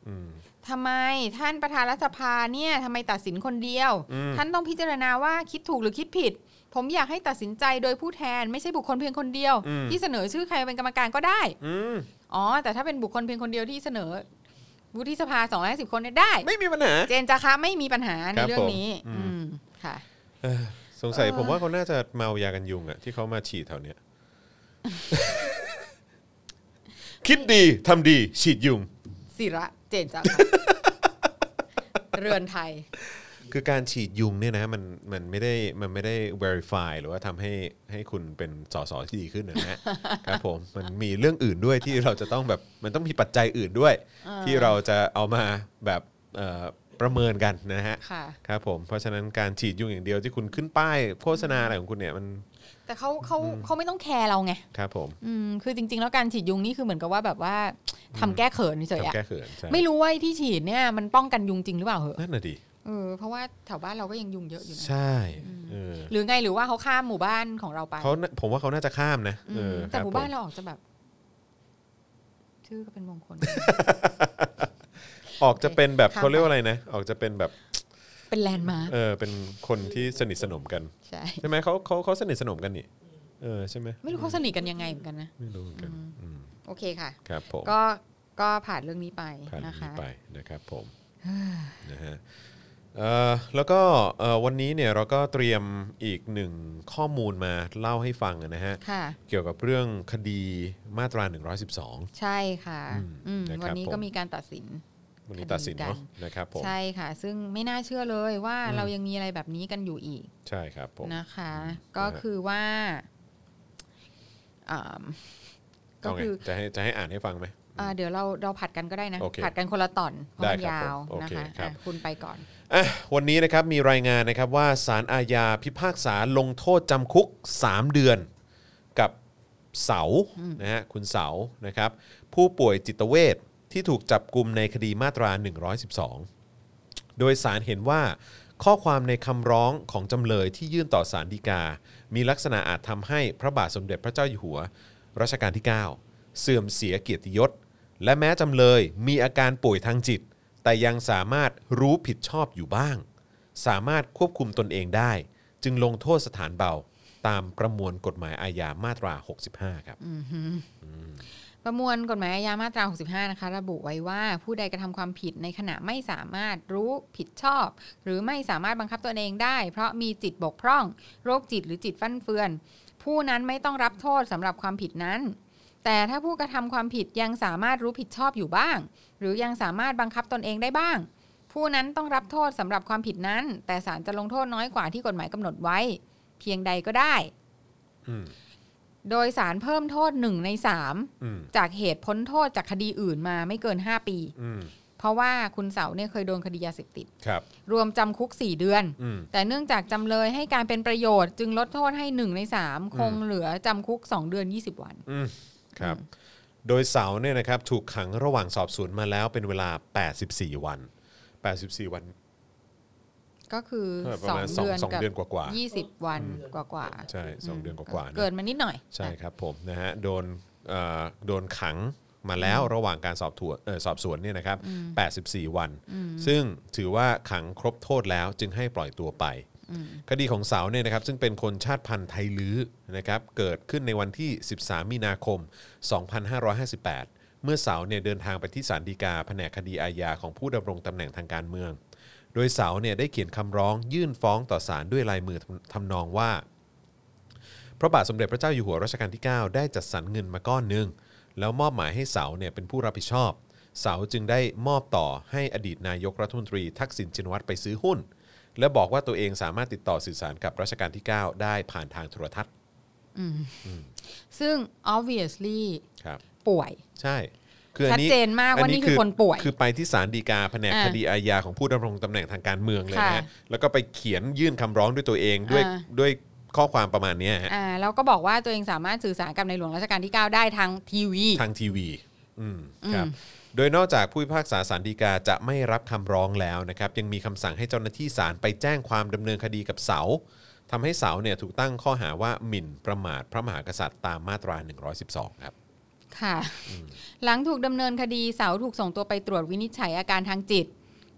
Speaker 2: อืม
Speaker 3: ทำไมท่านประธานรัฐสภาเนี่ยทำไมตัดสินคนเดียว
Speaker 2: อืม
Speaker 3: ท่านต้องพิจารณาว่าคิดถูกหรือคิดผิด ผมอยากให้ตัดสินใจโดยผู้แทน ไม่ใช่บุคคลเพียงคนเดียว ที่เสนอชื่อใครเป็นกรรมการก็ได้
Speaker 2: อืม
Speaker 3: อ๋อ แต่ถ้าเป็นบุคคลเพียงคนเดียวที่เสนอวุฒิสภา250คนเนี่ยได้
Speaker 2: ไม่มีปัญหา
Speaker 3: เจนจาคะไม่มีปัญหาในเรื่อ
Speaker 2: ครับผ
Speaker 3: ง
Speaker 2: ม
Speaker 3: นี้
Speaker 2: อืม
Speaker 3: อืมค่ะ
Speaker 2: เอ้อสงสัย
Speaker 3: เออ
Speaker 2: ผมว่าเขาน่าจะเมายากันยุงอะที่เขามาฉีดแถวเนี้ย คิดดีทำดีฉีดยุง
Speaker 3: ศิระเจนจาคะ เรือนไทย
Speaker 2: คือการฉีดยุงเนี่ยนะมันมันไม่ได้มันไม่ได้ verify หรือว่าทำให้ให้คุณเป็นสสที่ดีขึ้นนะ ฮะ ครับผมมันมีเรื่องอื่นด้วยที่เราจะต้องแบบมันต้องมีปัจจัยอื่นด้วย ที่เราจะเอามาแบบเอ่อประเมินกันนะฮะ
Speaker 3: ค่ะ
Speaker 2: ครับผมเพราะฉะนั้นการฉีดยุงอย่างเดียวที่คุณขึ้นป้ายโฆษณาอะไรของคุณเนี่ยมัน
Speaker 3: แต่เขาเขาเขาไม่ต้องแคร์เราไง
Speaker 2: ครับผม
Speaker 3: อืมคือจริง ๆ แล้วการฉีดยุงนี่คือเหมือนกับว่าแบบว่าทำแก้เขินเฉยๆอะ
Speaker 2: ทำแก้เขินใช่
Speaker 3: ไม่รู้ว่าที่ฉีดเนี่ยมันป้องกันยุงจริงหรือเปล่าเหอะ
Speaker 2: นั่นน่ะดิ
Speaker 3: เออเพราะว่าแถวบ้านเราก็ยังยุงเยอะอยู่นะ
Speaker 2: ใช่เออ
Speaker 3: หรือไงหรือว่าเขาข้ามหมู่บ้านของเราไป
Speaker 2: เขาน่ะผมว่าเขาน่าจะข้ามนะ
Speaker 3: อืม
Speaker 2: เออ
Speaker 3: แต่
Speaker 2: ครั
Speaker 3: หมู่
Speaker 2: ผ
Speaker 3: บ้านเราออกจะแบบ ชื่อก็เป็นมงคล
Speaker 2: ออกจะเป็นแบบ
Speaker 3: ข้าม
Speaker 2: เขาเรียกว่าอะไรนะ ออกจะเป็นแบบ
Speaker 3: เป็นแลนด์มาร์ค
Speaker 2: เออเป็นคนที่สนิทสนมกัน
Speaker 3: ใช่
Speaker 2: ใช่ไหมเขาเขาเขาสนิทสนมกันนี่เออใช่ไหม
Speaker 3: ไม่รู้เขาสนิทกันยังไงเหมือนกันนะ
Speaker 2: ไม่รู้เหมือนกันอืม
Speaker 3: โอเคค่ะ
Speaker 2: ครับผม
Speaker 3: ก็ก็ผ่านเรื่องนี้ไป
Speaker 2: ผ่านเรื่
Speaker 3: นะ
Speaker 2: อง
Speaker 3: คะ
Speaker 2: นี้ไปนะครับผมนะฮะเอ่อแล้วก็เอ่อวันนี้เนี่ยเราก็เตรียมอีกหนึ่งข้อมูลมาเล่าให้ฟังนะฮะ
Speaker 3: ค่ะ
Speaker 2: เกี่ยวกับเรื่องคดีมาตรา 112
Speaker 3: ใช่ค่ะ
Speaker 2: อืม
Speaker 3: อืม
Speaker 2: นะครับ
Speaker 3: วันนี้
Speaker 2: ผม
Speaker 3: ก็มีการตัดสิน
Speaker 2: วันนี้ตัดสินเนาะนะครับผม
Speaker 3: ใช่ค่ะ ซึ่งไม่น่าเชื่อเลยว่า
Speaker 2: อืม
Speaker 3: เรายังมีอะไรแบบนี้กันอยู่อีก
Speaker 2: ใช่ครับผม
Speaker 3: นะคะ
Speaker 2: ม
Speaker 3: ก็
Speaker 2: นะฮะ
Speaker 3: คือว่าอ่าก็คือ
Speaker 2: เอาไงจะให้จะให้อ่านให้ฟังไหม
Speaker 3: อ่าเดี๋ยวเราเราผัดกันก็ได้นะ
Speaker 2: โอเค
Speaker 3: ผัดกันคนละตอนเพราะ
Speaker 2: ได้
Speaker 3: มัน
Speaker 2: ครับ
Speaker 3: ยาว
Speaker 2: ผมโอ
Speaker 3: นะ
Speaker 2: เค
Speaker 3: คะ
Speaker 2: ครับ
Speaker 3: อ่ะคุณไปก่อน
Speaker 2: อ่ะวันนี้นะครับมีรายงานนะครับว่าสารอาญาพิพากษาลงโทษจำคุก 3 เดือน กับเสานะฮะคุณเสานะครับ ผู้ป่วยจิตเวชที่ถูกจับกลุมในคดีมาตรา 112 โดยสารเห็นว่าข้อความในคำร้องของจำเลยที่ยื่นต่อสารดีกา มีลักษณะอาจทำให้พระบาทสมเด็จพระเจ้าอยู่หัว รัชกาลที่ 9 เสื่อมเสียเกียรติยศ และแม้จำเลยมีอาการป่วยทางจิต แต่ยังสามารถรู้ผิดชอบอยู่บ้าง สามารถควบคุมตนเองได้ จึงลงโทษสถานเบา ตามประมวลกฎหมายอาญามาตรา 65 ครับ
Speaker 3: ประมวลกฎหมายอาญามาตรา 65 นะคะ ระบุไว้ว่าผู้ใดกระทำความผิดในขณะไม่สามารถรู้ผิดชอบ หรือไม่สามารถบังคับตนเองได้ เพราะมีจิตบกพร่อง โรคจิตหรือจิตฟั่นเฟือน ผู้นั้นไม่ต้องรับโทษสำหรับความผิดนั้น แต่ถ้าผู้กระทำความผิดยังสามารถรู้ผิดชอบอยู่บ้าง หรือยังสามารถบังคับตนเองได้บ้าง ผู้นั้นต้องรับโทษสำหรับความผิดนั้น แต่ศาลจะลงโทษน้อยกว่าที่กฎหมายกำหนดไว้ เพียงใดก็ได้
Speaker 2: อืม
Speaker 3: โดยศาลเพิ่มโทษหนึ่งในสาม
Speaker 2: อืม
Speaker 3: จากเหตุพ้นโทษจากคดีอื่นมาไม่เกิน 5 ปี
Speaker 2: อืม
Speaker 3: เพราะว่าคุณเสาเนี่ยเคยโดนคดียาเสพติด
Speaker 2: ครับ
Speaker 3: รวมจำคุก 4 เดือน
Speaker 2: อืม
Speaker 3: แต่เนื่องจากจำเลยให้การเป็นประโยชน์จึงลดโทษให้ 1 ใน 3 คงเหลือจำคุก 2 เดือน 20 วัน
Speaker 2: อืมครับ โดยเสาเนี่ยนะครับถูกขังระหว่างสอบสวนมาแล้วเป็นเวลา 84 วัน 84 วัน
Speaker 3: ก็คือ
Speaker 2: เท่าไหร่ประมาณ
Speaker 3: 2เดือน
Speaker 2: สอง
Speaker 3: กั
Speaker 2: เดือนกว่าๆ
Speaker 3: บ20 วันกว่าๆ
Speaker 2: ใช่สองเดือนกว่าๆ
Speaker 3: เกิ
Speaker 2: นะ
Speaker 3: นมานิดหน่อย
Speaker 2: ใช่ครับผมนะฮะโดนเอ่อโดนขังมาแล้วระหว่างการสอบถวนเอ่อสอบสวนเนี่ยนะครับ 84 วัน ซึ่งถือว่าขังครบโทษแล้วจึงให้ปล่อยตัวไป คดีของเสาเนี่ยนะครับซึ่งเป็นคนชาติพันธุ์ไทยลื้อนะครับเกิดขึ้นในวันที่ 13 มีนาคม 2558 เมื่อเสาเนี่ยเดินทางไปที่ศาลฎีกาแผนกคดีอาญาของผู้ดำรงตำแหน่งทางการเมือง โดยเสาเนี่ยได้เขียนคำร้องยื่นฟ้องต่อศาลด้วยลายมือทำนองว่า พระบาทสมเด็จพระเจ้าอยู่หัวรัชกาลที่ 9 ได้จัดสรรเงินมาก้อนหนึ่งแล้วมอบหมายให้เสาเนี่ยเป็นผู้รับผิดชอบ เสาจึงได้มอบต่อให้อดีตนายกรัฐมนตรีทักษิณชินวัตรไปซื้อหุ้น และบอกว่าตัวเองสามารถติดต่อสื่อสารกับรัชกาลที่ 9 ได้ผ่านทางโทรทัศน์
Speaker 3: ซึ่ง obviously
Speaker 2: ครับ
Speaker 3: ป่วย
Speaker 2: ใช่คืออันนี้
Speaker 3: ชัดเจนมากว่านี่คือคนป่วย
Speaker 2: คือไปที่ศาลฎีกาแผนก
Speaker 3: อ่า
Speaker 2: คดีอาญาของผู้ดำรงตำแหน่งทางการเมืองเลยนะ
Speaker 3: ค่ะ
Speaker 2: ฮะแล้วก็ไปเขียนยื่นคำร้องด้วยตัวเองด้วย
Speaker 3: อ่า
Speaker 2: ด้วยข้อความประมาณเนี้ยฮะ
Speaker 3: อ่าแล้วก็บอกว่าตัวเองสามารถสื่อสารกับในหลวงรัชกาลที่ 9 ได้ทางทีวี
Speaker 2: ทางทีวีอืมครับโดยนอกจากผู้พิพากษาสารดีกาจะไม่รับคำร้องแล้วนะครับยังมีคำสั่งให้เจ้าหน้าที่ศาลไปแจ้งความดำเนินคดีกับเสาทำให้เสาเนี่ยถูกตั้งข้อหาว่าหมิ่นประมาทพระมหากษัตริย์ตามมาตรา 112ครับ
Speaker 3: ค่ะ หลังถูกดำเนินคดีเสาถูกส่งตัวไปตรวจวินิจฉัยอาการทางจิต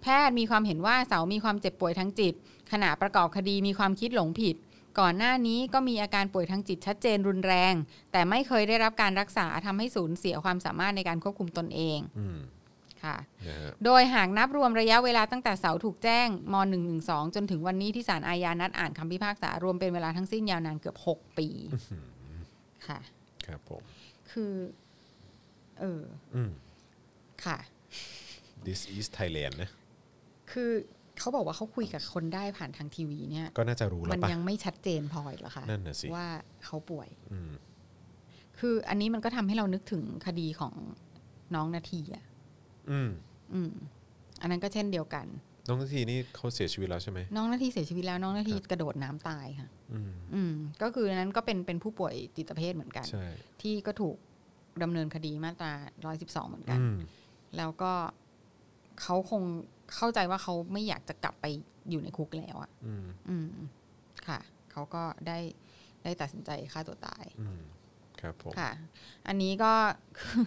Speaker 3: แพทย์มีความเห็นว่าเสามีความเจ็บป่วยทางจิต ขณะประกอบคดีมีความคิดหลงผิด ก่อนหน้านี้ก็มีอาการป่วยทางจิตชัดเจนรุนแรง แต่ไม่เคยได้รับการรักษาทำให้สูญเสียความสามารถในการควบคุมตนเอง
Speaker 2: อืม
Speaker 3: ค่ะ
Speaker 2: นะฮะ
Speaker 3: โดยหากนับรวมระยะเวลาตั้งแต่เสาถูกแจ้งม .112 จนถึงวันนี้ที่ศาลอาญานัดอ่านคำพิพากษารวมเป็นเวลาทั้งสิ้นยาวนานเกือบหกปีค่ะ
Speaker 2: ครับผม
Speaker 3: คือ เออ
Speaker 2: อืม
Speaker 3: ค่ะ
Speaker 2: this is Thailand นะ
Speaker 3: คือเขาบอกว่าเขาคุยกับคนได้ผ่านทางทีวีเนี่ย
Speaker 2: ก็น่าจะรู้แล้
Speaker 3: มั
Speaker 2: วน ปะ
Speaker 3: ยังไม่ชัดเจนพออีกเหรอคะ
Speaker 2: นั่นน่ะสิ
Speaker 3: ว่าเขาป่วย
Speaker 2: อืม
Speaker 3: คืออันนี้มันก็ทำให้เรานึกถึงคดีของน้องนาทีอ่ะ
Speaker 2: อืม
Speaker 3: อืม อันนั้นก็เช่นเดียวกัน
Speaker 2: น้องนาทีนี่เขาเสียชีวิตแล้วใช่ไหม
Speaker 3: น้องนาทีเสียชีวิตแล้วน้องนาทีกระโดดน้ำตายค่ะ
Speaker 2: อืม
Speaker 3: อืม ก็คืออันนั้นก็เป็นเป็นผู้ป่วยจิตเภทเหมือนกัน
Speaker 2: ใช่
Speaker 3: ที่ก็ถูกดำเนินคดีมาตรา112 เหมือนกัน
Speaker 2: อืม
Speaker 3: แล้วก็เขาคงเข้าใจว่าเขาไม่อยากจะกลับไปอยู่ในคุกแล้วอะ
Speaker 2: อืม
Speaker 3: อืมค่ะ เขาก็ได้ได้ตัดสินใจฆ่าตัวตาย
Speaker 2: อืมครับผม
Speaker 3: ค่ะ อันนี้ก็ คือ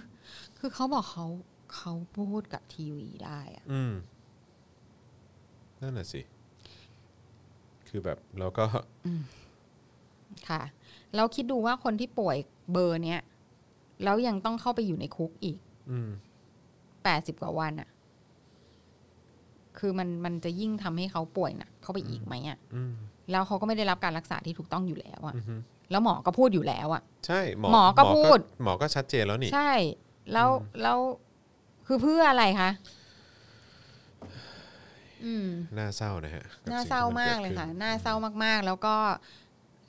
Speaker 3: คือเขาบอกเขาเขาพูดกับทีวีได้อะ
Speaker 2: อืมนั่นน่ะสิ คือแบบเราก็
Speaker 3: ค่ะ แล้วคิดดูว่าคนที่ป่วยเบอร์เนี้ยแล้วยังต้องเข้าไปอยู่ในคุกอีก
Speaker 2: อืม
Speaker 3: แปดสิบกว่าวันอะคือมันมันจะยิ่งทำให้เขาป่วยหนักเข้าไปอีกไหมอะ
Speaker 2: อืม
Speaker 3: แล้วเขาก็ไม่ได้รับการรักษาที่ถูกต้องอยู่แล้วอะ
Speaker 2: อือฮึ
Speaker 3: แล้วหมอก็พูดอยู่แล้วอะ
Speaker 2: ใช่หมอ
Speaker 3: หมอก็พูด
Speaker 2: หมอก็ชัดเจนแล้วนี่
Speaker 3: ใช่ แล้วแล้วคือเพื่ออะไรคะ อืม
Speaker 2: น่าเศร้านะฮะบ
Speaker 3: น่าเศร้ามาก
Speaker 2: สิ่ง
Speaker 3: เลย
Speaker 2: ที่น
Speaker 3: ค่ะ
Speaker 2: กิดขึ้น
Speaker 3: น่าเศร้ามากๆ แล้วก็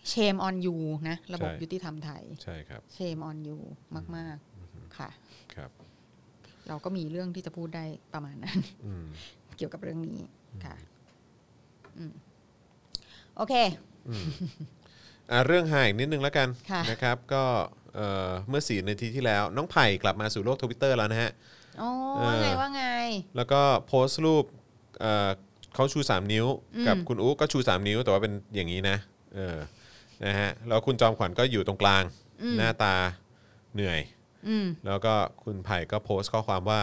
Speaker 3: เชมออนยูนะ ระบบ
Speaker 2: ใช่
Speaker 3: ยุติธรรมไทย
Speaker 2: ใช่ครับ
Speaker 3: เชมออนยูมาก ๆ ค่ะ
Speaker 2: ครับ
Speaker 3: เราก็มีเรื่องที่จะพูดได้ประมาณนั้น
Speaker 2: อืม
Speaker 3: เกี่ยวกับเรื่องนี้ค่ะ โอเค
Speaker 2: อ่ะเรื่องหายนิดนึงแล้วกัน
Speaker 3: ค่ะ
Speaker 2: นะครับก็เอ่อเมื่อสี่นาทีที่แล้ว น้องไผ่กลับมาสู่โลกทวิตเตอร์แล้วนะฮะ
Speaker 3: อ๋อ
Speaker 2: เออ
Speaker 3: ว่าไงว่าไง
Speaker 2: แล้วก็โพสต์รูปเอ่อเขาชู 3 นิ้ว
Speaker 3: อืม
Speaker 2: กับคุณอุ๊ก็ชู 3 นิ้ว แต่ว่าเป็นอย่างนี้นะเออนะฮะแล้วคุณจอมขวัญก็อยู่ตรงกลาง หน้าตาเหนื่อย
Speaker 3: อืม
Speaker 2: แล้วก็คุณไผ่ก็โพสต์ข้อความว่า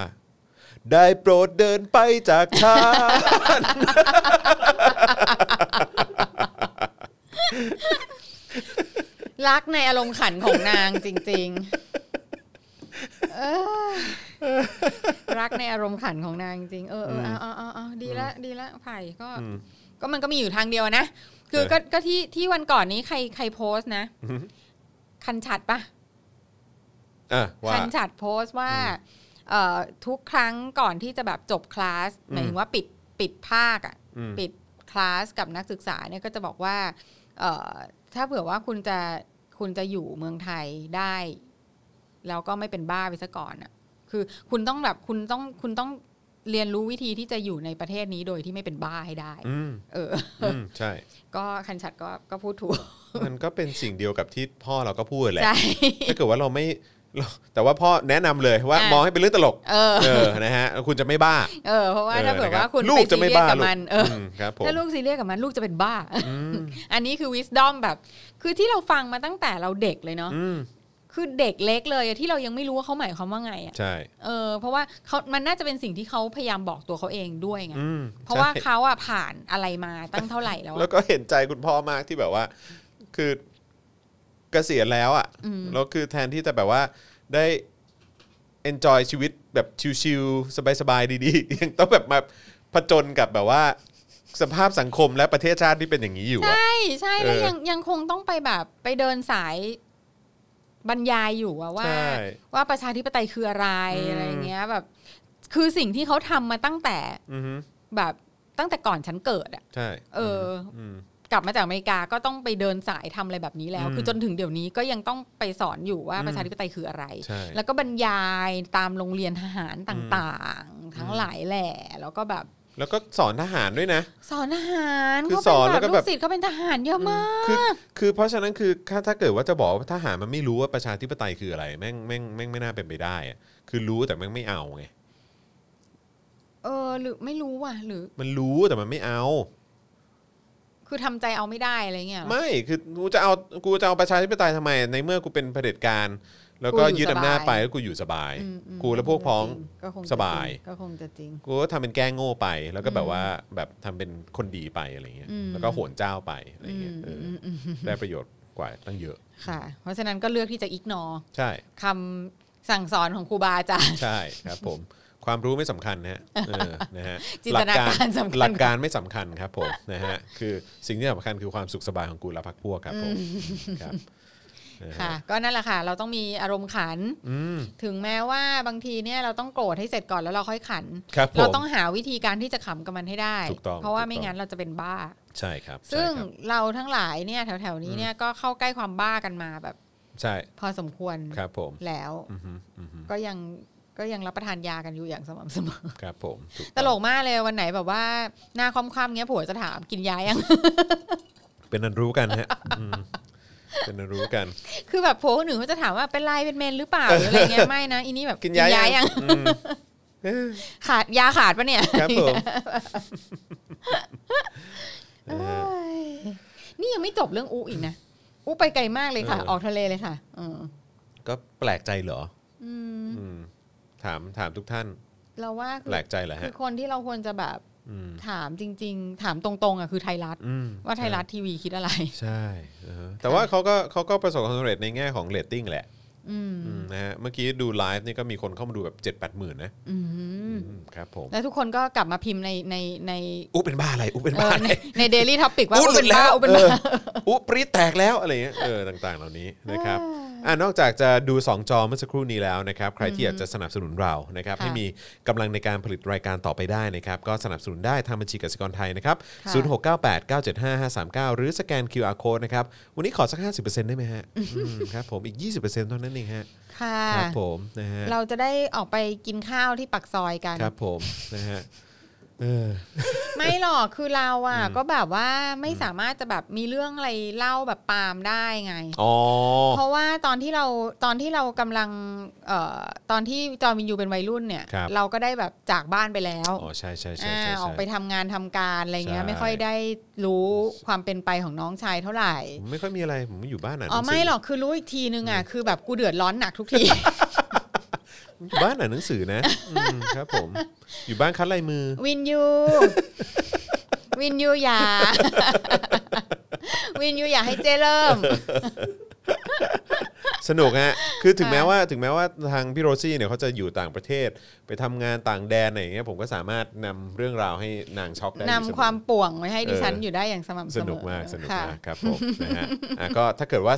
Speaker 2: ได้โปรดเดินไปจากฉั น
Speaker 3: รักในอารมณ์ขันของนางจริง ๆเออรักในอารมณ์ขันของนางจริงๆเออเออเอาเอาเอาเอาดีละดีละไผ่ก็
Speaker 2: อืม
Speaker 3: ก็มันก็มีอยู่ทางเดียวนะ คือ
Speaker 2: เออ
Speaker 3: ก็ก็ที่ที่วันก่อนนี้ใครใครโพสต์นะ คันฉัดปะ
Speaker 2: อ่ะว่า
Speaker 3: คันฉัดโพสต์ว่าเอ่อทุกครั้งก่อนที่จะแบบจบคลาสหมายถึงว่าปิดปิดภาคอ่ะ
Speaker 2: อืม
Speaker 3: ปิดคลาสกับนักศึกษาเนี่ยก็จะบอกว่าเอ่อถ้าเผื่อว่าคุณจะคุณจะอยู่เมืองไทยได้ แล้วก็ไม่เป็นบ้าไปซะก่อนอ่ะคือคุณต้องแบบคุณต้องคุณต้องเรียนรู้วิธีที่จะอยู่ในประเทศนี้โดยที่ไม่เป็นบ้าให้ได้
Speaker 2: อืม
Speaker 3: เออ
Speaker 2: อืมใช่
Speaker 3: ก็คันฉัดก็ก็พูดถูก
Speaker 2: มันก็เป็นสิ่งเดียวกับที่พ่อเราก็พูดแหละ
Speaker 3: ใช่
Speaker 2: ถ้าเกิดว่าเราไม่เราแต่ว่าพ่อแนะนำเลยว่า
Speaker 3: อ่ะ
Speaker 2: มองให้เป็นเรื่องตลก
Speaker 3: เออ
Speaker 2: เออ นะฮะ คุณจะไม่บ้า
Speaker 3: เออ เพราะว่าถ้าเผื่อ
Speaker 2: นะรับ
Speaker 3: ว่าคุณ
Speaker 2: ลูกจะไม่บ้า
Speaker 3: ซีเรียสกับ
Speaker 2: ลูก
Speaker 3: มันเอออ
Speaker 2: มครับผม
Speaker 3: ถ้าลูกซีเรียสกับมันลูกจะเป็นบ้า
Speaker 2: อืม
Speaker 3: อันนี้คือวิสดอมแบบ คือที่เราฟังมาตั้งแต่เราเด็กเลยเนาะ
Speaker 2: อืม
Speaker 3: คือเด็กเล็กเลยอะที่เรายังไม่รู้ว่าเขาหมายความว่าไงอะ
Speaker 2: ใช่
Speaker 3: เออ เพราะว่าเขามันน่าจะเป็นสิ่งที่เขาพยายามบอกตัวเขาเองด้วยไง
Speaker 2: อืม
Speaker 3: เพราะว่า
Speaker 2: ใช่
Speaker 3: เขาอะผ่านอะไรมาตั้งเท่าไหร่แล้วอะ
Speaker 2: แล้วก็เห็นใจคุณพ่อมากที่แบบว่า คือเกษียณแล้วอ่ะ
Speaker 3: อืม
Speaker 2: แล้วคือแทนที่จะแบบว่าได้ enjoy ชีวิตแบบชิลๆสบายๆดีๆ ยังต้องแบบมาผจญกับแบบว่า สภาพสังคมและประเทศชาติที่เป็นอย่างนี้อยู่อะ
Speaker 3: ใช่ใช่แล้ว
Speaker 2: เออ
Speaker 3: ยังยังคงต้องไปแบบไปเดินสายบรรยายอยู่อะว่า
Speaker 2: ใช่
Speaker 3: ว่าประชาธิปไตยคืออะไร
Speaker 2: อืม
Speaker 3: อะไรเงี้ยแบบ คือสิ่งที่เขาทำมาตั้งแต่
Speaker 2: อือฮึ
Speaker 3: แบบตั้งแต่ก่อนฉันเกิดอะ
Speaker 2: ใช่
Speaker 3: เอออ
Speaker 2: อืม
Speaker 3: กลับมาจากอเมริกาก็ต้องไปเดินสายทำอะไรแบบนี้แล้ว
Speaker 2: อืม
Speaker 3: คือจนถึงเดี๋ยวนี้ก็ยังต้องไปสอนอยู่ว่า
Speaker 2: อืม
Speaker 3: ประชาธิปไตยคืออะไร
Speaker 2: ใช่
Speaker 3: แล้วก็บรรยายตามโรงเรียนทหารต่างๆ ทั้งหลายแหล่แล้วก็แบบ
Speaker 2: แล้วก็สอนทหารด้วยนะ
Speaker 3: สอนทหาร
Speaker 2: คือ
Speaker 3: เขา
Speaker 2: สอนแล้
Speaker 3: เป็
Speaker 2: วน ก็
Speaker 3: แบบลู
Speaker 2: แบบ
Speaker 3: กศิษย์เขาเป็นทหารเยอะมาก
Speaker 2: คือคือเพราะฉะนั้นคือถ้าถ้าเกิดว่าจะบอกว่าทหารมันไม่รู้ว่าประชาธิปไตยคืออะไรแม่งแม่งแม่งไม่น่าเป็นไปได้อะคือรู้แต่แม่งไม่เอาไง
Speaker 3: เออหรือไม่รู้ว่ะหรือ
Speaker 2: มันรู้แต่มันไม่เอา
Speaker 3: คือทำใจเอาไม่ได้อะไรเงี้ยเหรอ
Speaker 2: ไม่คือกูจะเอากูจะเอาประชาธิปไตยทำไม ในเมื่อกูเป็นเผด็จการ แล้วก็
Speaker 3: กูอยู่
Speaker 2: ยึดอำนาจ
Speaker 3: สบาย
Speaker 2: ไปแล้วกูอยู่สบาย
Speaker 3: อืมอืม
Speaker 2: กูและพวกพ้อง
Speaker 3: ก็คงจะจริง
Speaker 2: สบาย
Speaker 3: ก็คงจะจริง
Speaker 2: กูก็ทำเป็นแกล้งโง่ไป แล้วก็แบบ
Speaker 3: อืม
Speaker 2: ว่าแบบทำเป็นคนดีไปอะไรเงี้ย
Speaker 3: อืม
Speaker 2: แล้วก็โหนเจ้าไปอะไรเงี้ยเอออ
Speaker 3: มอืมอืม
Speaker 2: ได้ประโยชน์กว่าตั้งเยอะ
Speaker 3: ค่ะ เพราะฉะนั้นก็เลือกที่จะอิกนอ
Speaker 2: ใช่
Speaker 3: คำสั่งสอนของครูบาอาจารย์
Speaker 2: ใช่ครับผม ความรู้ไม่สำคัญนะฮะเออนะฮะ
Speaker 3: จินตนาการสำคัญ
Speaker 2: หลักการไม่สำคัญครับผมนะฮะคือสิ่งที่สำคัญคือความสุขสบายของกูและพักพวกครับผมครับนะฮะ
Speaker 3: ค่ะ ก็นั่นแหละค่ะ เราต้องมีอารมณ์ขัน
Speaker 2: อืม
Speaker 3: ถึงแม้ว่าบางทีเนี่ยเราต้องโกรธให้เสร็จก่อนแล้วเราค่อยขัน
Speaker 2: ครับผ
Speaker 3: เรา
Speaker 2: ม
Speaker 3: ต้องหาวิธีการที่จะขำกับมันให้ได้
Speaker 2: ถูกต้อง
Speaker 3: เพราะว่าไม่
Speaker 2: ถูกต้อง
Speaker 3: งั้นเราจะเป็นบ้า
Speaker 2: ใช่ครับ
Speaker 3: ซึ่ง
Speaker 2: ใช่ครับ
Speaker 3: เราทั้งหลายเนี่ยแถวๆนี้เนี่ยก็เข้าใกล้ความบ้ากันมาแบบ
Speaker 2: ใช่
Speaker 3: พอสมควร
Speaker 2: ครับผม
Speaker 3: แล้ว
Speaker 2: อือฮึอือฮึ
Speaker 3: ก็ยังก็ยังรับประทานยากันอยู่อย่างสม่ำเสมอ
Speaker 2: ครับผมถู
Speaker 3: ตลกมากเลยวันไหนแบบว่าหน้าคว่ำๆเงี้ยผัวจะถามกินยายัง
Speaker 2: เป็นนันรู้กันฮะอืมเป็นนันรู้ กัน
Speaker 3: คือแบบผัวคนอื่นเขาจะถามว่าเป็นไรเป็นเมนหรือเปล่าหรืออะไรเงี้ยไม่นะอีนี่แบบ
Speaker 2: กินยายังอืม
Speaker 3: ขาดยาขาดปะเนี่ย
Speaker 2: ครับ ผมนะฮะ
Speaker 3: เอ้ยนี่ยังไม่จบเรื่องอูอีกนะ อูไปไกลมากเลยค่ะ
Speaker 2: เออ
Speaker 3: ออกทะเลเลยค่ะเออ
Speaker 2: ก็แปลกใจเหรอ
Speaker 3: อืม
Speaker 2: อืมถามถามทุกท่าน
Speaker 3: เราว่าคื
Speaker 2: แปลกใจเหรอ
Speaker 3: คื
Speaker 2: ฮะ
Speaker 3: อคนที่เราควรจะแบบ
Speaker 2: อืม
Speaker 3: ถามจริง ๆ ถามตรงๆอ่ะคือไทยรัฐ
Speaker 2: อืม
Speaker 3: ว่าไทยรัฐทีวีคิดอะไร
Speaker 2: ใช่อ่าฮะแต่ว่าเขาก็เขาก็ประสบความสำเร็จในแง่ของเรตติ้งแหละ
Speaker 3: อืม
Speaker 2: อืมนะฮะเมื่อกี้ดูไลฟ์นี่ก็มีคนเข้ามาดูแบบ7จ็ดแปดหมื่นนะ
Speaker 3: อืม
Speaker 2: อืมครับผม
Speaker 3: แล้วทุกคนก็กลับมาพิมพ์ในในใน
Speaker 2: อู้เป็นบ้าอะไรอู้เป็น
Speaker 3: เอ่
Speaker 2: บ้า
Speaker 3: อ
Speaker 2: อะไร
Speaker 3: ในในเดลี่ท็อปิกว่า
Speaker 2: อู้
Speaker 3: อู
Speaker 2: หลุ
Speaker 3: เป็
Speaker 2: ด
Speaker 3: น
Speaker 2: แล้
Speaker 3: บ้าว อูเป็น
Speaker 2: เอ
Speaker 3: บ้า
Speaker 2: ออู้ปรี๊ดแตกแล้วอะไรเงี้ยเออต่างๆ เหล่านี้นะครับอ่ะนอกจากจะดู 2 จอเมื่อสักครู่นี้แล้วนะครับใครที่อยากจะสนับสนุนเรานะครับ
Speaker 3: ค่ะ
Speaker 2: ให้มีกำลังในการผลิตรายการต่อไปได้นะครับก็สนับสนุนได้ทางบัญชีกสิกรไทยนะครับ
Speaker 3: ค่ะ
Speaker 2: ศูนย์หกเก้าแปดเก้าเจ็ดห้าห้าสามเก้าหรือสแกน QR code นะครับวันนี้ขอสัก 50%ได้ไหมฮะอืมครับผมอีก 20%เท่านั้นเองฮะ
Speaker 3: ค่ะ
Speaker 2: ครับผมนะฮะ
Speaker 3: เราจะได้ออกไปกินข้าวที่ปักซอยกัน
Speaker 2: ครับผมนะฮะเออ
Speaker 3: ไม่หรอกคือเราอ่ะ
Speaker 2: อืม
Speaker 3: ก็แบบว่าไม่สามารถจะแบบมีเรื่องอะไรเล่าแบบปาล์มได้ไง
Speaker 2: อ๋อ
Speaker 3: เพราะว่าตอนที่เราตอนที่เรากำลังเอ่อตอนที่จอมินยูเป็นวัยรุ่นเนี่ย
Speaker 2: ครับ
Speaker 3: เราก็ได้แบบจากบ้านไปแล้ว
Speaker 2: อ๋อใช่ใช่ใช่
Speaker 3: อ่า
Speaker 2: ใช่
Speaker 3: ออก
Speaker 2: ใช่
Speaker 3: ไปทำงานทำการอะไรเงี้ย
Speaker 2: ใช่
Speaker 3: ไม่ค่อยได้รู้ความเป็นไปของน้องชายเท่าไหร่
Speaker 2: ผมไม่ค่อยมีอะไรผมอยู่บ้านอ่าน
Speaker 3: อ๋อ
Speaker 2: นังสื
Speaker 3: ไม่หรอกคือรู้อีกทีนึงอ่ะคือแบบกูเดือดร้อนหนักทุก ที
Speaker 2: อยู่บ้านอ่านหนังสือนะอืมครับผมอยู่บ้านคัดลายมือ
Speaker 3: วินยูวินยูอย่า วินยูอย่าให้เจเริ่ ม
Speaker 2: สนุกฮะ คือถึงแม้
Speaker 3: ค่ะ
Speaker 2: ว่าถึงแม้ว่าทางพี่โรซี่เนี่ยเขาจะอยู่ต่างประเทศ ไปทำงานต่างแดนอะไรอย่างเงี้ยผมก็สามารถนำเรื่องราวให้นางช็อกได้อยู่เส
Speaker 3: นำ
Speaker 2: อ
Speaker 3: ความป่วงไว้ให้ดิฉัน
Speaker 2: เออ
Speaker 3: อ
Speaker 2: อ
Speaker 3: ยู่ได้อย่างสม่ำเสมอ
Speaker 2: สนุกมากสนุก
Speaker 3: ค่ะ
Speaker 2: มากครับผมนะฮะอ่ะก็ถ้าเกิดว่า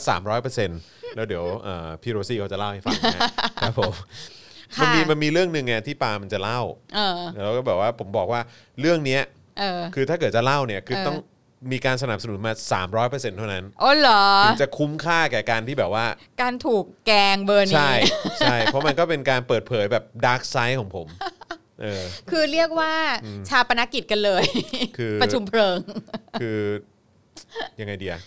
Speaker 2: 300%แล้วเดี๋ยวเอ่อพี่โรซี่เขาจะเล่าให้ฟังนะฮะครับผมมั
Speaker 3: ค่ะ
Speaker 2: นมีมันมีเรื่องหนึ่งไงที่ปามันจะเล่า
Speaker 3: เออ
Speaker 2: แล้วก็แบบว่าผมบอกว่าเรื่องเนี้ย
Speaker 3: เออ
Speaker 2: คือถ้าเกิดจะเล่าเนี่ยคือ
Speaker 3: เออ
Speaker 2: ต้องมีการสนับสนุนมา 300%เท่านั้น
Speaker 3: โอ้เหรอ
Speaker 2: ถึงจะคุ้มค่าแก่การที่แบบว่า
Speaker 3: การถูกแกงเบอร์นี้
Speaker 2: ใช่ ใช่ เพราะมันก็เป็นการเปิดเผยแบบดาร์กไซด์ของผม เออ
Speaker 3: คือเรียกว่าชาปนกิจกันเลย
Speaker 2: คือ
Speaker 3: ประชุมเพลิง
Speaker 2: คือยังไงเดีย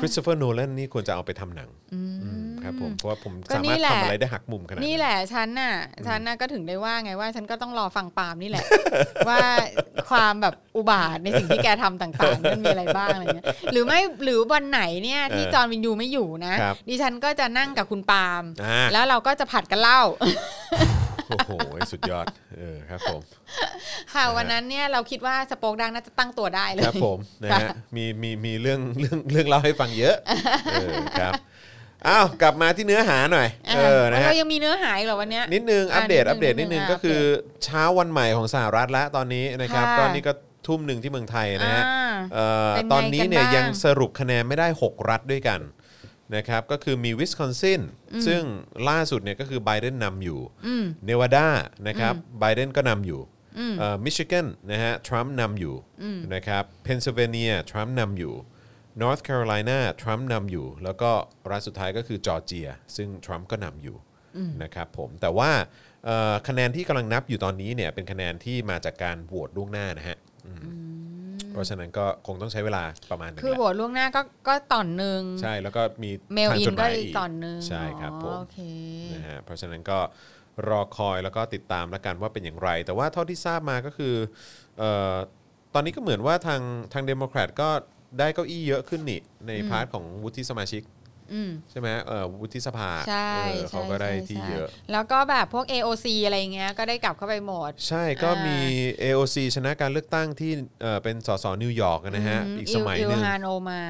Speaker 2: คริส s เฟอร์โนแลนนี่ควรจะเอาไปทำหนังอืมครับผม เพราะว่าผม
Speaker 3: ก็
Speaker 2: สา
Speaker 3: นี่
Speaker 2: มารถ
Speaker 3: แหละ
Speaker 2: ทำอะไรได้หักมุมขนาด
Speaker 3: นี่
Speaker 2: นี้น
Speaker 3: แหละฉันน่ะฉันน่ะก็ถึงได้ว่าไงว่า ฉันก็ต้องรอฟังปาล์มนี่แหละ ว่าความแบบอุบาทในสิ่งที่แกทำต่างๆมันมีอะไรบ้างอะไรเงี้ยหรือไม่หรือวันไหนเนี่ยที่จอห์นวินยูไม่อยู่นะ ดิฉันก็จะนั่งกับคุณปาล์ม
Speaker 2: อ่า
Speaker 3: แล้วเราก็จะผัดกันเล่า
Speaker 2: โอ้โห สุดยอด เออครับผม
Speaker 3: ค่ะ
Speaker 2: นะฮะ
Speaker 3: วันนั้นเนี่ยเราคิดว่าสโปกดังน่าจะตั้งตัวได้เลย
Speaker 2: ครับผมนะฮะ
Speaker 3: ค่ะ
Speaker 2: มีมีมีเรื่องเรื่องเรื่องเล่าให้ฟังเยอะเออครับอ้าวกลับมาที่เนื้อหาหน่อย
Speaker 3: อ่ะ
Speaker 2: เออนะฮะ
Speaker 3: เรายังมีเนื้อหาอีกเหรอวันเนี้ย
Speaker 2: นิดนึง อัปเดต
Speaker 3: อ่ะ
Speaker 2: อัปเดตนิดนึง
Speaker 3: นิดนึง
Speaker 2: ก็คือ
Speaker 3: อ่ะ
Speaker 2: เช้าวันใหม่ของสหรัฐแล้วตอนนี้นะครับ
Speaker 3: ค่ะ
Speaker 2: ตอนนี้ก็ทุ่มหนึ่งที่เมืองไทยนะฮะ
Speaker 3: อ่า
Speaker 2: เอ่อ
Speaker 3: เป็นไง
Speaker 2: ตอนนี้เนี่ย
Speaker 3: กันบ้าง
Speaker 2: ยังสรุปคะแนนไม่ได้ 6 รัฐด้วยกันนะครับก็คือมีวิสคอนซินซึ่งล่าสุดเนี่ยก็คือไบเดนนำอยู่เนวาดานะครับไบเดนก็นำอยู่มิชิแกนนะฮะทรัมป์นำอยู่นะครับเพนซิลเวเนียทรัมป์นำอยู่นอร์ทแคโรไลนาทรัมป์นำอยู่ แล้วก็รัฐสุดท้ายก็คือจอร์เจีย ซึ่งทรัมป์ก็นำอยู่ นะครับผมแต่ว่าเอ่อคะแนนที่กำลังนับอยู่ตอนนี้เนี่ยเป็นคะแนนที่มาจากการโหวตล่วงหน้านะฮะอืมเพราะฉะนั้นก็คงต้องใช้เวลาประมาณหนึง
Speaker 3: คือโหว
Speaker 2: แหละ
Speaker 3: ตล่วงหน้าก็ก็ต่อนหนึ่ง
Speaker 2: ใช่แล้วก็มี
Speaker 3: เมล
Speaker 2: ทาง
Speaker 3: อิ
Speaker 2: จ
Speaker 3: น
Speaker 2: ดห
Speaker 3: ก็
Speaker 2: มาย
Speaker 3: อีกต่อนหนึ่ง
Speaker 2: ใช่ครับผ
Speaker 3: อ๋อ
Speaker 2: ม
Speaker 3: โอเค
Speaker 2: นะฮะเพราะฉะนั้นก็รอคอยแล้วก็ติดตามแล้วกันว่าเป็นอย่างไร แต่ว่าเท่าที่ทราบมาก็คือเออตอนนี้ก็เหมือนว่าทางทางเดโมแครตก็ได้เก้าอี้เยอะขึ้นนี่ในพาร์ทของวุฒิสมาชิก
Speaker 3: อืม
Speaker 2: ใช่ไหมเอ่อวุฒิสภา
Speaker 3: ใช่
Speaker 2: เออ
Speaker 3: ใช่
Speaker 2: เขาก็ได้
Speaker 3: ใช่
Speaker 2: ที่
Speaker 3: ใช่
Speaker 2: เยอะ
Speaker 3: แล้วก็แบบพวก AOC อะไรเงี้ยก็ได้กลับเข้าไปหมด
Speaker 2: ใช่ก็
Speaker 3: อ่ามี
Speaker 2: มี AOC ชนะการเลือกตั้งที่เอ่อเป็นสสนิวยอร์กนะฮะ อีกสมัยหนึ่ง
Speaker 3: ฮานโอมา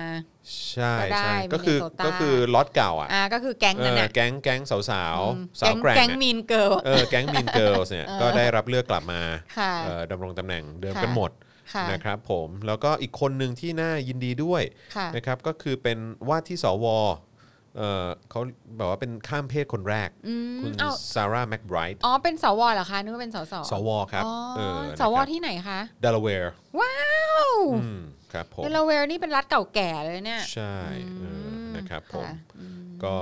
Speaker 2: ใช่
Speaker 3: ก็ได้
Speaker 2: ใช่ก็คือ
Speaker 3: Minnesota
Speaker 2: ก็คือล็อตเก่าอ่ะ
Speaker 3: อ่าก็คือแก๊ง
Speaker 2: เอ
Speaker 3: นั้น
Speaker 2: อ
Speaker 3: น่ะ
Speaker 2: แก๊งแก๊งสาวสาว
Speaker 3: อืม
Speaker 2: ๆสาวแกร่ง
Speaker 3: แก๊ง
Speaker 2: อะ
Speaker 3: มีนเกิล
Speaker 2: เออแก๊งมีนเกิลส์เนี่ย ก็ได้รับเลือกกลับมา
Speaker 3: ค่ะ
Speaker 2: เอ่อดำรงตำแหน่งเดิม
Speaker 3: ค่ะ
Speaker 2: กันหมด
Speaker 3: ค่ะ
Speaker 2: นะครับผมแล้วก็อีกคนหนึ่งที่น่ายินดีด้วย
Speaker 3: ค่ะ
Speaker 2: นะครับก็คือเป็นว่าที่สวเออเขาแบบว่าเป็นข้ามเพศคนแรก
Speaker 3: อื
Speaker 2: คุ
Speaker 3: ม
Speaker 2: ณ
Speaker 3: เอ้า
Speaker 2: ซาร่าแม็กไบรท์
Speaker 3: อ๋อเป็นสวเหรอคะนึกว่าเป็นสส
Speaker 2: สวครับ
Speaker 3: อ๋อ
Speaker 2: เออ
Speaker 3: สวที่ไหนคะ
Speaker 2: เดลาแวร์
Speaker 3: ว้าว
Speaker 2: อืมครับผม
Speaker 3: เดลาแวร์นี่เป็นรัฐเก่าแก่เลยเนี่ย
Speaker 2: ใช่เอออ
Speaker 3: ม
Speaker 2: นะครับผม
Speaker 3: ค่ะ
Speaker 2: ก็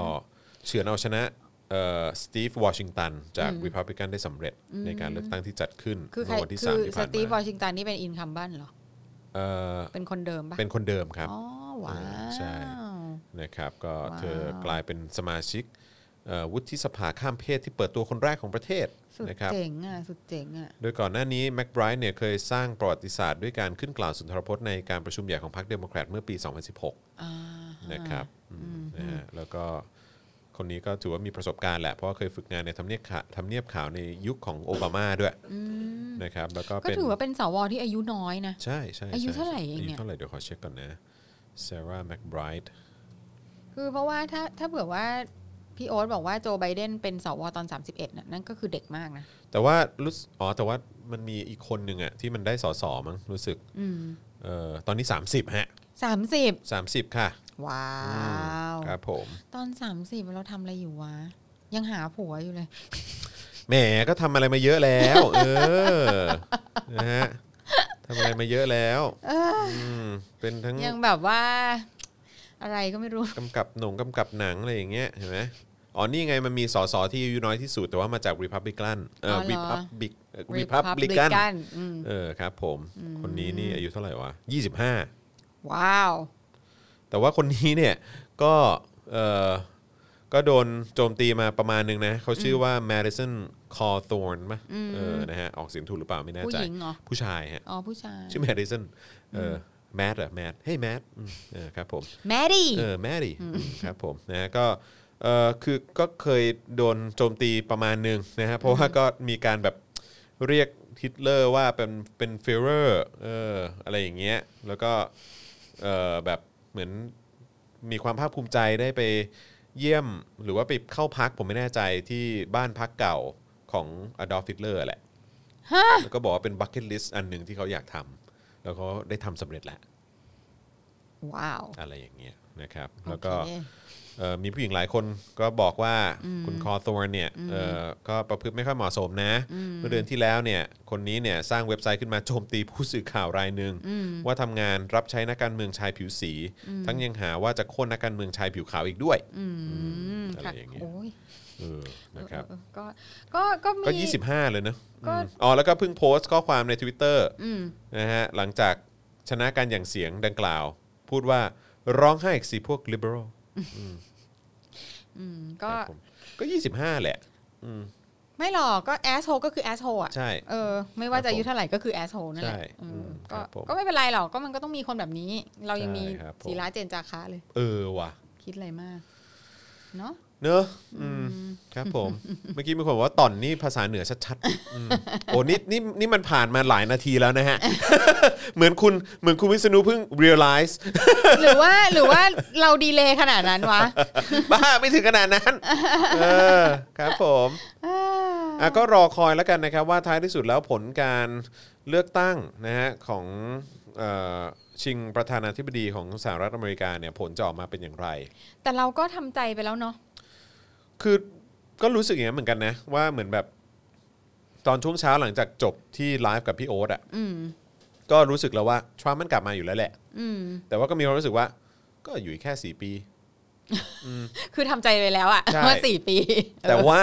Speaker 2: เฉือนเอาชนะสตีฟวอชิงตันจาก Republican ได้สำเร็จในการเลือกตั้งที่จัดขึ้น
Speaker 3: คือใคร
Speaker 2: เมื่อวันที่
Speaker 3: คื
Speaker 2: สาม
Speaker 3: อ
Speaker 2: ที่
Speaker 3: ส
Speaker 2: ผ่าน
Speaker 3: ตีฟว
Speaker 2: มา
Speaker 3: อชิงตันนี่เป็นอินคัมบันเหรอ
Speaker 2: เอ่อ
Speaker 3: เป็นคนเดิมปะ
Speaker 2: เป็นคนเดิมครับ
Speaker 3: อ๋อว้า
Speaker 2: เออ
Speaker 3: ว
Speaker 2: ใช่ นะครับก็
Speaker 3: ว้าว
Speaker 2: เธอกลายเป็นสมาชิกเอ่อวุฒิสภาข้ามเพศที่เปิดตัวคนแรกของประเทศ
Speaker 3: สุด
Speaker 2: นะครับ
Speaker 3: เจ๋งอ่ะ สุดเจ๋งอ่ะ
Speaker 2: โดยก่อนหน้านี้แม็กไบรท์เนี่ยเคยสร้างประวัติศาสตร์ด้วยการขึ้นกล่าวสุนทรพจน์ในการประชุมใหญ่ของพรรคเดโมแครตเมื่อปี 2016
Speaker 3: อ่า
Speaker 2: นะครับอืมนะฮะแล้วก็คนนี้ก็ถือว่ามีประสบการณ์แหละเพราะว่าเคยฝึกงานในทำเนียบขาวทำเนียบขาวในยุคของโอบามาด้วยนะครับแล้วก็
Speaker 3: ก็
Speaker 2: เป็น
Speaker 3: ถือว่าเป็นสวที่อายุน้อยนะ
Speaker 2: ใช่ใช่ใช่
Speaker 3: อายุเท่าไหร่เอง
Speaker 2: อา
Speaker 3: เนี่
Speaker 2: ยุ
Speaker 3: ย
Speaker 2: เท่าไหร่เดี๋ยวขอเช็คก่อนนะซาร่าแม็กไบรท์
Speaker 3: คือเพราะว่าถ้าถ้าเผื่อว่า พี่โอ๊ตบอกว่าโจไบเดนเป็นสวตอน 31น่ะนั่นก็คือเด็กมากนะ
Speaker 2: แต่ว่ารู้สึกอ๋อแต่ว่ามันมีอีกคนหนึ่งอะที่มันได้สอสอมั้งรู้สึก
Speaker 3: อืม
Speaker 2: เอ่อตอนนี้ 30 ฮะ
Speaker 3: 30
Speaker 2: 30 ค่ะ
Speaker 3: ว้าว
Speaker 2: ครับผม
Speaker 3: ตอน 30 เราทำอะไรอยู่วะ ยังหาผัวอยู่เลย
Speaker 2: แหมก็ทำอะไรมาเยอะแล้ว เออนะฮะทำอะไรมาเยอะแล้วมเป็นทั้ง
Speaker 3: ยังแบบว่า อะไรก็ไม่รู้
Speaker 2: กำกับหนงกำกับหนังอะไรอย่างเงี้ยเห็นไหม อ๋อนี่ไงมันมีสสที่อายุน้อยที่สุดแต่ว่ามาจาก Republican เอ่อ
Speaker 3: อ๋อเหรอ
Speaker 2: Republic Republican
Speaker 3: Republican อืม
Speaker 2: เออครับผม คนนี้นี่อายุเท่าไหร่วะ 25
Speaker 3: ว้าว
Speaker 2: แต่ว่าคนนี้เนี่ยก็เออก็โดนโจมตีมาประมาณนึงนะเขาชื่อว่า Madison Cawthorn มะเออนะฮะออกเสียงถูกหรือเปล่าไม่แน่ใจ
Speaker 3: ผู้หญิงเหรอ
Speaker 2: ผู้ชายฮะ
Speaker 3: อ๋อผู้ชาย
Speaker 2: ชื่อ Madison เออแมดเหรอแมดเฮ้ยแมดเออครับผม
Speaker 3: แมดี้
Speaker 2: เออแม่ดิครับผมนะฮะก็เออคือก็เคยโดนโจมตีประมาณหนึ่งนะฮะเพราะว่าก็มีการแบบเรียกฮิตเลอร์ว่าเป็นเป็นฟิเรอร์เอออะไรอย่างเงี้ยแล้วก็เออแบบเหมือนมีความภาคภูมิใจได้ไปเยี่ยมหรือว่าไปเข้าพักผมไม่แน่ใจที่บ้านพักเก่าของอดอล์ฟฮิตเลอร์แหละแล้วก็บอกว่าเป็นบัคเก็ตลิสต์อันหนึ่งที่เขาอยากทำแล้วเขาได้ทำสำเร็จแล้ว
Speaker 3: ว้าว
Speaker 2: อะไรอย่างเงี้ยนะครับแล้วก็ เอ่อมีผู้หญิงหลายคนก็บอกว่าคุณคอร์ o ร n เนี่ยเอ่อก็ประพฤติไม่ค่อยเหมาะสมนะ เมื่อเดือนที่แล้วเนี่ยคนนี้เนี่ยสร้างเว็บไซต์ขึ้นมาโจมตีผู้สื่อข่าวรายหนึ่งว่าทำงานรับใช้นักการเมืองชายผิวสี ทั้งยังหาว่าจะโค่นนักการเมืองชายผิวขาวอีกด้วย
Speaker 3: อืม
Speaker 2: อะไร
Speaker 3: ค่ะ
Speaker 2: อย่างเงี้ย
Speaker 3: โอ้ย
Speaker 2: เออนะครับ
Speaker 3: เออก็ก็ก็มี
Speaker 2: ก็ 25 เลยนะ
Speaker 3: ก็
Speaker 2: อืมอ๋อแล้วก็เพิ่งโพสต์ข้อความใน Twitter นะฮะหลังจากชนะการอย่างเสียงดังกล่าว พูดว่าร้องไห้อีกสิพวก liberal
Speaker 3: อืม
Speaker 2: ค
Speaker 3: ก็
Speaker 2: รับผมก็ 25 แหละ
Speaker 3: ไม่หรอกก็แอสโฮก็คือแอสโฮอ่ะ
Speaker 2: ใช่
Speaker 3: เออ ไม่ว่าจะอายุเท่าไหร่ก็คือแอสโฮนั่นแหละ
Speaker 2: ใช่
Speaker 3: อืม
Speaker 2: อืม
Speaker 3: ก็
Speaker 2: ครับผม
Speaker 3: ก็ไม่เป็นไรหรอกก็มันก็ต้องมีคนแบบนี้ เรายังมี
Speaker 2: ใช่ครับผม
Speaker 3: ศิลาเจนจาคะเลย
Speaker 2: เออว่ะ
Speaker 3: คิดอะไรมากเนาะ
Speaker 2: เนอะอืมครับผม เมื่อกี้มีคนบอกว่าต่อนนี่ภาษาเหนือชัดๆอืมโอ้นี่นี่นี่มันผ่านมาหลายนาทีแล้วนะ ฮะ เหมือนคุณเหมือนคุณวิษณุเพิ่ง realize
Speaker 3: หรือว่าหรือว่าเราดีเลย์ขนาดนั้นวะ
Speaker 2: บ้าไม่ถึงขนาดนั้น เออครับผม
Speaker 3: อ่า
Speaker 2: อ่ะก็รอคอยแล้วกันนะครับ ว่าท้ายที่สุดแล้วผลการเลือกตั้งนะฮะของเอ่อชิงประธานาธิบดีของสหรัฐอเมริกาเนี่ยผลจะออกมาเป็นอย่างไร
Speaker 3: แต่เราก็ทำใจไปแล้วเนาะ
Speaker 2: คือก็รู้สึกอย่างนั้นเหมือนกันนะ ว่าเหมือนแบบตอนช่วงเช้าหลังจากจบที่ไลฟ์กับพี่โอ๊ตอ่ะ
Speaker 3: อืม
Speaker 2: ก็รู้สึกแล้วว่าทรัมป์มันกลับมาอยู่แล้วแหละ
Speaker 3: อืม
Speaker 2: แต่ว่าก็มีความรู้สึกว่า ก็อยู่อีกแค่สี่ปี
Speaker 3: คือทำใจไปแล้วอะ
Speaker 2: ใช่
Speaker 3: เมื่อสี่ปี
Speaker 2: แต่ว่า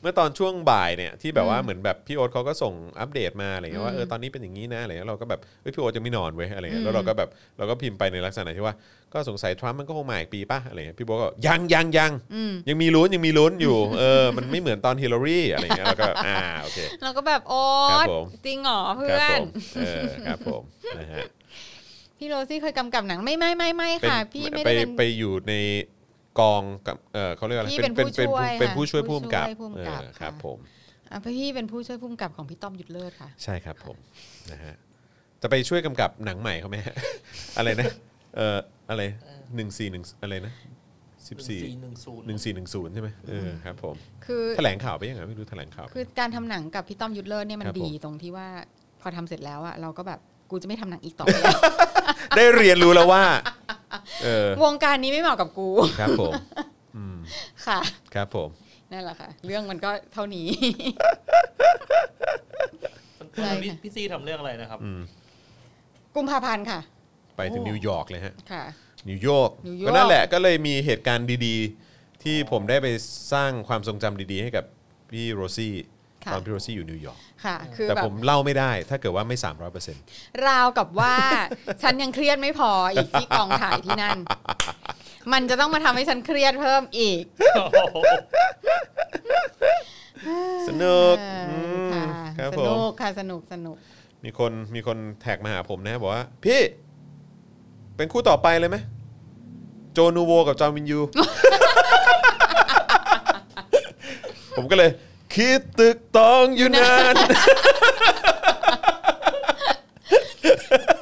Speaker 2: เมื่อตอนช่วงบ่ายเนี่ยที่แบบว่าเหมือนแบบพี่โอ๊ตเขาก็ส่งอัปเดตมาอะไรเงี้ยว่าเออตอนนี้เป็นอย่างนี้นะอะไรเงี้ยเราก็แบบเฮ้ยพี่โอ๊ตจะไม่นอนเว้ยอะไรเงี้ยแล้วเราก็แบบเราก็พิมพ์ไปในลักษณะที่ว่าก็สงสัยทรัมป์มันก็คงมาอีกปีป่ะอะไรเงี้ยพี่โบ๊ทก็ยังยังยัง
Speaker 3: อืม
Speaker 2: ยังมีลุ้นยังมีลุ้นอยู่เออมันไม่เหมือนตอนฮิลลารีอะไรเงี้ยเราก็แบบอ่าโอเค
Speaker 3: เราก็แบบโอ๊
Speaker 2: ครับ
Speaker 3: ย
Speaker 2: ผม
Speaker 3: จริงเหรอ
Speaker 2: ค
Speaker 3: เพื่
Speaker 2: รับ
Speaker 3: อ
Speaker 2: ผ
Speaker 3: น
Speaker 2: มเออครับผมนะ ฮะ
Speaker 3: พี่โรซี่เคยกำกับหนังไม่ไม่ไม่ไม่
Speaker 2: เป็น
Speaker 3: ค่ะ พี่ไม่
Speaker 2: ไป
Speaker 3: ได้เป็น
Speaker 2: ไปอยู่ในกองกับเออเขาเรียกอะไร
Speaker 3: พี่เป็นผู้ช่วย
Speaker 2: เป็นผู้ช่วย
Speaker 3: ค่ะ
Speaker 2: ผู้กำกับ
Speaker 3: ผู้ช่วยผู้กำกั
Speaker 2: เอ
Speaker 3: บ
Speaker 2: อครับ
Speaker 3: ค่ะ
Speaker 2: ผม
Speaker 3: อ่ะพี่เป็นผู้ช่วยผู้กำกับของพี่ต้อมหยุดเลิศค่ะ
Speaker 2: ใช่ครับผมนะฮะจะไปช่วยกำกับหนังใหม่ เขาไหมฮะ อะไรนะเอออะไรหนึ่งสี่หนึ่งอะไรนะสิบสี่
Speaker 4: หนึ่งศูนย์
Speaker 2: หนึ่งสี่หนึ่งศูนย์ใช่ไหมเออครับผม
Speaker 3: คือ
Speaker 2: แถลงข่าวไปยังไงไม่รู้แถลงข่าวไป
Speaker 3: คือการทำหนังกับพี่ต้อมหยุดเลิศเนี่ยมัน
Speaker 2: ครับผม
Speaker 3: ดีตรงที่ว่าพอทำเสร็จแล้วอะเราก็แบบกูจะไม่ทำหนังอีกต่อไปแล้ว
Speaker 2: ได้เรียนรู้แล้วว่าเอ อ
Speaker 3: วงการนี้ไม่เหมาะกับกู
Speaker 2: ครับผมอืม
Speaker 3: ค่ะ
Speaker 2: ครับผม
Speaker 3: นั่นแหละค่ะ เรื่องมันก็เท่านี้
Speaker 4: มัน
Speaker 3: ใช่ค่ะ
Speaker 4: พี่พี่ซีทำเรื่องอะไรนะครับ
Speaker 2: อืม
Speaker 3: กุมภาพันธ์ค่ะ
Speaker 2: ไปถึง
Speaker 4: โอ้
Speaker 2: นิวยอร์กเลยฮะ
Speaker 3: ค่ะ
Speaker 2: นิวยอร์ก
Speaker 3: นิวยอร์ก
Speaker 2: ก็นั่นแหละก็เลยมีเหตุการณ์ดีๆ ที่ผมได้ไปสร้างความทรงจำดีๆ ให้กับพี่โรซี่
Speaker 3: ค่ะ
Speaker 2: ตอนพี่โรซี่อยู่นิวยอร์ก
Speaker 3: ค่ะ คือ
Speaker 2: แต่
Speaker 3: แบบ
Speaker 2: ผมเล่าไม่ได้ถ้าเกิดว่าไม่ 300%อ
Speaker 3: ราวกับว่า ฉันยังเครียดไม่พออีกที่กองถ่ายที่ นั่น มันจะต้องมาทำให้ฉันเครียดเพิ่มอีก
Speaker 2: สนุกอืม
Speaker 3: ค่ะ
Speaker 2: ครับ
Speaker 3: ส
Speaker 2: ผม
Speaker 3: นุกค่ะสนุกสนุก
Speaker 2: มีคนมีคนแท็กมาหาผมนะบอกว่า พี่ เป็นคู่ต่อไปเลยไหมโจนูโวกับจอห์นวินยู ผมก็เลย คิดตึกตองอยู่นาน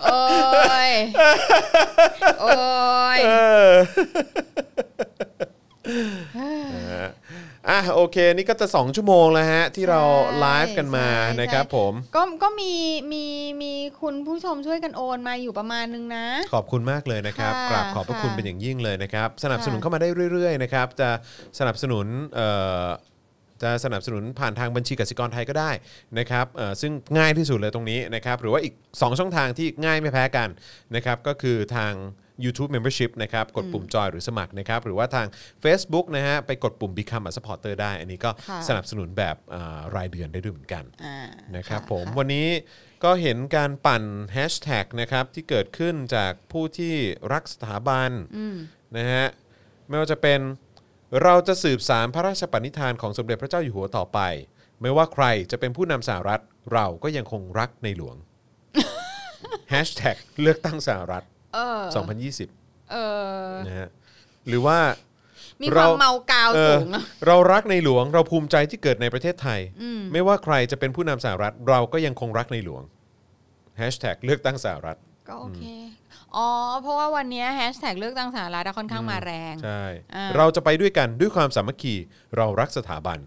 Speaker 3: โอ้ ยโอ้ย
Speaker 2: นะฮะอ่ะโอเค นี่ก็จะ 2 ชั่วโมงแล้วฮะ ที่เรา
Speaker 3: ใช่
Speaker 2: ไลฟ์กันมา
Speaker 3: ใช่
Speaker 2: นะครับ
Speaker 3: ใช่
Speaker 2: ผม
Speaker 3: ก็ก็มีมีมีคุณผู้ชมช่วยกันโอนมาอยู่ประมาณนึงนะ
Speaker 2: ขอบคุณมากเลยนะครับก
Speaker 3: ค่ะ
Speaker 2: ราบขอบพระคุณ
Speaker 3: ค่ะ
Speaker 2: เป็นอย่างยิ่งเลยนะครับ สนับสนุน
Speaker 3: ค่ะ
Speaker 2: เข้ามาได้เรื่อยๆนะครับ จะสนับสนุนเอ่อจะสนับสนุนผ่านทางบัญชีกสิกรไทยก็ได้นะครับเอ่อซึ่งง่ายที่สุดเลยตรงนี้นะครับ หรือว่าอีก 2 ช่องทางที่ง่ายไม่แพ้กันนะครับ ก็คือทาง YouTube Membership นะครับกดปุ่มจอยหรือสมัครนะครับหรือว่าทาง Facebook นะฮะไปกดปุ่ม Become a supporter ได้ อันนี้ก็
Speaker 3: ค่ะ
Speaker 2: สนับสนุนแบบเอ่อรายเดือนได้ด้วยเหมือนกัน
Speaker 3: อ่า
Speaker 2: นะครับผมวันนี้ก็เห็นการปั่นแฮชแท็กนะครับที่เกิดขึ้นจากผู้ที่รักสถาบันนะฮะไม่ว่าจะเป็นเราจะสืบสารพระราชปณิธานของสมเด็จพระเจ้าอยู่หัวต่อไป ไม่ว่าใครจะเป็นผู้นำสหรัฐ เราก็ยังคงรักในหลวง แฮชแท็กเลือกตั้งสหรัฐ
Speaker 3: เออ
Speaker 2: 2020
Speaker 3: เออ
Speaker 2: นะฮะหรือว่า
Speaker 3: มีความ
Speaker 2: เรา
Speaker 3: เมากาวสูง
Speaker 2: เอ
Speaker 3: เนาะ
Speaker 2: อเรารักในหลวงเราภูมิใจที่เกิดในประเทศไทย ไม่ว่าใครจะเป็นผู้นำสหรัฐ เราก็ยังคงรักในหลวงแฮชแท็กเลือกตั้งสหรัฐ
Speaker 3: ก็โอเค อ๋อ เพราะว่าวันเนี้แฮชแท็กเลือกตั้งสหรัฐอะค่อนข้างมาแรง
Speaker 2: ใช่
Speaker 3: อ่า
Speaker 2: เราจะไปด้วยกันด้วยความสามัคคีเรารักสถาบัน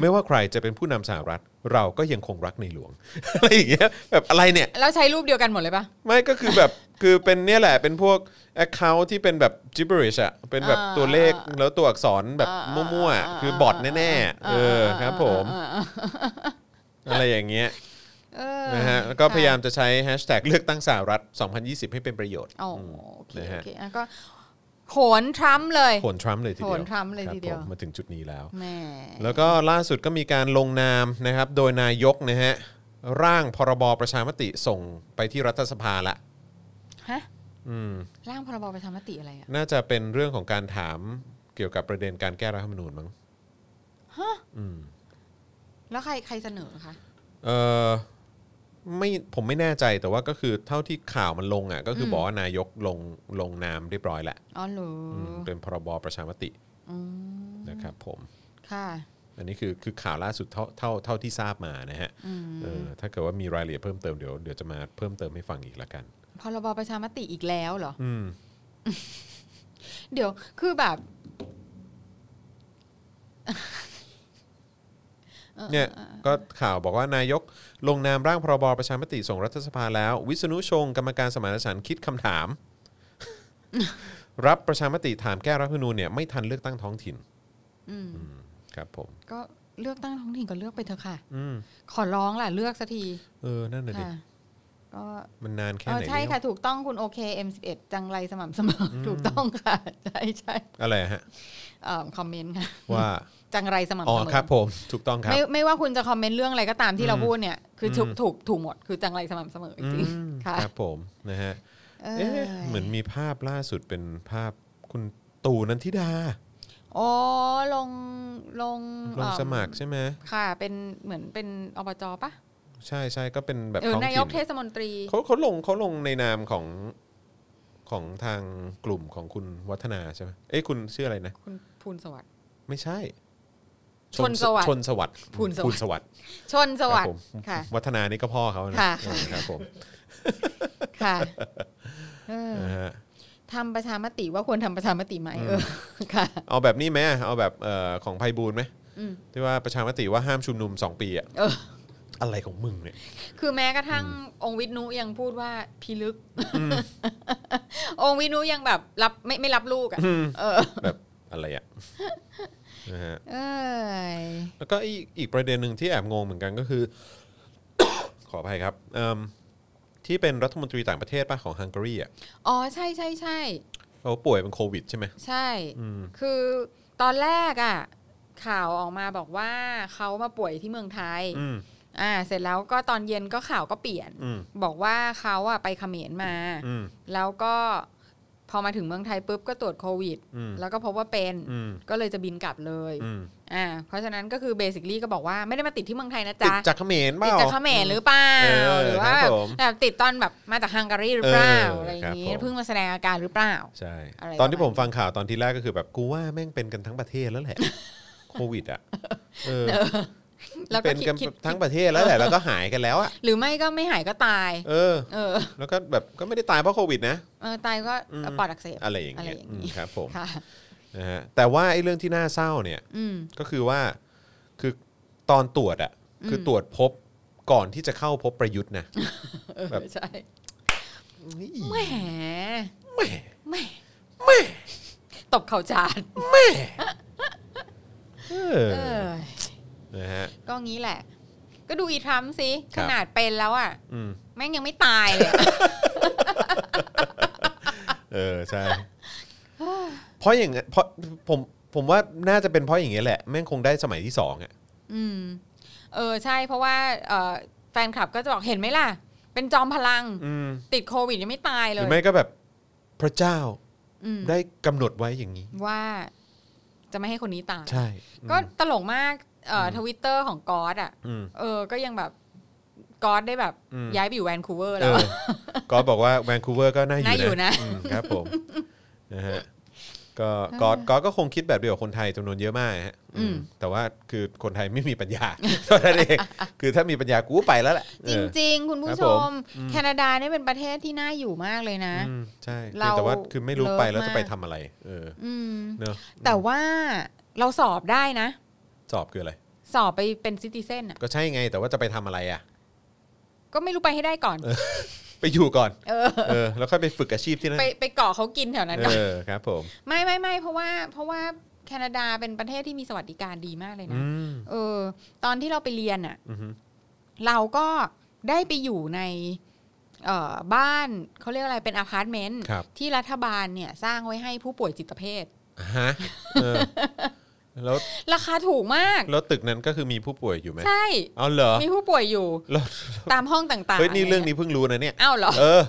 Speaker 2: ไม่ว่าใครจะเป็นผู้นำสหรัฐ เราก็ยังคงรักในหลวง อะไรอย่างเงี้ยแบบอะไรเนี่ย
Speaker 3: แล้วใช้รูปเดียวกันหมดเลยปะ
Speaker 2: ไม่ก็คือแบบ คือเป็นเนี่ยแหละเป็นพวก Account ที่เป็นแบบ gibberish อะเป็นแบบ
Speaker 3: อ่า
Speaker 2: ตัวเลขแล้วตัวอักษรแบบ
Speaker 3: อ่า
Speaker 2: มั่วๆอะ
Speaker 3: อ่า
Speaker 2: คือบอทแน่ๆ
Speaker 3: อ่า
Speaker 2: เออครับผมอะไรอย่างเงี้ย
Speaker 3: เออ
Speaker 2: นะฮะแล้วก็
Speaker 3: ค่ะ
Speaker 2: พยายามจะใช้แฮชแท็กเลือกตั้งสหรัฐ 2020 ให้เป็นประโยชน์
Speaker 3: อ๋อโอเค
Speaker 2: นะ
Speaker 3: โอ
Speaker 2: ฮะ
Speaker 3: เคอ่ะก็โขนทรัมป์เลย
Speaker 2: โหนทรัมป์เลยทีเดียว
Speaker 3: โหนทรัมป์เลย
Speaker 2: คบ
Speaker 3: ทีเดียว
Speaker 2: ผมมาถึงจุดนี้แล้ว
Speaker 3: แหม่
Speaker 2: แล้วก็ล่าสุดก็มีการลงนามนะครับ โดยนายกนะฮะ ร่างพรบประชามติส่งไปที่รัฐสภาละ
Speaker 3: ฮะร่างพรบประชามติอะไรอ่ะ
Speaker 2: น่าจะเป็นเรื่องของการถามเกี่ยวกับประเด็นการแก้รัฐธรรมนูญมั้ง
Speaker 3: แล้วใครใครเสนอคะ
Speaker 2: เออไม่ผมไม่แน่ใจแต่ว่าก็คือเท่าที่ข่าวมันลงอ่ะก็คืออบอกว่านายกลงลงนามเรียบร้อยแล้ว
Speaker 3: อ๋อเหรออ
Speaker 2: มเป็นพรบประชามติ
Speaker 3: อืม
Speaker 2: นะครับผม
Speaker 3: ค่ะ
Speaker 2: อันนี้คือคือข่าวล่าสุดเท่าเท่าเท่าที่ทราบมานะฮะ
Speaker 3: อืม
Speaker 2: เออถ้าเกิดว่ามีรายละเอียดเพิ่มเติมเดี๋ยวเดี๋ยวจะมาเพิ่มเติมให้ฟังอีกละกัน
Speaker 3: พรบประชามติอีกแล้วเหรอ
Speaker 2: อืม
Speaker 3: เดี๋ยวคือแบบ
Speaker 2: เนี่ยก็ข่าวบอกว่านายกลงนามร่างพรบประชามติส่งรัฐสภาแล้ว วิษณุชงกรรมการสมานฉันท์คิดคำถาม รับประชามติถามแก้รัฐธรรมนูญเนี่ยไม่ทันเลือกตั้งท้องถิ่น
Speaker 3: อืม
Speaker 2: อืมครับผม
Speaker 3: ก็เลือกตั้งท้องถิ่นก็เลือกไปเถอะค่ะ
Speaker 2: อืม
Speaker 3: ขอร้องล่ะเลือกสักที
Speaker 2: เออนั่นน่ะดิ
Speaker 3: ค่ะ ก็
Speaker 2: มันนานแค่
Speaker 3: เออ
Speaker 2: ไหน
Speaker 3: ใช่
Speaker 2: แล้ว
Speaker 3: ค่ะ ถูกต้องคุณโอเค M11 จังไรสม่ำเสมออถูกต้องค่ะ ใช่ใช่
Speaker 2: อะไรฮะ
Speaker 3: เอ่อคอมเมนต์ค่ะ
Speaker 2: ว่า
Speaker 3: จังไรสม่ำ
Speaker 2: อ๋อ
Speaker 3: เสมอ
Speaker 2: ครับผมถูกต้องครับ
Speaker 3: ไม่ไม่ว่าคุณจะคอมเมนต์เรื่องอะไรก็ตามที่เราพูดเนี่ย คือถูก
Speaker 2: อืม
Speaker 3: ถูกถูกหมด คือจังไรสม่ำเสมอจริง
Speaker 2: อืม
Speaker 3: ๆค่ะ
Speaker 2: ครับผมนะฮะ
Speaker 3: เอ
Speaker 2: เอ๊ะ
Speaker 3: อ
Speaker 2: เหมือนมีภาพล่าสุดเป็นภาพคุณตู่นันทิดา
Speaker 3: โอ้ลงลง
Speaker 2: ล
Speaker 3: เอิ่
Speaker 2: งสมัครใช่ไหม
Speaker 3: ค่ะ เป็นเหมือนเป็นอบจปะ
Speaker 2: ใช่ใช่ก็เป็นแบบ
Speaker 3: เออ
Speaker 2: ท้อง
Speaker 3: นายกเท
Speaker 2: ถิ่น
Speaker 3: ศมนตรี
Speaker 2: เขาเขาลงเขาลงในนามของของทางกลุ่มของคุณวัฒนาใช่ไหมเอ้ยคุณชื่ออะไรนะ
Speaker 3: คุณภูลสวัสดิ์
Speaker 2: ไม่ใช่
Speaker 3: ชนสวัสดิ์
Speaker 2: ชนสวัสดิ์
Speaker 3: ภูลสวัสดิ์
Speaker 2: ภูลสวัสดิ์
Speaker 3: ชนสวัส
Speaker 2: ครับผ
Speaker 3: ดิ์
Speaker 2: ม
Speaker 3: ค่ะ
Speaker 2: วัฒนานี่ก็พ่อเขานะ
Speaker 3: ค่ะ
Speaker 2: เออครับผม
Speaker 3: ค่ะเออ
Speaker 2: นะฮะ
Speaker 3: ทำประชามติว่าควรทำประชามติไหมเออค่ะ
Speaker 2: เอาแบบนี้ไหมเอาแบบเอ่อของไพบูลย์ไหม
Speaker 3: อืม
Speaker 2: ที่ว่าประชามติว่าห้ามชุมนุมสองปีอะ
Speaker 3: เออ
Speaker 2: อะไรของมึงเนี่ย
Speaker 3: คือแม้กระทั่งองค์วิทนุยังพูดว่าพิลึก องค์วิทนุยังแบบรับไม่ไม่รับลูกอ่ะ เออ
Speaker 2: แบบอะไรอะนะฮะ
Speaker 3: เอ้ย
Speaker 2: แล้วก็อีกอีกประเด็นหนึ่งที่แอบงงเหมือนกันก็คือ ขออภัยครับเอิ่มที่เป็นรัฐมนตรีต่างประเทศป่ะของฮังการีอ่ะ
Speaker 3: อ๋อใช่ใช่ใช่
Speaker 2: เขาป่วยเป็นโควิดใช่ไหม
Speaker 3: ใช่
Speaker 2: อืม
Speaker 3: คือตอนแรกอ่ะ ข่าวออกมาบอกว่าเขามาป่วยที่เมืองไทย
Speaker 2: อืม
Speaker 3: อ่า เสร็จแล้วก็ตอนเย็นก็ข่าวก็เปลี่ยน
Speaker 2: อืม
Speaker 3: บอกว่าเขาอ่ะไปเขมรมา
Speaker 2: อืม
Speaker 3: แล้วก็พอมาถึงเมืองไทยปุ๊บก็ตรวจโควิด
Speaker 2: อืม
Speaker 3: แล้วก็พบว่าเป็น
Speaker 2: อืม
Speaker 3: ก็เลยจะบินกลับเลย
Speaker 2: อืม
Speaker 3: อ่า เพราะฉะนั้นก็คือเบสิค l ี่ก็บอกว่าไม่ได้มาติดที่เมืองไทยนะ
Speaker 2: ติด
Speaker 3: จ๊ะ
Speaker 2: จากเขมรเป
Speaker 3: ติด
Speaker 2: ล่า
Speaker 3: จากเขมรหรือเปล่า
Speaker 2: เออ
Speaker 3: หรือว่า
Speaker 2: ครับผม
Speaker 3: แบบติดตอนแบบมาจากฮังการีหรือเปล่า
Speaker 2: เอออ
Speaker 3: อะไรอย่างนี้
Speaker 2: ครับผม
Speaker 3: เพิ่งมาแสดงอาการหรือเปล่า
Speaker 2: ใช่
Speaker 3: อะไร
Speaker 2: ตอนที่
Speaker 3: ประ
Speaker 2: ผ
Speaker 3: มาณ
Speaker 2: มฟังข่าวตอนที่แรกก็คือแบบกูว่าแม่งเป็นกันทั้งประเทศแล้วแหละ โควิดอ่ะเออ
Speaker 3: แล้วก็
Speaker 2: เป็น
Speaker 3: คิด
Speaker 2: กัน
Speaker 3: คิด
Speaker 2: ทั้งประเทศแล้วแหละแล้วก็หายกันแล้วอ่ะ
Speaker 3: หรือไม่ก็ไม่หายก็ตาย
Speaker 2: เออ
Speaker 3: เออ
Speaker 2: แล้วก็แบบก็ไม่ได้ตายเพราะโควิดนะ
Speaker 3: เออตายก็
Speaker 2: อืม
Speaker 3: ปอดอักเสบ
Speaker 2: อะไรอย่างเงี้
Speaker 3: อะ
Speaker 2: ย
Speaker 3: ไรอย่าง
Speaker 2: อื
Speaker 3: งี้
Speaker 2: มครับผม
Speaker 3: ค่ะ
Speaker 2: นะฮะแต่ว่าไอ้เรื่องที่น่าเศร้าเนี่ย
Speaker 3: อืม
Speaker 2: ก็คือว่าคือตอนตรวจอะ
Speaker 3: อืม
Speaker 2: คือตรวจพบก่อนที่จะเข้าพบประยุทธ์นะ
Speaker 3: เออ
Speaker 2: แบบ
Speaker 3: ใช่
Speaker 2: แ
Speaker 3: แหมแหมแหมตบเข่าจาน
Speaker 2: เอ
Speaker 3: เอ
Speaker 2: อ
Speaker 3: อ
Speaker 2: นะฮะ
Speaker 3: ก็งี้แหละ ก็ดูอีทรัมป์สิ
Speaker 2: ค
Speaker 3: ข
Speaker 2: รับ
Speaker 3: นาดเป็นแล้วอ่ะ
Speaker 2: อืม
Speaker 3: แม่งยังไม่ตายเลยอะ
Speaker 2: เออใช่ เพราะอย่างเพราะผมผมว่าน่าจะเป็นเพราะอย่างเงี้ยแหละแม่งคงได้สมัยที่สองอ่ะ
Speaker 3: อืม เออใช่เพราะว่าเอ่อแฟนคลับก็จะบอกเห็นไหมล่ะ เป็นจอมพลัง
Speaker 2: อืม
Speaker 3: ติดโควิดยังไม่ตาย
Speaker 2: ห
Speaker 3: เล
Speaker 2: รื
Speaker 3: ย
Speaker 2: อไม่ก็แบบพระเจ้า
Speaker 3: อืม
Speaker 2: ได้กำหนดไว้อย่างนี้
Speaker 3: ว่าจะไม่ให้คนนี้ตาย
Speaker 2: ใช่
Speaker 3: ก็ตลกมากเอ่อทวิตเตอร์ของกอดอ่ะ
Speaker 2: อืม
Speaker 3: เออ ก็ยังแบบก๊อตได้แบบ
Speaker 2: อืม
Speaker 3: ย้ายไปอยู่แวนคูเวอร์
Speaker 2: เอ
Speaker 3: แล้ว
Speaker 2: อก็บอกว่าแวนคูเวอร์ก็น่า
Speaker 3: น่า
Speaker 2: อ
Speaker 3: อยู่
Speaker 2: ยู่
Speaker 3: นะ
Speaker 2: อืมครับผมนะฮะก็ก็ก็ก็คงคิดแบบเดียวกับคนไทยจำนวนเยอะมากฮะ
Speaker 3: อืม
Speaker 2: แต่ว่าคือคนไทยไม่มีปัญญา เท่านั้นเองคือถ้ามีปัญญากูก็ไปแล้วแหละเอ
Speaker 3: จ
Speaker 2: อ
Speaker 3: ริง ๆ คุณผู้
Speaker 2: ครับ
Speaker 3: ช
Speaker 2: ผม มอืม
Speaker 3: แคนาดาเนี่ยเป็นประเทศที่น่าอยู่มากเลยนะ
Speaker 2: อืมใช่เพียง
Speaker 3: เรา
Speaker 2: แต่ว่าคือไม่รู้ไปแล้ว
Speaker 3: เลิฟ
Speaker 2: จะ
Speaker 3: มาก
Speaker 2: ไปทำอะไร เออ
Speaker 3: อืม
Speaker 2: เนอะ
Speaker 3: แต่ว่าเราสอบได้นะ
Speaker 2: สอบคืออะไร
Speaker 3: สอบไปเป็นซิติเซนอ่ะ
Speaker 2: ก็ใช่ไงแต่ว่าจะไปทำอะไรอ่ะ
Speaker 3: ก็ไม่รู้ไปให้ได้ก่อน
Speaker 2: ไปอยู่ก่อน
Speaker 3: เออ
Speaker 2: เออ แล้วค่อยไปฝึกอาชีพที่นั่น
Speaker 3: ไปไปเกาะเขากินแถวนั้นก่อน
Speaker 2: เออครับผม
Speaker 3: ไม่ไม่ไม่เพราะว่าเพราะว่าแคนาดาเป็นประเทศที่มีสวัสดิการดีมากเลย
Speaker 2: อื
Speaker 3: นะ
Speaker 2: ม
Speaker 3: เออ ตอนที่เราไปเรียนอ่ะ
Speaker 2: อือฮึ
Speaker 3: เราก็ได้ไปอยู่ในเอ่อบ้านเขาเรียกอะไรเป็นอพาร์ตเมนต์
Speaker 2: ครับ
Speaker 3: ที่รัฐบาลเนี่ยสร้างไว้ให้ผู้ป่วยจิตเภท
Speaker 2: อ่ะฮะเออแล้ว
Speaker 3: ราคาถูกมาก
Speaker 2: แล้วตึกนั้นก็คือมีผู้ป่วยอยู่ไหม
Speaker 3: ใช่
Speaker 2: เอาเหรอ
Speaker 3: มีผู้ป่วยอยู่
Speaker 2: แล้ว
Speaker 3: ตามห้องต่างๆ
Speaker 2: เฮ้ยนี่เรื่อง
Speaker 3: ะไ
Speaker 2: นี้เพิ่งรู้นะเนี่ย
Speaker 3: อ้าวเหรอ
Speaker 2: เออ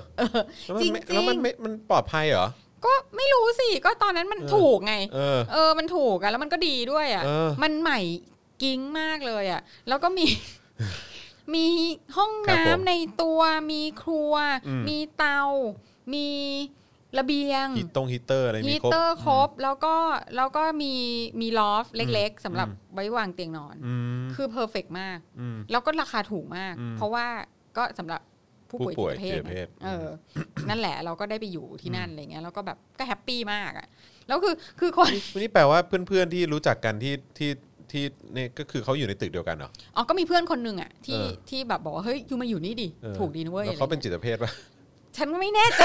Speaker 2: แล้วมัน
Speaker 3: จริง
Speaker 2: ไม่
Speaker 3: ๆ
Speaker 2: แล้วมันไม่มันปลอดภัยเหรอ
Speaker 3: ก็ไม่รู้สิ ก็ตอนนั้นมัน
Speaker 2: เออ
Speaker 3: ถูกไง
Speaker 2: เออ
Speaker 3: เออมันถูกอะแล้วมันก็ดีด้วยอะ
Speaker 2: เออ
Speaker 3: มันใหม่กิ้งมากเลยอะแล้วก็ มี มีห้อง
Speaker 2: ครับผม
Speaker 3: น้ำในตัวมีครัว
Speaker 2: อืม
Speaker 3: มีเตา มีระเบียง
Speaker 2: ฮีตตรงฮีตเตอร์อะไร
Speaker 3: ฮี
Speaker 2: มี
Speaker 3: ต
Speaker 2: ครบ
Speaker 3: เตอร์ครบแล้วก็แล้วก็มีมีลอฟเล็ก ๆสำหรับ
Speaker 2: อืม
Speaker 3: ไว้วางเตียงนอน
Speaker 2: อืม
Speaker 3: คือเพอร์เฟกมาก
Speaker 2: อืม
Speaker 3: แล้วก็ราคาถูกมาก
Speaker 2: อืม
Speaker 3: เพราะว่าก็สำหรับผู้ป่วย
Speaker 2: ผู้
Speaker 3: จิ
Speaker 2: ป่วย
Speaker 3: ตเภท
Speaker 2: จิตเภท
Speaker 3: เออ นั่นแหละเราก็ได้ไปอยู่ที่นั่นอะไรเงี้ยแล้วก็แบบก็แฮปปี้มากอ่ะแล้วคือคือคน
Speaker 2: วันนี้แปลว่าเพื่อนๆที่รู้จักกันที่ที่ที่เนี่ยก็คือเขาอยู่ในตึกเดียวกันเหรอ
Speaker 3: อ๋อก็มีเพื่อนคนหนึ่งอ่ะที่
Speaker 2: เออ
Speaker 3: ที่แบบบอกว่าเฮ้ยยูมาอยู่นี่ดิ
Speaker 2: เออ
Speaker 3: ถูกดีนะเว้ย
Speaker 2: แล้วเขาเป็นจิตเภทปะ
Speaker 3: ฉันก็ไม่แน่ใจ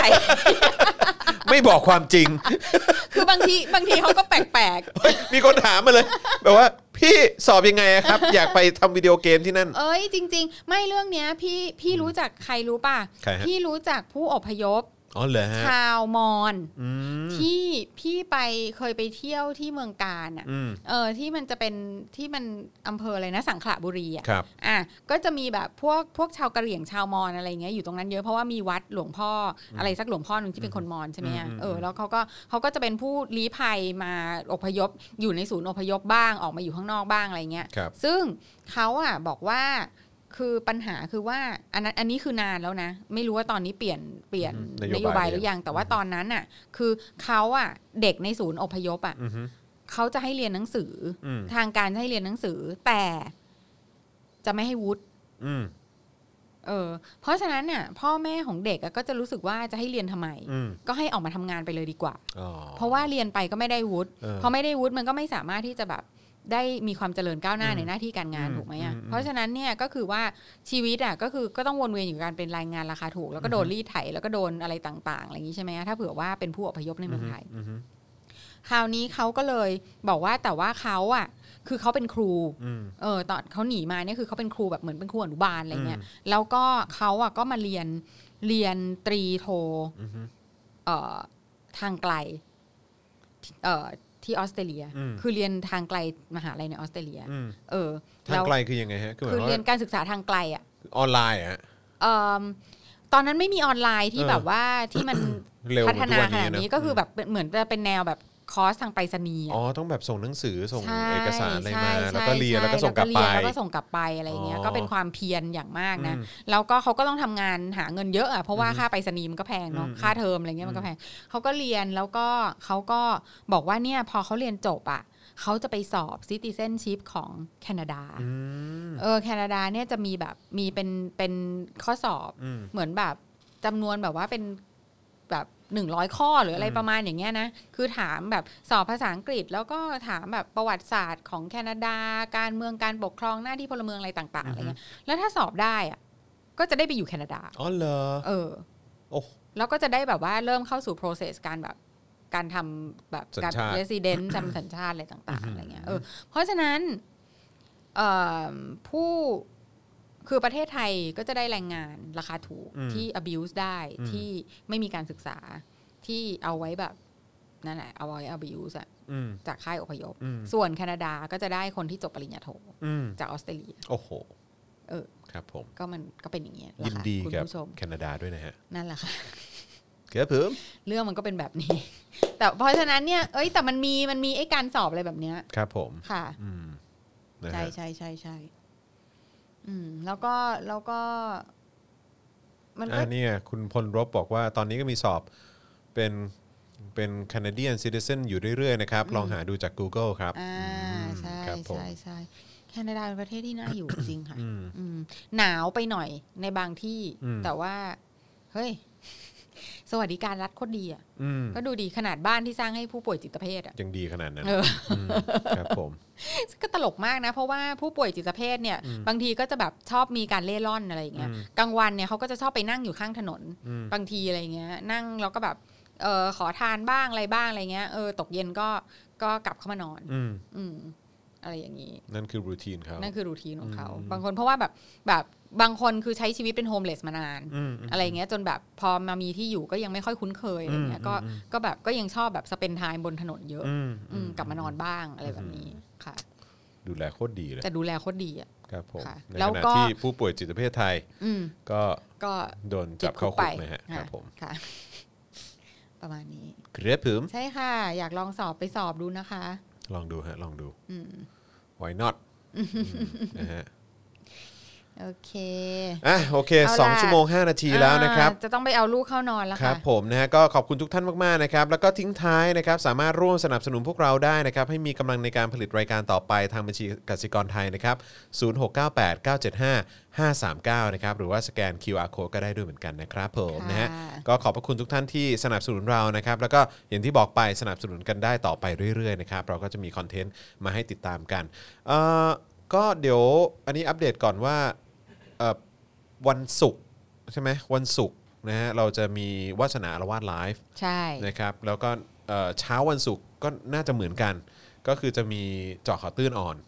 Speaker 2: ไม่บอกความจริง
Speaker 3: คือบางทีบางทีเขาก็แปลก
Speaker 2: เฮ้ยมีคนถามมาเลย แบบว่าพี่สอบยังไงอะครับ อยากไปทำวิดีโอเกมที่นั่น
Speaker 3: ๆเอ้ยจริง ๆ ไม่เรื่องเนี้ย พี่พี่รู้จักใครรู้ป่ะ
Speaker 2: ใครฮะ
Speaker 3: พี่รู้จักผู้อพยพ
Speaker 2: อ๋อเหรอฮะ
Speaker 3: ชาวมอญ
Speaker 2: อืม
Speaker 3: ที่พี่ไปเคยไปเที่ยวที่เมืองการอ่ะ
Speaker 2: อืม
Speaker 3: เออที่มันจะเป็นที่มันอำเภออะไรนะสังขละบุรีอ่ะ
Speaker 2: ครับ
Speaker 3: อ่ะก็จะมีแบบพวกพวกชาวกะเหรี่ยงชาวมอญอะไรเงี้ยอยู่ตรงนั้นเยอะเพราะว่ามีวัดหลวงพ่ออะไรสักหลวงพ่อหนึ่งที่เป็นคนมอญใช่ไหมอะ
Speaker 2: อืม
Speaker 3: เออแล้วเขาก็เขาก็จะเป็นผู้ลี้ภัยมาอพยพ อยู่ในศูนย์อพยพบ้างออกมาอยู่ข้างนอกบ้างอะไรเงี้ย
Speaker 2: ครับ
Speaker 3: ซึ่งเขาอ่ะบอกว่าคือปัญหาคือว่าอันนั้นอันนี้คือนานแล้วนะ ไม่รู้ว่าตอนนี้เปลี่ยนเปลี่ยน
Speaker 2: นโยบาย
Speaker 3: นโยบาย
Speaker 2: หรือ
Speaker 3: หรือยังแต่ว่าตอนนั้นอ่ะ คือเขาอ่ะเด็กในศูนย์อพยพอ่ะ
Speaker 2: อือฮึ
Speaker 3: เขาจะให้เรียนหนังสือ
Speaker 2: อืม
Speaker 3: อทางการจะให้เรียนหนังสือ แต่จะไม่ให้วุฒิ
Speaker 2: อืม
Speaker 3: เออ เพราะฉะนั้นน่ะ พ่อแม่ของเด็กอะก็จะรู้สึกว่าจะให้เรียนทำไม
Speaker 2: อืม
Speaker 3: ก็ให้ออกมาทำงานไปเลยดีกว่า
Speaker 2: อ๋อ
Speaker 3: เพราะว่าเรียนไปก็ไม่ได้วุฒิ
Speaker 2: เออ
Speaker 3: พอไม่ได้วุฒิมันก็ไม่สามารถที่จะแบบได้มีความเจริญก้าวหน้า
Speaker 2: อืม
Speaker 3: ในหน้าที่การงาน
Speaker 2: อืม
Speaker 3: ถูกไหมอ่ะ
Speaker 2: อืม
Speaker 3: เพราะฉะนั้นเนี่ยก็คือว่าชีวิตอ่ะก็คือก็ต้องวนเวียนอยู่กับการเป็นแรายงานราคาถูก แล้วก็โดน
Speaker 2: อือฮึ
Speaker 3: รีดไถแล้วก็โดนอะไรต่างๆอะไรอย่างนี้ใช่ไหมอะถ้าเผื่อว่าเป็นผู้อพยพในเมืองไทย
Speaker 2: อือฮึ
Speaker 3: คราวนี้เขาก็เลยบอกว่าแต่ว่าเขาอ่ะคือเขาเป็นครู
Speaker 2: อืม
Speaker 3: เออตอนเขาหนีมาเนี่ยคือเขาเป็นครูแบบเหมือนเป็นครูอนุบาลอะไรเงี้ย แล้วก็เขาอ่ะก็มาเรียนเรียนตรีโท
Speaker 2: อือฮึ
Speaker 3: เอ่อทางไกลเอ่อที่ออสเตรเลีย
Speaker 2: อืม
Speaker 3: คือเรียนทางไกลมหาลัยในออสเตรเลีย
Speaker 2: อืม
Speaker 3: เออ
Speaker 2: ทางไกลคือยังไงฮะคือหมาย
Speaker 3: คือ
Speaker 2: ความ
Speaker 3: เรียน
Speaker 2: ว่า
Speaker 3: การศึกษาทางไกลอ่ะ
Speaker 2: ออนไลน์อะ
Speaker 3: เอิ่มตอนนั้นไม่มีออนไลน์ที่
Speaker 2: เออ
Speaker 3: แบบว่าที่มัน
Speaker 2: เร็ว
Speaker 3: พัฒนาข
Speaker 2: เมือทุ
Speaker 3: นาด
Speaker 2: กวั
Speaker 3: นี้ก็คือแบบเหมือนจะเป็นแนวแบบคอร์สทางไปรษณีย์อะ
Speaker 2: อ๋อต้องแบบส่งหนังสือส่ง
Speaker 3: ใช่
Speaker 2: เอกสารอะไร
Speaker 3: ใช่
Speaker 2: มา แล้วก็
Speaker 3: ใช่
Speaker 2: เรียน
Speaker 3: ใช่
Speaker 2: แล้วก็ส่งกลับไป
Speaker 3: เรียนแล้วก็ส่งกลับไปอะไรอย่างเงี้ย
Speaker 2: อ๋อ
Speaker 3: ก็เป็นความเพียรอย่างมากนะ
Speaker 2: อืม
Speaker 3: แล้วก็เขาก็ต้องทำงานหาเงินเยอะอะเพราะว่า
Speaker 2: อืม
Speaker 3: ค่าไปรษณีย์มันก็แพงเนาะ
Speaker 2: อืม
Speaker 3: ค่าเทอมอะไรเงี้ยมันก็แพงเขาก็เรียนแล้วก็เขาก็บอกว่าเนี่ยพอเขาเรียนจบอะเขาจะไปสอบ citizenship ของแคนาดา
Speaker 2: อืม
Speaker 3: เออแคนาดาเนี่ยจะมีแบบมีเป็นเป็นข้อสอบ
Speaker 2: อืม
Speaker 3: เหมือนแบบจำนวนแบบว่าเป็นแบบหนึ่งร้อยข้อหรืออะไร
Speaker 2: อืม
Speaker 3: ประมาณอย่างเงี้ยนะคือถามแบบสอบภาษาอังกฤษ แล้วก็ถามแบบประวัติศาสตร์ของแคนาดา การเมืองการปกครองหน้าที่พลเมืองอะไรต่างๆอะไรเงี้ยแล้วถ้าสอบได้อะก็จะได้ไปอยู่แคนาดา
Speaker 2: อ๋อเหรอ
Speaker 3: เออ
Speaker 2: โอ้
Speaker 3: แล้วก็จะได้แบบว่าเริ่มเข้าสู่ process การแบบการทำแบบ
Speaker 2: สัญ
Speaker 3: การ
Speaker 2: ชาติ
Speaker 3: resident จำสัญชาติอะไรต่าง ๆ อะไรเงี้ยเออเพราะฉะนั้นเอ่อผู้คือประเทศไทยก็จะได้แรงงานราคาถูก
Speaker 2: อืม
Speaker 3: ที่ abuse ได้
Speaker 2: อืม
Speaker 3: ที่ไม่มีการศึกษา ที่เอาไว้แบบนั่นแหละเอาไว้เอาไปยูสอะ
Speaker 2: อืม
Speaker 3: จากค่ายอพยพ
Speaker 2: อืม
Speaker 3: ส่วนแคนาดาก็จะได้คนที่จบปริญญาโท
Speaker 2: อืม
Speaker 3: จากออสเตรเลีย
Speaker 2: โอ้โห
Speaker 3: เออ
Speaker 2: ครับผม
Speaker 3: ก็มันก็เป็นอย่างเงี้ยแห
Speaker 2: ยิน
Speaker 3: ละค่ะ
Speaker 2: ดี
Speaker 3: คุณ
Speaker 2: กับ
Speaker 3: ผู้ชม
Speaker 2: แคนาดาด้วยนะฮะ
Speaker 3: นั่นแหละค่ะ
Speaker 2: ครับผม
Speaker 3: เรื่องมันก็เป็นแบบนี้ แต่เพราะฉะนั้นเนี่ย เอ้ย แต่มันมี มันมีไอ้การสอบอะไรแบบเนี้ย
Speaker 2: ครับผม
Speaker 3: ค่ะ
Speaker 2: อืมนะ
Speaker 3: ใช่
Speaker 2: ฮะ
Speaker 3: ใช่ใช่ใช่อืม แล้วก็ แล้วก็ มันก็
Speaker 2: อ่าเนี่ยคุณพลรบบอกว่าตอนนี้ก็มีสอบเป็นเป็น Canadian citizen อยู่เรื่อย ๆ นะครับ ลองหาดูจาก Google ครับ
Speaker 3: อ่า ใช่
Speaker 2: อืมครับผม
Speaker 3: ใช่ใช่แคนาดาเป็นประเทศที่น่าอยู่ จริงค่ะ
Speaker 2: อืม
Speaker 3: อืม หนาวไปหน่อยในบางที่
Speaker 2: อืม
Speaker 3: แต่ว่า เฮ้ย สวัสดิการรัฐโคตรดีอ่ะ
Speaker 2: อืม
Speaker 3: ก็ดูดีขนาดบ้านที่สร้างให้ผู้ป่วยจิตเภทอ่ะ
Speaker 2: ยังดีขนาดนั้น
Speaker 3: เออ
Speaker 2: มครับผม
Speaker 3: ก็ตลกมากนะ เพราะว่าผู้ป่วยจิตเภทเนี่ย บางทีก็จะแบบชอบมีการเล่ร่อนอะไรอย่างเงี้ย
Speaker 2: อืม
Speaker 3: กลางวันเนี่ยเขาก็จะชอบไปนั่งอยู่ข้างถนน
Speaker 2: อืม
Speaker 3: บางทีอะไรเงี้ย นั่งแล้วก็แบบเออขอทานบ้างอะไรบ้างอะไรเงี้ยเออตกเย็นก็ก็กลับเข้ามานอน
Speaker 2: อืม
Speaker 3: อืม อะไรอย่างนี้
Speaker 2: นั่นคือรูทีนเขา
Speaker 3: นั่นคือรูทีนของเขา
Speaker 2: อืม
Speaker 3: บางคนเพราะว่าแบบแบบบางคนคือใช้ชีวิตเป็นโฮมเลสมานาน
Speaker 2: มม
Speaker 3: อะไรเงี้ยจนแบบพอมามีที่อยู่ก็ยังไม่ค่อยคุ้นเคยอะไรเงี้ยก็
Speaker 2: อืม
Speaker 3: ก็แบบก็ยังชอบแบบสเปนไทม์บนถนนเยอะ
Speaker 2: อืม
Speaker 3: อืมกลับมานอนบ้างอะไรแบบนี้ค่ะ
Speaker 2: ดูแลโคตรดีเลย
Speaker 3: แต่ดูแลโคตรดีอ่ะ
Speaker 2: ครับผม
Speaker 3: ค่ะ
Speaker 2: ใน
Speaker 3: แล้
Speaker 2: ข
Speaker 3: ว
Speaker 2: ณะ
Speaker 3: ก็
Speaker 2: ที่ผู้ป่วยจิตเภทไทย
Speaker 3: อืม
Speaker 2: ก็
Speaker 3: ก็
Speaker 2: โดนจับเข้าคุกนะฮะครับผม
Speaker 3: ค่ะ ประมาณนี้
Speaker 2: ครับผม
Speaker 3: ใช่ค่ะ อยากลองสอบไปสอบดูนะคะ
Speaker 2: ลองดูฮะลองดู
Speaker 3: อืม
Speaker 2: why not อืมนะฮะ
Speaker 3: โอเค
Speaker 2: อ่ะโอเค
Speaker 3: เอาล่ะ
Speaker 2: สองชั่วโมง 5 นาทีแล้วนะครับ
Speaker 3: อ่าจะต้องไปเอาลูกเข้านอนแล้ว
Speaker 2: ครั
Speaker 3: ค่ะ
Speaker 2: บผมนะฮะก็ขอบคุณทุกท่านมากๆนะครับแล้วก็ทิ้งท้ายนะครับสามารถร่วมสนับสนุนพวกเราได้นะครับให้มีกำลังในการผลิตรายการต่อไปทางบัญชีกสิกรไทยนะครับ0698 975 539นะครับหรือว่าสแกน QR code ก็ได้ด้วยเหมือนกันนะครับผม
Speaker 3: ค่ะ
Speaker 2: นะฮะก็ขอบพระคุณทุกท่านที่สนับสนุนเรานะครับแล้วก็อย่างที่บอกไปสนับสนุนกันได้ต่อไปเรื่อยๆนะครับเราก็จะมีคอนเทนต์มาให้ติดตามกันเอ่อก็เดี๋ยวอันนี้อัปเดตก่อนว่าเอ่อ วันศุกร์ใช่ไหมวันศุกร์นะฮะเราจะมีวาสนาละวาดไลฟ์
Speaker 3: ใช่
Speaker 2: นะครับแล้วก็เอ่อเช้าวันศุกร์ก็น่าจะเหมือนกัน ก็คือจะมีเจาะข่าวตื้นอ่อน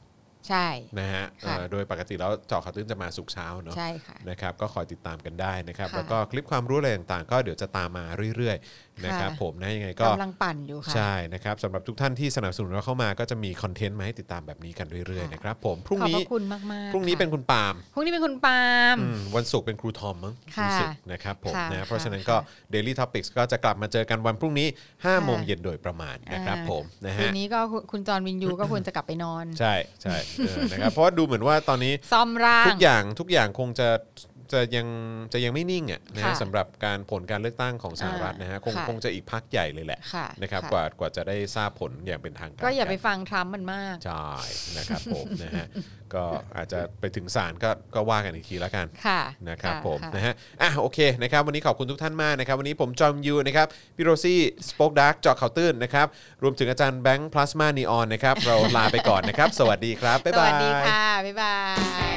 Speaker 3: ใช่
Speaker 2: นะฮะเอ่อ
Speaker 3: ค่ะ
Speaker 2: โดยปกติแล้วเจาะข่าวตื้นจะมาศุกร์เช้าเนาะ
Speaker 3: ใช่ค่ะ
Speaker 2: นะครับก็คอยติดตามกันได้นะครับ
Speaker 3: ค่ะ
Speaker 2: แล้วก็คลิปความรู้อะไรต่างๆ ก็เดี๋ยวจะตามมาเรื่อยๆนะครับ
Speaker 3: ค่ะ
Speaker 2: ผมนะยังไงก็
Speaker 3: กำลังปั่นอยู่ค่ะ
Speaker 2: ใช่นะครับสำหรับทุกท่านที่สนับสนุนเราเข้ามาก็จะมีคอนเทนต์มาให้ติดตามแบบนี้กันเรื่อยๆ
Speaker 3: ค่ะ
Speaker 2: นะครับผมพรุ่ง
Speaker 3: ขอบพ
Speaker 2: นี้
Speaker 3: ระคุณมากๆ
Speaker 2: พรุ่งนี้
Speaker 3: ค่ะ
Speaker 2: เป็นคุณปาล์ม
Speaker 3: พรุ่งนี้เป็นคุณปาล์ม
Speaker 2: อืมวันศุกร์เป็นครูทอมมั้ง
Speaker 3: ค่ะ
Speaker 2: รู้สึกนะครับผม
Speaker 3: ค่ะ
Speaker 2: นะ
Speaker 3: ค่ะ
Speaker 2: เพราะฉะนั้นก็ Daily Topics ก็จะกลับมาเจอกันวันพรุ่งนี้ 5
Speaker 3: ค่ะ
Speaker 2: โมงเย็นโดยประมาณนะครับผมนะ
Speaker 3: คื
Speaker 2: ฮะ
Speaker 3: นนี้ก็คุณคุณจอร์นวินยูก็ควรจะกลับไปนอน
Speaker 2: ใช่ใช่เออนะครับเพราะว่าดูเหมือนว่าตอนนี้
Speaker 3: ซ่อมร่าง
Speaker 2: ทุกอย่างทุกอย่างคงจะจะยังจะยังไม่นิ่งอ่ะนะฮะ
Speaker 3: ค่ะ
Speaker 2: สำหรับการผลการเลือกตั้งของสหรัฐนะฮะคง
Speaker 3: ค่ะ
Speaker 2: คงจะอีกพักใหญ่เลยแหละ
Speaker 3: ค่ะ
Speaker 2: นะครับ
Speaker 3: ะ
Speaker 2: กว่ากว่าจะได้ทราบผลอย่างเป็นทางการ
Speaker 3: ก็อย่าไป
Speaker 2: น
Speaker 3: ฟังทรัมป์มันมาก
Speaker 2: ใช่นะครับผม นะฮะก็อาจจะไปถึงศาลก็ก็ว่ากันอีกทีแล้วกัน
Speaker 3: ค่ะ
Speaker 2: นะครับ
Speaker 3: ค่ะ
Speaker 2: ผม
Speaker 3: ค่ะ
Speaker 2: นะฮะอ่ะโอเคนะครับวันนี้ขอบคุณทุกท่านมากนะครับ วันนี้ผมจอมยูนะครับพี่โรซี่สป็อกดาร์กเจาะข่าวตื้นนะครับรวมถึงอาจารย์แบงค์พลาสมานีออนนะครับ เราลาไปก่อนนะครับ สวัสดีครับ บ๊าย
Speaker 3: ส
Speaker 2: บาย
Speaker 3: วัสดีค่ะ บ๊ายบาย